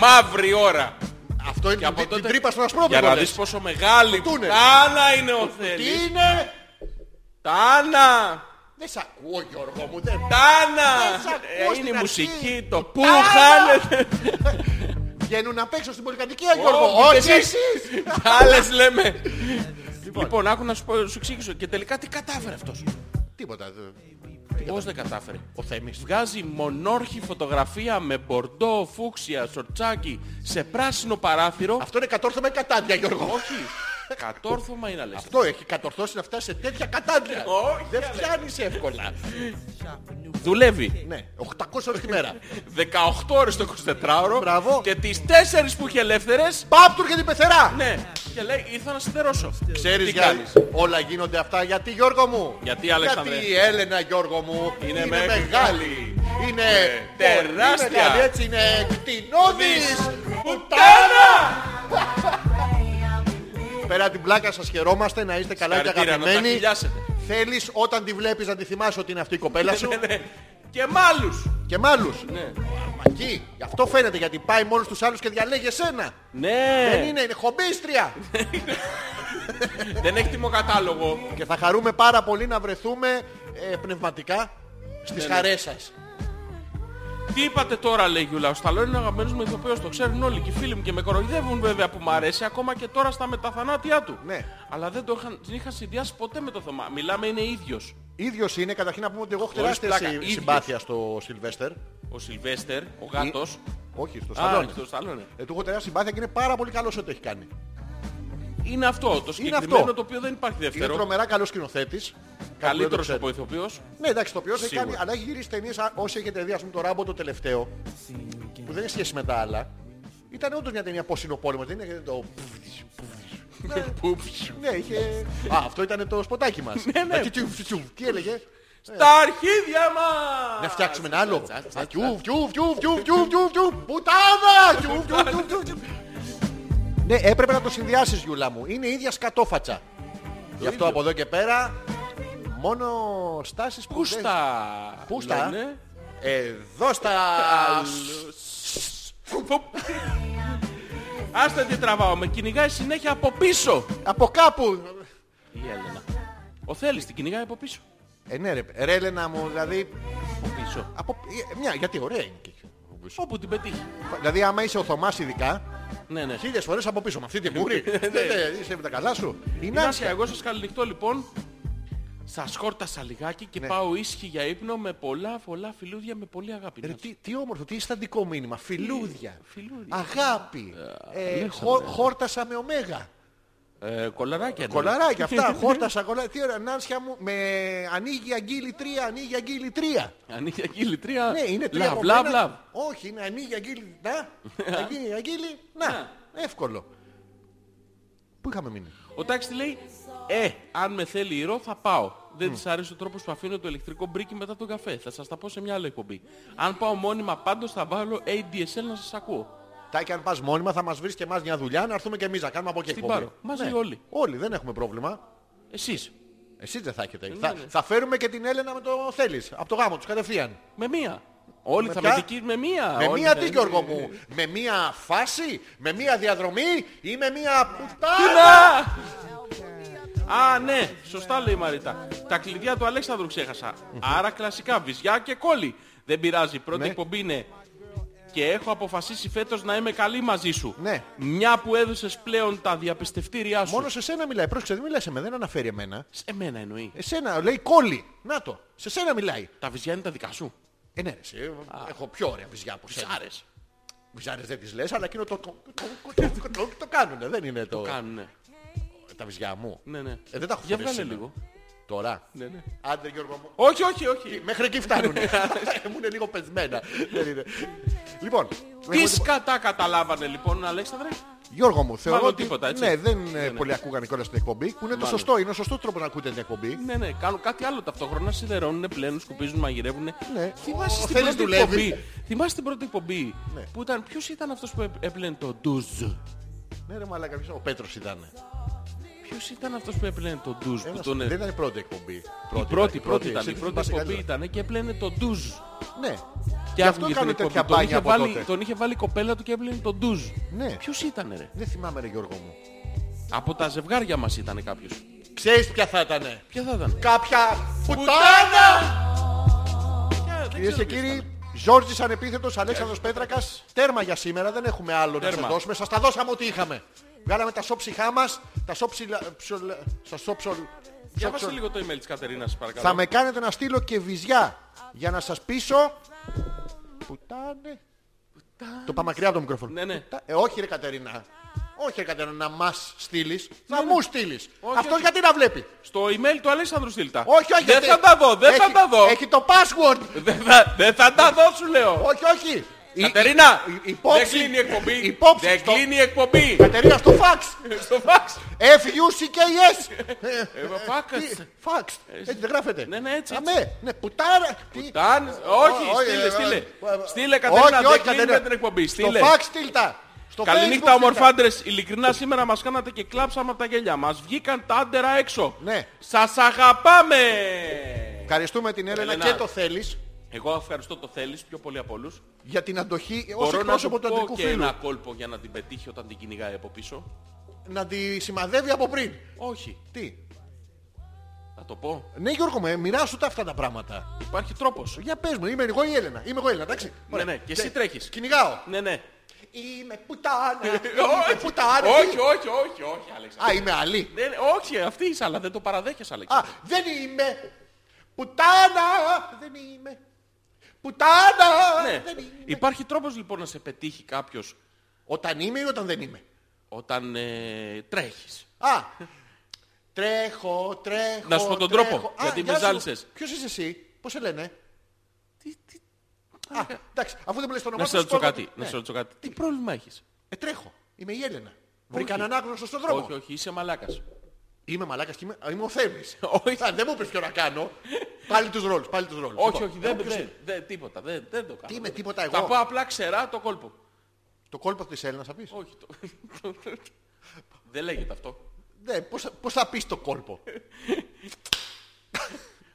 Speaker 2: Μαύρη ώρα.
Speaker 1: Αυτό είναι
Speaker 2: από
Speaker 1: την- την
Speaker 2: τότε-
Speaker 1: τρύπα στον
Speaker 2: Για να
Speaker 1: ασπρόμαυρο.
Speaker 2: δεις πόσο μεγάλη
Speaker 1: Κουτούνε.
Speaker 2: πουτάνα είναι ο
Speaker 1: Τι
Speaker 2: Θέλης.
Speaker 1: είναι.
Speaker 2: Τάνα!
Speaker 1: Δεν σ' ακούω Γιώργο μου. δεν-
Speaker 2: Τάνα!
Speaker 1: Δεν σ' ακούω
Speaker 2: Ε,
Speaker 1: στην
Speaker 2: Είναι η
Speaker 1: αρχή.
Speaker 2: μουσική, το που χάνεται.
Speaker 1: Βγαίνουν να παίξουν στην πολυκατοικία Γιώργο.
Speaker 2: ούτε
Speaker 1: Όχι
Speaker 2: εσείς.
Speaker 1: εσείς.
Speaker 2: Τα άλλες λέμε. Λοιπόν, άκου να σου, πω, σου εξήγησω. Και τελικά τι κατάφερε αυτός.
Speaker 1: Τίποτα. δε-
Speaker 2: Πώς δεν κατάφερε.
Speaker 1: Ο Θέμης.
Speaker 2: Βγάζει μονόρχη φωτογραφία με μπορντό, φούξια, σορτσάκι σε πράσινο παράθυρο.
Speaker 1: Αυτό είναι κατόρθωμα ή κατάντια Γιώργο. Όχι.
Speaker 2: Κατόρθωμα είναι αλήθεια.
Speaker 1: Αυτό έχει κατορθώσει να φτάσει σε τέτοια κατάντια.
Speaker 2: Όχι,
Speaker 1: Δεν φτάνεις εύκολα.
Speaker 2: Δουλεύει
Speaker 1: Ναι, 800 ώρες τη μέρα.
Speaker 2: 18 ώρες το 24ωρο
Speaker 1: Μπράβο.
Speaker 2: και τις 4 που είχε ελεύθερες
Speaker 1: Πάπτουρ και την πεθερά.
Speaker 2: Ναι, και λέει ήρθα να σιδερώσω.
Speaker 1: Ξέρεις
Speaker 2: τι
Speaker 1: γιατί
Speaker 2: κάνεις.
Speaker 1: όλα γίνονται αυτά γιατί Γιώργο μου.
Speaker 2: Γιατί, Αλέξανδρε?
Speaker 1: Γιατί η Έλενα Γιώργο μου είναι,
Speaker 2: μεγάλη.
Speaker 1: μεγάλη. Είναι
Speaker 2: τεράστια.
Speaker 1: πολύ μεγάλη, έτσι είναι κτηνώδης.
Speaker 2: Πουτάνα!
Speaker 1: Πέρα την πλάκα σας χαιρόμαστε να είστε καλά και
Speaker 2: Συγχαρητήρια, να τα
Speaker 1: αγαπημένοι.
Speaker 2: χιλιάσετε. Ναι,
Speaker 1: Θέλεις όταν τη βλέπεις να τη θυμάσαι ότι είναι αυτή η κοπέλα σου. Ναι.
Speaker 2: Και μάλους.
Speaker 1: και μ' άλλους. Εκεί. Γι' αυτό φαίνεται γιατί πάει μόνος τους άλλους και διαλέγει εσένα.
Speaker 2: Ναι,
Speaker 1: Δεν είναι, είναι χομπίστρια.
Speaker 2: δεν έχει τιμοκατάλογο.
Speaker 1: Και θα χαρούμε πάρα πολύ να βρεθούμε ε, πνευματικά στις χαρές σας.
Speaker 2: Τι είπατε τώρα, λέει Γιούλα. Ο Σταλόν είναι αγαπημένος μου ηθοποιός, το ξέρουν όλοι και οι φίλοι μου και με κοροϊδεύουν βέβαια που μου αρέσει ακόμα και τώρα στα μεταθανάτια του.
Speaker 1: Ναι.
Speaker 2: Αλλά δεν το είχαν, την είχα συνδυάσει ποτέ με το Θωμά. Μιλάμε είναι ίδιος.
Speaker 1: Ίδιος είναι, καταρχήν να πούμε ότι εγώ έχω τεράστια
Speaker 2: πλάκα,
Speaker 1: συ-
Speaker 2: ίδιος.
Speaker 1: συμπάθεια στο Σιλβέστερ.
Speaker 2: Ο Σιλβέστερ, ο γάτος.
Speaker 1: Όχι, στο
Speaker 2: Α,
Speaker 1: Σταλόνι.
Speaker 2: στο Σταλόνι.
Speaker 1: Ε, του έχω τεράστια συμπάθεια και είναι πάρα πολύ καλός ό,τι έχει κάνει.
Speaker 2: Είναι αυτό το συγκεκριμένο
Speaker 1: αυτό.
Speaker 2: το οποίο δεν υπάρχει
Speaker 1: Είναι
Speaker 2: δεύτερο.
Speaker 1: τρομερά καλός σκηνοθέτης.
Speaker 2: Καλύτερος
Speaker 1: από
Speaker 2: από ηθοποιός.
Speaker 1: Ναι, εντάξει, το οποίο έχει
Speaker 2: Σίγουρα.
Speaker 1: κάνει, αλλά έχει γυρίσει ταινίες. Όσοι έχετε δει, ας πούμε, το ράμπο το τελευταίο, που δεν έχει σχέση με τα άλλα, ήταν όντως μια ταινία πώς είναι ο πόλεμος. Δεν είναι το. πουβδις, πουβδις. Ναι, είχε. Α, αυτό ήταν το σποτάκι μας.
Speaker 2: ναι.
Speaker 1: Τι έλεγε.
Speaker 2: Τα αρχίδια μας!
Speaker 1: Να φτιάξουμε ένα άλλο. Α, Τιουβ, τιουβ, τιουβ, τιουβ, τιουβ, τιουβ, τιουβ, πουτάνα! Τιουβ, τιουβ, τιουβ, τιουβ, τιουβ. Ναι, έπρεπε να το συνδυάσεις, Γιούλα μου. Είναι η ίδια σκατόφατσα. Γι' αυτό από εδώ και πέρα, μόνο στάσεις που. δεν-
Speaker 2: Πούστα.
Speaker 1: Πού στα?
Speaker 2: λένε.
Speaker 1: Εδώ στα...
Speaker 2: Άστα τι τραβάω, με κυνηγάει συνέχεια από πίσω.
Speaker 1: Από κάπου.
Speaker 2: Η Έλενα. Ο Θέλης την κυνηγάει από πίσω.
Speaker 1: Ε, ναι ρε, ρε Έλενα μου, δηλαδή...
Speaker 2: Από πίσω.
Speaker 1: Από... ε, Μια, γιατί ωραία είναι και...
Speaker 2: Όπου την πετύχει.
Speaker 1: Δηλαδή άμα είσαι ο Θωμάς ειδικά,
Speaker 2: Ναι, ναι.
Speaker 1: χίλιες φορές από πίσω με αυτή τη μούρη. δεν δεν- είσαι με τα καλά σου. Είναι
Speaker 2: Νάσια,
Speaker 1: άσχα.
Speaker 2: εγώ σας καληνυχτώ λοιπόν. Σας χόρτασα λιγάκι και πάω ίσχυ για ύπνο με πολλά πολλά φιλούδια με πολύ αγάπη.
Speaker 1: Ε, Ρε,
Speaker 2: Να
Speaker 1: τι, τι όμορφο, τι αισθαντικό μήνυμα. Φιλούδια,
Speaker 2: φιλούδια.
Speaker 1: αγάπη, ε, χο- χόρτασα με ωμέγα.
Speaker 2: σου- Ε, κολαράκια. ναι.
Speaker 1: Κολαράκια αυτά, χόρτασα, κολαράκια. Τι ωραία, Νάνσια μου, με ανοίγει αγκύλη τρία, ανοίγει αγκύλη τρία.
Speaker 2: Ανοίγει αγγίλη τρία.
Speaker 1: Ναι, είναι τρία
Speaker 2: Λαβ,
Speaker 1: από
Speaker 2: λαβ,
Speaker 1: μένα.
Speaker 2: λαβ.
Speaker 1: Όχι, είναι ανοίγει αγγίλη. Να, αγγίλη, αγγίλη.
Speaker 2: Ναι.
Speaker 1: Να, εύκολο. Πού είχαμε μείνει.
Speaker 2: Ο Τάκης τη λέει, ε, αν με θέλει ηρώ θα πάω. δεν της αρέσει ο τρόπος που αφήνω το ηλεκτρικό μπρίκι μετά τον καφέ. Θα σας τα πω σε μια άλλη εκπομπή. Αν πάω μόνιμα πάντως θα βάλω ADSL να σας ακούω.
Speaker 1: Τάκη, αν πας μόνιμα θα μας βρεις και εμάς μια δουλειά να έρθουμε και εμείς να κάνουμε από εκεί
Speaker 2: Στην
Speaker 1: εκπομπή.
Speaker 2: Πάρο. Μαζί όλοι.
Speaker 1: Όλοι, δεν έχουμε πρόβλημα.
Speaker 2: Εσείς.
Speaker 1: Εσείς δεν θα έχετε.
Speaker 2: Ναι,
Speaker 1: θα,
Speaker 2: ναι.
Speaker 1: θα φέρουμε και την Έλενα με το θέλεις. Από το γάμο τους κατευθείαν.
Speaker 2: Με μία. Όλοι
Speaker 1: Με
Speaker 2: θα
Speaker 1: ποια?
Speaker 2: με δικείς με μία.
Speaker 1: Με
Speaker 2: Όλοι
Speaker 1: μία
Speaker 2: θα- Ε,
Speaker 1: τι Γιώργο μου, με μία φάση, με μία διαδρομή ή με μία πουτάνα.
Speaker 2: Να! Α, ναι, σωστά λέει η Μαρίτα. Τα κλειδιά του Αλέξανδρου ξέχασα. Άρα κλασικά βυζιά και κόλλη. Δεν πειράζει, η πρώτη
Speaker 1: Ναι.
Speaker 2: εκπομπή είναι. Και έχω αποφασίσει φέτος να είμαι καλή μαζί σου.
Speaker 1: Ναι.
Speaker 2: Μια που έδωσες πλέον τα διαπιστευτήριά σου.
Speaker 1: Μόνο σε σένα μιλάει, πρόσεξε δεν μιλάει σε μένα, δεν αναφέρει εμένα.
Speaker 2: Σε εμένα εννοεί.
Speaker 1: Εσένα λέει κόλλη, να το, σε σένα μιλάει.
Speaker 2: Τα βυζιά είναι τα δικά σου.
Speaker 1: Ε, ναι, ρε, εσύ, έχω πιο ωραία βυζιά από σένα.
Speaker 2: Ψάρες.
Speaker 1: Βυζάρες δεν τις λες, αλλά εκείνο το... το, το, το, το, το, το κάνουνε, δεν είναι το...
Speaker 2: Κάνουνε.
Speaker 1: Τα βυζιά μου.
Speaker 2: Ναι, ναι.
Speaker 1: Ε, δεν τα έχω
Speaker 2: Για
Speaker 1: φορέσει
Speaker 2: βγάλε
Speaker 1: σήμερα.
Speaker 2: λίγο.
Speaker 1: Τώρα.
Speaker 2: Ναι, ναι.
Speaker 1: Άντε Γιώργο μου.
Speaker 2: Όχι, όχι, όχι.
Speaker 1: Μέχρι εκεί φτάνουν. μου είναι λίγο πεσμένα. Δεν είναι. Λοιπόν.
Speaker 2: Τι
Speaker 1: εγώ-
Speaker 2: σκατά καταλάβανε λοιπόν, Αλέξανδρε.
Speaker 1: Γιώργο μου, θεωρώ
Speaker 2: Μάλλον
Speaker 1: ότι.
Speaker 2: τίποτα, έτσι.
Speaker 1: Ναι, δεν ε, πολλοί ακούγανε κιόλα την εκπομπή. Που είναι το σωστό, είναι ο σωστός τρόπος να ακούτε την εκπομπή.
Speaker 2: Ναι, ναι, κάνουν κάτι άλλο ταυτόχρονα. Σιδερώνουν, πλένουν, σκουπίζουν, μαγειρεύουν.
Speaker 1: Ναι.
Speaker 2: Θυμάσαι
Speaker 1: Ο
Speaker 2: την
Speaker 1: Θέλης
Speaker 2: πρώτη
Speaker 1: δουλεύει.
Speaker 2: εκπομπή. Θυμάσαι την πρώτη εκπομπή
Speaker 1: Ναι.
Speaker 2: που ήταν. Ποιος ήταν αυτός που έπ- έπλαινε το ντουζ.
Speaker 1: Ναι, ρε μαλάκα, ποιος- ο Πέτρος ήταν.
Speaker 2: Ποιος ήταν αυτός που έπλαινε το ντουζ. Που
Speaker 1: Ένας-
Speaker 2: τον...
Speaker 1: Δεν
Speaker 2: Η
Speaker 1: ήταν η πρώτη εκπομπή. Δηλαδή,
Speaker 2: πρώτη, πρώτη, ήταν. Η πρώτη εκπομπή ήταν και έπλαινε το ντουζ.
Speaker 1: Ναι.
Speaker 2: Και
Speaker 1: αυτό
Speaker 2: άκουγε την
Speaker 1: κάνω τέτοια
Speaker 2: εκπομπή. Τον
Speaker 1: μπάνια
Speaker 2: είχε,
Speaker 1: από
Speaker 2: βάλει,
Speaker 1: τότε.
Speaker 2: τον είχε βάλει η κοπέλα του και έπλαινε το ντουζ.
Speaker 1: Ναι.
Speaker 2: Ποιος ήταν, ρε.
Speaker 1: Δεν θυμάμαι, ρε Γιώργο μου.
Speaker 2: Από τα ζευγάρια μας ήταν κάποιος.
Speaker 1: Ξέρεις ποια θα ήταν.
Speaker 2: Ποια θα ήταν.
Speaker 1: Κάποια πουτάνα!
Speaker 2: Ποια-
Speaker 1: Κυρίε
Speaker 2: δεν ξέρω
Speaker 1: και
Speaker 2: ποιος ήταν.
Speaker 1: κύριοι, Ζόρτζη Ανεπίθετος, Αλέξανδρος Πέτρακας Τέρμα για σήμερα, δεν έχουμε άλλο να
Speaker 2: Τέρμα.
Speaker 1: σας δώσουμε. Σας τα δώσαμε ό,τι είχαμε. Βγάλαμε τα σόψυχά μας, τα σόψιλα. ψολ- Στα σόψολ.
Speaker 2: Διάβασε
Speaker 1: σόψολ-
Speaker 2: λίγο το email της Κατερίνας, παρακαλώ.
Speaker 1: Θα με κάνετε να στείλω και βυζιά για να σας πείσω. Πουτάνε. Το πάμε μακριά από το μικρόφωνο.
Speaker 2: Ναι, ναι.
Speaker 1: Πουτά- Ε, όχι ρε Κατερίνα. Όχι ρε Κατερίνα να μας στείλεις. Να μου στείλεις.
Speaker 2: Ναι, Όχι,
Speaker 1: Αυτός
Speaker 2: όχι.
Speaker 1: γιατί να βλέπει.
Speaker 2: Στο email του Αλέξανδρου στείλτα.
Speaker 1: Όχι, όχι.
Speaker 2: Δεν
Speaker 1: γιατί-
Speaker 2: θα τα δω, δεν θα
Speaker 1: Έχει-
Speaker 2: τα δω.
Speaker 1: Έχει το password.
Speaker 2: Δεν θα, δεν θα τα δω, σου λέω.
Speaker 1: Όχι, όχι. Η-
Speaker 2: Κατερίνα,
Speaker 1: η- η- υπόψη-
Speaker 2: δεν κλείνει η εκπομπή.
Speaker 1: Υπόψη
Speaker 2: δεν
Speaker 1: στο-
Speaker 2: κλείνει η εκπομπή.
Speaker 1: Κατερίνα στο fax.
Speaker 2: Στο φάξ.
Speaker 1: F-U-C-K-S.
Speaker 2: Φάξ.
Speaker 1: Ε, Τι, E Fax. Έτσι δεν γράφεται.
Speaker 2: Ναι, ναι, έτσι,
Speaker 1: Αμέ. Ναι, πουτάρα. Τι-
Speaker 2: Ταν, όχι,
Speaker 1: όχι, ε,
Speaker 2: στείλε,
Speaker 1: ε,
Speaker 2: στείλε.
Speaker 1: ε, ε,
Speaker 2: Στείλε, Κατερίνα,
Speaker 1: όχι,
Speaker 2: δεν
Speaker 1: όχι,
Speaker 2: κλείνουμε
Speaker 1: Κατερίνα.
Speaker 2: την εκπομπή.
Speaker 1: Στο
Speaker 2: Στείλε.
Speaker 1: fax στείλτα. Στο
Speaker 2: Καληνύχτα,
Speaker 1: facebook στείλτα.
Speaker 2: ομορφάντρες. Ειλικρινά, σήμερα μας κάνατε και κλάψαμε από τα γέλια μας. Βγήκαν τα άντερα έξω.
Speaker 1: Ναι.
Speaker 2: Σας αγαπάμε.
Speaker 1: Ευχαριστούμε την Έλενα
Speaker 2: Έλενα.
Speaker 1: και το θέλεις
Speaker 2: Εγώ ευχαριστώ το θέλεις πιο πολύ από όλους.
Speaker 1: για την αντοχή ως
Speaker 2: Μπορώ να σου
Speaker 1: εκπρόσωπο του
Speaker 2: πω
Speaker 1: αντρικού
Speaker 2: και
Speaker 1: φίλου.
Speaker 2: ένα κόλπο για να την πετύχει όταν την κυνηγάει από πίσω.
Speaker 1: Να τη σημαδεύει από πριν.
Speaker 2: Όχι,
Speaker 1: Τι.
Speaker 2: θα το πω.
Speaker 1: Ναι Γιώργο με, μοιράσου τα αυτά τα πράγματα.
Speaker 2: Υπάρχει τρόπος.
Speaker 1: Για πες μου, είμαι εγώ η Έλενα. Είμαι εγώ η Έλενα, εντάξει. Ωραία.
Speaker 2: ναι, και εσύ τρέχεις.
Speaker 1: Κυνηγάω.
Speaker 2: Ναι, ναι.
Speaker 1: Είμαι πουτάνα.
Speaker 2: Όχι,
Speaker 1: Είμαι πουτάνα.
Speaker 2: όχι, όχι, όχι, όχι, Αλέξανδρε.
Speaker 1: Α, είμαι αλή.
Speaker 2: Δεν- όχι, αυτή είσαι, αλλά δεν το παραδέχεσαι,
Speaker 1: Α,
Speaker 2: Αλέξανδρε.
Speaker 1: δεν είμαι πουτάνα. Δεν είμαι πουτάνα.
Speaker 2: ναι.
Speaker 1: Δεν είμαι.
Speaker 2: Υπάρχει τρόπος λοιπόν να σε πετύχει κάποιος
Speaker 1: Όταν είμαι ή όταν δεν είμαι.
Speaker 2: όταν ε, τρέχεις.
Speaker 1: Α, τρέχω, τρέχω.
Speaker 2: Να σου πω τον
Speaker 1: τρέχω.
Speaker 2: τρόπο,
Speaker 1: Α,
Speaker 2: γιατί με
Speaker 1: γεια σου.
Speaker 2: ζάλισες.
Speaker 1: Ποιος είσαι εσύ, πώς σε λένε.
Speaker 2: Τι, τι,
Speaker 1: Α, εντάξει, αφού δεν μου λες το όνομά
Speaker 2: να σε
Speaker 1: σου, σου
Speaker 2: ρωτήσω
Speaker 1: πω εγώ
Speaker 2: κάτι,
Speaker 1: τι-
Speaker 2: να
Speaker 1: ναι.
Speaker 2: σε ρωτήσω κάτι. Τι πρόβλημα έχεις.
Speaker 1: Ε, τρέχω. Είμαι η Έλενα. Βρήκα έναν άγνωστο στον δρόμο.
Speaker 2: Όχι, όχι, είσαι μαλάκας.
Speaker 1: Είμαι μαλάκας και είμαι, α, είμαι ο Θέμης.
Speaker 2: Όχι.
Speaker 1: Α, δεν μου είπες ποιο να κάνω. πάλι τους ρόλους, πάλι τους ρόλους.
Speaker 2: Όχι,
Speaker 1: Λοιπόν,
Speaker 2: όχι, δεν,
Speaker 1: εγώ ποιος
Speaker 2: δεν,
Speaker 1: είμαι.
Speaker 2: δεν- τίποτα, δεν, δεν το κάνω.
Speaker 1: Τι είμαι,
Speaker 2: Δεν-
Speaker 1: τίποτα εγώ.
Speaker 2: Θα πω απλά ξερά το κόλπο.
Speaker 1: Το κόλπο της Έλενας θα πεις.
Speaker 2: Όχι, το... δεν λέγεται αυτό.
Speaker 1: Ναι, πώς, πώς θα πεις το κόλπο.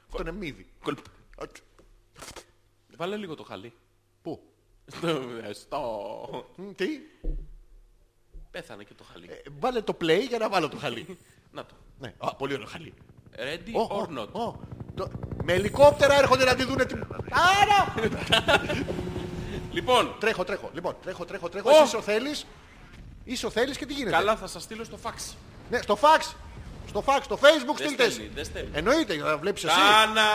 Speaker 1: Αυτό είναι μύδι.
Speaker 2: Κόλπο.
Speaker 1: Όχι.
Speaker 2: Βάλε λίγο το χαλί.
Speaker 1: Πού.
Speaker 2: Στο- Στο...
Speaker 1: Μ, Τι.
Speaker 2: Πέθανε και το χαλί.
Speaker 1: Ε, Βάλε το play για να βάλω το χαλί.
Speaker 2: Να το.
Speaker 1: Ναι, α, πολύ ωραίο χαλί.
Speaker 2: Ready
Speaker 1: Ω,
Speaker 2: or
Speaker 1: ω,
Speaker 2: not.
Speaker 1: ω. Το- Με ελικόπτερα έρχονται να τη δούνε την... Άρα!
Speaker 2: Λοιπόν,
Speaker 1: τρέχω, τρέχω. Λοιπόν, τρέχω, τρέχω, τρέχω.
Speaker 2: Ω.
Speaker 1: Εσύ Είσαι ο Θέλης. Είσαι ο Θέλης και τι γίνεται.
Speaker 2: καλά θα σας στείλω στο fax.
Speaker 1: Ναι, στο fax. Στο fax, στο facebook
Speaker 2: Δεν
Speaker 1: στείλτε.
Speaker 2: στέλνει, δεν στέλνει.
Speaker 1: Εννοείται, θα βλέπεις εσύ.
Speaker 2: Τάνα!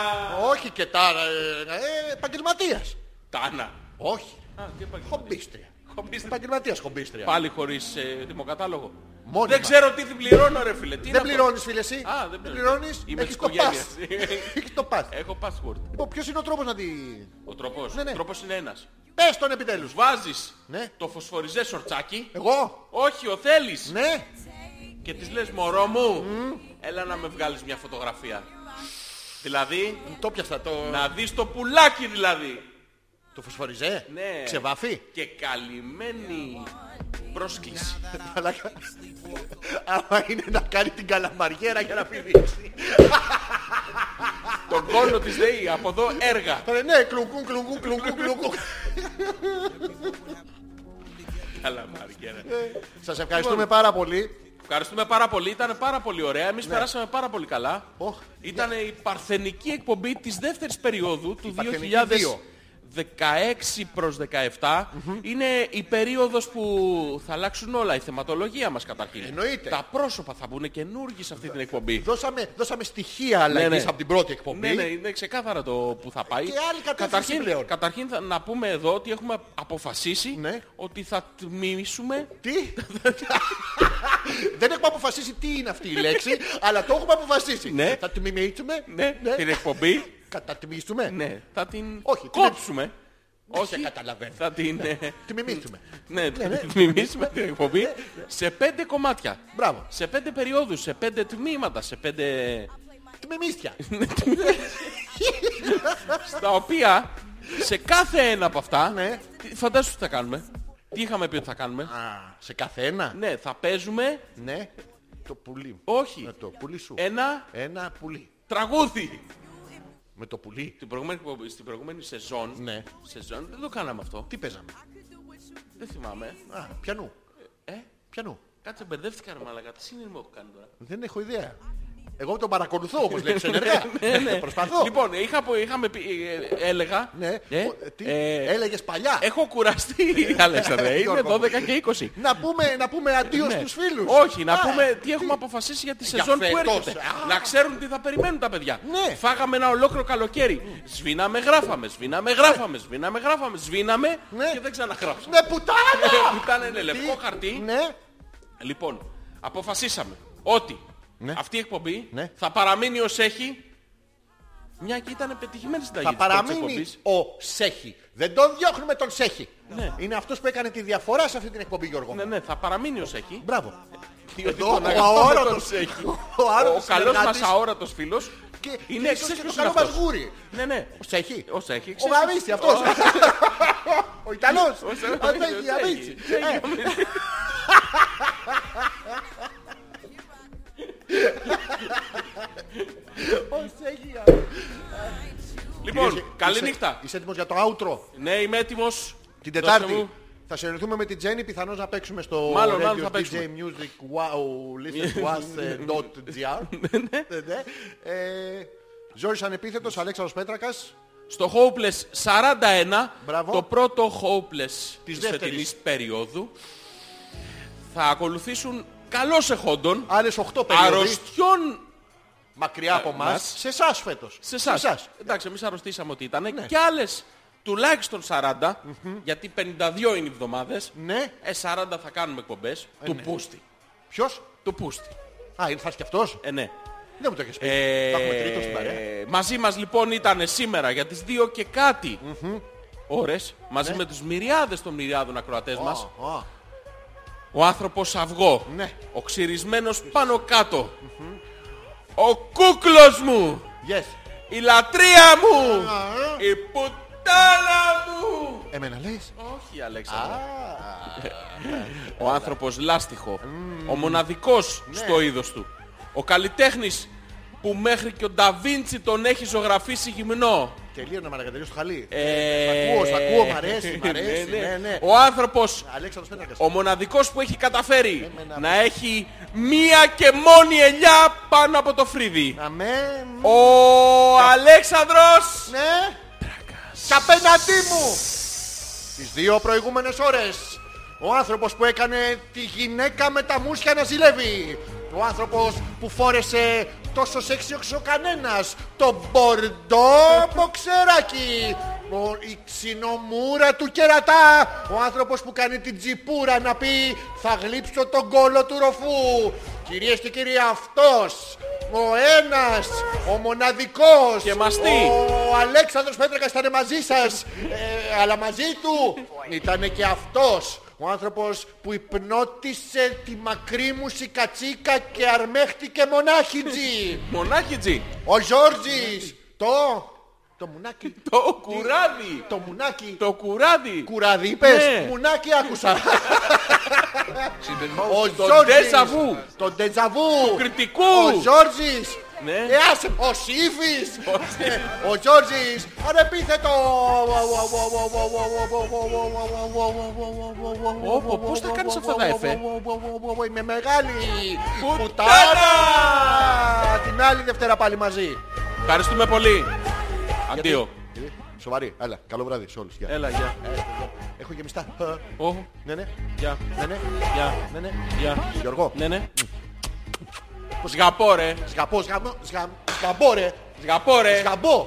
Speaker 1: Όχι και τάρα. ε, Ε, επαγγελματίας.
Speaker 2: Τάνα.
Speaker 1: Όχι.
Speaker 2: Α, τι επαγγελματίας.
Speaker 1: Χομπίστρια.
Speaker 2: Χομπίστρια.
Speaker 1: Επαγγελματίας χομπίστρια.
Speaker 2: Πάλι χωρίς ε, δημοκατάλογο.
Speaker 1: Μόνιμα.
Speaker 2: Δεν ξέρω τι την πληρώνω ρε φίλε. Τι
Speaker 1: Δεν
Speaker 2: είναι
Speaker 1: πληρώνεις φίλε εσύ.
Speaker 2: αυτό? Α, δεν
Speaker 1: Δεν
Speaker 2: πληρώνω.
Speaker 1: πληρώνεις.
Speaker 2: Είμαι
Speaker 1: Έχεις
Speaker 2: της
Speaker 1: το pass.
Speaker 2: οικογένειας.
Speaker 1: Έχεις το pass.
Speaker 2: Έχω password.
Speaker 1: Λοιπόν, ποιος είναι ο τρόπος να τη...
Speaker 2: Ο τρόπος.
Speaker 1: Ναι, ναι.
Speaker 2: Ο τρόπος είναι ένας.
Speaker 1: Πες τον επιτέλους.
Speaker 2: Βάζεις
Speaker 1: Ναι.
Speaker 2: το φωσφοριζέ σορτσάκι.
Speaker 1: Εγώ.
Speaker 2: Όχι, ο θέλεις.
Speaker 1: Ναι.
Speaker 2: Και της λες μωρό μου. Έλα να με βγάλεις μια φωτογραφία. Δηλαδή,
Speaker 1: Το πιάσα το...
Speaker 2: να δεις το πουλάκι δηλαδή.
Speaker 1: Το φωσφοριζέ.
Speaker 2: Ναι.
Speaker 1: Ξεβάφει.
Speaker 2: Και καλυμμένη πρόσκληση.
Speaker 1: Μαλάκα. Άμα είναι να κάνει την καλαμαριέρα για να πηδήξει.
Speaker 2: Τον κόνο της ΔΕΗ από εδώ έργα.
Speaker 1: Τώρα ναι, κλουγκούν, κλουγκούν, κλουγκούν, κλουγκούν.
Speaker 2: Καλά μαριέρα.
Speaker 1: Σας ευχαριστούμε
Speaker 2: Λοιπόν.
Speaker 1: πάρα πολύ.
Speaker 2: Ευχαριστούμε πάρα πολύ. Ήταν πάρα πολύ ωραία. Εμείς
Speaker 1: Ναι.
Speaker 2: περάσαμε πάρα πολύ καλά.
Speaker 1: Οχ.
Speaker 2: Ήταν η παρθενική εκπομπή της δεύτερης περίοδου του
Speaker 1: ναι. παρθενική
Speaker 2: 2016 προς 17. Είναι η περίοδος που θα αλλάξουν όλα. Η θεματολογία μας καταρχήν.
Speaker 1: Εννοείται.
Speaker 2: Τα πρόσωπα θα μπουν καινούργιοι σε αυτή την εκπομπή.
Speaker 1: Δώσαμε, δώσαμε στοιχεία αλλαγής
Speaker 2: ναι.
Speaker 1: από την πρώτη εκπομπή.
Speaker 2: Ναι, ναι, είναι ξεκάθαρα το που θα πάει.
Speaker 1: Και άλλη κατεύθυνση
Speaker 2: καταρχήν,
Speaker 1: πλέον.
Speaker 2: καταρχήν θα, να πούμε εδώ ότι έχουμε αποφασίσει
Speaker 1: Ναι.
Speaker 2: ότι θα τμήσουμε
Speaker 1: Τι? Δεν έχουμε αποφασίσει τι είναι αυτή η λέξη, αλλά το έχουμε αποφασίσει.
Speaker 2: Ναι.
Speaker 1: Θα τμιμήσουμε.
Speaker 2: ναι, την εκπομπή.
Speaker 1: Κατατμίσουμε.
Speaker 2: Ναι, θα την
Speaker 1: Όχι, την- Ναι.
Speaker 2: κόψουμε.
Speaker 1: Δεν σε καταλαβαίνω.
Speaker 2: θα την... ε,
Speaker 1: Τμιμήσουμε.
Speaker 2: Ναι, θα την μιμήσουμε την εκπομπή σε πέντε κομμάτια.
Speaker 1: Ναι, Μπράβο.
Speaker 2: Σε πέντε περιόδους, σε πέντε τμήματα, σε πέντε...
Speaker 1: Τμιμίστια.
Speaker 2: Στα οποία σε κάθε ένα από αυτά...
Speaker 1: Ναι.
Speaker 2: τι- Φαντάσου τι θα κάνουμε. Τι είχαμε πει ότι θα κάνουμε.
Speaker 1: Α, σε κάθε ένα.
Speaker 2: Ναι, θα παίζουμε...
Speaker 1: Ναι. Το πουλί.
Speaker 2: Όχι.
Speaker 1: Με το πουλί σου.
Speaker 2: Ένα
Speaker 1: Ένα πουλί.
Speaker 2: τραγούδι.
Speaker 1: Με το πουλί.
Speaker 2: Την προηγούμενη, εκπομπή- στην προηγούμενη σεζόν,
Speaker 1: Ναι.
Speaker 2: σεζόν δεν το κάναμε αυτό.
Speaker 1: Τι παίζαμε.
Speaker 2: Δεν θυμάμαι.
Speaker 1: Α, πιανού.
Speaker 2: Ε,
Speaker 1: Πιανού.
Speaker 2: κάτσε μπερδεύτηκα ρε μαλακά. Τι σύνειρμα έχω κάνει τώρα.
Speaker 1: Δεν έχω ιδέα. Εγώ τον παρακολουθώ όπως λέξεις ενεργά. Προσπαθώ.
Speaker 2: Ναι, Λοιπόν, είχα, πω- είχαμε πει, ε, ε, έλεγα.
Speaker 1: Ναι.
Speaker 2: ε,
Speaker 1: Ο- τι,
Speaker 2: ε,
Speaker 1: Έλεγες παλιά.
Speaker 2: Έχω κουραστεί, Αλέξανδρε. Είναι
Speaker 1: Γιώργο. ε,
Speaker 2: 12 και 20.
Speaker 1: Να πούμε, να πούμε αντίο
Speaker 2: Ναι.
Speaker 1: στους φίλους.
Speaker 2: Όχι, να
Speaker 1: Α,
Speaker 2: πούμε τι έχουμε αποφασίσει για τη σεζόν που
Speaker 1: φέτος.
Speaker 2: έρχεται.
Speaker 1: Α.
Speaker 2: Να ξέρουν τι θα περιμένουν τα παιδιά.
Speaker 1: Ναι.
Speaker 2: Φάγαμε ένα ολόκληρο καλοκαίρι. Σβήναμε, γράφαμε, σβήναμε, γράφαμε, σβήναμε, γράφαμε, σβήναμε
Speaker 1: Ναι.
Speaker 2: και δεν ξαναγράψαμε.
Speaker 1: Ναι, πουτάνα!
Speaker 2: Που ήταν ένα Ε, λευκό
Speaker 1: Τι?
Speaker 2: χαρτί. Ε,
Speaker 1: Ναι.
Speaker 2: Λοιπόν, αποφασίσαμε ότι
Speaker 1: Ναι.
Speaker 2: αυτή η εκπομπή
Speaker 1: Ναι.
Speaker 2: θα παραμείνει ως έχει. Μια και ήταν πετυχημένη συνταγή
Speaker 1: Θα
Speaker 2: της πρώτης
Speaker 1: παραμείνει
Speaker 2: εκπομπής.
Speaker 1: ο Σέχη. Δεν τον διώχνουμε τον Σέχη.
Speaker 2: Ναι.
Speaker 1: Είναι αυτός που έκανε τη διαφορά σε αυτή την εκπομπή, Γιώργο.
Speaker 2: Ναι, ναι, θα παραμείνει ως έχει.
Speaker 1: Μπράβο.
Speaker 2: Διότι
Speaker 1: Εδώ
Speaker 2: τον
Speaker 1: ο
Speaker 2: αγαπάμε
Speaker 1: αόρατος-
Speaker 2: τον Σέχη.
Speaker 1: ο
Speaker 2: Ο
Speaker 1: αόρατος
Speaker 2: καλός μας
Speaker 1: συνεργάτης.
Speaker 2: αόρατος φίλος
Speaker 1: Και- και
Speaker 2: είναι
Speaker 1: ίσως και το
Speaker 2: εξίσου
Speaker 1: καλό
Speaker 2: αυτός.
Speaker 1: μας γούρι.
Speaker 2: Ναι, ναι.
Speaker 1: Ο Σέχη.
Speaker 2: Ο Σέχη.
Speaker 1: Ο Γαβίστη, αυτός. Ο Ιταλός. Ο Σέχη, Γαβίστη. Ε,
Speaker 2: Λοιπόν,
Speaker 1: ο Σέχη, Γαβίστη.
Speaker 2: Λοιπόν, καλή
Speaker 1: Είσαι-
Speaker 2: νύχτα.
Speaker 1: Είσαι έτοιμος για το outro.
Speaker 2: Ναι, είμαι έτοιμος.
Speaker 1: Την
Speaker 2: Δώστε
Speaker 1: Τετάρτη
Speaker 2: μου.
Speaker 1: θα συνεννοηθούμε με την Τζέννη, πιθανώς να παίξουμε στο
Speaker 2: Μάλλον,
Speaker 1: Radio
Speaker 2: μάλλον θα
Speaker 1: DJ
Speaker 2: παίξουμε.
Speaker 1: Music Wow uh, listenwas.gr. Ναι, ναι. Ε, Ζόρις Ανεπίθετος, Αλέξανδρος Πέτρακας.
Speaker 2: Στο Hopeless 41,
Speaker 1: Μπράβο.
Speaker 2: το πρώτο Hopeless της
Speaker 1: δεύτερης.
Speaker 2: φετινής περίοδου, θα ακολουθήσουν καλώς εχόντων,
Speaker 1: Άλλες 8 περίοδοι
Speaker 2: αρρωστιών
Speaker 1: μακριά από μας.
Speaker 2: Ε, μας.
Speaker 1: Σε εσάς φέτος.
Speaker 2: σε εσά. Εντάξει, εμείς αρρωστήσαμε ότι ήταν.
Speaker 1: Ναι.
Speaker 2: Και άλλες τουλάχιστον 40, γιατί 52 είναι οι εβδομάδες.
Speaker 1: Ναι. Ε,
Speaker 2: Ε, 40 θα κάνουμε εκπομπές. του Πούστη.
Speaker 1: Ποιος?
Speaker 2: Του Πούστη.
Speaker 1: Α, ήρθας κι αυτός.
Speaker 2: Ε, ναι.
Speaker 1: Δεν μου το έχεις πει.
Speaker 2: Ε,
Speaker 1: Θα έχουμε τρίτος στην παρέα.
Speaker 2: μαζί μας λοιπόν ήταν σήμερα για τις 2 και κατι ώρες,
Speaker 1: Ναι.
Speaker 2: μαζί με τους μυριάδες των μυριάδων ακροατές μας,
Speaker 1: Α, α.
Speaker 2: ο άνθρωπος αυγό,
Speaker 1: Ναι.
Speaker 2: ο ξυρισμένος πάνω κάτω, ο κούκλος μου,
Speaker 1: Yes.
Speaker 2: η λατρεία μου,
Speaker 1: Α, ε.
Speaker 2: η πουτάλα μου.
Speaker 1: Εμένα λες.
Speaker 2: Όχι Αλέξανδρα. Ο άνθρωπος λάστιχο, ο μοναδικός
Speaker 1: Ναι.
Speaker 2: στο είδος του, ο καλλιτέχνης που μέχρι και ο Νταβίντσι τον έχει ζωγραφίσει γυμνό.
Speaker 1: Τελείωνα μαρακατελείως το χαλί.
Speaker 2: Ε,
Speaker 1: Σ' ακούω, σ' ακούω, μ' αρέσει, μ' αρέσει.
Speaker 2: ναι, ναι.
Speaker 1: Ναι, ναι.
Speaker 2: Ο άνθρωπος,
Speaker 1: Αλέξανδρος Πέτρακας.
Speaker 2: ο μοναδικός που έχει καταφέρει
Speaker 1: Εμένα.
Speaker 2: να έχει μία και μόνη ελιά πάνω από το φρύδι.
Speaker 1: Αμέ.
Speaker 2: Ο Αλέξανδρος
Speaker 1: Ναι. Κι απέναντί μου. Τις δύο προηγούμενες ώρες. Ο άνθρωπος που έκανε τη γυναίκα με τα μουσια να ζηλεύει. Ο άνθρωπος που φόρεσε τόσο σεξι ο κανένας. Το μπορντό μποξεράκι. Ο, η ξινομούρα του κερατά. Ο άνθρωπος που κάνει την τσιπούρα να πει θα γλύψω τον κόλο του ροφού. Κυρίες και κύριοι αυτός. Ο ένας. Ο μοναδικός.
Speaker 2: Και μας τι.
Speaker 1: ο ο Αλέξανδρος Πέτρακας ήταν μαζί σας, ε, αλλά μαζί του ήταν και αυτός Ο άνθρωπος που υπνώτισε τη μακρύ μου σικατσίκα και αρμέχτηκε μονάχιτζι.
Speaker 2: Μονάκιτζι.
Speaker 1: Ο Ζόρτζης. Το... Το μουνάκι.
Speaker 2: Το κουράδι.
Speaker 1: Το μουνάκι.
Speaker 2: Το κουράδι.
Speaker 1: Κουράδι είπες.
Speaker 2: Ναι.
Speaker 1: Μουνάκι άκουσα.
Speaker 3: She's been
Speaker 1: Ο
Speaker 3: most.
Speaker 1: Ζόρτζης.
Speaker 2: ντεζαβού.
Speaker 1: Το ντεζαβού.
Speaker 2: κριτικού.
Speaker 1: Ο Ζόρτζης.
Speaker 2: Ναι.
Speaker 1: Ε, άσε, ο Σίφης. Ο Τζόρτζης ανεπίθετο.
Speaker 2: Όπο, πώς τα κάνεις αυτά τα εφέ?
Speaker 1: Είμαι μεγάλη
Speaker 2: Πουτάνα!
Speaker 1: πουτάνα. Την άλλη Δευτέρα πάλι μαζί.
Speaker 2: Ευχαριστούμε πολύ. Αντίο.
Speaker 1: Ε, Σοβαρή. Έλα, καλό βράδυ σε όλους. Γεια.
Speaker 2: Έλα, γεια.
Speaker 1: Έχω γεμιστά.
Speaker 2: Ω,
Speaker 1: Ναι, ναι,
Speaker 2: γεια,
Speaker 1: ναι, ναι,
Speaker 2: γεια,
Speaker 1: ναι, ναι.
Speaker 2: γεια.
Speaker 1: Γιώργο,
Speaker 2: Ναι, ναι. Σγαπώ, ρε.
Speaker 1: σγαμπό, σγαμπό, σγαμ- σγαμπό ρε.
Speaker 2: Σγαπώ, ρε.
Speaker 1: Σγαμπό.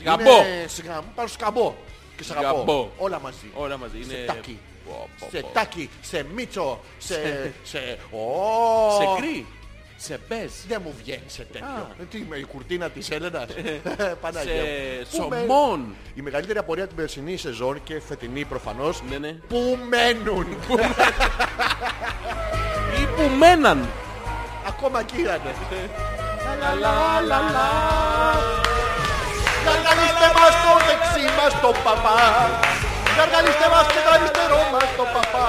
Speaker 2: Σγαμπό.
Speaker 1: Είναι σγαμ, πάνω στο σκαμπό. Και σγαμπό.
Speaker 2: Σγαμπό.
Speaker 1: Όλα μαζί.
Speaker 2: Όλα μαζί. Είναι...
Speaker 1: τάκι.
Speaker 2: Πω, πω,
Speaker 1: Σε
Speaker 2: πω.
Speaker 1: τάκι, σε μίτσο, σε... σε...
Speaker 2: Σε
Speaker 1: Ω,
Speaker 2: κρύ. Σε μπες.
Speaker 1: Δεν μου βγαίνει σε τέτοιο. Τι είμαι, η κουρτίνα της Έλενας. Παναγία μου.
Speaker 2: Ε, Σε
Speaker 1: Πού με-
Speaker 2: σωμών.
Speaker 1: Η μεγαλύτερη απορία την περσινή σεζόν και φετινή προφανώς.
Speaker 2: Ναι, ναι.
Speaker 1: Πού μένουν.
Speaker 2: Ή που μέναν.
Speaker 1: Ακόμα εκεί ήταν. Γαργαλίστε μας το δεξί μας το παπά. Γαργαλίστε μας και το αριστερό μας το παπά.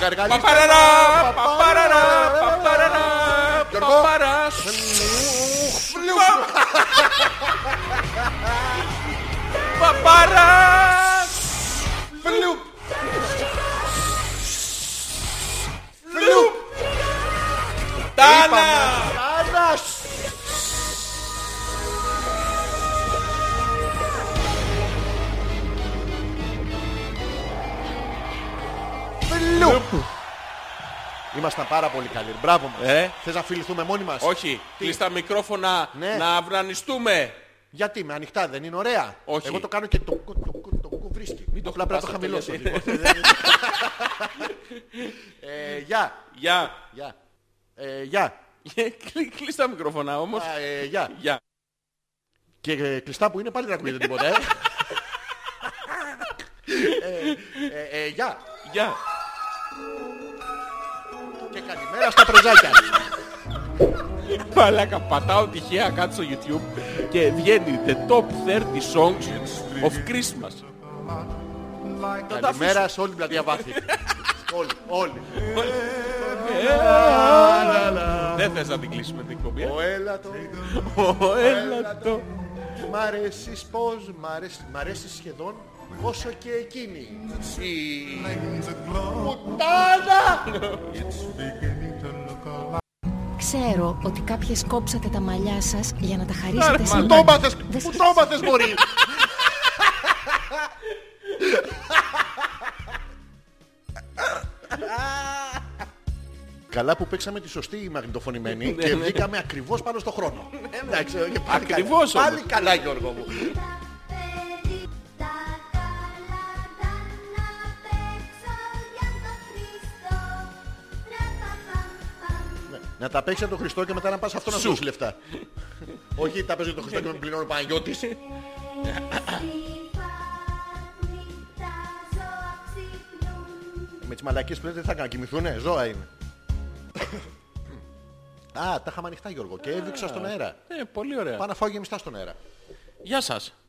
Speaker 1: Γαργαλίστε
Speaker 2: Παπαραρά,
Speaker 1: μας,
Speaker 2: παπαραρά, παπαραρά,
Speaker 1: Γιώργο.
Speaker 2: παπαρά. Παπαρά.
Speaker 1: Φλουπ.
Speaker 2: Τάνα.
Speaker 1: Άνας. Φλουπ. Ήμασταν πάρα πολύ καλοί. Μπράβο μας.
Speaker 2: Ε.
Speaker 1: Θες να φιληθούμε μόνοι μας.
Speaker 2: Όχι, κλείστα μικρόφωνα
Speaker 1: Ναι.
Speaker 2: να αυνανιστούμε.
Speaker 1: Γιατί με ανοιχτά δεν είναι ωραία.
Speaker 2: Όχι.
Speaker 1: Εγώ το κάνω και το κο- το κο- το κο- βρίσκει. Μην το απλά πρέπει να το
Speaker 2: χτυπάς
Speaker 1: χαμηλώσω.
Speaker 2: αυτό,
Speaker 1: λίγο. Ε, Γεια.
Speaker 2: Γεια.
Speaker 1: Γεια. Ε, Γεια.
Speaker 2: Κλεί- Κλείστα μικρόφωνα όμως.
Speaker 1: Α, ε, Γεια.
Speaker 2: Γεια.
Speaker 1: Και ε, κλειστά που είναι πάλι δεν ακούγεται τίποτα. ε. Ε, ε, ε, Γεια.
Speaker 2: Γεια.
Speaker 1: Και καλημέρα στα πρεζάκια.
Speaker 2: Μαλάκα, πατάω τυχαία κάτι στο YouTube και βγαίνει the top 30 songs of Christmas. Θα τα αφήσω.
Speaker 1: Καλημέρα σε όλη την πλατεία βάθη. Όλοι, όλοι.
Speaker 2: Δεν θες να την κλείσουμε την εκπομπή. ε?
Speaker 1: Ο έλατο,
Speaker 2: Ω, Έλα το.
Speaker 1: μ' αρέσεις πως, μ' αρέσεις- μ' αρέσεις σχεδόν όσο και εκείνη. Η-
Speaker 8: Ξέρω ότι κάποιες κόψατε τα μαλλιά σας για να τα χαρίσετε σε
Speaker 1: Μου
Speaker 8: μένα.
Speaker 1: το μάθες, μου το μάθες μωρή. Καλά που παίξαμε τη σωστή μαγνητοφωνημένη και βγήκαμε ακριβώς πάνω στο χρόνο. Εντάξει, όχι, πάλι
Speaker 2: Ακριβώς
Speaker 1: καλά.
Speaker 2: όμως.
Speaker 1: Πάλι καλά Γιώργο μου. Ναι. Να τα παίξει τον Χριστό και μετά να πας αυτό να σου δώσει λεφτά. Όχι τα παίζει τον Χριστό και με πληρώνει ο Παναγιώτης. Με τις μαλακίες που λέτε τι θα κάνω, κοιμηθούνε, ζώα είναι. Α, τα είχαμε ανοιχτά Γιώργο και έδειξα στον αέρα.
Speaker 2: Ε, πολύ ωραία.
Speaker 1: Πάω να φάω γεμιστά στον αέρα.
Speaker 2: Γεια σας.